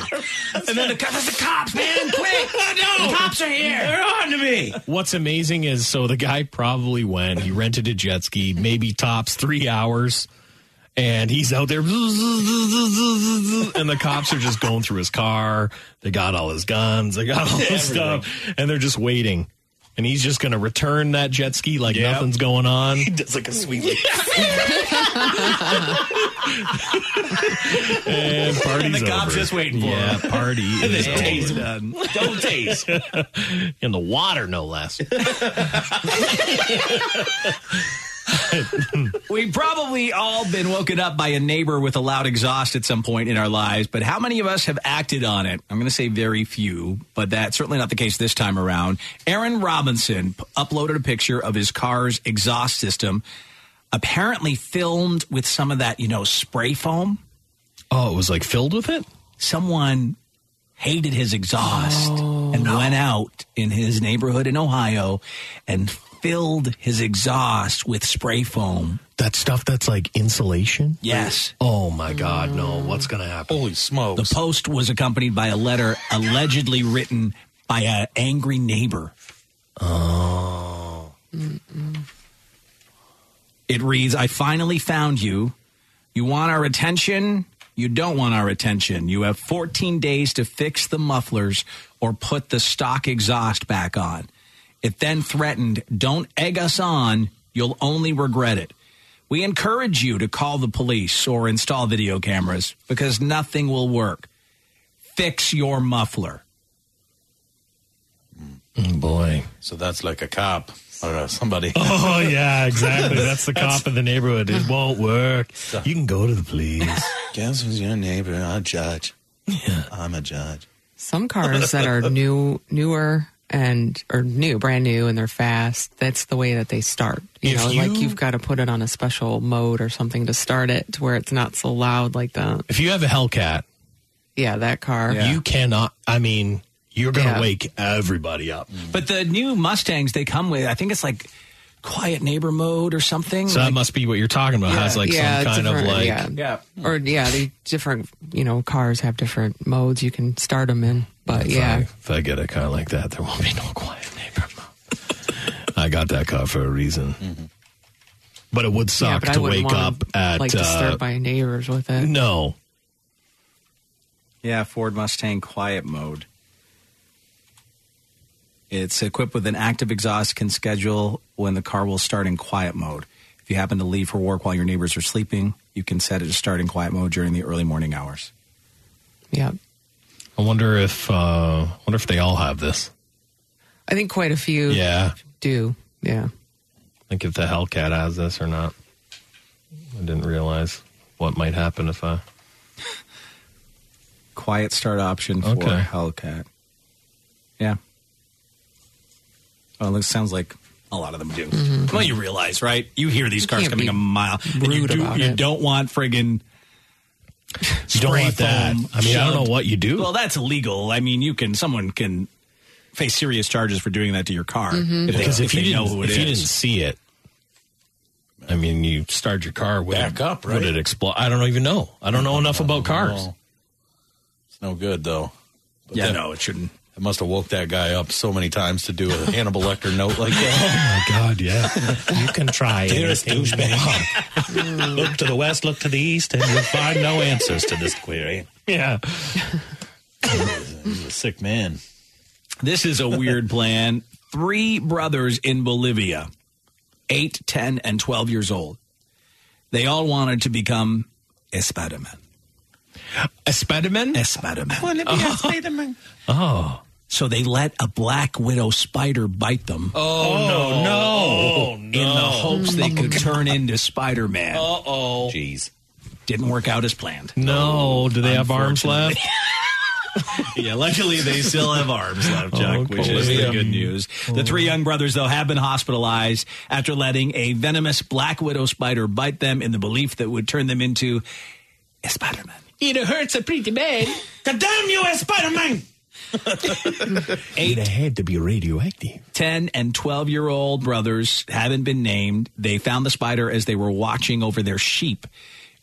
Speaker 1: And then the, the cops, man, quick!
Speaker 5: The cops are here. They're on to me.
Speaker 3: What's amazing is so the guy probably went, he rented a jet ski, maybe tops three hours, and he's out there, and the cops are just going through his car. They got all his guns, they got all his
Speaker 20: Everything.
Speaker 3: stuff, and they're just waiting. And he's just going to return that jet ski like nothing's going on. He
Speaker 20: does like a sweet
Speaker 3: and party's
Speaker 5: And the cops
Speaker 3: over.
Speaker 5: just waiting for
Speaker 3: yeah,
Speaker 5: him.
Speaker 3: party
Speaker 5: And
Speaker 3: is
Speaker 5: they
Speaker 3: over.
Speaker 5: tase him. Don't
Speaker 3: tase. In the water, no less.
Speaker 1: We've probably all been woken up by a neighbor with a loud exhaust at some point in our lives, but how many of us have acted on it? I'm going to say very few, but that's certainly not the case this time around. Aaron Robinson p- uploaded a picture of his car's exhaust system, apparently filmed with some of that, you know, spray foam.
Speaker 3: Oh, it was like filled with it?
Speaker 1: Someone hated his exhaust
Speaker 3: Oh,
Speaker 1: and went out in his neighborhood in Ohio and filled his exhaust with spray foam.
Speaker 3: That stuff that's like insulation?
Speaker 1: Yes.
Speaker 3: Oh my God, no. What's going to happen?
Speaker 1: Holy smokes. The post was accompanied by a letter allegedly written by an angry neighbor. Oh. It reads I finally found you. You want our attention? You don't want our attention. You have 14 days to fix the mufflers or put the stock exhaust back on. It then threatened, don't egg us on. You'll only regret it. We encourage you to call the police or install video cameras because nothing will work. Fix your muffler.
Speaker 3: Mm, boy.
Speaker 25: So that's like a cop or uh, somebody.
Speaker 3: Oh yeah, exactly. That's the cop in the neighborhood. It won't work. You can go to the police.
Speaker 25: Guess who's your neighbor? I judge. Yeah. I'm a judge.
Speaker 2: some cars that are new, newer, and or new, brand new, and they're fast. That's the way that they start. You
Speaker 3: If
Speaker 2: know, like
Speaker 3: you-
Speaker 2: you've got to put it on a special mode or something to start it, to where it's not so loud like that.
Speaker 3: If you have a Hellcat,
Speaker 2: yeah, that car,
Speaker 3: you cannot. I mean, you're gonna
Speaker 2: Yeah.
Speaker 3: wake everybody up.
Speaker 1: But the new Mustangs they come with, I think it's like quiet neighbor mode or something.
Speaker 3: So that
Speaker 1: Like-
Speaker 3: must be what you're talking about. Has like
Speaker 2: Yeah,
Speaker 3: some kind of
Speaker 2: different-
Speaker 3: like.
Speaker 2: yeah. or yeah, the different you know cars have different modes you can start them in. But
Speaker 3: If
Speaker 2: yeah,
Speaker 3: I, if I get a car like that, there won't be no quiet neighbor. I got that car for a reason. But it would
Speaker 2: Mm-hmm. yeah,
Speaker 3: suck
Speaker 2: but I
Speaker 3: to
Speaker 2: wouldn't
Speaker 3: wake
Speaker 2: wanna,
Speaker 3: up at.
Speaker 2: like
Speaker 3: uh,
Speaker 2: disturbed by neighbors with it.
Speaker 3: no,
Speaker 1: Yeah, Ford Mustang Quiet Mode. It's equipped with an active exhaust, can schedule when the car will start in quiet mode. If you happen to leave for work while your neighbors are sleeping, you can set it to start in quiet mode during the early morning hours.
Speaker 2: Yeah.
Speaker 3: I wonder if. uh Wonder if they all have this.
Speaker 2: I think quite a few
Speaker 3: Yeah.
Speaker 2: do. Yeah.
Speaker 3: Like if the Hellcat has this or not. I didn't realize what might happen if uh, I.
Speaker 1: Quiet start option for
Speaker 3: Okay.
Speaker 1: Hellcat. Yeah. Well, it sounds like a lot of them do.
Speaker 3: Mm-hmm.
Speaker 1: Well, you realize, right? You hear these cars
Speaker 5: can't
Speaker 1: coming
Speaker 5: be
Speaker 1: a mile. and you
Speaker 5: rude
Speaker 1: do,
Speaker 5: about
Speaker 1: you
Speaker 5: it.
Speaker 1: don't want friggin'
Speaker 3: You don't
Speaker 1: spray
Speaker 3: want that.
Speaker 1: foam
Speaker 3: I mean, I don't
Speaker 1: shoved.
Speaker 3: know what you do.
Speaker 1: Well, that's illegal. I mean, you can someone can face serious charges for doing that to your car
Speaker 2: Mm-hmm.
Speaker 3: If they- Because if,
Speaker 1: they
Speaker 3: you
Speaker 1: know
Speaker 3: didn't,
Speaker 1: who it
Speaker 3: if
Speaker 1: is.
Speaker 3: you didn't see it, I mean, you start your car would back
Speaker 25: up, right?
Speaker 3: Would it explode? I don't even Oh, know. I don't know enough about cars.
Speaker 25: It's no good though.
Speaker 1: yeah, no, it shouldn't.
Speaker 25: It must have woke that guy up so many times to do a Hannibal Lecter note like that.
Speaker 3: Oh my God! Yeah, you can try.
Speaker 25: Dearest
Speaker 20: douchebag. look to the west, look to the east, and you'll find no answers to this query.
Speaker 1: Yeah.
Speaker 20: He's a sick man.
Speaker 1: This is a weird plan. Three brothers in Bolivia, 8, 10, and 12 years old. They all wanted to become Spider-Man.
Speaker 3: Spider-Man?
Speaker 1: Spider-Man.
Speaker 5: Spider-Man.
Speaker 1: Oh. So they let a black widow spider bite them.
Speaker 5: Oh, no, Oh, no. Oh,
Speaker 1: In the hopes they could turn into Spider Man. Uh oh. Jeez. Didn't work out as planned.
Speaker 3: No. Do they have arms left?
Speaker 1: yeah, luckily they still have arms left, Chuck,
Speaker 3: Oh,
Speaker 1: which is the
Speaker 3: Bolivia.
Speaker 1: good news. The three young brothers, though, have been hospitalized after letting a venomous black widow spider bite them in the belief that it would turn them into Spider Man.
Speaker 5: It hurts a pretty bad. God damn you, Spider Man!
Speaker 1: Eight had to be radioactive. Ten and twelve year old brothers haven't been named. They found the spider as they were watching over their sheep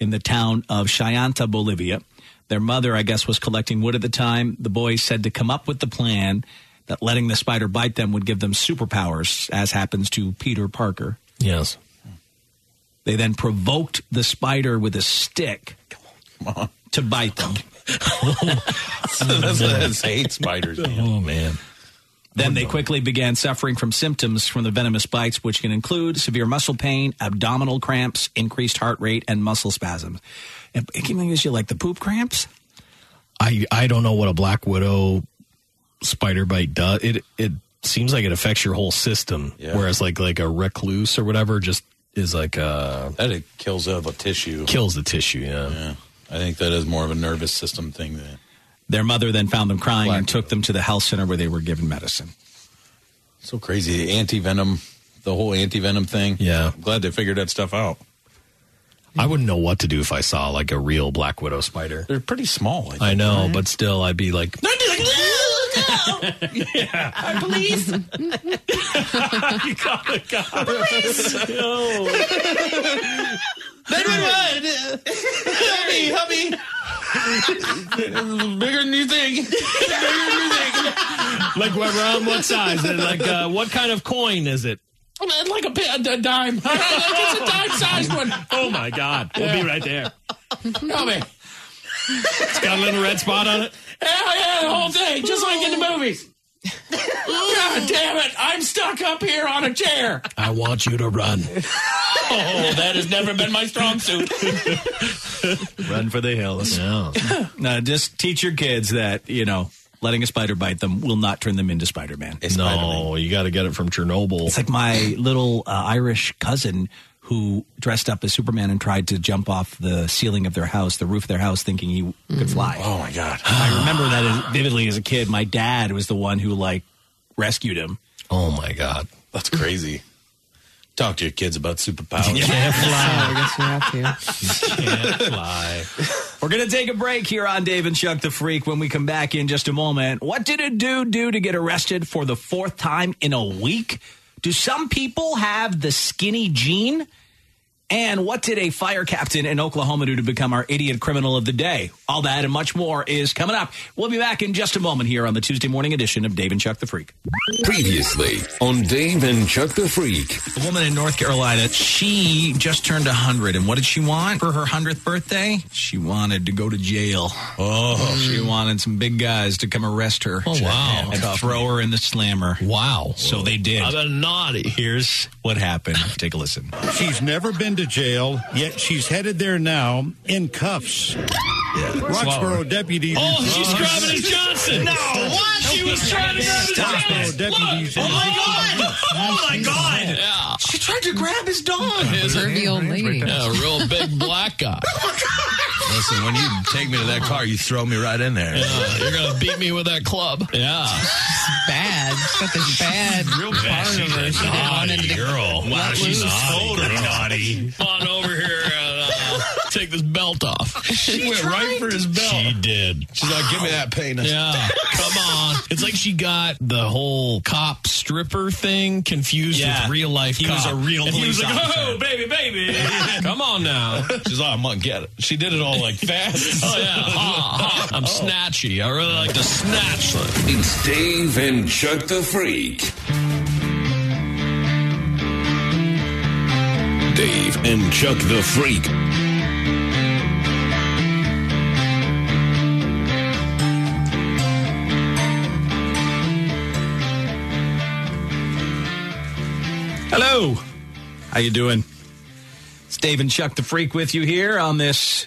Speaker 1: in the town of Chayanta, Bolivia. Their mother, I guess, was collecting wood at the time. The boys said to come up with the plan that letting the spider bite them would give them superpowers, as happens to Peter Parker.
Speaker 3: Yes.
Speaker 1: They then provoked the spider with a stick to bite them.
Speaker 25: that's, that's hate spiders.
Speaker 3: Oh man.
Speaker 1: Then they quickly began suffering from symptoms from the venomous bites, which can include severe muscle pain, abdominal cramps, increased heart rate, and muscle spasms. And it can gives you like the poop cramps.
Speaker 3: I I don't know what a black widow spider bite does. It it seems like it affects your whole system. Whereas like like a recluse or whatever just is like uh
Speaker 25: that it kills other tissue.
Speaker 3: Kills the tissue. Yeah.
Speaker 25: I think that is more of a nervous system thing. Than,
Speaker 1: Their mother then found them crying and took them to the health center where they were given medicine.
Speaker 25: so crazy. The anti venom, the whole anti venom thing.
Speaker 3: Yeah.
Speaker 25: I'm glad they figured that stuff out.
Speaker 3: I wouldn't know what to do if I saw like a real black widow spider.
Speaker 25: They're pretty small.
Speaker 3: I, know, but still, I'd be like,
Speaker 5: Police! you call the cops. Police! help me, help me! Bigger than you think. Bigger than you think.
Speaker 3: like what around what size? And like, uh, what kind of coin is it?
Speaker 5: Man, like a, pi- a, a dime. it's a dime-sized one.
Speaker 3: Oh my God! We'll be right there.
Speaker 5: Help me.
Speaker 3: It's got a little red spot on it.
Speaker 5: Yeah, yeah, the whole thing, just like in the movies. God damn it! I'm stuck up here on a chair.
Speaker 3: I want you to run.
Speaker 5: Oh, that has never been my strong suit.
Speaker 1: Run for the hills. now, just teach your kids that, you know, letting a spider bite them will not turn them into Spider Man.
Speaker 3: No, Oh, you got to get it from Chernobyl.
Speaker 1: It's like my little uh, Irish cousin who dressed up as Superman and tried to jump off the ceiling of their house, the roof of their house, thinking he could fly. Oh my god! I remember that as vividly as a kid. My dad was the one who like rescued him.
Speaker 3: Oh my god,
Speaker 25: that's crazy. Talk to your kids about superpowers.
Speaker 2: Oh, I guess we have to.
Speaker 1: We're gonna take a break here on Dave and Chuck the Freak. When we come back in just a moment, what did a dude do to get arrested for the fourth time in a week? Do some people have the skinny gene? And what did a fire captain in Oklahoma do to become our idiot criminal of the day? All that and much more is coming up. We'll be back in just a moment here on the Tuesday morning edition of Dave and Chuck the Freak.
Speaker 22: Previously on Dave and Chuck the Freak.
Speaker 1: A woman in North Carolina, she just turned 100. And what did she want for her 100th birthday? She wanted to go to jail. Oh, she wanted some big guys to come arrest her.
Speaker 3: Hmm. Oh, wow.
Speaker 1: And throw her in the slammer.
Speaker 3: Wow.
Speaker 1: So they did.
Speaker 3: I've been naughty.
Speaker 1: Here's what happened. Take a listen.
Speaker 7: She's never been to jail, yet she's headed there now in cuffs. Roxborough deputies.
Speaker 5: Oh, she's grabbing his Johnson. No, what? She was trying to grab his
Speaker 7: Stop
Speaker 5: Johnson.
Speaker 7: it. Deputies.
Speaker 5: Oh my god! Oh my god!
Speaker 1: She tried to grab his dog.
Speaker 5: His
Speaker 2: Curvy old lady.
Speaker 20: A real big black guy.
Speaker 25: Listen, when you take me to that car, you throw me right in there.
Speaker 20: Yeah, Uh, you're gonna beat me with that club. Yeah.
Speaker 2: Bad. She's got this bad. Real part of her.
Speaker 20: Naughty girl. Wow, she's total naughty. Come on over here. and, uh, take take this belt off. She went right for his belt.
Speaker 3: She did.
Speaker 20: She's like, give me that penis.
Speaker 3: Yeah, come on. It's like she got the whole cop stripper thing confused
Speaker 20: Yeah.
Speaker 3: with real life.
Speaker 20: He was
Speaker 3: cop.
Speaker 20: a real
Speaker 3: And he was
Speaker 20: police
Speaker 3: like,
Speaker 20: officer.
Speaker 3: "Oh,
Speaker 20: baby, baby,
Speaker 3: come on now."
Speaker 20: She's like, I'm gonna get it. She did it all like fast. Oh.
Speaker 3: oh yeah, ha, ha. I'm snatchy. I really like to snatch.
Speaker 22: It's Dave and Chuck the Freak. Dave and Chuck the Freak.
Speaker 1: Hello. How you doing? It's Dave and Chuck the Freak with you here on this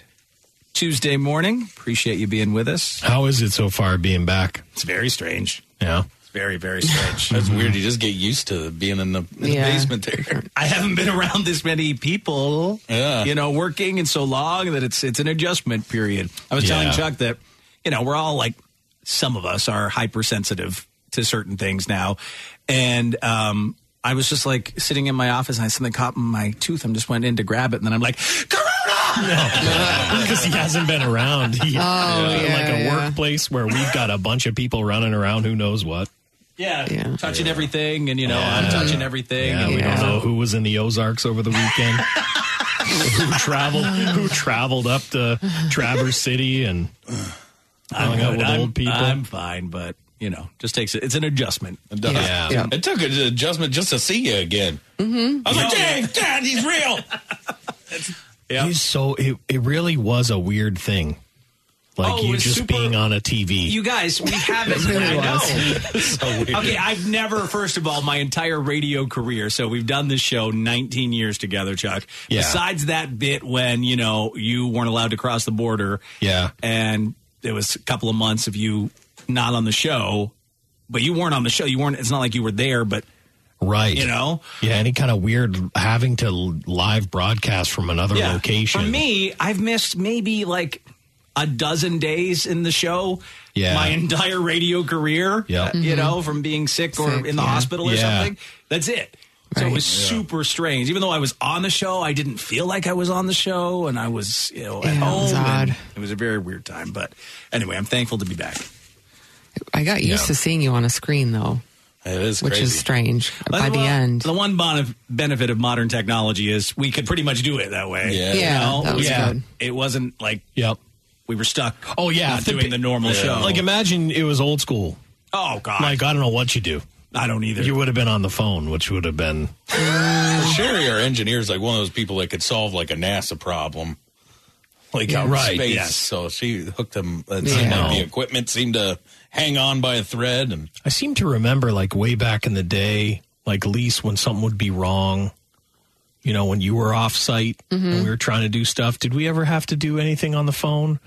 Speaker 1: Tuesday morning. Appreciate you being with us.
Speaker 3: How is it so far being back?
Speaker 1: It's very strange.
Speaker 3: Yeah.
Speaker 1: It's very, very strange.
Speaker 25: That's weird. You just get used to being in the, in the
Speaker 1: Yeah.
Speaker 25: basement there.
Speaker 1: I haven't been around this many people, you know, working in so long that it's it's an adjustment period. I was telling
Speaker 5: Yeah.
Speaker 1: Chuck that, you know, we're all like some of us are hypersensitive to certain things now, and um, I was just like sitting in my office and I something caught in my tooth. and just went in to grab it, and then I'm like,
Speaker 3: because he hasn't been around. He-
Speaker 1: Oh, yeah,
Speaker 3: like a
Speaker 1: yeah.
Speaker 3: workplace where we've got a bunch of people running around who knows what.
Speaker 1: yeah, touching everything, and you know, I'm
Speaker 3: Yeah.
Speaker 1: touching everything.
Speaker 3: Yeah,
Speaker 1: and
Speaker 3: we don't know who was in the Ozarks over the weekend. who traveled? Who traveled up to Traverse City and
Speaker 1: I'm,
Speaker 3: hung out
Speaker 1: good.
Speaker 3: with
Speaker 1: I'm-
Speaker 3: old people?
Speaker 1: I'm fine, but you know, just takes it. It's an adjustment. It
Speaker 25: does. Yeah. Yeah. It took an adjustment just to see you again.
Speaker 1: Mm-hmm.
Speaker 25: I was like, Dave, Dad, he's real.
Speaker 3: He's so it, it really was a weird thing. Like
Speaker 1: Oh,
Speaker 3: you
Speaker 1: it's
Speaker 3: just
Speaker 1: super-
Speaker 3: being on a TV.
Speaker 1: You guys, we haven't.
Speaker 3: It really
Speaker 1: I know.
Speaker 3: was. So weird.
Speaker 1: Okay, I've never. First of all, my entire radio career. So we've done this show 19 years together, Chuck.
Speaker 3: Yeah.
Speaker 1: Besides that bit when you know you weren't allowed to cross the border.
Speaker 3: Yeah.
Speaker 1: And there was a couple of months of you not on the show, but you weren't on the show. You weren't. It's not like you were there, but
Speaker 3: Right.
Speaker 1: You know.
Speaker 3: Yeah, any kind of weird having to l- live broadcast from another
Speaker 1: Yeah.
Speaker 3: location.
Speaker 1: For me, I've missed maybe like a dozen days in the show.
Speaker 3: Yeah.
Speaker 1: My entire radio career. uh,
Speaker 3: Yeah.
Speaker 1: You
Speaker 2: Mm-hmm.
Speaker 1: know, from being sick, or
Speaker 3: Sick,
Speaker 1: in the
Speaker 3: yeah.
Speaker 1: hospital or
Speaker 3: Yeah.
Speaker 1: something. That's it. So it was super strange. Even though I was on the show, I didn't feel like I was on the show, and I was you know at
Speaker 2: Yeah, it
Speaker 1: home.
Speaker 2: was
Speaker 1: and
Speaker 2: odd.
Speaker 1: It was a very weird time, but anyway, I'm thankful to be back.
Speaker 2: I got used
Speaker 1: Yeah.
Speaker 2: to seeing you on a screen though.
Speaker 1: It is,
Speaker 2: which is strange. By the end,
Speaker 1: the one bon- benefit of modern technology is we could pretty much do it that way.
Speaker 2: Yeah. Yeah, that was good.
Speaker 1: It wasn't like
Speaker 3: yep.
Speaker 1: we were stuck.
Speaker 3: Oh yeah,
Speaker 1: not doing the normal show.
Speaker 3: Like imagine it was old school.
Speaker 1: oh god,
Speaker 3: Like I don't know what you do.
Speaker 1: I don't either.
Speaker 3: You would have been on the phone, which would have been
Speaker 25: Sherry, our engineer, is like one of those people that could solve like a NASA problem, like
Speaker 3: Yeah,
Speaker 25: out in
Speaker 3: right,
Speaker 25: space.
Speaker 3: yes.
Speaker 25: So she hooked him. It
Speaker 3: Yeah.
Speaker 25: seemed like
Speaker 3: No.
Speaker 25: the equipment seemed to hang on by a thread, and
Speaker 3: I seem to remember like way back in the day, like lease when something would be wrong. You know, when you were off site
Speaker 2: Mm-hmm.
Speaker 3: and we were trying to do stuff, did we ever have to do anything on the phone?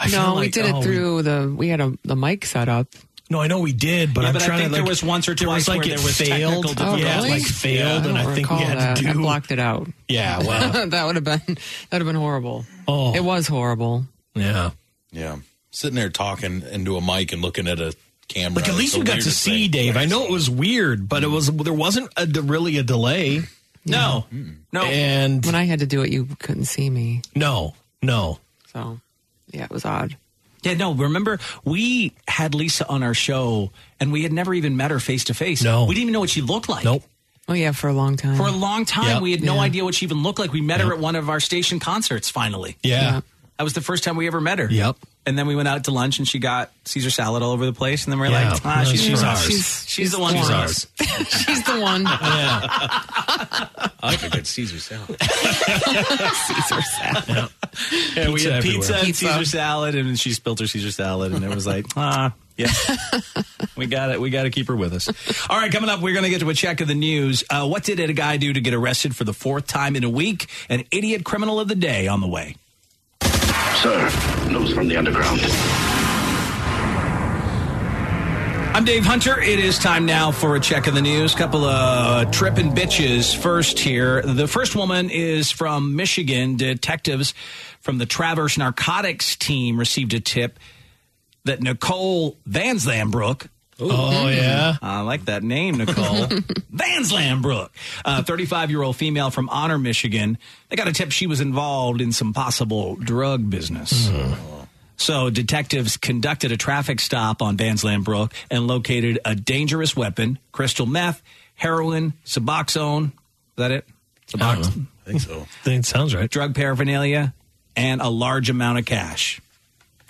Speaker 2: no,
Speaker 3: feel
Speaker 2: we
Speaker 3: like,
Speaker 2: did
Speaker 3: oh,
Speaker 2: it through the. We had a the mic set up.
Speaker 3: No, I know we did, but
Speaker 2: Yeah,
Speaker 3: I'm
Speaker 2: but I
Speaker 3: trying
Speaker 2: think
Speaker 3: to.
Speaker 2: there
Speaker 3: Like,
Speaker 2: was once or
Speaker 3: it was
Speaker 2: twice
Speaker 3: like
Speaker 2: where
Speaker 3: it
Speaker 2: there was
Speaker 3: failed.
Speaker 2: technical difficulties.
Speaker 3: yeah,
Speaker 2: Oh,
Speaker 3: it,
Speaker 2: really?
Speaker 3: like failed,
Speaker 2: Yeah, I
Speaker 3: and
Speaker 2: don't
Speaker 3: I think we
Speaker 2: recall
Speaker 3: had to
Speaker 2: that.
Speaker 3: do.
Speaker 2: I blocked it out.
Speaker 3: Yeah, well,
Speaker 2: that would have been that would have been horrible.
Speaker 3: Oh,
Speaker 2: it was horrible.
Speaker 3: yeah,
Speaker 25: yeah, sitting there talking into a mic and looking at a camera.
Speaker 3: Like at least
Speaker 25: It's
Speaker 3: we
Speaker 25: the
Speaker 3: got to
Speaker 25: weirdest
Speaker 3: see
Speaker 25: thing.
Speaker 3: Dave. I know it was weird, but it was there wasn't a, really a delay.
Speaker 1: No, no.
Speaker 3: And
Speaker 2: when I had to do it, you couldn't see me.
Speaker 3: No, no.
Speaker 2: So, yeah, it was odd.
Speaker 1: Yeah, no. Remember, we had Lisa on our show, and we had never even met her face to face. No, we didn't even know what she looked like. Nope.
Speaker 2: Oh yeah, for a long time.
Speaker 1: For a long time,
Speaker 2: Yeah.
Speaker 1: we had no
Speaker 2: Yeah.
Speaker 1: idea what she even looked like. We met her at one of our station concerts. Finally,
Speaker 3: Yeah.
Speaker 1: that was the first time we ever met her.
Speaker 3: Yep.
Speaker 1: And then we went out to lunch, and she got Caesar salad all over the place. And then we are
Speaker 3: Yeah.
Speaker 1: like, ah,
Speaker 3: No,
Speaker 1: she's,
Speaker 3: she's
Speaker 1: she's,
Speaker 3: ours.
Speaker 1: she's, she's the
Speaker 2: She's
Speaker 1: one.
Speaker 2: ours.
Speaker 1: for us.
Speaker 2: Ours. She's the one.
Speaker 25: I like a good Caesar salad.
Speaker 2: Caesar salad.
Speaker 1: Yeah, we
Speaker 2: Pizza
Speaker 1: had pizza
Speaker 2: everywhere.
Speaker 1: and
Speaker 2: Pizza.
Speaker 1: Caesar salad, and she spilled her Caesar salad, and it was like, ah, yeah, we got it. We got to keep her with us. All right, coming up, we're going to get to a check of the news. Uh, what did a guy do to get arrested for the fourth time in a week? An idiot criminal of the day on the way.
Speaker 21: Sir, news from the underground.
Speaker 1: I'm Dave Hunter. It is time now for a check of the news. Couple of tripping bitches first here. The first woman is from Michigan. Detectives from the Traverse Narcotics team received a tip that Nicole Van Zambrook
Speaker 3: Oh, yeah?
Speaker 1: I like that name, Nicole. Vans Lambrook, a 35 year old female from Honor, Michigan. They got a tip she was involved in some possible drug business.
Speaker 3: Hmm.
Speaker 1: So detectives conducted a traffic stop on Vans Lambrook and located a dangerous weapon, crystal meth, heroin, Suboxone. Is that it? Suboxone.
Speaker 3: I think so. think it sounds right.
Speaker 1: Drug paraphernalia and a large amount of cash.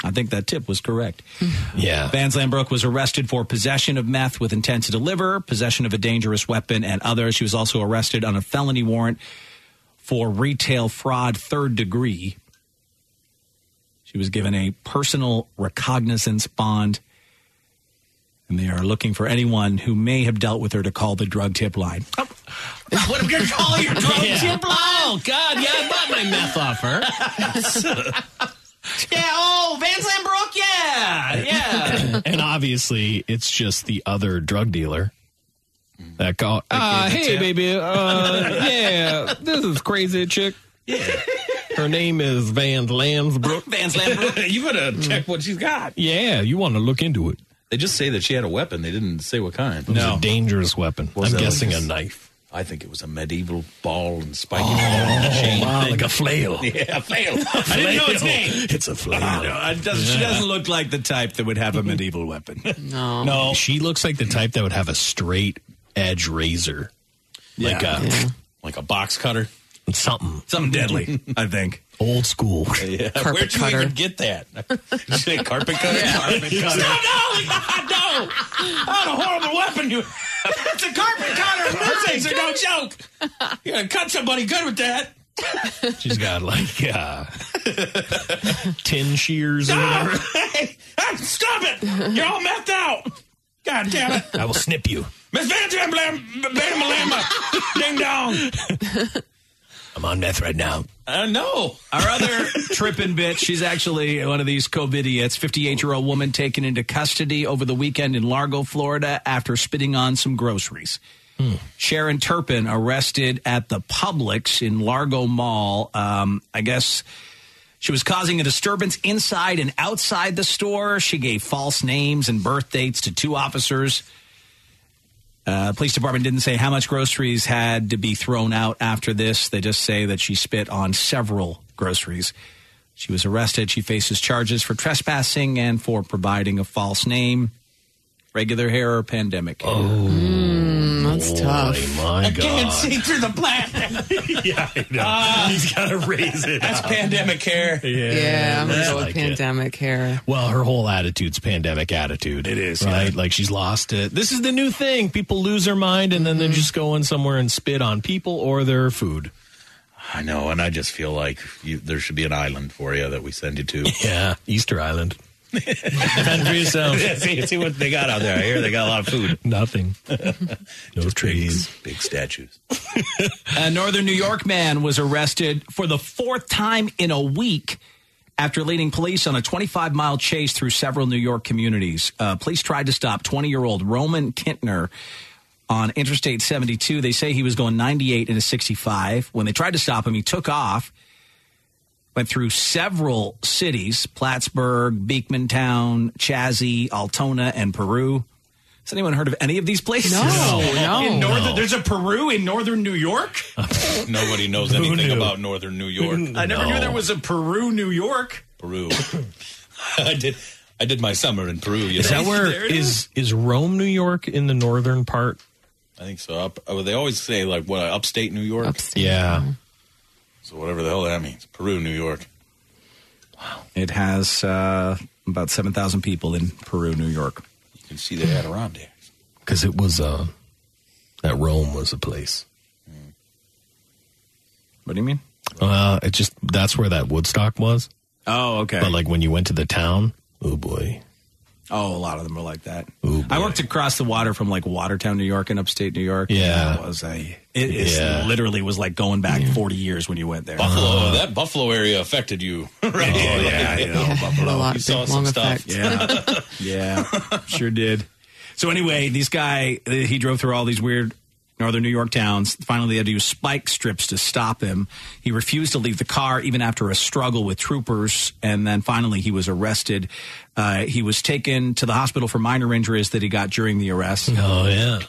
Speaker 1: I think that tip was correct.
Speaker 3: Yeah.
Speaker 1: Vans Lambrook was arrested for possession of meth with intent to deliver, possession of a dangerous weapon, and others. She was also arrested on a felony warrant for retail fraud third degree. She was given a personal recognizance bond, and they are looking for anyone who may have dealt with her to call the drug tip line.
Speaker 5: What am I going to call your drug
Speaker 1: Yeah.
Speaker 5: tip line? Oh, God, yeah, I bought my meth off her. yeah, oh, Van Lambrook,
Speaker 14: Uh,
Speaker 5: yeah, yeah.
Speaker 3: and obviously, it's just the other drug dealer that call.
Speaker 5: Uh,
Speaker 3: that gave the
Speaker 5: hey,
Speaker 3: tip.
Speaker 5: baby, uh, yeah,
Speaker 3: this is crazy chick. Her name is Van Lansbrook.
Speaker 1: Van Lansbrook.
Speaker 20: you better check what she's got.
Speaker 3: Yeah, you want to look into it.
Speaker 20: They just say that she had a weapon. They didn't say what kind.
Speaker 3: It was a dangerous weapon.
Speaker 20: Was
Speaker 3: I'm
Speaker 20: that
Speaker 3: guessing
Speaker 20: like
Speaker 3: a
Speaker 20: s-
Speaker 3: knife. Oh,
Speaker 20: I think it was a medieval ball and spiky ball and chain
Speaker 3: wow,
Speaker 20: thing.
Speaker 3: like a flail.
Speaker 20: Yeah, a flail.
Speaker 1: I didn't know its name.
Speaker 3: It's a flail.
Speaker 1: it doesn't- She doesn't look like the type that would have a medieval weapon.
Speaker 2: No.
Speaker 3: No, she looks like the type that would have a straight edge razor, like uh,
Speaker 5: uh,
Speaker 1: Yeah.
Speaker 3: a
Speaker 1: Yeah.
Speaker 20: like a box cutter,
Speaker 3: something,
Speaker 1: something deadly. I think
Speaker 3: old school.
Speaker 20: Yeah,
Speaker 3: Carpet
Speaker 20: where'd you
Speaker 3: cutter.
Speaker 20: even get that? Did you say carpet cutter? Carpet cutter.
Speaker 5: No, no, what a horrible weapon you It's a carpet cutter. Those things are no joke. You're going to cut somebody good with that.
Speaker 3: She's got like uh, tin shears or
Speaker 5: No!
Speaker 3: whatever.
Speaker 5: Hey, hey, stop it! You're all methed out. God damn it,
Speaker 3: I will snip you.
Speaker 5: Miss Van Zam Ding dong.
Speaker 3: I'm on meth right now.
Speaker 1: Uh, no. Our other tripping bitch, she's actually one of these COVID idiots, 58 year old woman taken into custody over the weekend in Largo, Florida, after spitting on some groceries. Sharon Turpin arrested at the Publix in Largo Mall. Um, I guess she was causing a disturbance inside and outside the store. She gave false names and birth dates to two officers. Uh, police department didn't say how much groceries had to be thrown out after this. They just say that she spit on several groceries. She was arrested. She faces charges for trespassing and for providing a false name, regular hair, or pandemic. Oh,
Speaker 2: Hmm, that's tough.
Speaker 3: My
Speaker 5: see through the plastic. yeah, I know.
Speaker 3: He's got to raise it.
Speaker 5: That's pandemic hair.
Speaker 3: Yeah,
Speaker 2: Yeah, I'm gonna
Speaker 3: I
Speaker 2: go with
Speaker 3: like it.
Speaker 2: pandemic hair.
Speaker 3: Well, her whole attitude's pandemic attitude. It is right. Like she's lost it. This is the new thing. People lose their mind and
Speaker 2: Mm-hmm.
Speaker 3: then they just go in somewhere and spit on people or their food.
Speaker 20: I know, and I just feel like you, there should be an island for you that we send you to.
Speaker 3: Yeah, Easter Island. Fend for yourself.
Speaker 20: Yeah, see, see what they got out there. I hear they got a lot of food.
Speaker 3: Nothing. No trees.
Speaker 20: Big, big statues.
Speaker 1: A northern New York man was arrested for the fourth time in a week after leading police on a 25 mile chase through several New York communities. Uh, police tried to stop 20 year old Roman Kintner on Interstate 72. They say he was going 98 into 65. When they tried to stop him, he took off, went through several cities Plattsburgh, Beekmantown, Chazy, Altona, and Peru. Has anyone heard of any of these places?
Speaker 2: No, no.
Speaker 1: In northern,
Speaker 2: No.
Speaker 1: There's a Peru in northern New York?
Speaker 20: Nobody knows
Speaker 1: Who
Speaker 20: anything
Speaker 1: knew?
Speaker 20: about northern New York.
Speaker 1: I never knew there was a Peru, New York.
Speaker 20: Peru. I did. I did my summer in Peru. You
Speaker 3: Is
Speaker 20: know?
Speaker 3: that where is is Rome, New York, in the northern part?
Speaker 20: I think so. Up, oh, they always say like what upstate New York.
Speaker 3: Yeah.
Speaker 20: So whatever the hell that means, Peru, New York.
Speaker 1: It has uh, about 7,000 people in Peru, New York.
Speaker 20: You can see the Adirondack.
Speaker 3: Because it was uh, that Rome was the place.
Speaker 1: What do you mean?
Speaker 3: Uh, it just that's where that Woodstock was.
Speaker 1: Oh, okay.
Speaker 3: But like when you went to the town, oh boy,
Speaker 1: Oh, a lot of them are like that. I worked across the water from like Watertown, New York, and upstate New York.
Speaker 3: Yeah.
Speaker 1: It was a. It is
Speaker 20: Yeah.
Speaker 1: literally was like going back 40 years when you went there. Uh-huh.
Speaker 20: Buffalo. that Buffalo area affected you, right? Oh
Speaker 1: Uh, yeah, yeah. Yeah, had a lot
Speaker 20: You
Speaker 1: of
Speaker 20: saw
Speaker 1: big
Speaker 20: some
Speaker 1: lung
Speaker 20: stuff.
Speaker 1: effect. Yeah. yeah, sure did. So anyway, this guy uh, he drove through all these weird northern New York towns. Finally, they had to use spike strips to stop him. He refused to leave the car, even after a struggle with troopers. And then finally, he was arrested. Uh, he was taken to the hospital for minor injuries that he got during the arrest.
Speaker 20: Oh, yeah.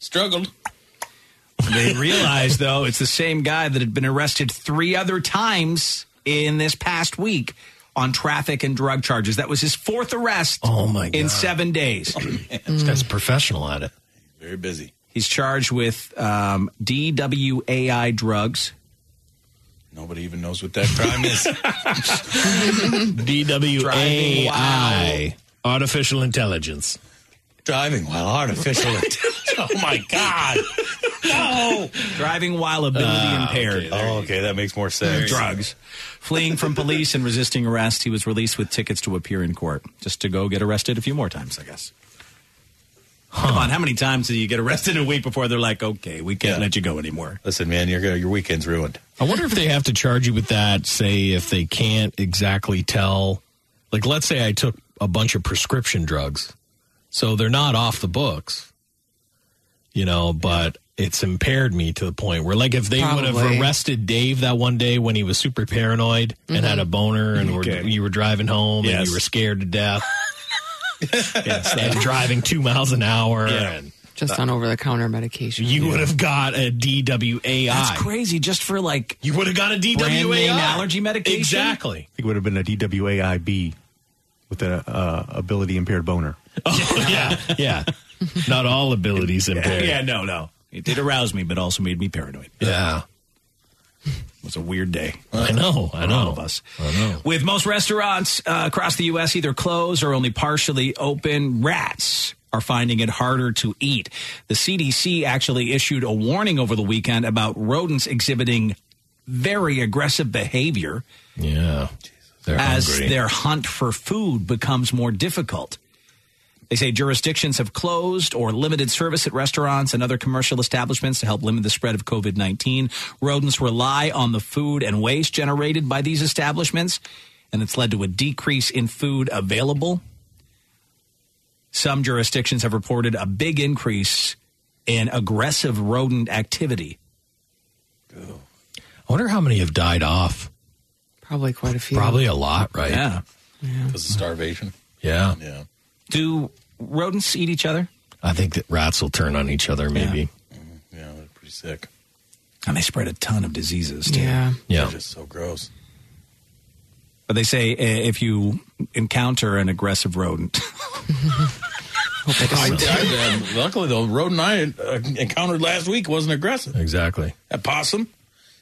Speaker 1: Struggled. They realized, though, it's the same guy that had been arrested three other times in this past week on traffic and drug charges. That was his fourth arrest oh my in seven days.
Speaker 25: Oh,
Speaker 3: This guy's professional at it.
Speaker 1: Very busy. He's charged with um, DWAI drugs.
Speaker 25: Nobody even knows what that crime is.
Speaker 3: DWAI, artificial intelligence.
Speaker 25: Driving while artificial intelligence. Oh my God.
Speaker 1: No! Driving while ability
Speaker 25: Ah,
Speaker 1: impaired.
Speaker 25: Oh, okay. That makes more sense.
Speaker 1: Drugs. Fleeing from police and resisting arrest, he was released with tickets to appear in court. Just to go get arrested a few more times, I guess. Come on, how many times do you get arrested in a week before they're like, okay, we can't let you go anymore?
Speaker 25: Listen, man, your your weekend's ruined.
Speaker 3: I wonder if they have to charge you with that, say, if they can't exactly tell. Like, let's say I took a bunch of prescription drugs. So they're not off the books, you know, but it's impaired me to the point where, like, if they would
Speaker 5: Probably.
Speaker 3: have arrested Dave that one day when he was super paranoid and had a
Speaker 2: Mm-hmm.
Speaker 3: boner and were, you were driving home and you were scared to death. and driving two miles an hour. And
Speaker 2: Just on over the counter medication.
Speaker 3: you would have got a DWAI.
Speaker 1: That's crazy. Just for like
Speaker 3: you would have got a DWAI
Speaker 1: Brand name allergy medication?
Speaker 3: Exactly.
Speaker 4: I think it would have been a DWAIB with an uh, ability impaired boner.
Speaker 3: yeah, yeah. Not all abilities impaired.
Speaker 1: Yeah, no, no. It did arouse me, but also made me paranoid.
Speaker 3: Yeah.
Speaker 1: It was a weird day.
Speaker 3: I know, I
Speaker 1: For
Speaker 3: know.
Speaker 1: All of us.
Speaker 3: I know.
Speaker 1: With most restaurants uh, across the U.S. either closed or only partially open, rats are finding it harder to eat. The CDC actually issued a warning over the weekend about rodents exhibiting very aggressive behavior
Speaker 3: Yeah. They're
Speaker 1: as
Speaker 3: hungry.
Speaker 1: their hunt for food becomes more difficult. They say jurisdictions have closed or limited service at restaurants and other commercial establishments to help limit the spread of COVID 19. Rodents rely on the food and waste generated by these establishments, and it's led to a decrease in food available. Some jurisdictions have reported a big increase in aggressive rodent activity.
Speaker 3: I wonder how many have died off.
Speaker 2: Probably quite a few.
Speaker 3: Probably a lot, right?
Speaker 1: Yeah.
Speaker 25: Because of starvation.
Speaker 3: Yeah.
Speaker 25: Yeah.
Speaker 1: Do rodents eat each other?
Speaker 3: I think that rats will turn on each other, maybe.
Speaker 25: Yeah, they're pretty sick.
Speaker 1: And they spread a ton of diseases, too.
Speaker 2: Yeah.
Speaker 25: They're just so gross.
Speaker 1: But they say uh, if you encounter an aggressive rodent,
Speaker 25: I, I- uh, luckily, the rodent I uh, encountered last week wasn't aggressive.
Speaker 3: Exactly.
Speaker 25: That possum,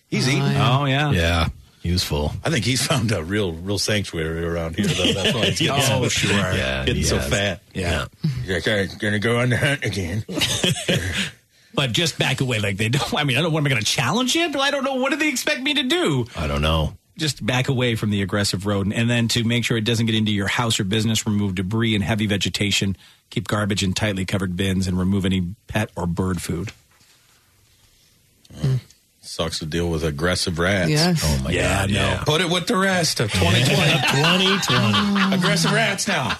Speaker 25: he's eating.
Speaker 1: Oh yeah.
Speaker 3: Yeah. Useful.
Speaker 25: I think he's found a real, real sanctuary around here. Though. That's why he's getting,
Speaker 5: Oh,
Speaker 25: so,
Speaker 5: sure.
Speaker 25: Yeah, getting
Speaker 5: he
Speaker 25: so
Speaker 5: has.
Speaker 25: fat.
Speaker 1: Yeah.
Speaker 25: You're like, "I'm gonna go on the hunt again.
Speaker 1: but just back away like they don't. I mean, I don't. What am I going to challenge it? I don't know. What do they expect me to do?
Speaker 3: I don't know.
Speaker 1: Just back away from the aggressive rodent, and then to make sure it doesn't get into your house or business, remove debris and heavy vegetation. Keep garbage in tightly covered bins, and remove any pet or bird food.
Speaker 25: Sucks to deal with aggressive rats.
Speaker 1: Yes. Oh, my
Speaker 25: yeah,
Speaker 1: God,
Speaker 25: No.
Speaker 1: yeah.
Speaker 25: Put it with the rest of 2020.
Speaker 3: 2020.
Speaker 25: aggressive rats now.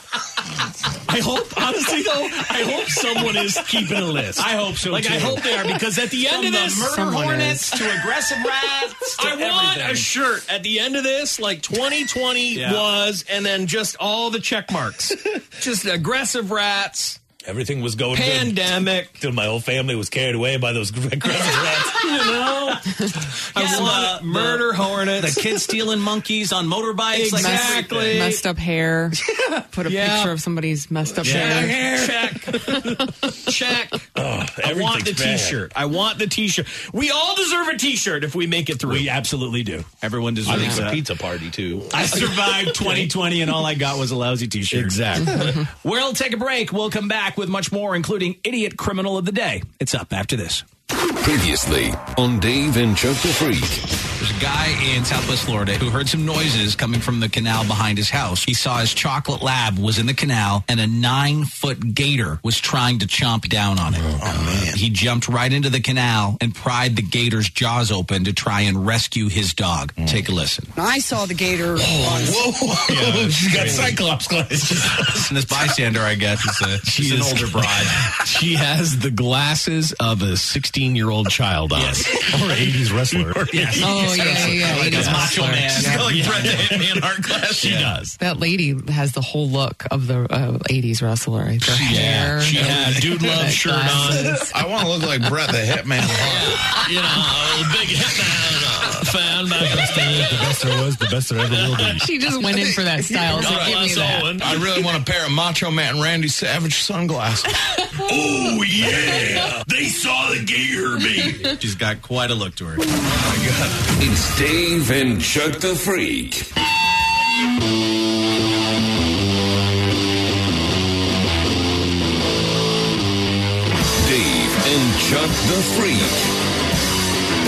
Speaker 3: I hope, honestly, though, I hope someone is keeping a list.
Speaker 1: I hope so,
Speaker 3: Like, I
Speaker 1: too.
Speaker 3: hope they are, because at the end
Speaker 1: From
Speaker 3: of
Speaker 1: the
Speaker 3: this,
Speaker 1: murder Someone hornets is. to aggressive rats to
Speaker 3: I want
Speaker 1: everything.
Speaker 3: a shirt at the end of this, like 2020
Speaker 1: Yeah.
Speaker 3: was, and then just all the check marks. just aggressive rats.
Speaker 20: Everything was going
Speaker 3: Pandemic.
Speaker 20: good. Till my whole family was carried away by those aggressive rats.
Speaker 1: You know, I want murder hornets, the kids stealing monkeys on motorbikes. like,
Speaker 2: Messed, messed up hair. Put a
Speaker 1: Yeah.
Speaker 2: picture of somebody's messed up
Speaker 1: Yeah.
Speaker 2: hair.
Speaker 3: Check. I want the
Speaker 2: Oh, everything's bad.
Speaker 3: T-shirt. I want the T-shirt. We all deserve a T-shirt if we make it through. We
Speaker 1: absolutely do. Everyone
Speaker 20: I
Speaker 1: deserves.
Speaker 20: think it's a
Speaker 1: that.
Speaker 20: pizza party too.
Speaker 1: I survived 2020 and all I got was a lousy t shirt.
Speaker 3: Exactly.
Speaker 1: we'll take a break. We'll come back with much more, including Idiot Criminal of the Day. It's up after this.
Speaker 22: Previously on Dave and Chuck the Freak.
Speaker 1: There's a guy in Southwest Florida who heard some noises coming from the canal behind his house. He saw his chocolate lab was in the canal and a nine foot gator was trying to chomp down on it. Oh, man. He jumped right into the canal and pried the gator's jaws open to try and rescue his dog.
Speaker 20: Mm.
Speaker 1: Take a listen.
Speaker 24: I saw the
Speaker 20: Oh,
Speaker 24: gator.
Speaker 1: whoa, whoa. She's got
Speaker 5: Cyclops glasses.
Speaker 1: this bystander, I guess, is a, she's an older bride.
Speaker 3: she has the glasses of a 16 year old child on. Or 80s wrestler.
Speaker 2: Yes. Oh, yeah, yeah,
Speaker 3: Like a
Speaker 2: yeah.
Speaker 3: macho
Speaker 2: Yeah.
Speaker 3: man.
Speaker 2: She's got like
Speaker 3: Yeah.
Speaker 2: Bret the Hitman
Speaker 5: Hart glasses.
Speaker 3: She does.
Speaker 2: That lady has the whole look of the uh, 80s wrestler. Right? The hair.
Speaker 5: She
Speaker 2: the-
Speaker 5: had a dude love
Speaker 2: the
Speaker 5: shirt on.
Speaker 2: glasses.
Speaker 5: I want to look like Brett the Hitman. you know, big hitman uh, fan back in the
Speaker 26: The best there was, the best there ever will be.
Speaker 2: She just went in for that style. So
Speaker 5: Alright,
Speaker 2: give me
Speaker 5: Les
Speaker 2: that.
Speaker 5: Owen.
Speaker 27: I really want a pair of Macho Man Randy Savage sunglasses.
Speaker 5: Oh yeah, they saw the gator, baby.
Speaker 27: She's got quite a look to her.
Speaker 22: It's Dave and Chuck the Freak. Dave and Chuck the Freak.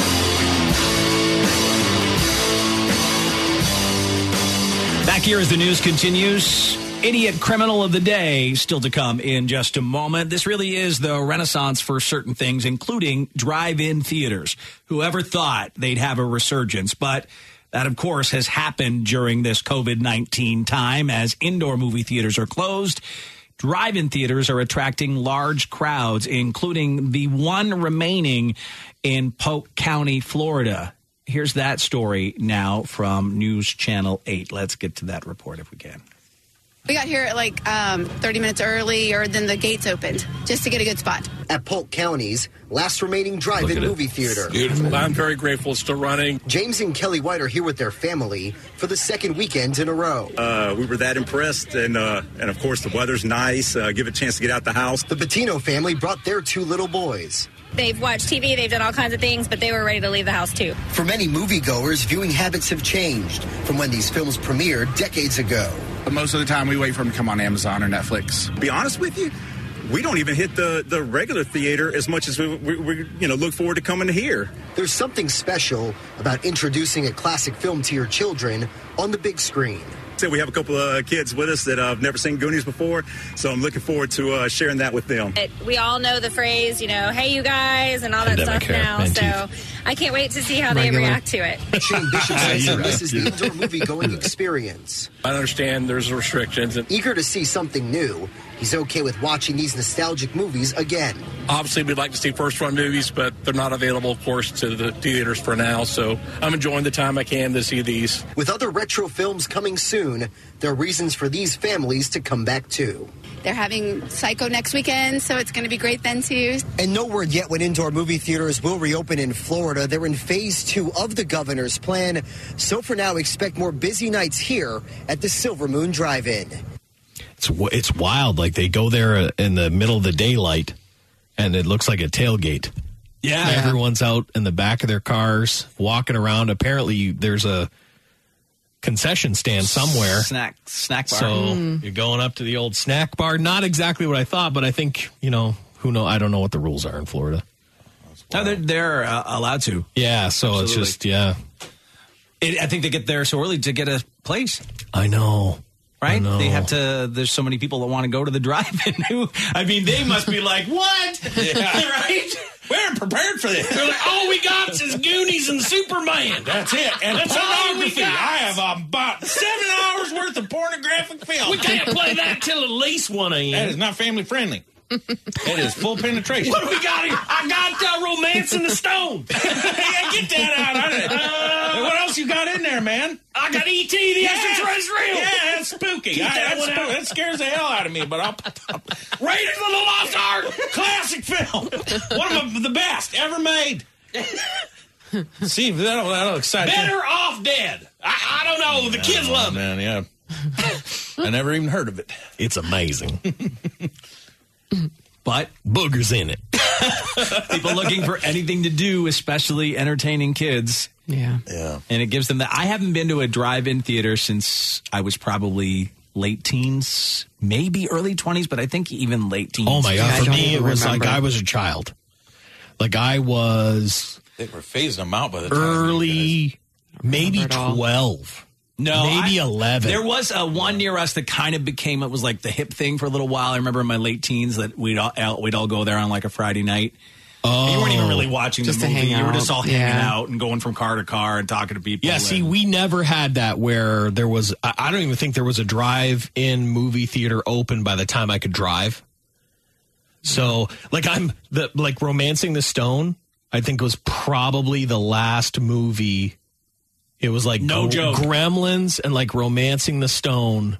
Speaker 1: Back here as the news continues. Idiot criminal of the day still to come in just a moment. This really is the renaissance for certain things, including drive in theaters. Whoever thought they'd have a resurgence, but that, of course, has happened during this COVID 19 time as indoor movie theaters are closed. Drive in theaters are attracting large crowds, including the one remaining in Polk County, Florida. Here's that story now from News Channel 8. Let's get to that report if we can.
Speaker 12: We got here at like um, 30 minutes early, or then the gates opened just to get a good spot.
Speaker 28: at Polk County's last remaining
Speaker 12: Look
Speaker 28: drive-in
Speaker 12: at it.
Speaker 28: movie theater.
Speaker 12: beautiful.
Speaker 28: I'm very grateful it's still running. James and Kelly White are here with their family for the second weekend in a row.
Speaker 4: Uh, we were that impressed, and uh, and of course the weather's nice. Uh, give it a chance to get out the house.
Speaker 28: The Patino family brought their two little boys.
Speaker 21: They've watched TV, they've done all kinds of things, but they were ready to leave the house too.
Speaker 28: For many moviegoers, viewing habits have changed from when these films premiered decades ago.
Speaker 11: Most of the time, we wait for them to come on Amazon or Netflix.
Speaker 4: Be honest with you, we don't even hit the, the regular theater as much as we, we, we you know look forward to coming here.
Speaker 28: There's something special about introducing a classic film to your children on the big screen.
Speaker 4: So we have a couple of kids with us that uh, have never seen Goonies before, so I'm looking forward to uh, sharing that with them.
Speaker 21: It, we all know the phrase, you know, hey, you guys, and all that
Speaker 4: Pandemic
Speaker 21: stuff
Speaker 4: hair,
Speaker 21: now.
Speaker 4: man
Speaker 21: So I can't wait to see how
Speaker 28: Regular.
Speaker 21: they react to it.
Speaker 28: Shane Bishop says
Speaker 11: Yeah,
Speaker 28: that this
Speaker 11: right.
Speaker 28: is the indoor movie-going experience.
Speaker 11: I understand there's restrictions. And
Speaker 28: Eager to see something new, he's okay with watching these nostalgic movies again.
Speaker 11: obviously, we'd like to see first run movies, but they're not available, of course, to the theaters for now. So I'm enjoying the time I can to see these.
Speaker 28: With other retro films coming soon, there are reasons for these families to come back too.
Speaker 12: They're having Psycho next weekend, so it's going to be great then, too.
Speaker 28: And no word yet when indoor movie theaters will reopen in Florida. They're in phase two of the governor's plan. So for now, expect more busy nights here at the Silver Moon Drive In.
Speaker 3: It's wi- it's wild. Like they go there uh, in the middle of the daylight, and it looks like a tailgate. Yeah, everyone's out in the back of their cars walking around. Apparently, there's a concession stand somewhere.
Speaker 1: Snack snack bar.
Speaker 3: So
Speaker 1: Mm.
Speaker 3: you're going up to the old snack bar. Not exactly what I thought, but I think you know who know. I don't know what the rules are in Florida.
Speaker 1: No, they're, they're uh, allowed to.
Speaker 3: Yeah, so it's
Speaker 1: Absolutely.
Speaker 3: just yeah.
Speaker 1: It, I think they get there so early to get a place.
Speaker 3: I know.
Speaker 1: Right? They have to. There's so many people that want to go to the drive-in. Who, I mean, they must be like, what?
Speaker 5: Yeah.
Speaker 1: right?
Speaker 5: We're prepared for this. They're like,
Speaker 1: "Oh,
Speaker 5: all we got is Goonies and Superman.
Speaker 29: That's it. And
Speaker 5: That's all we
Speaker 29: pornography.
Speaker 5: got.
Speaker 29: I have about seven hours worth of pornographic film.
Speaker 5: We can't play that till at least 1 a.m.
Speaker 29: That is not family friendly. it is full penetration.
Speaker 5: What do we got here? I got uh, Romance in the Stone.
Speaker 29: yeah, get that out. I don't- Hey, what else you got in there, man?
Speaker 5: I got E.T. the Extraterrestrial.
Speaker 29: Yeah, that's spooky.
Speaker 5: Keep
Speaker 29: I-
Speaker 5: that
Speaker 29: that's
Speaker 5: one
Speaker 29: spoo-
Speaker 5: out.
Speaker 29: that scares the hell out of me, but I'll.
Speaker 5: Raiders of the Lost Ark.
Speaker 29: Classic film. One of the- the best ever made. See, that'll, that'll excite you.
Speaker 5: Better off dead. I, I don't know. The kids love it.
Speaker 27: Man, yeah. I never even heard of it.
Speaker 3: It's amazing.
Speaker 1: But
Speaker 3: boogers in it.
Speaker 1: people looking for anything to do, especially entertaining kids.
Speaker 2: Yeah.
Speaker 27: Yeah.
Speaker 1: And it gives them that. I haven't been to a drive-in theater since I was probably late teens, maybe early 20s, but I think even late teens.
Speaker 3: Oh my god! For me, it was like I was a child. Like I was
Speaker 27: They were phasing them out by the time.
Speaker 3: early, maybe
Speaker 27: remember it all.
Speaker 3: twelve.
Speaker 1: No,
Speaker 3: Maybe
Speaker 1: I-
Speaker 3: 11.
Speaker 1: There was a one near us that kind of became it was like the hip thing for a little while. I remember in my late teens that we'd all out, we'd all go there on like a Friday night. Oh, you weren't even really watching
Speaker 3: Just
Speaker 1: the
Speaker 3: to
Speaker 1: movie.
Speaker 3: hang
Speaker 1: you were just
Speaker 3: out.
Speaker 1: all hanging
Speaker 3: Yeah.
Speaker 1: out and going from car to car and talking to people.
Speaker 3: Yeah,
Speaker 1: and-
Speaker 3: see, we never had that where there was, I I don't even think there was a drive in movie theater open by the time I could drive. So, like, I'm the, like, Romancing the Stone, I think was probably the last movie. It was like
Speaker 1: No
Speaker 3: Gre-
Speaker 1: joke.
Speaker 3: Gremlins and like Romancing the Stone.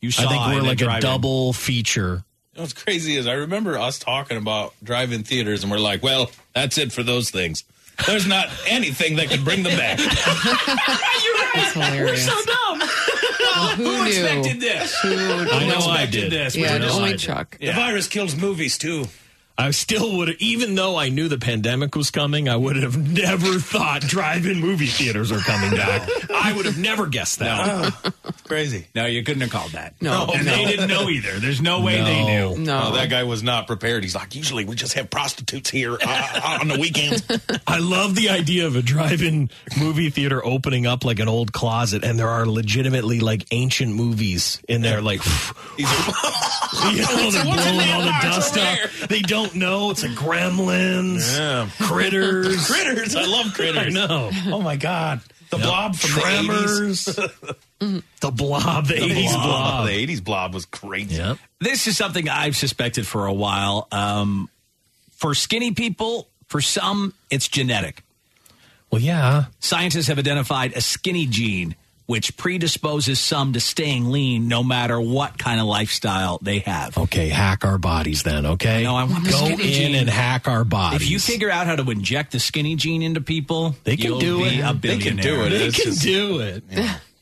Speaker 1: You
Speaker 3: I
Speaker 5: saw
Speaker 3: think
Speaker 5: it
Speaker 3: we're
Speaker 5: at
Speaker 3: like a
Speaker 5: drive-in.
Speaker 3: double feature.
Speaker 5: You know what's crazy is I remember us talking about drive-in theaters, and we're like, "Well, that's it for those things. There's not anything that could bring them back."
Speaker 2: That's hilarious.
Speaker 1: We're so dumb.
Speaker 2: who,
Speaker 30: Who
Speaker 2: knew?
Speaker 30: expected this?
Speaker 2: Who
Speaker 30: I know I
Speaker 2: expected
Speaker 30: did.
Speaker 2: This?
Speaker 30: We
Speaker 2: Yeah,
Speaker 30: know I
Speaker 2: only
Speaker 30: did.
Speaker 2: Chuck.
Speaker 30: The virus
Speaker 3: kills movies too. I still would, even though I knew the pandemic was coming, I would have never thought drive-in movie theaters are coming back. I would have never guessed that.
Speaker 5: crazy.
Speaker 1: No, you couldn't have called that.
Speaker 3: No,
Speaker 1: and
Speaker 3: no.
Speaker 1: they didn't know either. There's no way they
Speaker 3: No.
Speaker 1: knew.
Speaker 5: Oh, that guy was not prepared. He's like, "Usually we just have prostitutes here uh, on the weekends."
Speaker 3: I love the idea of a drive-in movie theater opening up like an old closet, and there are legitimately like ancient movies in there. Like, you know, they're
Speaker 30: What's in
Speaker 3: blowing
Speaker 30: that
Speaker 3: all the
Speaker 30: box
Speaker 3: dust
Speaker 30: over
Speaker 3: up. They don't know it's a Gremlins, Critters,
Speaker 30: Critters. I love Critters.
Speaker 3: I know.
Speaker 30: Oh my god. The blob from
Speaker 3: Tremors.
Speaker 30: the 80s.
Speaker 3: The blob, the,
Speaker 30: 80s blob.
Speaker 5: The '80s blob was crazy.
Speaker 1: This is something I've suspected for a while. Um, for skinny people, for some, it's genetic.
Speaker 3: Well, yeah.
Speaker 1: Scientists have identified a skinny gene which predisposes some to staying lean no matter what kind of lifestyle they have.
Speaker 3: Okay, hack our bodies then. Okay,
Speaker 1: No, I want the
Speaker 3: go in
Speaker 1: skinny gene.
Speaker 3: and hack our bodies.
Speaker 1: If you figure out how to inject the skinny gene into people,
Speaker 3: They can
Speaker 1: you'll
Speaker 3: do
Speaker 1: be
Speaker 3: it.
Speaker 1: A
Speaker 3: They can
Speaker 1: billionaire.
Speaker 3: do it. They It's can just- do it.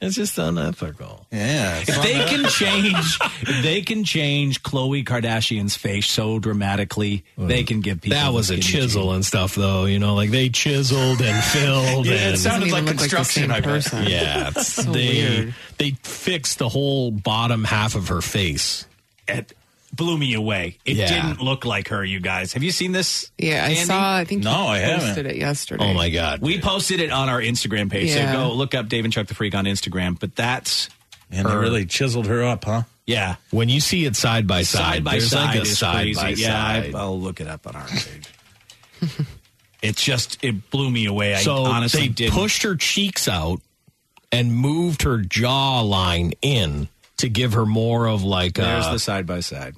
Speaker 3: It's just unethical.
Speaker 5: Yeah.
Speaker 1: If they can change, if they can change Khloe Kardashian's face so dramatically, they can give people.
Speaker 3: that was a chisel and stuff, though. You know, like they chiseled and filled.
Speaker 1: Yeah, it
Speaker 3: and,
Speaker 1: sounded Doesn't like even look like the construction, same I bet. person.
Speaker 3: Yeah, it's-
Speaker 1: So
Speaker 3: they
Speaker 1: weird.
Speaker 3: they fixed the whole bottom half of her face.
Speaker 1: It blew me away. It
Speaker 3: Yeah.
Speaker 1: didn't look like her. You guys, have you seen this?
Speaker 2: Yeah, I
Speaker 1: Andy?
Speaker 2: saw. I think you posted it yesterday.
Speaker 1: Oh my
Speaker 3: god,
Speaker 1: we posted it on our Instagram page.
Speaker 2: Yeah.
Speaker 1: So go look up Dave and Chuck the Freak on Instagram. But that's
Speaker 5: and they really chiseled her up, huh?
Speaker 1: Yeah.
Speaker 3: When you see it side by side,
Speaker 1: side by
Speaker 3: there's
Speaker 1: side.
Speaker 3: like a
Speaker 1: is
Speaker 3: side
Speaker 1: crazy.
Speaker 3: by
Speaker 1: yeah,
Speaker 3: side.
Speaker 1: I, I'll look it up on our page. it's just it blew me away. I
Speaker 3: so
Speaker 1: honestly
Speaker 3: they
Speaker 1: did.
Speaker 3: pushed her cheeks out and moved her jawline in to give her more of like.
Speaker 1: There's
Speaker 3: uh,
Speaker 1: the side by side.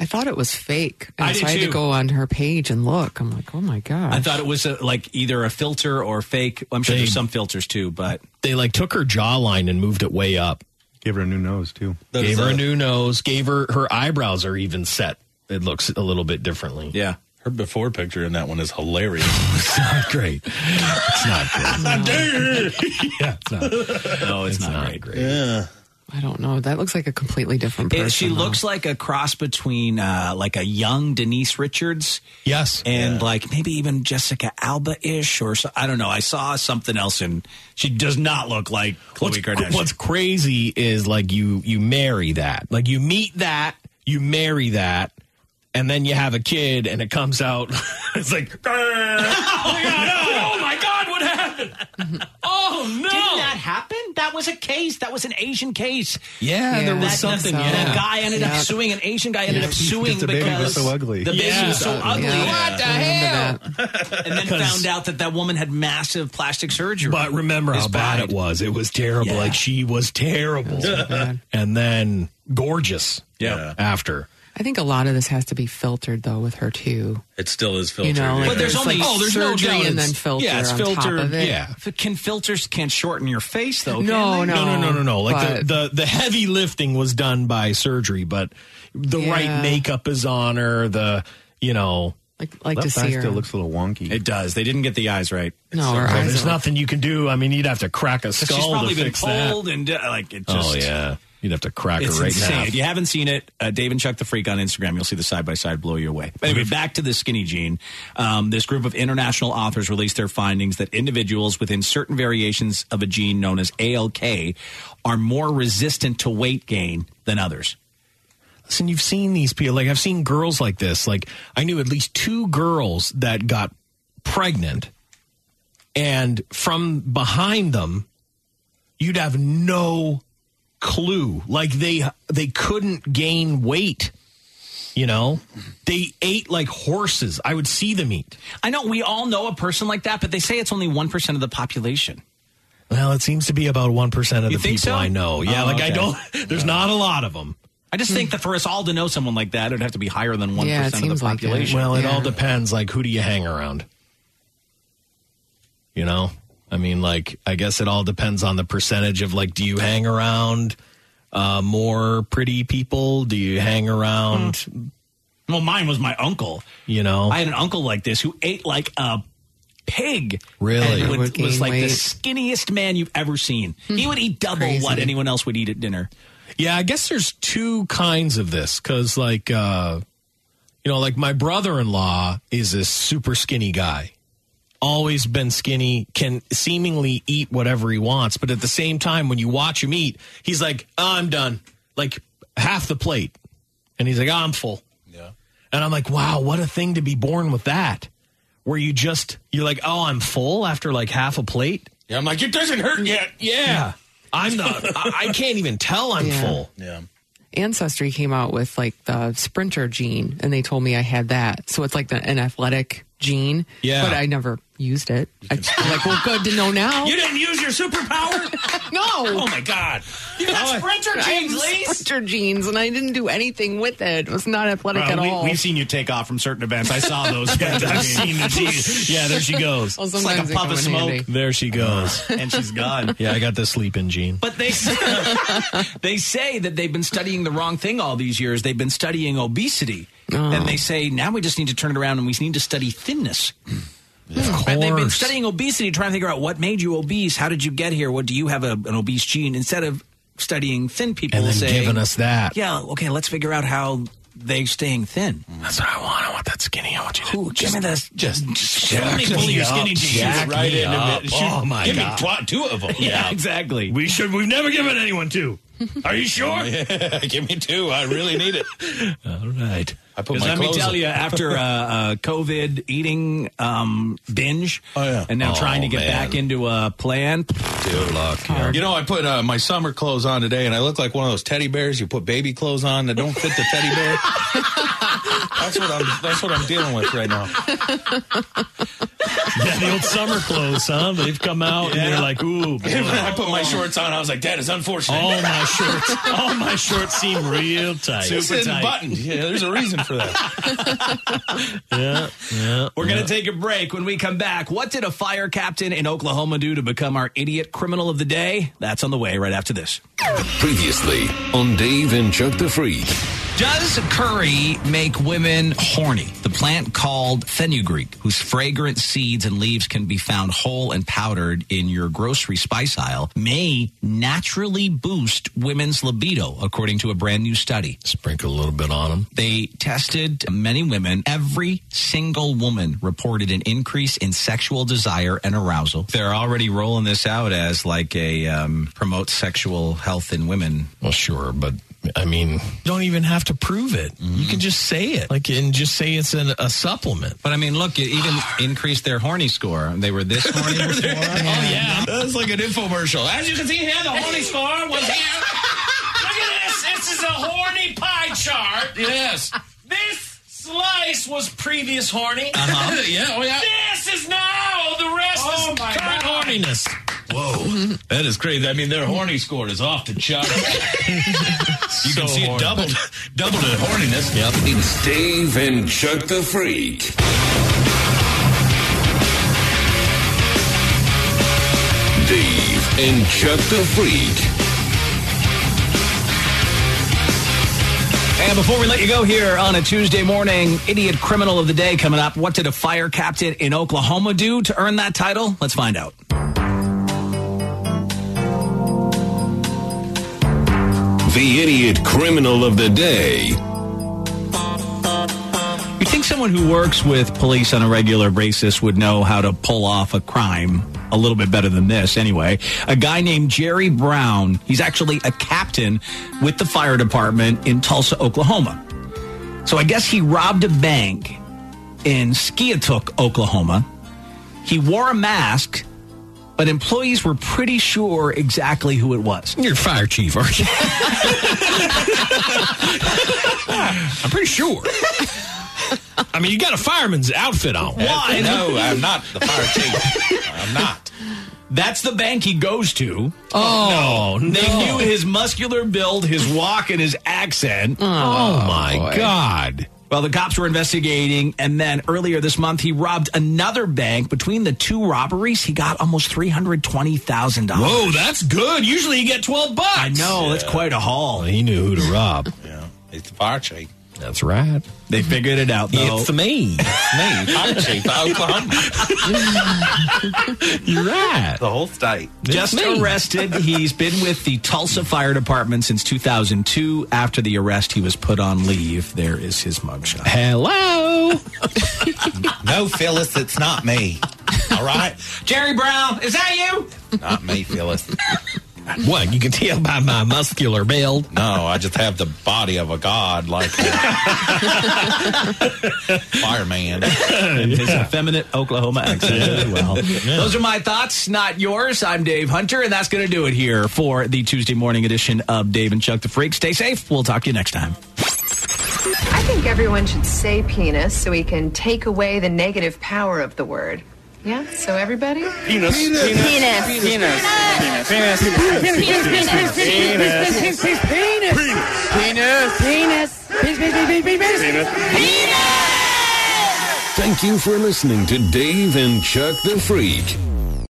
Speaker 2: I thought it was fake. And
Speaker 1: I
Speaker 2: so
Speaker 1: did
Speaker 2: I had
Speaker 1: too.
Speaker 2: to go on her page and look. I'm like, oh my god.
Speaker 1: I thought it was a, like either a filter or fake. I'm sure there's some filters too, but
Speaker 3: they like took her jawline and moved it way up.
Speaker 31: Gave her a new nose too.
Speaker 1: That
Speaker 3: gave
Speaker 1: is
Speaker 3: her a
Speaker 1: a-
Speaker 3: new nose. Gave her her eyebrows are even set. It looks a little bit differently.
Speaker 1: Yeah.
Speaker 5: Her before picture in that one is hilarious.
Speaker 3: it's not great. It's not great. yeah, it's not.
Speaker 1: No, it's, not, great.
Speaker 5: Yeah.
Speaker 2: I don't know. That looks like a completely different person.
Speaker 1: It- she
Speaker 2: though.
Speaker 1: looks like a cross between uh, like a young Denise Richards,
Speaker 3: yes,
Speaker 1: and like maybe even Jessica Alba ish, or so, I don't know. I saw something else, and she does not look like Khloe
Speaker 3: What's,
Speaker 1: Kardashian.
Speaker 3: what's crazy is like you you marry that. Like you meet that, you marry that, and then you have a kid, and it comes out. it's like
Speaker 30: Oh my god, what happened?
Speaker 1: oh no! Didn't that happen? That was a case. That was an Asian case.
Speaker 3: Yeah, there was something.
Speaker 1: That,
Speaker 3: yeah.
Speaker 1: guy ended up
Speaker 3: Yeah.
Speaker 1: suing. An Asian guy ended
Speaker 3: Yeah.
Speaker 1: up suing
Speaker 3: Because the baby was
Speaker 1: because
Speaker 3: so ugly.
Speaker 1: The baby
Speaker 3: Yeah.
Speaker 1: was so
Speaker 3: Yeah.
Speaker 1: ugly.
Speaker 3: Yeah.
Speaker 1: What the hell? And then found out that that woman had massive plastic surgery.
Speaker 3: But remember how
Speaker 1: His
Speaker 3: bad
Speaker 1: bride.
Speaker 3: it was. It was terrible. Like she was terrible, and then gorgeous.
Speaker 5: Yeah.
Speaker 3: After
Speaker 2: I think a lot of this has to be filtered though with her too.
Speaker 5: It still is filtered.
Speaker 2: You know, like,
Speaker 5: yeah.
Speaker 1: But Oh, there's
Speaker 2: It's
Speaker 1: only
Speaker 2: like surgery and then filter
Speaker 1: Yeah, it's
Speaker 2: on top
Speaker 1: filtered.
Speaker 2: of it.
Speaker 1: Yeah, But can filters can't shorten your face though?
Speaker 2: Oh, No,
Speaker 1: can they?
Speaker 3: no, no, no, no, no. Like
Speaker 2: but-
Speaker 3: the, the the heavy lifting was done by surgery, but the right
Speaker 2: Yeah.
Speaker 3: makeup is on her. The you know,
Speaker 2: Like- like Left to eye see her. still looks
Speaker 31: a little wonky.
Speaker 1: It does. They didn't get the eyes right.
Speaker 2: No, her eyes
Speaker 3: there's
Speaker 2: are-
Speaker 3: nothing you can do. I mean, you'd have to crack a
Speaker 1: She's
Speaker 3: skull
Speaker 1: probably
Speaker 3: to
Speaker 1: been
Speaker 3: fix that.
Speaker 1: pulled and uh, like it just.
Speaker 3: Oh yeah, you'd have to crack
Speaker 1: It's
Speaker 3: her right
Speaker 1: insane.
Speaker 3: now.
Speaker 1: If you haven't seen it, uh, Dave and Chuck the Freak on Instagram, you'll see the side by side blow you away. But anyway, back to the skinny gene. Um, this group of international authors released their findings that individuals within certain variations of a gene known as ALK are more resistant to weight gain than others.
Speaker 3: Listen, you've seen these people. Like I've seen girls like this. Like I knew at least two girls that got pregnant, and from behind them, you'd have no clue. Like they they couldn't gain weight. You know, they ate like horses. I would see them eat.
Speaker 1: I know we all know a person like that, but they say it's only 1% of the population.
Speaker 3: Well, it seems to be about one percent of
Speaker 1: You
Speaker 3: the
Speaker 1: think
Speaker 3: people
Speaker 1: so?
Speaker 3: I know. Yeah,
Speaker 1: Oh,
Speaker 3: like I
Speaker 1: okay.
Speaker 3: don't. There's not a lot of them.
Speaker 1: I just think that for us all to know someone like that, it would have to be higher than 1%
Speaker 3: Yeah, it
Speaker 1: of
Speaker 3: seems
Speaker 1: the
Speaker 3: like it.
Speaker 1: population.
Speaker 3: Well, it all depends. Like, who do you hang around? You know, I mean, like, I guess it all depends on the percentage of like, do you hang around uh, more pretty people? Do you hang around?
Speaker 1: Hmm. Well, mine was my uncle.
Speaker 3: You know,
Speaker 1: I had an uncle like this who ate like a pig.
Speaker 3: Really?
Speaker 1: And
Speaker 3: Would
Speaker 1: was, was
Speaker 3: gain
Speaker 1: like the
Speaker 3: weight.
Speaker 1: skinniest man you've ever seen. He would eat double
Speaker 3: Crazy.
Speaker 1: what anyone else would eat at dinner.
Speaker 3: Yeah, I guess there's two kinds of this because, like, uh, you know, like my brother in law is a super skinny guy, always been skinny, can seemingly eat whatever he wants. But at the same time, when you watch him eat, he's like, oh, I'm done. Like half the plate. And he's like, "Oh, I'm full. Yeah. And I'm like, wow, what a thing to be born with that. Where you just, you're like, oh, I'm full after like half a plate.
Speaker 5: Yeah, I'm like, it doesn't hurt yet.
Speaker 3: Yeah. I'm not, I, I can't even tell I'm
Speaker 2: Yeah.
Speaker 3: full.
Speaker 5: Yeah.
Speaker 2: Ancestry came out with like the sprinter gene, and they told me I had that. So it's like the, an athletic gene.
Speaker 3: Yeah.
Speaker 2: But I never used it. I, like, well, good to know now.
Speaker 23: You didn't use your superpower?
Speaker 2: no. Oh,
Speaker 23: Oh my god. You got sprinter
Speaker 2: I have
Speaker 23: jeans, Lise.
Speaker 2: Sprinter jeans, and I didn't do anything with it. It was not athletic
Speaker 4: Well,
Speaker 2: at
Speaker 4: we,
Speaker 2: all.
Speaker 4: We've seen you take off from certain events. I saw those.
Speaker 2: Yeah,
Speaker 4: I've
Speaker 2: I've
Speaker 4: seen the geez. Yeah, there she goes.
Speaker 2: Well,
Speaker 4: it's like a
Speaker 2: sometimes they
Speaker 4: puff of
Speaker 2: come in
Speaker 4: smoke.
Speaker 2: handy.
Speaker 3: There she goes.
Speaker 4: and she's gone.
Speaker 3: Yeah, I got the sleeping gene.
Speaker 1: But they they say that they've been studying the wrong thing all these years. They've been studying obesity,
Speaker 2: Oh.
Speaker 1: and they say now we just need to turn it around and we need to study thinness.
Speaker 3: Hmm.
Speaker 2: Hmm.
Speaker 1: And they've been
Speaker 23: course.
Speaker 1: studying obesity, trying to figure out what made you obese. How did you get here? What do you have a, an obese gene? Instead of studying thin people,
Speaker 3: And then
Speaker 1: saying,
Speaker 3: giving us that.
Speaker 1: Yeah, okay. Let's figure out how they're staying thin.
Speaker 3: That's what I want. I want that skinny. I want you to
Speaker 1: Ooh, give me this.
Speaker 3: Just,
Speaker 1: let me pull your skinny jeans right
Speaker 3: me
Speaker 1: into
Speaker 3: up.
Speaker 1: it.
Speaker 3: Oh
Speaker 1: Shoot,
Speaker 3: my
Speaker 1: give me
Speaker 3: god!
Speaker 1: twa- two of 'em. Yeah, exactly.
Speaker 3: We should. We've never given anyone two. Are you sure?
Speaker 5: Give me two. I really need it.
Speaker 3: All right.
Speaker 5: I put
Speaker 1: 'Cause
Speaker 5: my
Speaker 1: let me
Speaker 5: clothes
Speaker 1: tell
Speaker 5: on.
Speaker 1: you, after a, uh COVID eating um, binge, and now
Speaker 5: Oh,
Speaker 1: trying to get
Speaker 5: man.
Speaker 1: back into a plan,
Speaker 5: Dude,
Speaker 3: look.
Speaker 5: You know, I put uh, my summer clothes on today, and I look like one of those teddy bears. You put baby clothes on that don't fit the teddy bear. that's what I'm. That's what I'm dealing with right now.
Speaker 3: yeah, the old summer clothes, huh? They've come out and they're like, ooh. boy.
Speaker 5: I put my shorts on. I was like, that is unfortunate.
Speaker 3: All my shorts, all my shorts seem real tight,
Speaker 5: It's in buttoned. Yeah, there's a reason for that.
Speaker 3: Yeah, yeah.
Speaker 1: We're going to take a break. When we come back, what did a fire captain in Oklahoma do to become our idiot criminal of the day? That's on the way right after this.
Speaker 22: Previously on Dave and Chuck the Freak.
Speaker 1: Does curry make women horny? The plant called fenugreek, whose fragrant seeds and leaves can be found whole and powdered in your grocery spice aisle, may naturally boost women's libido, according to a brand new study.
Speaker 3: Sprinkle a little bit on them.
Speaker 1: They tested many women. Every single woman reported an increase in sexual desire and arousal. They're already rolling this out as like a um, promote sexual health in women.
Speaker 3: Well, sure, but I mean, don't even have to prove it. You can just say it, like, and just say it's an, a supplement.
Speaker 1: But I mean, look, it even increased their horny score. They were this horny before.
Speaker 3: Oh yeah,
Speaker 5: that's like an infomercial.
Speaker 23: As you can see here, the horny score was here. Look at this. This is a horny pie chart.
Speaker 5: Yes.
Speaker 23: This slice was previous horny.
Speaker 5: Uh-huh. Yeah, oh, yeah.
Speaker 23: This is now. The rest
Speaker 5: Oh,
Speaker 23: is
Speaker 5: my
Speaker 23: current
Speaker 5: God.
Speaker 23: horniness.
Speaker 5: Whoa, that is crazy. I mean, their horny score is off the chart. you can see it doubled, doubled in horniness.
Speaker 22: Yep. It's Dave and Chuck the Freak. Dave and Chuck the Freak.
Speaker 1: And before we let you go here on a Tuesday morning, idiot criminal of the day coming up. What did a fire captain in Oklahoma do to earn that title? Let's find out.
Speaker 22: The idiot criminal of the day.
Speaker 1: Oh. You think someone who works with police on a regular basis would know how to pull off a crime a little bit better than this, anyway? A guy named Jerry Brown, he's actually a captain with the fire department in Tulsa, Oklahoma. So I guess he robbed a bank in Skiatook, Oklahoma. He wore a mask but employees were pretty sure exactly who it was. You're fire chief, aren't you?
Speaker 32: I'm pretty sure. I mean, you got a fireman's outfit on.
Speaker 1: Why?
Speaker 5: No, I'm not the fire chief. I'm not.
Speaker 1: That's the bank he goes to.
Speaker 32: Oh,
Speaker 1: no. They
Speaker 32: no.
Speaker 1: knew his muscular build, his walk, and his accent. Oh,
Speaker 32: my God.
Speaker 1: Well, the cops were investigating, and then earlier this month, he robbed another bank. Between the two robberies, he got almost three hundred twenty thousand dollars.
Speaker 32: Whoa, that's good. Usually you get 12 bucks.
Speaker 1: I know that's quite a haul.
Speaker 32: He knew who to rob.
Speaker 5: He's the fire chief.
Speaker 32: That's right.
Speaker 1: They figured it out, though.
Speaker 32: It's me.
Speaker 5: Me, fire chief of Oklahoma.
Speaker 32: You're right.
Speaker 5: The whole state.
Speaker 1: Just arrested. He's been with the Tulsa Fire Department since 2002. After the arrest, he was put on leave. There is his mugshot.
Speaker 32: Hello.
Speaker 5: no, Phyllis, it's not me. All right.
Speaker 1: Jerry Brown, is that you?
Speaker 5: Not me, Phyllis.
Speaker 32: What? You can tell by my muscular build.
Speaker 5: No, I just have the body of a god, like fireman.
Speaker 1: and his effeminate Oklahoma accent. Well, those are my thoughts, not yours. I'm Dave Hunter, and that's going to do it here for the Tuesday morning edition of Dave and Chuck the Freak. Stay safe. We'll talk to you next time.
Speaker 3: I think everyone should say penis so we can take away the negative power of the word. Yeah? So everybody?
Speaker 8: Penis. Penis. Penis. Penis. Penis. Penis. Penis. Penis. Penis. Penis. Penis. Penis. Penis. Penis. Penis. Penis. Penis. Penis.
Speaker 22: Thank you for listening to Dave and Chuck the Freak.